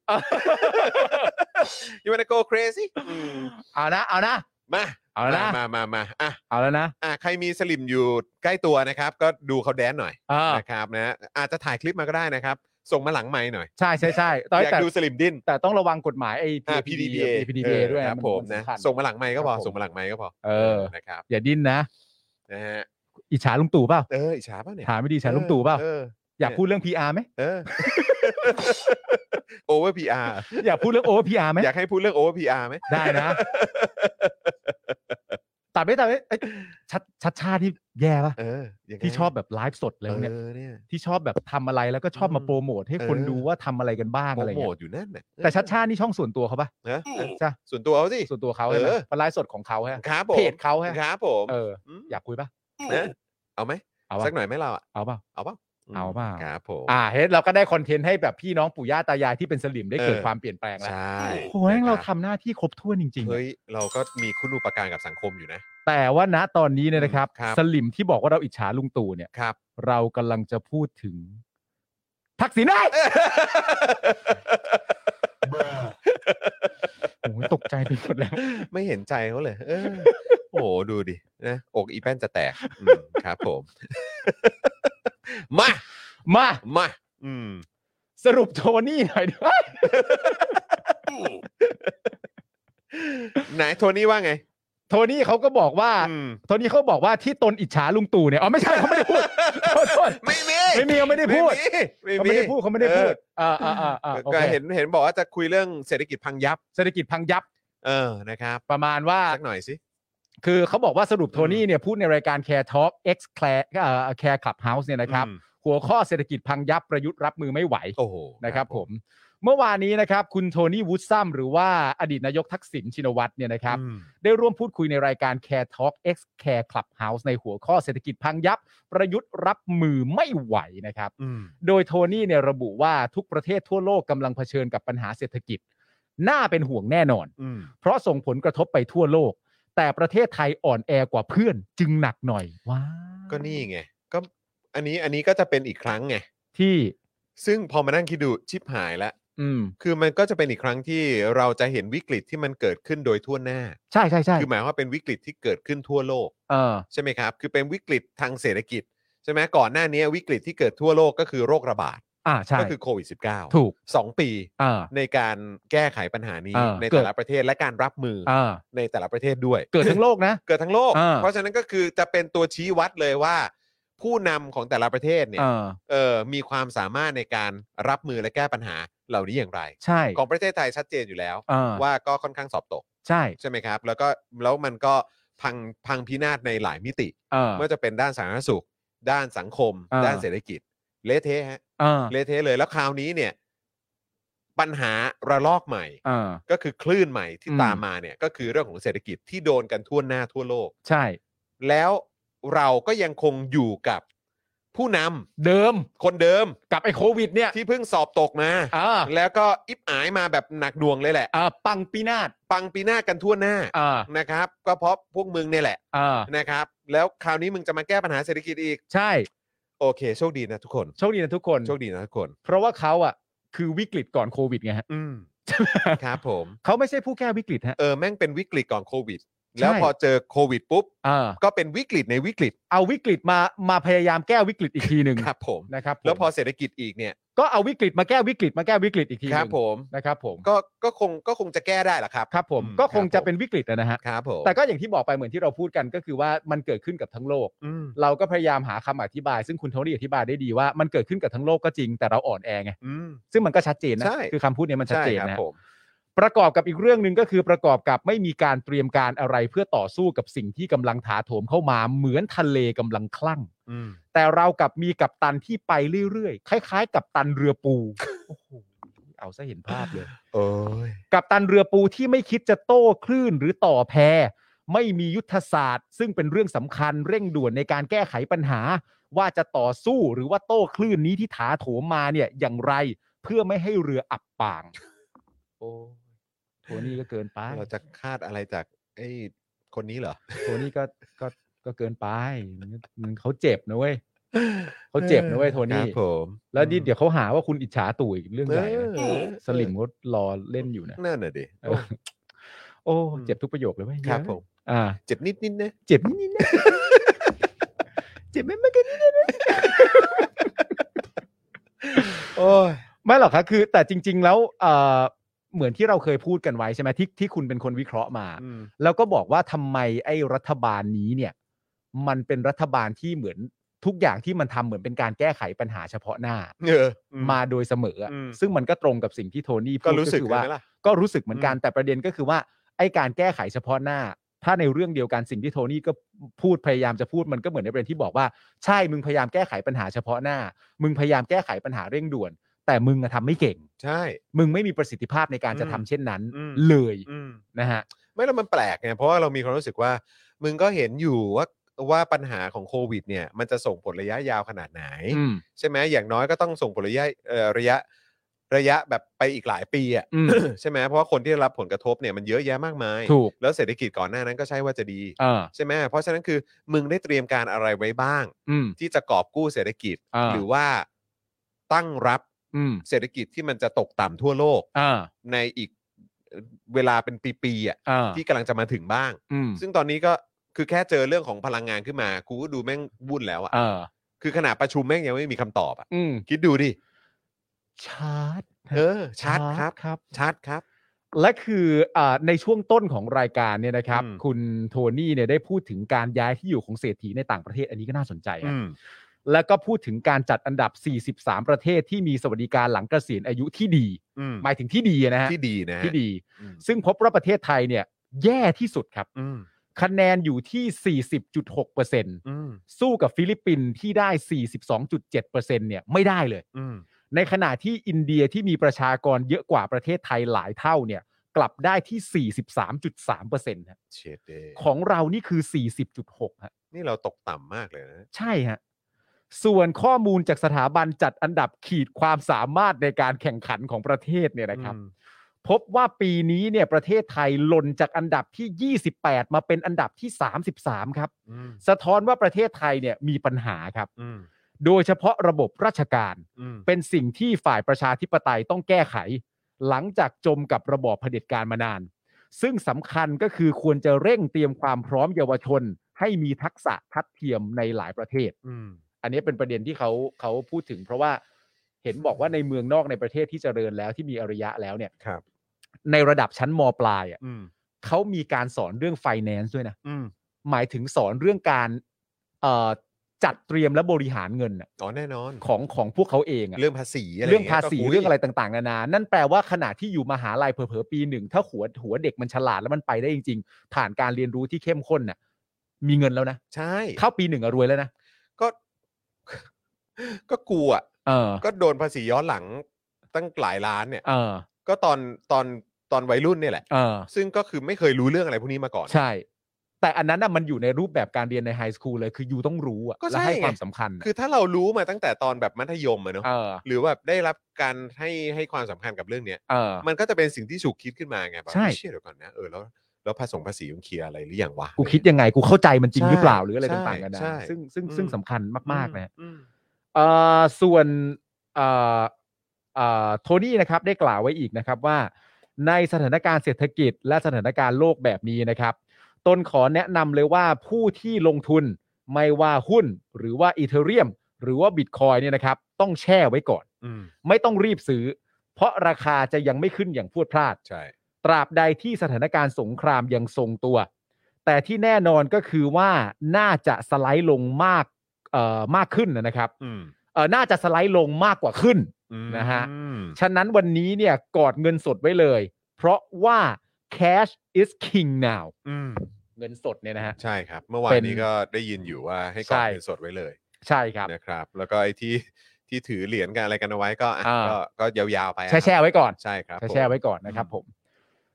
Speaker 1: ยูวันโก crazy อืม
Speaker 2: เอานะ เอานะ
Speaker 1: มา
Speaker 2: เอาแล้วนะ
Speaker 1: มามามาอ่ะ
Speaker 2: เอาแล้วนะ
Speaker 1: อ่ะใครมีสลิมอยู่ใกล้ตัวนะครับ ก็ดูเขาแดนหน่อย
Speaker 2: เออ
Speaker 1: นะครับนะอาจจะถ่ายคลิปมาก็ได้นะครับ ส่งมาหลังไมค์หน่อย
Speaker 2: ใช่ใช่ใช่ตอน
Speaker 1: อยาก
Speaker 2: แต่
Speaker 1: ดูสลิมดิ้น
Speaker 2: แต่ต้องระวังกฎหมายไอ้
Speaker 1: อ่า
Speaker 2: PDPA
Speaker 1: PDPA
Speaker 2: กับ PDPA
Speaker 1: เออ
Speaker 2: ด้วย
Speaker 1: ครับผมนะ
Speaker 2: สำคัญ
Speaker 1: ส่งมาหลังไมค์ก็พอ
Speaker 2: ครับผม
Speaker 1: ส่งมาหลังไมค์ก็พอ
Speaker 2: เออ
Speaker 1: นะครับ
Speaker 2: อย่าดิ้นนะ
Speaker 1: นะฮะ
Speaker 2: อิจฉาลุงตู่เปล่า
Speaker 1: เอออิจฉาป่ะเนี่ย
Speaker 2: ถามไม่ดีอิจฉาลุงตู่เปล่า
Speaker 1: เออ
Speaker 2: อยากพูดเรื่อง PR ไหม
Speaker 1: เอ อโอเวอร์พีอาร์
Speaker 2: อยากพูดเรื่องโอ PR ไหม
Speaker 1: อยากให้พูดเรื่องโอเวอร์พีอาร์ไหม
Speaker 2: ได้นะ ตัดไม่ตัดไม่เอ้ยชัดชัดชาติที่แย่ป่ะ
Speaker 1: เออยังไง
Speaker 2: ที่ชอบแบบไลฟ์สดเล
Speaker 1: เอย
Speaker 2: เนี่ย
Speaker 1: อเนี่ย
Speaker 2: ที่ชอบแบบทำอะไรแล้วก็ชอบมา
Speaker 1: อืม
Speaker 2: โปรโมทให้คน
Speaker 1: เออ
Speaker 2: ดูว่าทำอะไรกันบ้าง
Speaker 1: โปร
Speaker 2: อะไร
Speaker 1: โม
Speaker 2: เงี้
Speaker 1: ท
Speaker 2: ย
Speaker 1: อยู่นั่นน่ะ
Speaker 2: แต่ชัดชาตินี่ช่องส่วนตัวเขาป่ะ
Speaker 1: นะ
Speaker 2: จ้ะ
Speaker 1: ส่วนตัวเอาสิ
Speaker 2: ส่วนตัวเขาใช่ไหม
Speaker 1: เออ
Speaker 2: เพราะไลฟ์สดของเขาฮะ
Speaker 1: ครับผม
Speaker 2: เพจเขาฮะ
Speaker 1: ครับผม
Speaker 2: เออ
Speaker 1: ม
Speaker 2: อยากคุยป่ะ
Speaker 1: นะเอาไหม
Speaker 2: เอา เอาป่ะ
Speaker 1: สักหน่อยไหมเราอะ
Speaker 2: เอาป่ะ
Speaker 1: เอาป่ะม
Speaker 2: เอาเปล่า
Speaker 1: ครับผม
Speaker 2: อ่าเฮ้ยเราก็ได้คอนเทนต์ให้แบบพี่น้องปู่ย่าตายายที่เป็นสลิมได้เกิด
Speaker 1: เออ
Speaker 2: ความเปลี่ยนแปลงแล้ว
Speaker 1: ใช่
Speaker 2: โอ้โหแม่งเรา
Speaker 1: นะค
Speaker 2: ทำหน้าที่ครบถ้วนจริง
Speaker 1: บ
Speaker 2: ๆอะ
Speaker 1: เฮ้ยเราก็มีคุณอุปการกับสังคมอยู่นะ
Speaker 2: แต่ว่าณตอนนี้เนี่ยนะครับ
Speaker 1: ครับ
Speaker 2: สลิมที่บอกว่าเราอิจฉาลุงตู่เนี่ย
Speaker 1: ครับ
Speaker 2: เรากำลังจะพูดถึง ทักษิณได้โอ้โหตกใจไปหมดแล้ว
Speaker 1: ไม่เห็นใจเขาเลยเอ อโอ้โห ดูดินะอกอีแป้นจะแตกอืมครับผม มา
Speaker 2: มา
Speaker 1: มาอืม
Speaker 2: สรุปโทนี่หน่อยดิ
Speaker 1: ไหนโทนี่ว่าไง
Speaker 2: โทนี่เขาก็บอกว่า
Speaker 1: อืม
Speaker 2: โทนี่เขาบอกว่าที่ตนอิจฉาลุงตู่เนี่ยอ๋อไม่ใช่เขาไม่ได้พูด โทษโท ษ
Speaker 1: ไม่มี
Speaker 2: ไม่มีเขาไม่ได้พูด
Speaker 1: ไม่
Speaker 2: เขา
Speaker 1: มี
Speaker 2: ไม่ได้พูดเขาไม่ได้พูดอ่าอ่าอ่า
Speaker 1: เอ
Speaker 2: อ่า
Speaker 1: อ
Speaker 2: โอ
Speaker 1: ก็
Speaker 2: เค
Speaker 1: เห็นเห็นบอกว่าจะคุยเรื่องเศรษฐกิจพังยับ
Speaker 2: เศรษฐกิจพังยับ
Speaker 1: เออนะครับ
Speaker 2: ประมาณว่า
Speaker 1: สักหน่อยสิ
Speaker 2: คือเขาบอกว่าสรุปโท
Speaker 1: อื
Speaker 2: นี่
Speaker 1: ม
Speaker 2: เนี่ยพูดในรายการ Care Talk X Care เอ่อ Care Clubhouse เนี่ยนะครับ
Speaker 1: อืม
Speaker 2: หัวข้อเศรษฐกิจพังยับประยุทธ์รับมือไม่ไหว
Speaker 1: โอ้โห
Speaker 2: นะครับผม เมื่อวานนี้นะครับ คุณโทนี่วูดซัมหรือว่าอดีตนายกทักษิณชินวัตรเนี่ยนะครับ
Speaker 1: อืม
Speaker 2: ได้ร่วมพูดคุยในรายการ Care Talk X Care Clubhouse ในหัวข้อเศรษฐกิจพังยับ ประยุทธ์รับมือไม่ไหวนะครับ
Speaker 1: อืม
Speaker 2: โดยโทนี่เนี่ยระบุว่าทุกประเทศทั่วโลกกำลังเผชิญกับปัญหาเศรษฐกิจ น่าเป็นห่วงแน่นอน
Speaker 1: อืม
Speaker 2: เพราะส่งผลกระทบไปทั่วโลก แต่ประเทศไทยอ่อนแอกว่าเพื่อนจึงหนักหน่อยว้าว
Speaker 1: ก็นี่ไง ก็อันนี้อันนี้ก็จะเป็นอีกครั้งไง
Speaker 2: ที่
Speaker 1: ซึ่งพอมานั่งคิดดูชิบหายแล้ว
Speaker 2: อืม
Speaker 1: คือมันก็จะเป็นอีกครั้งที่เราจะเห็นวิกฤตที่มันเกิดขึ้นโดยทั่วหน้า
Speaker 2: ใช่ใช่ใช่
Speaker 1: คือหมายความว่าเป็นวิกฤตที่เกิดขึ้นทั่วโลก
Speaker 2: เออ
Speaker 1: ใช่ไหมครับ คือเป็นวิกฤตทางเศรษฐกิจ ใช่ไหมก่อนหน้านี้วิกฤตที่เกิดทั่วโลกก็คือโรคระบาด
Speaker 2: อ่าใช่
Speaker 1: ก็คือโควิด -19
Speaker 2: ถูก
Speaker 1: สองปี
Speaker 2: เออ
Speaker 1: ในการแก้ไขปัญหานี้
Speaker 2: เออ
Speaker 1: ใน
Speaker 2: เกิ
Speaker 1: แต่
Speaker 2: ด
Speaker 1: ละประเทศและการรับมือ
Speaker 2: เออ
Speaker 1: ในแต่ละประเทศด้วย
Speaker 2: เกิดทั้งโลกนะ
Speaker 1: เกิดทั้งโลก
Speaker 2: เออ
Speaker 1: เพราะฉะนั้นก็คือจะเป็นตัวชี้วัดเลยว่า ผู้นำของแต่ละประเทศเนี่ย
Speaker 2: เออ
Speaker 1: เออมีความสามารถในการรับมือและแก้ปัญหาเหล่านี้อย่างไร
Speaker 2: ใช่
Speaker 1: ของประเทศไทยชัดเจนอยู่แล้ว
Speaker 2: เออ
Speaker 1: ว่าก็ค่อนข้างสอบตก
Speaker 2: ใช่
Speaker 1: ใช่ไหมครับ แล้วก็แล้วมันก็พังพังพินาศในหลายมิติ
Speaker 2: เออ
Speaker 1: ไม่ว่าจะเป็นด้านสาธารณสุข ด้านสังคม
Speaker 2: เออ
Speaker 1: ด้านเศรษฐกิจ เละเทะฮะ
Speaker 2: เออ
Speaker 1: เละเทะเลยแล้วคราวนี้เนี่ย ปัญหาระลอกใหม่
Speaker 2: เออ
Speaker 1: ก็คือคลื่นใหม่ที่
Speaker 2: อืม
Speaker 1: ตามมาเนี่ย ก็คือเรื่องของเศรษฐกิจที่โดนกันทั่วหน้าทั่วโลก
Speaker 2: ใช่
Speaker 1: แล้วเราก็ยังคงอยู่กับผู้นำ
Speaker 2: เดิม
Speaker 1: คนเดิม
Speaker 2: กับไอ้โควิด เนี่ย
Speaker 1: ที่เพิ่งสอบตกมา
Speaker 2: เออ
Speaker 1: แล้วก็อิบอายมาแบบหนักหน่วงเลยแหละ
Speaker 2: เออปังปีนาศ
Speaker 1: ปังปีหน้ากันทั่วหน้า
Speaker 2: เออ
Speaker 1: นะครับ ก็เพราะพวกมึงเนี่ยแหละ
Speaker 2: เออ
Speaker 1: นะครับ แล้วคราวนี้มึงจะมาแก้ปัญหาเศรษฐกิจอีก
Speaker 2: ใช่
Speaker 1: โอเค โชคดีนะทุกคน
Speaker 2: โชคดีนะทุกคน
Speaker 1: โชคดีนะทุกคน
Speaker 2: เพราะว่าเขาอ่ะคือวิกฤตก่อนโควิดไงฮะ
Speaker 1: อืม ครับผม
Speaker 2: เขาไม่ใช่ผู้แก้วิกฤตฮะ
Speaker 1: เออแม่งเป็นวิกฤตก่อนโควิด แล้วพอเจอโควิดปุ๊บ
Speaker 2: เออ
Speaker 1: ก็เป็นวิกฤตในวิกฤต
Speaker 2: เอาวิกฤตมามาพยายามแก้วิกฤตอีกทีหนึ่ง
Speaker 1: ครับผม
Speaker 2: นะครับผม
Speaker 1: แล้วพอเศรษฐกิจอีกเนี่ย
Speaker 2: ก็เอาวิกฤตมาแก้วิกฤตมาแก้วิกฤตอีกที
Speaker 1: ค
Speaker 2: หนึ่ง
Speaker 1: รับผม
Speaker 2: นะครับผม
Speaker 1: ก็ก็คงก็คงจะแก้ได้แหละครับ
Speaker 2: ครับผม
Speaker 1: อืม
Speaker 2: ก็คง
Speaker 1: ครั
Speaker 2: จะ
Speaker 1: บผม
Speaker 2: เป็นวิกฤตนะฮะ
Speaker 1: ครับผม
Speaker 2: แต่ก็อย่างที่บอกไปเหมือนที่เราพูดกันก็คือว่ามันเกิดขึ้นกับทั้งโลก
Speaker 1: อืม
Speaker 2: เราก็พยายามหาคำอธิบาย ซึ่งคุณโทนี่อธิบายได้ดีว่ามันเกิดขึ้นกับทั้งโลกก็จริงแต่เราอ่อนแอไง
Speaker 1: อืม
Speaker 2: ซึ่งมันก็ชัดเจนนะ
Speaker 1: ใช่
Speaker 2: คือคำพูดเนี้มันชัด
Speaker 1: ใช่
Speaker 2: เจน
Speaker 1: ครับ
Speaker 2: นะฮะ
Speaker 1: ผม
Speaker 2: ประกอบกับอีกเรื่องหนึ่งก็คือประกอบกับไม่มีการเตรียมการอะไรเพื่อต่อสู้กับสิ่งที่กำลังถาโถมเข้ามาเหมือนทะเลกำลังคลั่ง
Speaker 1: อืม
Speaker 2: แต่เรากลับมีกัปตันที่ไปเรื่อยๆ คล้ายๆ กัปตันเรือปู โอ้โห เอาซะเห็นภาพเลย
Speaker 1: โอ้ย
Speaker 2: กัปตันเรือปูที่ไม่คิดจะโต้คลื่นหรือต่อแพ ไม่มียุทธศาสตร์ ซึ่งเป็นเรื่องสำคัญเร่งด่วนในการแก้ไขปัญหา ว่าจะต่อสู้หรือว่าโต้คลื่นนี้ที่ถาโถมมาเนี่ยอย่างไรเพื่อไม่ให้เรืออับปาง โอ้โทนี่ก็เกินไป
Speaker 1: เราจะคาดอะไรจากไอ้คนนี้เหรอ
Speaker 2: โทนี่ก็ก็ก็เกินไปมันมันเขาเจ็บนะเว้ยเขาเจ็บนะเว้ยโท
Speaker 1: ค
Speaker 2: นี่
Speaker 1: รับผม
Speaker 2: แล้วนี่เดี๋ยวเขาหาว่าคุณอิจฉาตู่อีกเรื่องใหญ่นะ
Speaker 1: เออ
Speaker 2: สลิมก็รอเล่นอยู่นะ
Speaker 1: นั่นน่ะดิ
Speaker 2: เออโอ้เจ็บทุกประโยคเลยเว้ย
Speaker 1: ครับ
Speaker 2: เยอะ
Speaker 1: ผม
Speaker 2: อ่า
Speaker 1: เจ็บนิดนิดๆนะ
Speaker 2: เจ็บนิดๆนะ เจ็บไม่ไม่กัน
Speaker 1: โอ้ย
Speaker 2: ไม่หรอกครับคือ แต่จริง ๆ แล้วเอ่อเหมือนที่เราเคยพูดกันไว้ใช่ไหมที่ที่คุณเป็นคนวิเคราะห์มา แล้วก็บอกว่าทำไมไอ้รัฐบาลนี้เนี่ย มันเป็นรัฐบาลที่เหมือนทุกอย่างที่มันทำเหมือนเป็นการแก้ไขปัญหาเฉพาะหน้า
Speaker 1: เออ
Speaker 2: มาโดยเสมออะ
Speaker 1: อืม
Speaker 2: ซึ่งมันก็ตรงกับสิ่งที่โทนี่พู
Speaker 1: ก็
Speaker 2: ด
Speaker 1: รู้สึก
Speaker 2: คือ
Speaker 1: ว่า
Speaker 2: ว่า ก็รู้สึกเหมือนกันแต่ประเด็นก็คือว่าไอ้การแก้ไขเฉพาะหน้า ถ้าในเรื่องเดียวกันสิ่งที่โทนี่ก็พูดพยายามจะพูดมันก็เหมือนในประเด็นที่บอกว่าใช่มึงพยายามแก้ไขปัญหาเฉพาะหน้า มึงพยายามแก้ไขปัญหาเร่งด่วน แต่มึงอะทำไม่เก่ง
Speaker 1: ใช่
Speaker 2: มึงไม่มีประสิทธิภาพในการจะทำเช่นนั้น
Speaker 1: อืม
Speaker 2: เลย
Speaker 1: อืม
Speaker 2: นะฮะ
Speaker 1: ไม่แล้วมันแปลกไงเพราะว่าเรามีความรู้สึกว่า มึงก็เห็นอยู่ว่า ว่าปัญหาของโควิดเนี่ยมันจะส่งผลระยะยาวขนาดไหน
Speaker 2: อืม
Speaker 1: ใช่ไหมอย่างน้อยก็ต้องส่งผลระยะเอ่อระยะระยะแบบไปอีกหลายปีอ่ะ
Speaker 2: อืม
Speaker 1: ใช่ไหมเพราะว่าคนที่ได้รับผลกระทบเนี่ยมันเยอะแยะมากมาย
Speaker 2: ถูก
Speaker 1: แล้วเศรษฐกิจก่อนหน้านั้นก็ใช่ว่าจะดี
Speaker 2: เออ
Speaker 1: ใช่ไหมเพราะฉะนั้นคือมึงได้เตรียมการอะไรไว้บ้าง
Speaker 2: อืม
Speaker 1: ที่จะกอบกู้เศรษฐกิจ
Speaker 2: อ่า
Speaker 1: หรือว่าตั้งรับ
Speaker 2: อืม
Speaker 1: เศรษฐกิจที่มันจะตกต่ำทั่วโลก
Speaker 2: อ่า
Speaker 1: ในอีกเวลาเป็นปีๆอ่ะ
Speaker 2: อ่า
Speaker 1: ที่กำลังจะมาถึงบ้าง
Speaker 2: อืม
Speaker 1: ซึ่งตอนนี้ก็คือแค่เจอเรื่องของพลังงานขึ้นมากูก็ดูแม่งวุ่นแล้วอ่ะ
Speaker 2: เออ
Speaker 1: คือขนาดประชุมแม่งยังไม่มีคำตอบอ่ะ
Speaker 2: อืม
Speaker 1: คิดดูดิ
Speaker 2: ชาร์จ
Speaker 1: เออชัดครับ
Speaker 2: ครับ
Speaker 1: ชัดครับ
Speaker 2: และคืออาในช่วงต้นของรายการเนี่ยนะครับ
Speaker 1: อืม
Speaker 2: คุณโทนี่เนี่ยได้พูดถึงการย้ายที่อยู่ของเศรษฐีในต่างประเทศอันนี้ก็น่าสนใจนะ แล้วก็พูดถึงการจัดอันดับ 43 ประเทศที่มีสวัสดิการหลังเกษียณอายุที่ดี
Speaker 1: อืม
Speaker 2: หมายถึงที่ดีนะฮะ
Speaker 1: ที่ดีนะฮะ
Speaker 2: ที่ดี
Speaker 1: อืม
Speaker 2: ซึ่งพบว่าประเทศไทยเนี่ย แย่ที่สุดครับ
Speaker 1: อืม
Speaker 2: คะแนนอยู่ที่ 40.6%
Speaker 1: อืม
Speaker 2: สู้กับฟิลิปปินส์ที่ได้ 42.7%เนี่ยไม่ได้เลย
Speaker 1: อืม
Speaker 2: ในขณะที่อินเดียที่มีประชากรเยอะกว่าประเทศไทยหลายเท่าเนี่ย กลับได้ที่ 43.3%ฮะ
Speaker 1: เชดเดย์
Speaker 2: ของเรานี่คือ 40.6ฮะ
Speaker 1: นี่เราตกต่ำมากเลยนะ
Speaker 2: ใช่ฮะ ส่วนข้อมูลจากสถาบันจัดอันดับขีดความสามารถในการแข่งขันของประเทศเนี่ยนะครับ
Speaker 1: อืม
Speaker 2: พบว่าปีนี้เนี่ยประเทศไทยหล่นจากอันดับที่ 28 มาเป็นอันดับที่ 33 ครับ
Speaker 1: อืม
Speaker 2: สะท้อนว่าประเทศไทยเนี่ยมีปัญหาครับ
Speaker 1: อืม
Speaker 2: โดยเฉพาะระบบราชการ
Speaker 1: อืม
Speaker 2: เป็นสิ่งที่ฝ่ายประชาธิปไตยต้องแก้ไข หลังจากจมกับระบอบเผด็จการมานาน ซึ่งสำคัญก็คือควรจะเร่งเตรียมความพร้อมเยาวชน ให้มีทักษะทัดเทียมในหลายประเทศ
Speaker 1: อืม
Speaker 2: อันนี้เป็นประเด็นที่เขาเขาพูดถึง เพราะว่าเห็นบอกว่าในเมืองนอกในประเทศที่เจริญแล้วที่มีอารยะแล้วเนี่ย
Speaker 1: ครับ
Speaker 2: ในระดับชั้นมปลายอ่ะ
Speaker 1: อืม
Speaker 2: เขามีการสอนเรื่อง finance ด้วยนะ
Speaker 1: อืม
Speaker 2: หมายถึงสอนเรื่องการเอ่อจัดเตรียมและบริหารเงินน่ะ
Speaker 1: อ๋อแน่นอน
Speaker 2: ของของพวกเขาเองอะ
Speaker 1: เรื่องภาษีอะไร
Speaker 2: เรื่อง
Speaker 1: ย่ย
Speaker 2: ภาษี
Speaker 1: ก็คุย
Speaker 2: เรื่องอะไรต่างๆ นานานั่นแปลว่าขณะที่อยู่มหาลัยเผลอๆปีหนึ่งถ้าหัวหัวเด็กมันฉลาดแล้วมันไปได้จริง ๆ ผ่านการเรียนรู้ที่เข้มข้นน่ะมีเงินแล้วนะ
Speaker 1: ใช่
Speaker 2: เข้าปีหนึ่งอะรวยแล้วนะ
Speaker 1: ก็ ก็กลัวอะ
Speaker 2: เออ
Speaker 1: ก็โดนภาษีย้อนหลังตั้งหลายล้านเนี่ย
Speaker 2: เออ
Speaker 1: ก็ตอนตอนตอนวัยรุ่นเนี่ยแหละ
Speaker 2: เออ
Speaker 1: ซึ่งก็คือไม่เคยรู้เรื่องอะไรพวกนี้มาก่อน
Speaker 2: ใช่ แต่อันนั้นน่ะมันอยู่ในรูปแบบการเรียนในไฮสคูลเลย คือยูต้องรู้อะ
Speaker 1: ก็ใช่
Speaker 2: และให้
Speaker 1: ไง
Speaker 2: ความสำคัญอะ
Speaker 1: คือถ้าเรารู้มาตั้งแต่ตอนแบบมัธยมอะเนาะ
Speaker 2: เออ
Speaker 1: หรือว่าได้รับการให้ให้ความสำคัญกับเรื่องเนี้ย
Speaker 2: เออ
Speaker 1: มันก็จะเป็นสิ่งที่ฉุกคิดขึ้นมาไงแบบ
Speaker 2: ใช่
Speaker 1: เชื่อเดี๋ยวก่อนนะเออแล้วแล้วผสมภาษีมันเคลียร์อะไรหรือยังวะ
Speaker 2: กูคิดยังไง กูเข้าใจมันจริง
Speaker 1: ใช่
Speaker 2: หรือเปล่าหรืออะไร
Speaker 1: ใช่
Speaker 2: ต่างๆกันานะ
Speaker 1: ใช่
Speaker 2: ซึ่งซึ่ง
Speaker 1: อืม
Speaker 2: ซึ่งสำคัญมากๆนะฮะ
Speaker 1: อืม
Speaker 2: เอ่อส่วนเอ่อเอ่อโทนี่นะครับได้กล่าวไว้อีกนะครับว่า ในสถานการณ์เศรษฐกิจและสถานการณ์โลกแบบนี้นะครับ ตนขอแนะนำเลยว่าผู้ที่ลงทุนไม่ว่าหุ้นหรือว่าอีเทเรียม หรือว่าบิตคอยเนี่ยนะครับ ต้องแช่ไว้ก่อน
Speaker 1: อืม
Speaker 2: ไม่ต้องรีบซื้อ เพราะราคาจะยังไม่ขึ้นอย่างพรวดพลาด
Speaker 1: ใช่
Speaker 2: ตราบใดที่สถานการณ์สงครามยังทรงตัว แต่ที่แน่นอนก็คือว่าน่าจะสไลด์ลงมากเอ่อมากขึ้นนะครับ
Speaker 1: อืม
Speaker 2: เอ่อน่าจะสไลด์ลงมากกว่าขึ้น
Speaker 1: อืม
Speaker 2: นะฮะ
Speaker 1: อืม
Speaker 2: ฉะนั้นวันนี้เนี่ยกอดเงินสดไว้เลย เพราะว่า cash is king now
Speaker 1: อืม
Speaker 2: เงินสดเนี่ยนะฮะ
Speaker 1: ใช่ครับ เมื่อวานนี้ก็ได้ยินอยู่ว่าให้กอ
Speaker 2: ใช่
Speaker 1: บเงินสดไว้เลย
Speaker 2: ใช่ครับ
Speaker 1: นะครับ แล้วก็ไอ้ที่ที่ถือเหรียญกันอะไรกันเอาไว้ก็อ่ะ
Speaker 2: อ่า
Speaker 1: ก็ก็ยาวๆไปอะ
Speaker 2: แช่แช่ไว้ก่อน
Speaker 1: ใช่ครับ
Speaker 2: แช่แช่ไว้
Speaker 1: ผม
Speaker 2: ก่อนนะครับผม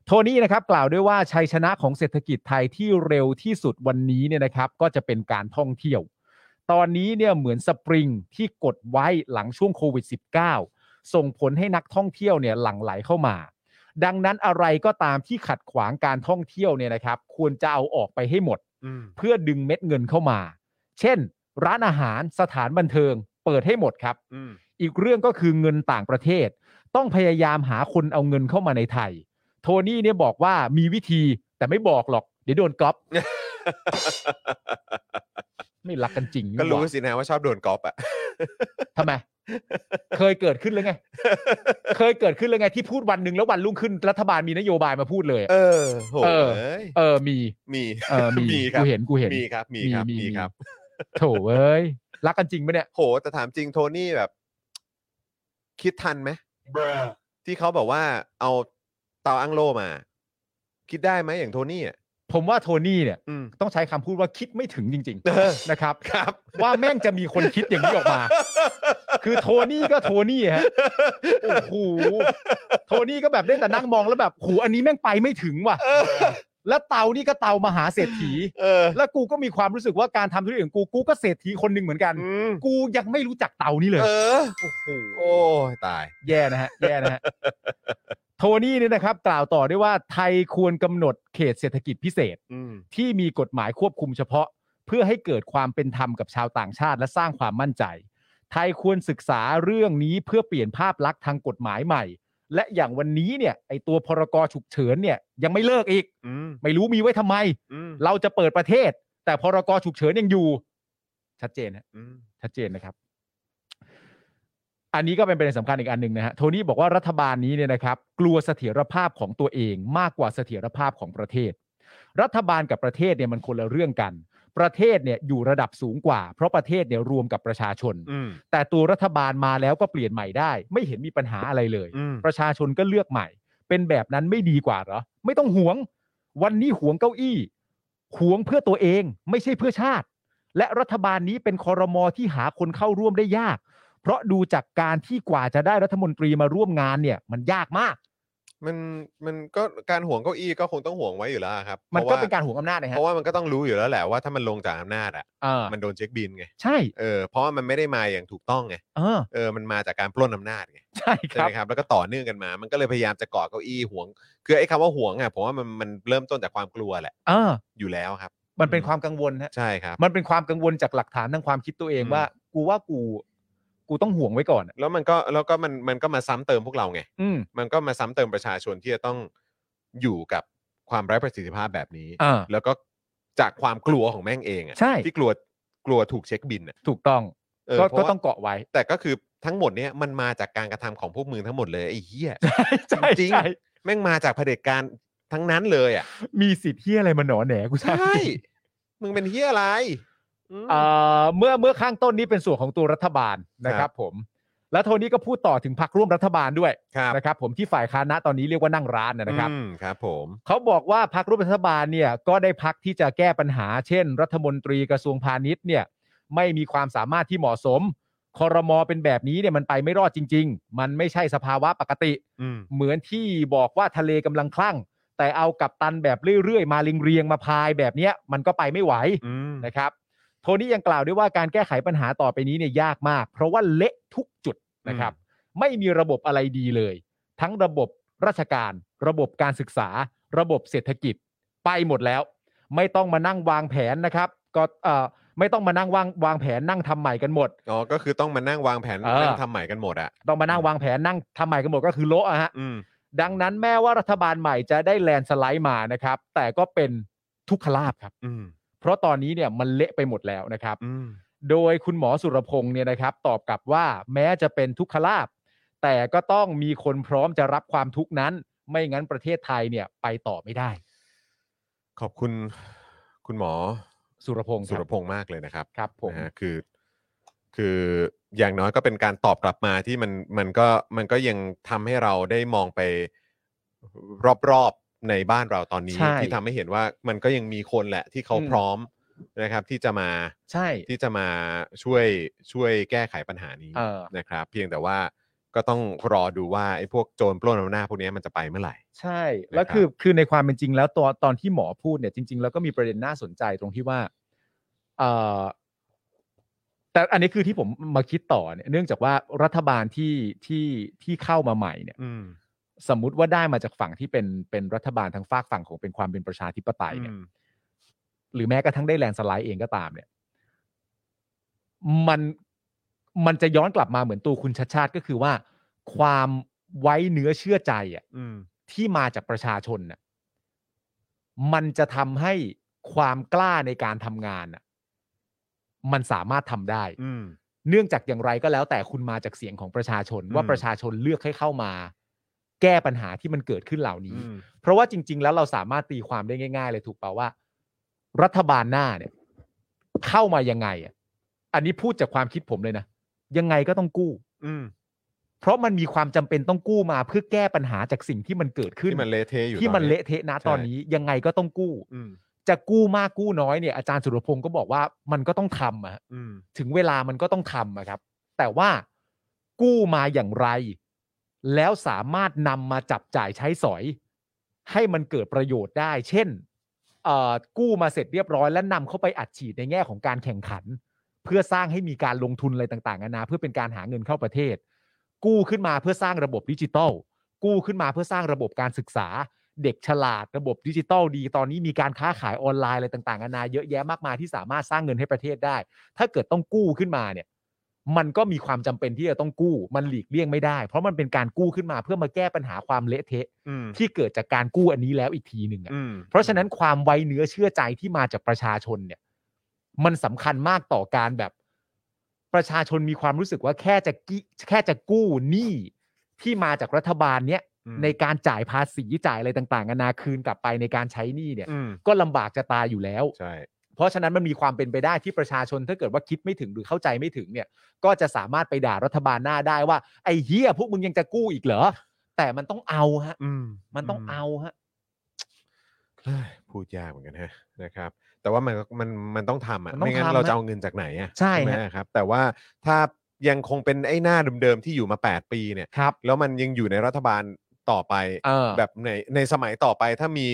Speaker 2: โทนี่นะครับกล่าวด้วยว่าชัยชนะของเศรษฐกิจไทยที่เร็วที่สุดวันนี้เนี่ยนะครับ ก็จะเป็นการท่องเที่ยว ตอนนี้เนี่ยเหมือนสปริงที่กดไว้หลังช่วงโควิด -19 ส่งผลให้นักท่องเที่ยวเนี่ยหลั่งไหลเข้ามา ดังนั้นอะไรก็ตามที่ขัดขวางการท่องเที่ยวเนี่ยนะครับ ควรจะเอาออกไปให้หมด
Speaker 1: อืม
Speaker 2: เพื่อดึงเม็ดเงินเข้ามา เช่น ร้านอาหารสถานบันเทิง เปิดให้หมดครับ
Speaker 1: อืม
Speaker 2: อีกเรื่องก็คือเงินต่างประเทศ ต้องพยายามหาคนเอาเงินเข้ามาในไทย โทนี่เนี่ยบอกว่ามีวิธีแต่ไม่บอกหรอก เดี๋ยวโดนก๊อปไม่รักกันจริงนี่
Speaker 1: ก็รู้
Speaker 2: หว่า
Speaker 1: สินะว่าชอบโดนกอบอ่ะ
Speaker 2: ทำไม เคยเกิดขึ้นแล้วไง เคยเกิดขึ้นแล้วไงที่พูดวันหนึ่งแล้ววันรุ่งขึ้นรัฐบาลมีนโยบายมาพูดเลย
Speaker 1: เออโห
Speaker 2: เออ
Speaker 1: เอ้ย
Speaker 2: เออมี
Speaker 1: มี
Speaker 2: เออมี
Speaker 1: มีครั
Speaker 2: กู
Speaker 1: บ
Speaker 2: เห็นกูเห็น
Speaker 1: มีครับมีครับ
Speaker 2: มีมี
Speaker 1: มีครับ
Speaker 2: โถเอ้ยรักกันจริงไหมเนี่ย
Speaker 1: โหแต่ถามจริงโทนี่แบบ คิดทันไหมที่เขาบอกว่าเอาเตาอั้งโลมา คิดได้ไหมอย่างโทนี่อ่ะ
Speaker 2: ผมว่าโทนี่เนี่ย
Speaker 1: อืม
Speaker 2: ต้องใช้คำพูดว่าคิดไม่ถึงจริง
Speaker 1: เออ
Speaker 2: ๆนะครับ
Speaker 1: ครับ
Speaker 2: ว่าแม่งจะมีคนคิดอย่างนี้ออกมา คือโทนี่ก็โทนี่ฮะ โอ้โห โทนี่ก็แบบได้แต่นั่งมองแล้วแบบโหอันนี้แม่งไปไม่ถึงว่ะ
Speaker 1: เออ
Speaker 2: แล้วเตานี่ก็เตามหาเศรษฐี
Speaker 3: เออ
Speaker 2: แล้วกูก็มีความรู้สึกว่าการทำธุรกิจของกูกูก็เศรษฐีคนหนึ่งเหมือนกัน
Speaker 3: อืม
Speaker 2: กูยังไม่รู้จักเตานี่เลย
Speaker 3: เออ
Speaker 2: โอ้โห
Speaker 1: โอ้ยตาย
Speaker 2: แย่นะฮะแย่นะฮะ โทนี่เนี่ยนะครับ กล่าวต่อด้วยว่าไทยควรกำหนดเขตเศรษฐกิจพิเศษ
Speaker 3: อืม
Speaker 2: ที่มีกฎหมายควบคุมเฉพาะ เพื่อให้เกิดความเป็นธรรมกับชาวต่างชาติ และสร้างความมั่นใจ ไทยควรศึกษาเรื่องนี้เพื่อเปลี่ยนภาพลักษณ์ทางกฎหมายใหม่ และอย่างวันนี้เนี่ยไอตัวพรกฉุกเฉินเนี่ยยังไม่เลิกอีก
Speaker 3: อืม
Speaker 2: ไม่รู้มีไว้ทำไม
Speaker 3: อืม
Speaker 2: เราจะเปิดประเทศ แต่พรกฉุกเฉินยังอยู่ ชัดเจนฮะ
Speaker 3: อืม
Speaker 2: ชัดเจนนะครับ อันนี้ก็เป็นประเด็นสำคัญอีกอันหนึ่งนะฮะโทนี่บอกว่ารัฐบาลนี้เนี่ยนะครับ กลัวเสถียรภาพของตัวเองมากกว่าเสถียรภาพของประเทศ รัฐบาลกับประเทศเนี่ยมันคนละเรื่องกัน ประเทศเนี่ยอยู่ระดับสูงกว่า เพราะประเทศเนี่ยรวมกับประชาชน
Speaker 3: อืม
Speaker 2: แต่ตัวรัฐบาลมาแล้วก็เปลี่ยนใหม่ได้ ไม่เห็นมีปัญหาอะไรเลย
Speaker 3: อืม
Speaker 2: ประชาชนก็เลือกใหม่ เป็นแบบนั้นไม่ดีกว่าเหรอ ไม่ต้องหวง วันนี้หวงเก้าอี้หวงเพื่อตัวเอง ไม่ใช่เพื่อชาติ และรัฐบาลนี้เป็นคอรมอที่หาคนเข้าร่วมได้ยาก เพราะดูจากการที่กว่าจะได้รัฐมนตรีมาร่วมงานเนี่ย มันยากมาก
Speaker 1: มันมันก็การห่วงเก้าอี้ก็คงต้องห่วงไว้อยู่แล้วครับ
Speaker 2: มันก็
Speaker 1: พะว่
Speaker 2: เป็นการหวงอำนาจนะฮะ
Speaker 1: เพราะว่ามันก็ต้องรู้อยู่แล้วแหละว่าถ้ามันลงจากอำนาจอ่ะ
Speaker 2: เออ
Speaker 1: มันโดนเช็คบินไง
Speaker 2: ใช่
Speaker 1: เออเพราะว่ามันไม่ได้มาอย่างถูกต้องไง
Speaker 2: เออ
Speaker 1: เออมันมาจากการปล้นอำนาจไง
Speaker 2: ใช่ค
Speaker 1: ใช่
Speaker 2: รั
Speaker 1: ไหม
Speaker 2: บ
Speaker 1: ครับแล้วก็ต่อเนื่องกันมา มันก็เลยพยายามจะก่อเก้าอี้ห่วง คือไอ้คำว่าห่วงอ่ะผมว่ามันมันเริ่มต้นจากความกลัวแหละ
Speaker 2: เออ
Speaker 1: อยู่แล้วครับ
Speaker 2: มันเป็นความกังวลฮะ
Speaker 1: ใช่ครับ
Speaker 2: มันเป็นความกังวลจากหลักฐานทางความคิดตัวเอง
Speaker 1: อืม
Speaker 2: ว่า กูว่ากู กูต้องห่วงไว้ก่อนอะ
Speaker 1: แล้วมันก็แล้วก็มันมันก็มาซ้ำเติมพวกเราไง
Speaker 2: อืม
Speaker 1: มันก็มาซ้ำเติมประชาชนที่จะต้องอยู่กับความไร้ประสิทธิภาพแบบนี้
Speaker 2: อ่า
Speaker 1: แล้วก็จากความกลัวของแม่งเองอะ
Speaker 2: ใช่
Speaker 1: ที่กลัวกลัวถูกเช็คบินอะ
Speaker 2: ถูกต้อง
Speaker 1: เออ
Speaker 2: ก็
Speaker 1: เพราะ
Speaker 2: ก็
Speaker 1: ว่า
Speaker 2: ต้องเกาะไว้
Speaker 1: แต่ก็คือทั้งหมดเนี้ยมันมาจากการกระทำของพวกมึงทั้งหมดเลยไอ้เหี้ย
Speaker 2: ใช่
Speaker 1: จริง
Speaker 2: ใช่
Speaker 1: แม่งมาจากเผด็จการทั้งนั้นเลยอ่ะ
Speaker 2: มีสิทธิ์ที่อะไรมาหนอแหนกูใช่
Speaker 1: ใช่ มึงเป็นเหี้ยอะไรอืม
Speaker 2: เอ่อเมื่อเมื่อข้างต้นนี้เป็นส่วนของตัวรัฐบาลนะค
Speaker 1: ครั
Speaker 2: รับ บผม แล้วโทนี่ก็พูดต่อถึงพรรคร่วมรัฐบาลด้วย
Speaker 1: ครับ
Speaker 2: นะครับ ผมที่ฝ่ายค้านณตอนนี้เรียกว่านั่งร้านนะนะครับ
Speaker 1: อืมครับ ผม
Speaker 2: เขาบอกว่าพรรคร่วมรัฐบาลเนี่ยก็ได้พักที่จะแก้ปัญหา เช่น รัฐมนตรีกระทรวงพาณิชย์เนี่ยไม่มีความสามารถที่เหมาะสมคอรมอเป็นแบบนี้เนี่ยมันไปไม่รอดจริง ๆ มันไม่ใช่สภาวะปกติ
Speaker 3: อืม
Speaker 2: เหมือนที่บอกว่าทะเลกำลังคลั่ง แต่เอากับตันแบบเรื่อยๆ มาเรียงๆมาพายแบบเนี้ยมันก็ไปไม่ไหว
Speaker 3: อืม
Speaker 2: นะครับโทนี่ยังกล่าวด้วยว่าการแก้ไขปัญหาต่อไปนี้เนี่ยยากมาก เพราะว่าเละทุกจุดนะครับ ไม่มีระบบอะไรดีเลย ทั้งระบบราชการ ระบบการศึกษา ระบบเศรษฐกิจไปหมดแล้ว ไม่ต้องมานั่งวางแผนนะครับก็เอ่อไม่ต้องมานั่งวางวางแผนนั่งทำใหม่กันหมด
Speaker 1: อ๋อ ก็คือต้องมานั่งวางแผน
Speaker 2: เออ
Speaker 1: นั่งทำใหม่กันหมดอ่ะ
Speaker 2: ต้องมานั่งวางแผนนั่งทำใหม่กันหมดก็คือโละอะฮะ
Speaker 3: อืม
Speaker 2: ดังนั้นแม้ว่ารัฐบาลใหม่จะได้แลนด์สไลด์มานะครับ แต่ก็เป็นทุกขลาบครับ
Speaker 3: อืม
Speaker 2: เพราะตอนนี้เนี่ยมันเละไปหมดแล้วนะครับ
Speaker 3: อืม
Speaker 2: โดยคุณหมอสุรพงศ์เนี่ยนะครับ ตอบกลับว่าแม้จะเป็นทุกขลาบ แต่ก็ต้องมีคนพร้อมจะรับความทุกข์นั้น ไม่งั้นประเทศไทยเนี่ยไปต่อไม่ได้
Speaker 1: ขอบคุณคุณหมอ
Speaker 2: สุรพงศ์ค
Speaker 1: สุร
Speaker 2: รับ
Speaker 1: พงษ์มากเลยนะครับ
Speaker 2: ครับผม
Speaker 1: นะฮะคือ คืออย่างน้อยก็เป็นการตอบกลับมาที่มันมันก็มันก็ยังทำให้เราได้มองไปรอบๆในบ้านเราตอนนี้
Speaker 2: ใช่
Speaker 1: ที่ทำให้เห็นว่ามันก็ยังมีคนแหละที่เขา
Speaker 2: อืม
Speaker 1: พร้อมนะครับ ที่จะมา
Speaker 2: ใช่
Speaker 1: ที่จะมาช่วยช่วยแก้ไขปัญหานี้
Speaker 2: เออ
Speaker 1: นะครับ เพียงแต่ว่าก็ต้องรอดูว่าไอ้พวกโจรปล้นอำนาจพวกนี้มันจะไปเมื่อไหร่
Speaker 2: ใช่ แล้วคือคือในความเป็นจริงแล้วตอนตอนที่หมอพูดเนี่ยจริง ๆ แล้วก็มีประเด็นน่าสนใจตรงที่ว่าเอ่อแต่อันนี้คือที่ผมมาคิดต่อเนี่ยเนื่องจากว่ารัฐบาลที่ที่ที่เข้ามาใหม่เนี่ย
Speaker 3: อืม
Speaker 2: สมมุติว่าได้มาจากฝั่งที่เป็นเป็นรัฐบาลทางฝากฝั่งของเป็นความเป็นประชาธิปไตยเนี่ย
Speaker 3: อืม
Speaker 2: หรือแม้กระทั่งได้แลนด์สไลด์เองก็ตามเนี่ย มันมันจะย้อนกลับมาเหมือนตัวคุณชัดชาติก็คือว่า ความไว้เนื้อเชื่อใจอ่ะ
Speaker 3: อืม
Speaker 2: ที่มาจากประชาชนน่ะมันจะทำให้ความกล้าในการทำงานน่ะมันสามารถทำได้
Speaker 3: อืม
Speaker 2: เนื่องจากอย่างไรก็แล้วแต่คุณมาจากเสียงของประชาชน
Speaker 3: อืม
Speaker 2: ว่าประชาชนเลือกให้เข้ามา แก้ปัญหาที่มันเกิดขึ้นเหล่านี้
Speaker 3: อืม
Speaker 2: เพราะว่าจริง ๆ แล้วเราสามารถตีความได้ง่าย ๆ เลยถูกเปล่าว่า รัฐบาลหน้าเนี่ย เข้ามายังไงอ่ะอันนี้พูดจากความคิดผมเลยนะยังไงก็ต้องกู้
Speaker 3: อืม
Speaker 2: เพราะมันมีความจำเป็นต้องกู้มาเพื่อแก้ปัญหาจากสิ่งที่มันเกิดขึ้น
Speaker 1: ที่มันเละเทะอยู่
Speaker 2: ที่มัน
Speaker 1: ตอ
Speaker 2: เละเทะนะ
Speaker 1: ใช่
Speaker 2: ตอนนี้ยังไงก็ต้องกู้
Speaker 3: อืม
Speaker 2: จะกู้มากกู้น้อยเนี่ยอาจารย์สุรพงศ์ก็บอกว่ามันก็ต้องทำอะฮะ
Speaker 3: อืม
Speaker 2: ถึงเวลามันก็ต้องทำอะครับ แต่ว่ากู้มาอย่างไร แล้วสามารถนำมาจับจ่ายใช้สอย ให้มันเกิดประโยชน์ได้ เช่น เอ่อกู้มาเสร็จเรียบร้อย และนำเข้าไปอัดฉีดในแง่ของการแข่งขัน เพื่อสร้างให้มีการลงทุนอะไรต่างๆนานาเพื่อเป็นการหาเงินเข้าประเทศ กู้ขึ้นมาเพื่อสร้างระบบดิจิทัล กู้ขึ้นมาเพื่อสร้างระบบการศึกษา เด็กฉลาดระบบดิจิทัลดี ตอนนี้มีการค้าขายออนไลน์อะไรต่างๆนานาเยอะแยะมากมายที่สามารถสร้างเงินให้ประเทศได้ ถ้าเกิดต้องกู้ขึ้นมาเนี่ย มันก็มีความจำเป็นที่จะต้องกู้ มันหลีกเลี่ยงไม่ได้ เพราะมันเป็นการกู้ขึ้นมาเพื่อมาแก้ปัญหาความเละเทะ
Speaker 1: อืม
Speaker 2: ที่เกิดจากการกู้อันนี้แล้วอีกทีหนึ่งอะ
Speaker 1: อืม
Speaker 2: เพราะฉะนั้นความไว้เนื้อเชื่อใจที่มาจากประชาชนเนี่ย มันสำคัญมากต่อการแบบประชาชนมีความรู้สึกว่าแค่จะกิแค่จะกู้หนี้ที่มาจากรัฐบาลเนี่ย
Speaker 1: อืม
Speaker 2: ในการจ่ายภาษีจ่ายอะไรต่างๆนานาคืนกลับไปในการใช้หนี้เนี่ย
Speaker 1: อืม
Speaker 2: ก็ลำบากจะตายอยู่แล้ว
Speaker 1: ใช่
Speaker 2: เพราะฉะนั้นมันมีความเป็นไปได้ที่ประชาชนถ้าเกิดว่าคิดไม่ถึงหรือเข้าใจไม่ถึงเนี่ย ก็จะสามารถไปด่ารัฐบาลหน้าได้ว่าไอ้เฮียพวกมึงยังจะกู้อีกเหรอแต่มันต้องเอาฮะ
Speaker 1: อืม
Speaker 2: มันต้องเอาฮะ
Speaker 1: เฮ้ยพูดยากเหมือนกันฮะนะครับ แต่ว่ามันก็มันมันต้องทำอ่ะ
Speaker 2: มันต้อง
Speaker 1: ไม่งั้น
Speaker 2: ทำ
Speaker 1: เราจะ
Speaker 2: ฮะ
Speaker 1: เอาเงินจากไหนอ่ะ
Speaker 2: ใช่ฮะ
Speaker 1: ไหมครับ แต่ว่าถ้ายังคงเป็นไอ้หน้าเดิมๆที่อยู่มา 8 ปีเนี่ย
Speaker 2: ครับ
Speaker 1: แล้วมันยังอยู่ในรัฐบาลต่อไป
Speaker 2: เออ
Speaker 1: แบบในในสมัยต่อไปถ้ามี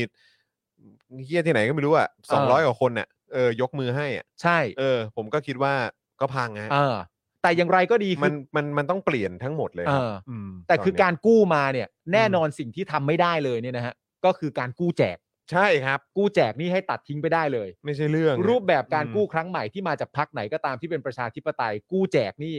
Speaker 1: เฮี้ยที่ไหนก็ไม่รู้อ่ะ
Speaker 2: เอ
Speaker 1: สองร้อย
Speaker 2: อ
Speaker 1: กว่าคนเนี่ยเออยกมือให้อ่ะ
Speaker 2: ใช่
Speaker 1: เออ ผมก็คิดว่าก็พังฮะ
Speaker 2: เออ แต่อย่างไรก็ดีคื
Speaker 1: มัน
Speaker 2: อ
Speaker 1: มันมันต้องเปลี่ยนทั้งหมดเลย
Speaker 2: เอ
Speaker 1: ครับ
Speaker 2: อ
Speaker 1: ม
Speaker 2: แต่
Speaker 1: น
Speaker 2: คือ
Speaker 1: เนี้ย
Speaker 2: การกู้มาเนี่ย แน่นอนสิ่งที่ทำไม่ได้เลยเนี่ยนะฮะ ก็คือการกู้แจก
Speaker 1: ใช่ครับ
Speaker 2: กู้แจกนี่ให้ตัดทิ้งไปได้เลย
Speaker 1: ไม่ใช่เรื่อง
Speaker 2: รูปแบบการกู้
Speaker 1: อืม
Speaker 2: ครั้งใหม่ที่มาจากพักไหนก็ตามที่เป็นประชาธิปไตย กู้แจกนี่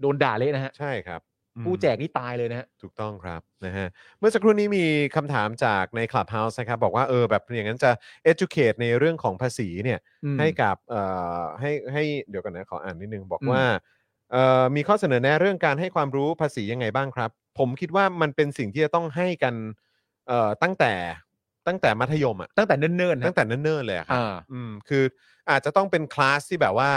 Speaker 2: โดนด่าเลยนะฮะ
Speaker 1: ใช่ครับอืม
Speaker 2: กู้แจกนี่ตายเลยนะฮะ
Speaker 1: ถูกต้องครับนะฮะเมื่อสักครู่นี้มีคำถามจากใน Clubhouse นะครับ บอกว่าเออแบบอย่างนั้นจะ educate ในเรื่องของภาษีเนี่ย
Speaker 2: อืม
Speaker 1: ให้กับเอ่อให้ให้เดี๋ยวกันนะขออ่านนิดนึงบอก
Speaker 2: อืม
Speaker 1: ว่าเอ่อมีข้อเสนอแนะเรื่องการให้ความรู้ภาษียังไงบ้างครับ ผมคิดว่ามันเป็นสิ่งที่จะต้องให้กันเอ่อตั้งแต่ตั้งแต่มัธยมอะ
Speaker 2: ตั้งแต่เนิ่นๆนะ
Speaker 1: ตั้งแต่เนิ่นๆเลยอะครับ
Speaker 2: อ่า
Speaker 1: อืมคืออาจจะต้องเป็นคลาสที่แบบว่า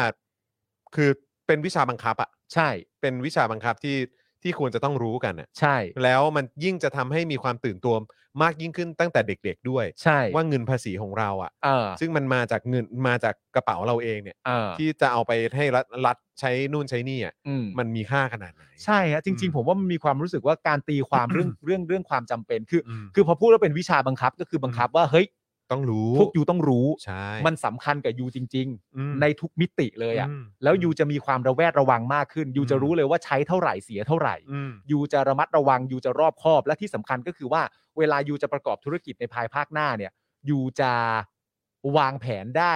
Speaker 1: คือเป็นวิชาบังคับอะ
Speaker 2: ใช่
Speaker 1: เป็นวิชาบังคับที่ที่ควรจะต้องรู้กันอะ
Speaker 2: ใช่
Speaker 1: แล้วมันยิ่งจะทำให้มีความตื่นตัวมากยิ่งขึ้นตั้งแต่เด็ก ๆ ด้วย
Speaker 2: ใช่
Speaker 1: ว่าเงินภาษีของเราอะ
Speaker 2: เออ
Speaker 1: ซึ่งมันมาจากเงินมาจากกระเป๋าเราเองเนี่ย
Speaker 2: เออ
Speaker 1: ที่จะเอาไปให้รัฐรัฐใช้นู่นใช้นี่อ่ะ
Speaker 2: อืม
Speaker 1: มันมีค่าขนาดไหน
Speaker 2: ใช่ฮะจริง
Speaker 1: อืม
Speaker 2: ๆ ผมว่ามันมีความรู้สึกว่าการตีความเรื่อง เรื่องเรื่องความจำเป็นคือ
Speaker 1: อืม
Speaker 2: คือพอพูดว่าเป็นวิชาบังคับก็คือบังคับว่าเฮ้ย
Speaker 1: ต้องรู้
Speaker 2: พวกยูต้องรู้
Speaker 1: ใช่
Speaker 2: มันสำคัญกับยูจริง
Speaker 1: อืม
Speaker 2: ๆ ในทุกมิติเลยอ่ะ
Speaker 1: ม
Speaker 2: แล้วยูจะมีความระแวดระวังมากขึ้นยู
Speaker 1: อืม
Speaker 2: จะรู้เลยว่าใช้เท่าไหร่เสียเท่าไหร่
Speaker 1: อืม
Speaker 2: ยูจะระมัดระวังยูจะรอบคอบและที่สำคัญก็คือว่าเวลายูจะประกอบธุรกิจในภายภาคหน้าเนี่ยยูจะวางแผนได้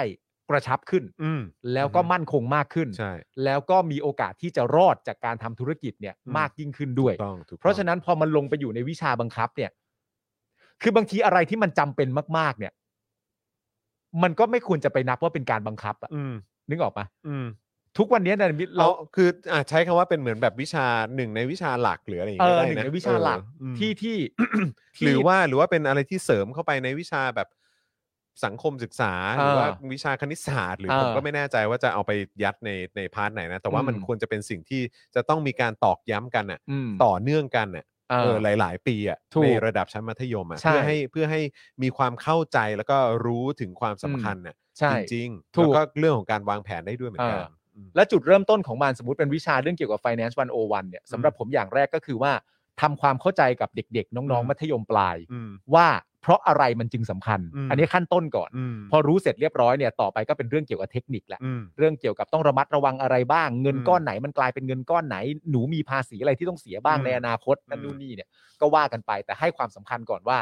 Speaker 2: กระชับขึ้น
Speaker 1: อืม
Speaker 2: แล้วก็มั่นคงมากขึ้น
Speaker 1: ใช่
Speaker 2: แล้วก็มีโอกาสที่จะรอดจากการทำธุรกิจเนี่ยมากยิ่งขึ้นด้วย
Speaker 1: ถูกต้องถูกต้อง
Speaker 2: เพราะฉะนั้นพอมันลงไปอยู่ในวิชาบังคับเนี่ย คือบางทีอะไรที่มันจำเป็นมาก ๆ เนี่ย มันก็ไม่ควรจะไปนับว่าเป็นการบังคับอะ
Speaker 1: อืม
Speaker 2: นึกออกปะ
Speaker 1: อืม
Speaker 2: ทุกวันเนี้ยเนี่ยเรา
Speaker 1: เราคืออ่ะใช้คำว่าเป็นเหมือนแบบวิชาหนึ่งในวิชาหลักหรืออะไรอย่าง
Speaker 2: เอ
Speaker 1: เงี้ย
Speaker 2: อ
Speaker 1: ได้
Speaker 2: หนึ่ง
Speaker 1: นะ
Speaker 2: ในวิชาหลัก
Speaker 1: เอออืม
Speaker 2: ที่ที่
Speaker 1: หรือว่าหรือว่าเป็นอะไรที่เสริมเข้าไปในวิชาแบบสังคมศึกษาห
Speaker 2: เออ
Speaker 1: รือว่าวิชาคณิตศาสตร์ หรือ
Speaker 2: เออ
Speaker 1: ผมก็ไม่แน่ใจว่าจะเอาไปยัดในในพาร์ทไหนนะ แต่ว่ามัน
Speaker 2: อืม
Speaker 1: ควรจะเป็นสิ่งที่จะต้องมีการตอกย้ำกันอ่ะ
Speaker 2: อืม
Speaker 1: ต่อเนื่องกันอ่ะ
Speaker 2: เอ
Speaker 1: เอ
Speaker 2: อ
Speaker 1: อหลาย ๆ ปีอ่ะ
Speaker 2: ถูก
Speaker 1: ในระดับชั้นมัธยมอ่ะ
Speaker 2: ใช่
Speaker 1: เพื่อให้เพื่อให้มีความเข้าใจแล้วก็รู้ถึงความสำคัญอ่ะ
Speaker 2: ใช่
Speaker 1: จริงๆ
Speaker 2: ถู
Speaker 1: แล้ว
Speaker 2: ก
Speaker 1: ก็เรื่องของการวางแผนได้ด้วยเหมือนกัน
Speaker 2: เออ และจุดเริ่มต้นของมันสมมติเป็นวิชาเรื่องเกี่ยวกับ finance 101เนี่ยสำหรับผมอย่างแรกก็คือว่าทำความเข้าใจกับเด็ก ๆ น้อง ๆ มัธยมปลาย
Speaker 1: อืม
Speaker 2: ว่าเพราะอะไรมันจึงสำคัญ
Speaker 1: อืม
Speaker 2: อันนี้ขั้นต้นก่อน
Speaker 1: อืม
Speaker 2: พอรู้เสร็จเรียบร้อยเนี่ยต่อไปก็เป็นเรื่องเกี่ยวกับเทคนิคแหละ
Speaker 1: อืม
Speaker 2: เรื่องเกี่ยวกับต้องระมัดระวังอะไรบ้าง เงิน
Speaker 1: อืม
Speaker 2: ก้อนไหนมันกลายเป็นเงินก้อนไหน หนูมีภาษีอะไรที่ต้องเสียบ้าง
Speaker 1: อืม
Speaker 2: ในอนาคตนั่น
Speaker 1: อืม
Speaker 2: นู่นนี่เนี่ย ก็ว่ากันไปแต่ให้ความสำคัญก่อนว่า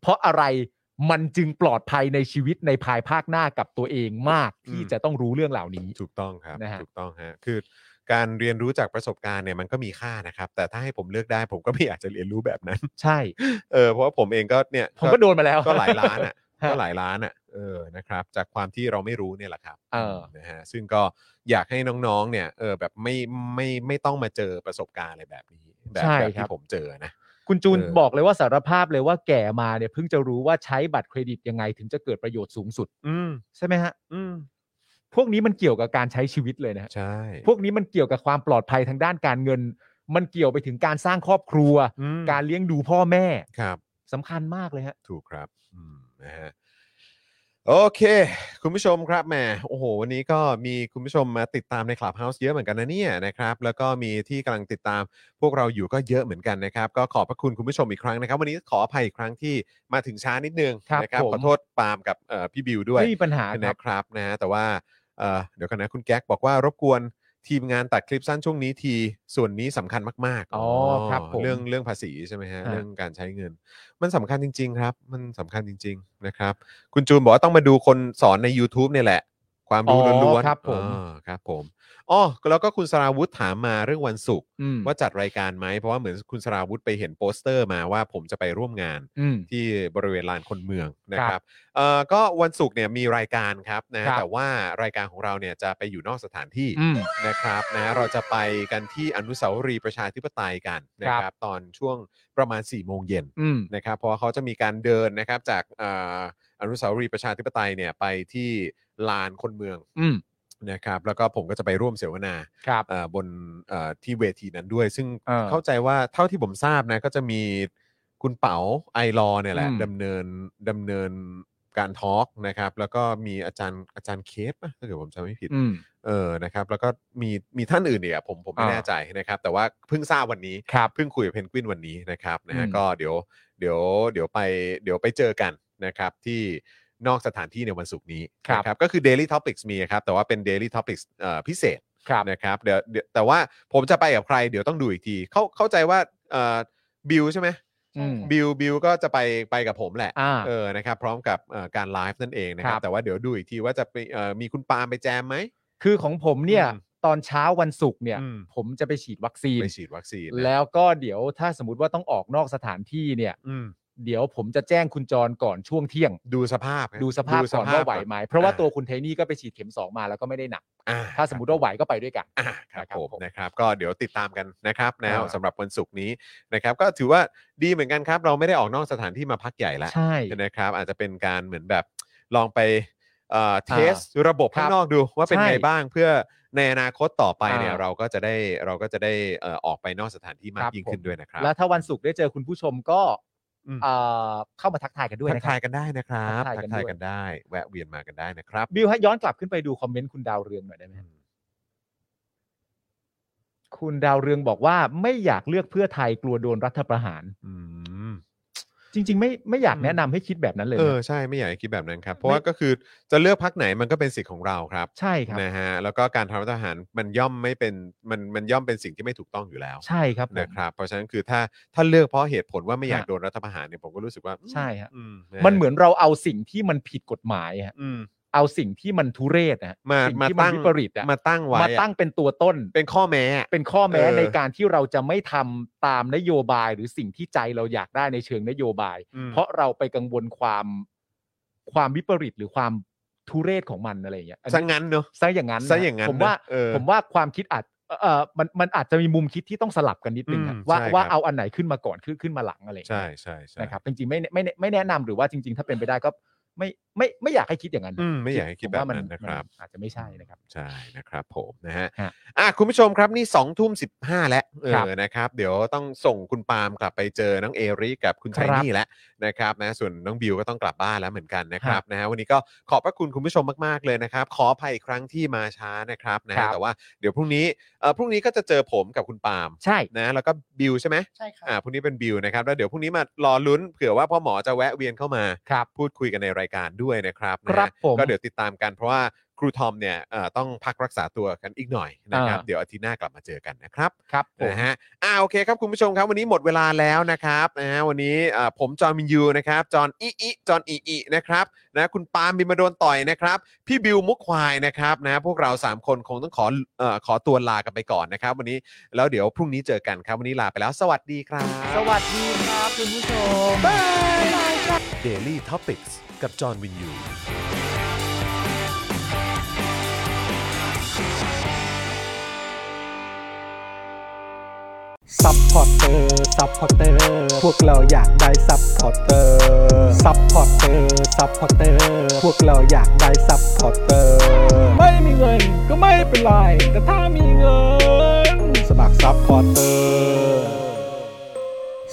Speaker 2: เพราะอะไรมันจึงปลอดภัยในชีวิตในภายภาคหน้ากับตัวเองมากที่จะต้องรู้เรื่องเหล่านี้
Speaker 1: ถูกต้องครับ
Speaker 2: นะฮะ
Speaker 1: ถูกต้องฮะคือการเรียนรู้จากประสบการณ์เนี่ยมันก็มีค่านะครับ แต่ถ้าให้ผมเลือกได้ผมก็ไม่อยากจะเรียนรู้แบบนั้น
Speaker 2: ใช่
Speaker 1: เออเพราะว่าผมเองก็เนี่ย
Speaker 2: ผมก็โดนมาแล้ว
Speaker 1: ก็หลายล้านอ่ะ
Speaker 2: ฮะ
Speaker 1: ก็หลายล้านอ่ะเออนะครับ จากความที่เราไม่รู้เนี่ยแหละครับ
Speaker 2: เออ
Speaker 1: นะฮะซึ่งก็อยากให้น้องๆเนี่ยเออแบบไม่ไม่ไม่ต้องมาเจอประสบการณ์อะไรแบบนี้แบบ
Speaker 2: ใช่
Speaker 1: แบบ
Speaker 2: ครั
Speaker 1: ที่
Speaker 2: บ
Speaker 1: ผมเจอนะ
Speaker 2: คุณจูน
Speaker 1: เออ
Speaker 2: บอกเลยว่าสารภาพเลยว่าแก่มาเนี่ยเพิ่งจะรู้ว่าใช้บัตรเครดิตยังไงถึงจะเกิดประโยชน์สูงสุด
Speaker 1: อืม
Speaker 2: ใช่ไหมฮะ
Speaker 1: อืม
Speaker 2: พวกนี้มันเกี่ยวกับการใช้ชีวิตเลยนะฮะ
Speaker 1: ใช่
Speaker 2: พวกนี้มันเกี่ยวกับความปลอดภัยทางด้านการเงิน มันเกี่ยวไปถึงการสร้างครอบครัว
Speaker 1: อืม
Speaker 2: การเลี้ยงดูพ่อแม่
Speaker 1: ครับ
Speaker 2: สำคัญมากเลยฮะ
Speaker 1: ถูกครับอืมนะฮะ โอเค คุณผู้ชมครับแหมโอ้โห วันนี้ก็มีคุณผู้ชมมาติดตามใน Clubhouse เยอะเหมือนกันนะเนี่ยนะครับ แล้วก็มีที่กำลังติดตามพวกเราอยู่ก็เยอะเหมือนกันนะครับ ก็ขอบพระคุณคุณผู้ชมอีกครั้งนะครับ วันนี้ขออภัยอีกครั้งที่มาถึงช้านิดนึง
Speaker 2: ครับ
Speaker 1: นะครับ
Speaker 2: ผม
Speaker 1: ขอโทษปาล์มกับเอ่อพี่บิวด้วย
Speaker 2: ไม่มีปัญหาครั
Speaker 1: นะ
Speaker 2: บ
Speaker 1: ครับนะฮะแต่ว่าเอ่อเดี๋ยวกันนะคุณแก๊กบอกว่ารบกวนทีมงานตัดคลิปสั้นช่วงนี้ทีส่วนนี้สำคัญมากๆ
Speaker 2: อ๋อครับผม
Speaker 1: เรื่องเรื่องภาษีใช่ไหมฮะ
Speaker 2: ฮะ
Speaker 1: เรื่องการใช้เงิน มันสำคัญจริง ๆ ครับ มันสำคัญจริง ๆ นะครับ คุณจูนบอกว่าต้องมาดูคนสอนใน YouTube เนี่ยแหละ ความรู้ล้วน
Speaker 2: อ๋อ
Speaker 1: ๆ
Speaker 2: ครับผม
Speaker 1: อ่าครับผมอ๋อแล้วก็คุณสราวุธถามมาเรื่องวันศุกร์
Speaker 2: อืม
Speaker 1: ว่าจัดรายการไหมเพราะว่าเหมือนคุณสราวุธไปเห็นโปสเตอร์มาว่าผมจะไปร่วมงาน
Speaker 2: อืม
Speaker 1: ที่บริเวณลานคนเมืองนะค
Speaker 2: ครั
Speaker 1: รับบ เอ่อก็วันศุกร์เนี่ยมีรายการครับนะครับ แต่ว่ารายการของเราเนี่ยจะไปอยู่นอกสถานที่
Speaker 2: อืม
Speaker 1: นะครับนะเราจะไปกันที่อนุสาวรีย์ประชาธิปไตยกันนะค
Speaker 2: ครั
Speaker 1: รับบ ตอนช่วงประมาณ4ี่โมงเย็น
Speaker 2: อืม
Speaker 1: นะครับเพราะว่าเขาจะมีการเดินนะครับจากเอ่ออนุสาวรีย์ประชาธิปไตยเนี่ยไปที่ลานคนเมือง
Speaker 2: อืม
Speaker 1: นะครับแล้วก็ผมก็จะไปร่วมเสวนา
Speaker 2: ครับ
Speaker 1: เอ่อบนเอ่อที่เวทีนั้นด้วย ซึ่ง
Speaker 2: เออ
Speaker 1: เข้าใจว่าเท่าที่ผมทราบนะก็จะมีคุณเป๋าไอรอเนี่ยแหละ
Speaker 2: อืม
Speaker 1: ดำเนินดำเนินการทอล์กนะครับ แล้วก็มีอาจารย์อาจารย์เคปป่ะถ้าเกิดผมจำไม่ผิด
Speaker 2: อืม
Speaker 1: เออนะครับแล้วก็มีมีท่านอื่นอีกอะผมผมไม่
Speaker 2: อ่า
Speaker 1: แน่ใจนะครับ แต่ว่าเพิ่งทราบวันนี้
Speaker 2: ครับ
Speaker 1: เพิ่งคุยกับเพนกวินวันนี้นะครับนะฮะ
Speaker 2: อืม
Speaker 1: ก็เดี๋ยวเดี๋ยวเดี๋ยวไปเดี๋ยวไปเจอกันนะครับที่นอกสถานที่ในวันศุกร์นี้
Speaker 2: ครับ
Speaker 1: นะก็คือ Daily Topics มีครับแต่ว่าเป็น Daily Topics เอ่อพิเศษ
Speaker 2: ครับ
Speaker 1: นะครับเดี๋ยวเดี๋ยวแต่ว่าผมจะไปกับใครเดี๋ยวต้องดูอีกทีเขาเข้าใจว่าเอ่อบิวใช่ไหม
Speaker 2: อืม
Speaker 1: บิวบิวก็จะไปไปกับผมแหละ
Speaker 2: อ่า
Speaker 1: เออนะครับพร้อมกับเอ่อการไลฟ์นั่นเองนะครั
Speaker 2: ครับ บ
Speaker 1: แต่ว่าเดี๋ยวดูอีกทีว่าจะไปเอ่อมีคุณปาล์มไปแจมไหม
Speaker 2: คือของผมเนี่ย
Speaker 1: อืม
Speaker 2: ตอนเช้าวันศุกร์เนี่ย
Speaker 1: อืม
Speaker 2: ผมจะไปฉีดวัคซีน
Speaker 1: ไปฉีดวัคซีนนะ
Speaker 2: แล้วก็เดี๋ยวถ้าสมมติว่าต้องออกนอกสถานที่เนี่ย
Speaker 1: อืม
Speaker 2: เดี๋ยวผมจะแจ้งคุณจรก่อนช่วงเที่ยง
Speaker 1: ดูสภาพนะ
Speaker 2: ดูสภาพก่อนว่าไหวไหม เพราะว่า
Speaker 1: อ่
Speaker 2: ตัวคุณเทนี่ก็ไปฉีดเข็มสองมาแล้วก็ไม่ได้หนัก
Speaker 1: อ่
Speaker 2: ถ้าสมมติว่าไหวก็ไปด้วยกัน
Speaker 1: อ่าครับ
Speaker 2: นะครับ
Speaker 1: ผม
Speaker 2: ผม
Speaker 1: นะครับก็เดี๋ยวติดตามกันนะครับนะ
Speaker 2: อ่า
Speaker 1: สำหรับวันศุกร์นี้นะครับก็ถือว่าดีเหมือนกันครับ เราไม่ได้ออกนอกสถานที่มาพักใหญ่ละ
Speaker 2: ใช่
Speaker 1: นะครับอาจจะเป็นการเหมือนแบบลองไปเอ่อเท
Speaker 2: อ่า
Speaker 1: สระบบข้าง
Speaker 2: ครับ
Speaker 1: นอกดูว่าเป็น
Speaker 2: ใช่
Speaker 1: ไงบ้างเพื่อในอนาคตต่อไปเนี่ย
Speaker 2: อ่า
Speaker 1: เราก็จะได้เราก็จะได้เอ่อออกไปนอกสถานที่มา
Speaker 2: ครั
Speaker 1: ก
Speaker 2: บ
Speaker 1: ยิ่ง
Speaker 2: ผม
Speaker 1: ขึ้นด้วยนะครับ
Speaker 2: แล้วถ้าวันศุกร์ได้เจอคุณผู้ชมก็
Speaker 1: อืม
Speaker 2: เอ่อเข้ามาทักทายกันด้วย
Speaker 1: ทั
Speaker 2: นะ
Speaker 1: ก
Speaker 2: ครั
Speaker 1: ทา
Speaker 2: บ
Speaker 1: ยกันได้นะครับ
Speaker 2: ทัก
Speaker 1: ทั
Speaker 2: ทาย
Speaker 1: ก
Speaker 2: กัน
Speaker 1: ทาย
Speaker 2: ด้วย
Speaker 1: กันได้ แวะเวียนมากันได้นะครับ
Speaker 2: บิวฮะย้อนกลับขึ้นไปดูคอมเมนต์คุณดาวเรืองหน่อยได้ไหมฮะคุณดาวเรืองบอกว่าไม่อยากเลือกเพื่อไทยกลัวโดนรัฐประหาร
Speaker 1: อืม
Speaker 2: จริง ๆ ไม่ไม่อยาก
Speaker 1: อืม
Speaker 2: แนะนำให้คิดแบบนั้นเลย
Speaker 1: เอ
Speaker 2: นะ
Speaker 1: อใช่ไม่อยากให้คิดแบบนั้นครับ เพราะ
Speaker 2: ไม่
Speaker 1: ว่าก็คือจะเลือกพักไหนมันก็เป็นสิทธิ์ของเราครับ
Speaker 2: ใช่ครับ
Speaker 1: นะฮะแล้วก็การทำรัฐประหารมันย่อมไม่เป็นมันมันย่อมเป็นสิ่งที่ไม่ถูกต้องอยู่แล้ว
Speaker 2: ใช่ครับผม
Speaker 1: นะครับเพราะฉะนั้นคือถ้าถ้าเลือกเพราะเหตุผลว่าไม่อยาก
Speaker 2: ฮะ
Speaker 1: โดนรัฐประหารเนี่ยผมก็รู้สึกว่าอืม
Speaker 2: ใช่ฮะ
Speaker 1: อื
Speaker 2: มันเหมือนเราเอาสิ่งที่มันผิดกฎหมายฮะ
Speaker 1: อืม
Speaker 2: เอาสิ่งที่มันทุเรศนะฮะ
Speaker 1: มา
Speaker 2: สิ่ง
Speaker 1: มา
Speaker 2: ที่มัน
Speaker 1: ตั้ง
Speaker 2: วิปริตอะ
Speaker 1: มาตั้งไว้
Speaker 2: มา
Speaker 1: อะ
Speaker 2: ตั้งเป็นตัวต้น
Speaker 1: เป็นข้อแม้อะ
Speaker 2: เป็นข้อแม้
Speaker 1: เออ
Speaker 2: ในการที่เราจะไม่ทำตามนโยบายหรือสิ่งที่ใจเราอยากได้ในเชิงนโยบาย
Speaker 1: อืม
Speaker 2: เพราะเราไปกังวลความความวิปริตหรือความทุเรศของมันอะไรอย่างเงี้ยอัน
Speaker 1: ซะ
Speaker 2: นี้
Speaker 1: งั้นเนอะ
Speaker 2: ซะอย่างนั้นะ
Speaker 1: ซะอย่างนั้น
Speaker 2: ผมว่า
Speaker 1: นะเออ
Speaker 2: ผมว่าความคิดอาจเออมันมันอาจจะมีมุมคิดที่ต้องสลับกันนิดนึงครับ
Speaker 1: อืม
Speaker 2: ว่า
Speaker 1: ใช่
Speaker 2: ว่า
Speaker 1: ครับ
Speaker 2: เอาอันไหนขึ้นมาก่อนขึ้นขึ้นมาหลังอะไรอย่าง
Speaker 1: ใช่
Speaker 2: เงี้ย
Speaker 1: ใช่ใช่
Speaker 2: นะครับจริงๆไม่ไม่ไม่ไม่แนะนำหรือว่าจริง ๆ ถ้าเป็นไปได้ก็ไม่ไม่ไม่อยากให้คิดอย่างนั้น
Speaker 1: อืมไม่อยากให้คิดแบบ
Speaker 2: ผมว่มั
Speaker 1: นั้นนะครับ
Speaker 2: มัอาจจะไม่ใช่นะครับ
Speaker 1: ใช่นะครับผมนะฮะ
Speaker 2: ฮะ
Speaker 1: อ่ะคุณผู้ชมครับนี่2องทุ่มสิแล้วเอ
Speaker 2: ครับ
Speaker 1: อนะครับ เดี๋ยวต้องส่งคุณปาล์มกลับไปเจอน้องเอริกับคุณชายนี่แล้วนะครับนะส่วนน้องบิวก็ต้องกลับบ้านแล้วเหมือนกันนะครับนะฮะวันนี้ก็ขอบพระคุณคุณผู้ชมมากๆเลยนะครับ ขออภัยอีกครั้งที่มาช้านะครับนะ
Speaker 2: ครั
Speaker 1: ฮะ
Speaker 2: บ
Speaker 1: แต่ว่าเดี๋ยวพรุ่งนี้เอ่อพรุ่งนี้ก็จะเจอผมกับคุณปาล์ม
Speaker 2: ใช่
Speaker 1: นะแล้วก็บิวใช่ไหม
Speaker 2: ใช่ครับ
Speaker 1: อ่าพรุ่งนี้เป็นบิวนะครับ แล้วเดี๋ยวพรุ่งนี้มารอลุ้นเผื่อว่าพ่อหมอจะแวะเวียนเข้ามา
Speaker 2: ครับ
Speaker 1: พูดคุยกันในรายการด้วยนะครับ
Speaker 2: ครั
Speaker 1: นะ
Speaker 2: บผม
Speaker 1: ก็เดี๋ยวติดตามกันเพราะว่าครูทอมเนี่ยเอ่อต้องพักรักษาตัวกันอีกหน่อยนะครับ
Speaker 2: อ่า
Speaker 1: เดี๋ยวอาทิตย์หน้ากลับมาเจอกันนะครับ
Speaker 2: ครับผม
Speaker 1: นะฮะอ่าโอเคครับคุณผู้ชมครับวันนี้หมดเวลาแล้วนะครับนะฮะวันนี้อ่าผมจอห์นวินยูนะครับจอห์นอีอีจอห์นอีอีนะครับนะคุณปาล์มบินมาโดนต่อยนะครับ พี่บิวมุกควายนะครับนะพวกเราสามคนคงต้องขอเอ่อขอตัวลากันไปก่อนนะครับ วันนี้แล้วเดี๋ยวพรุ่งนี้เจอกันครับ วันนี้ลาไปแล้วสวัสดีครับ
Speaker 2: สวัสดีครับคุณผู้ชม
Speaker 4: Daily Topics กับจอห์นวินยู
Speaker 5: ซัพพอร์เตอร์ซัพพอร์เตอร์พวกเราอยากได้ซัพพอร์เตอร์ซัพพอร์เตอร์ซัพพอร์เตอร์พวกเราอยากได้ซัพพอร์เตอร์ไม่มีเงินก็ไม่เป็นไร แต่ถ้ามีเงิน สมัครซัพพอร์เตอร์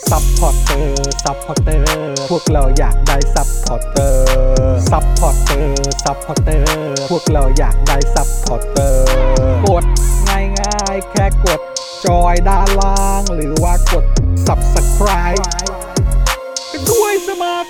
Speaker 5: ซัพพอร์เตอร์ซัพพอร์เตอร์ พวกเราอยากได้ซัพพอร์เตอร์ซัพพอร์เตอร์ซัพพอร์เตอร์พวกเราอยากได้ซัพพอร์เตอร์กดง่ายๆ แค่กดจอยด้านล่าง หรือว่ากด subscribe ไปด้วยสมัคร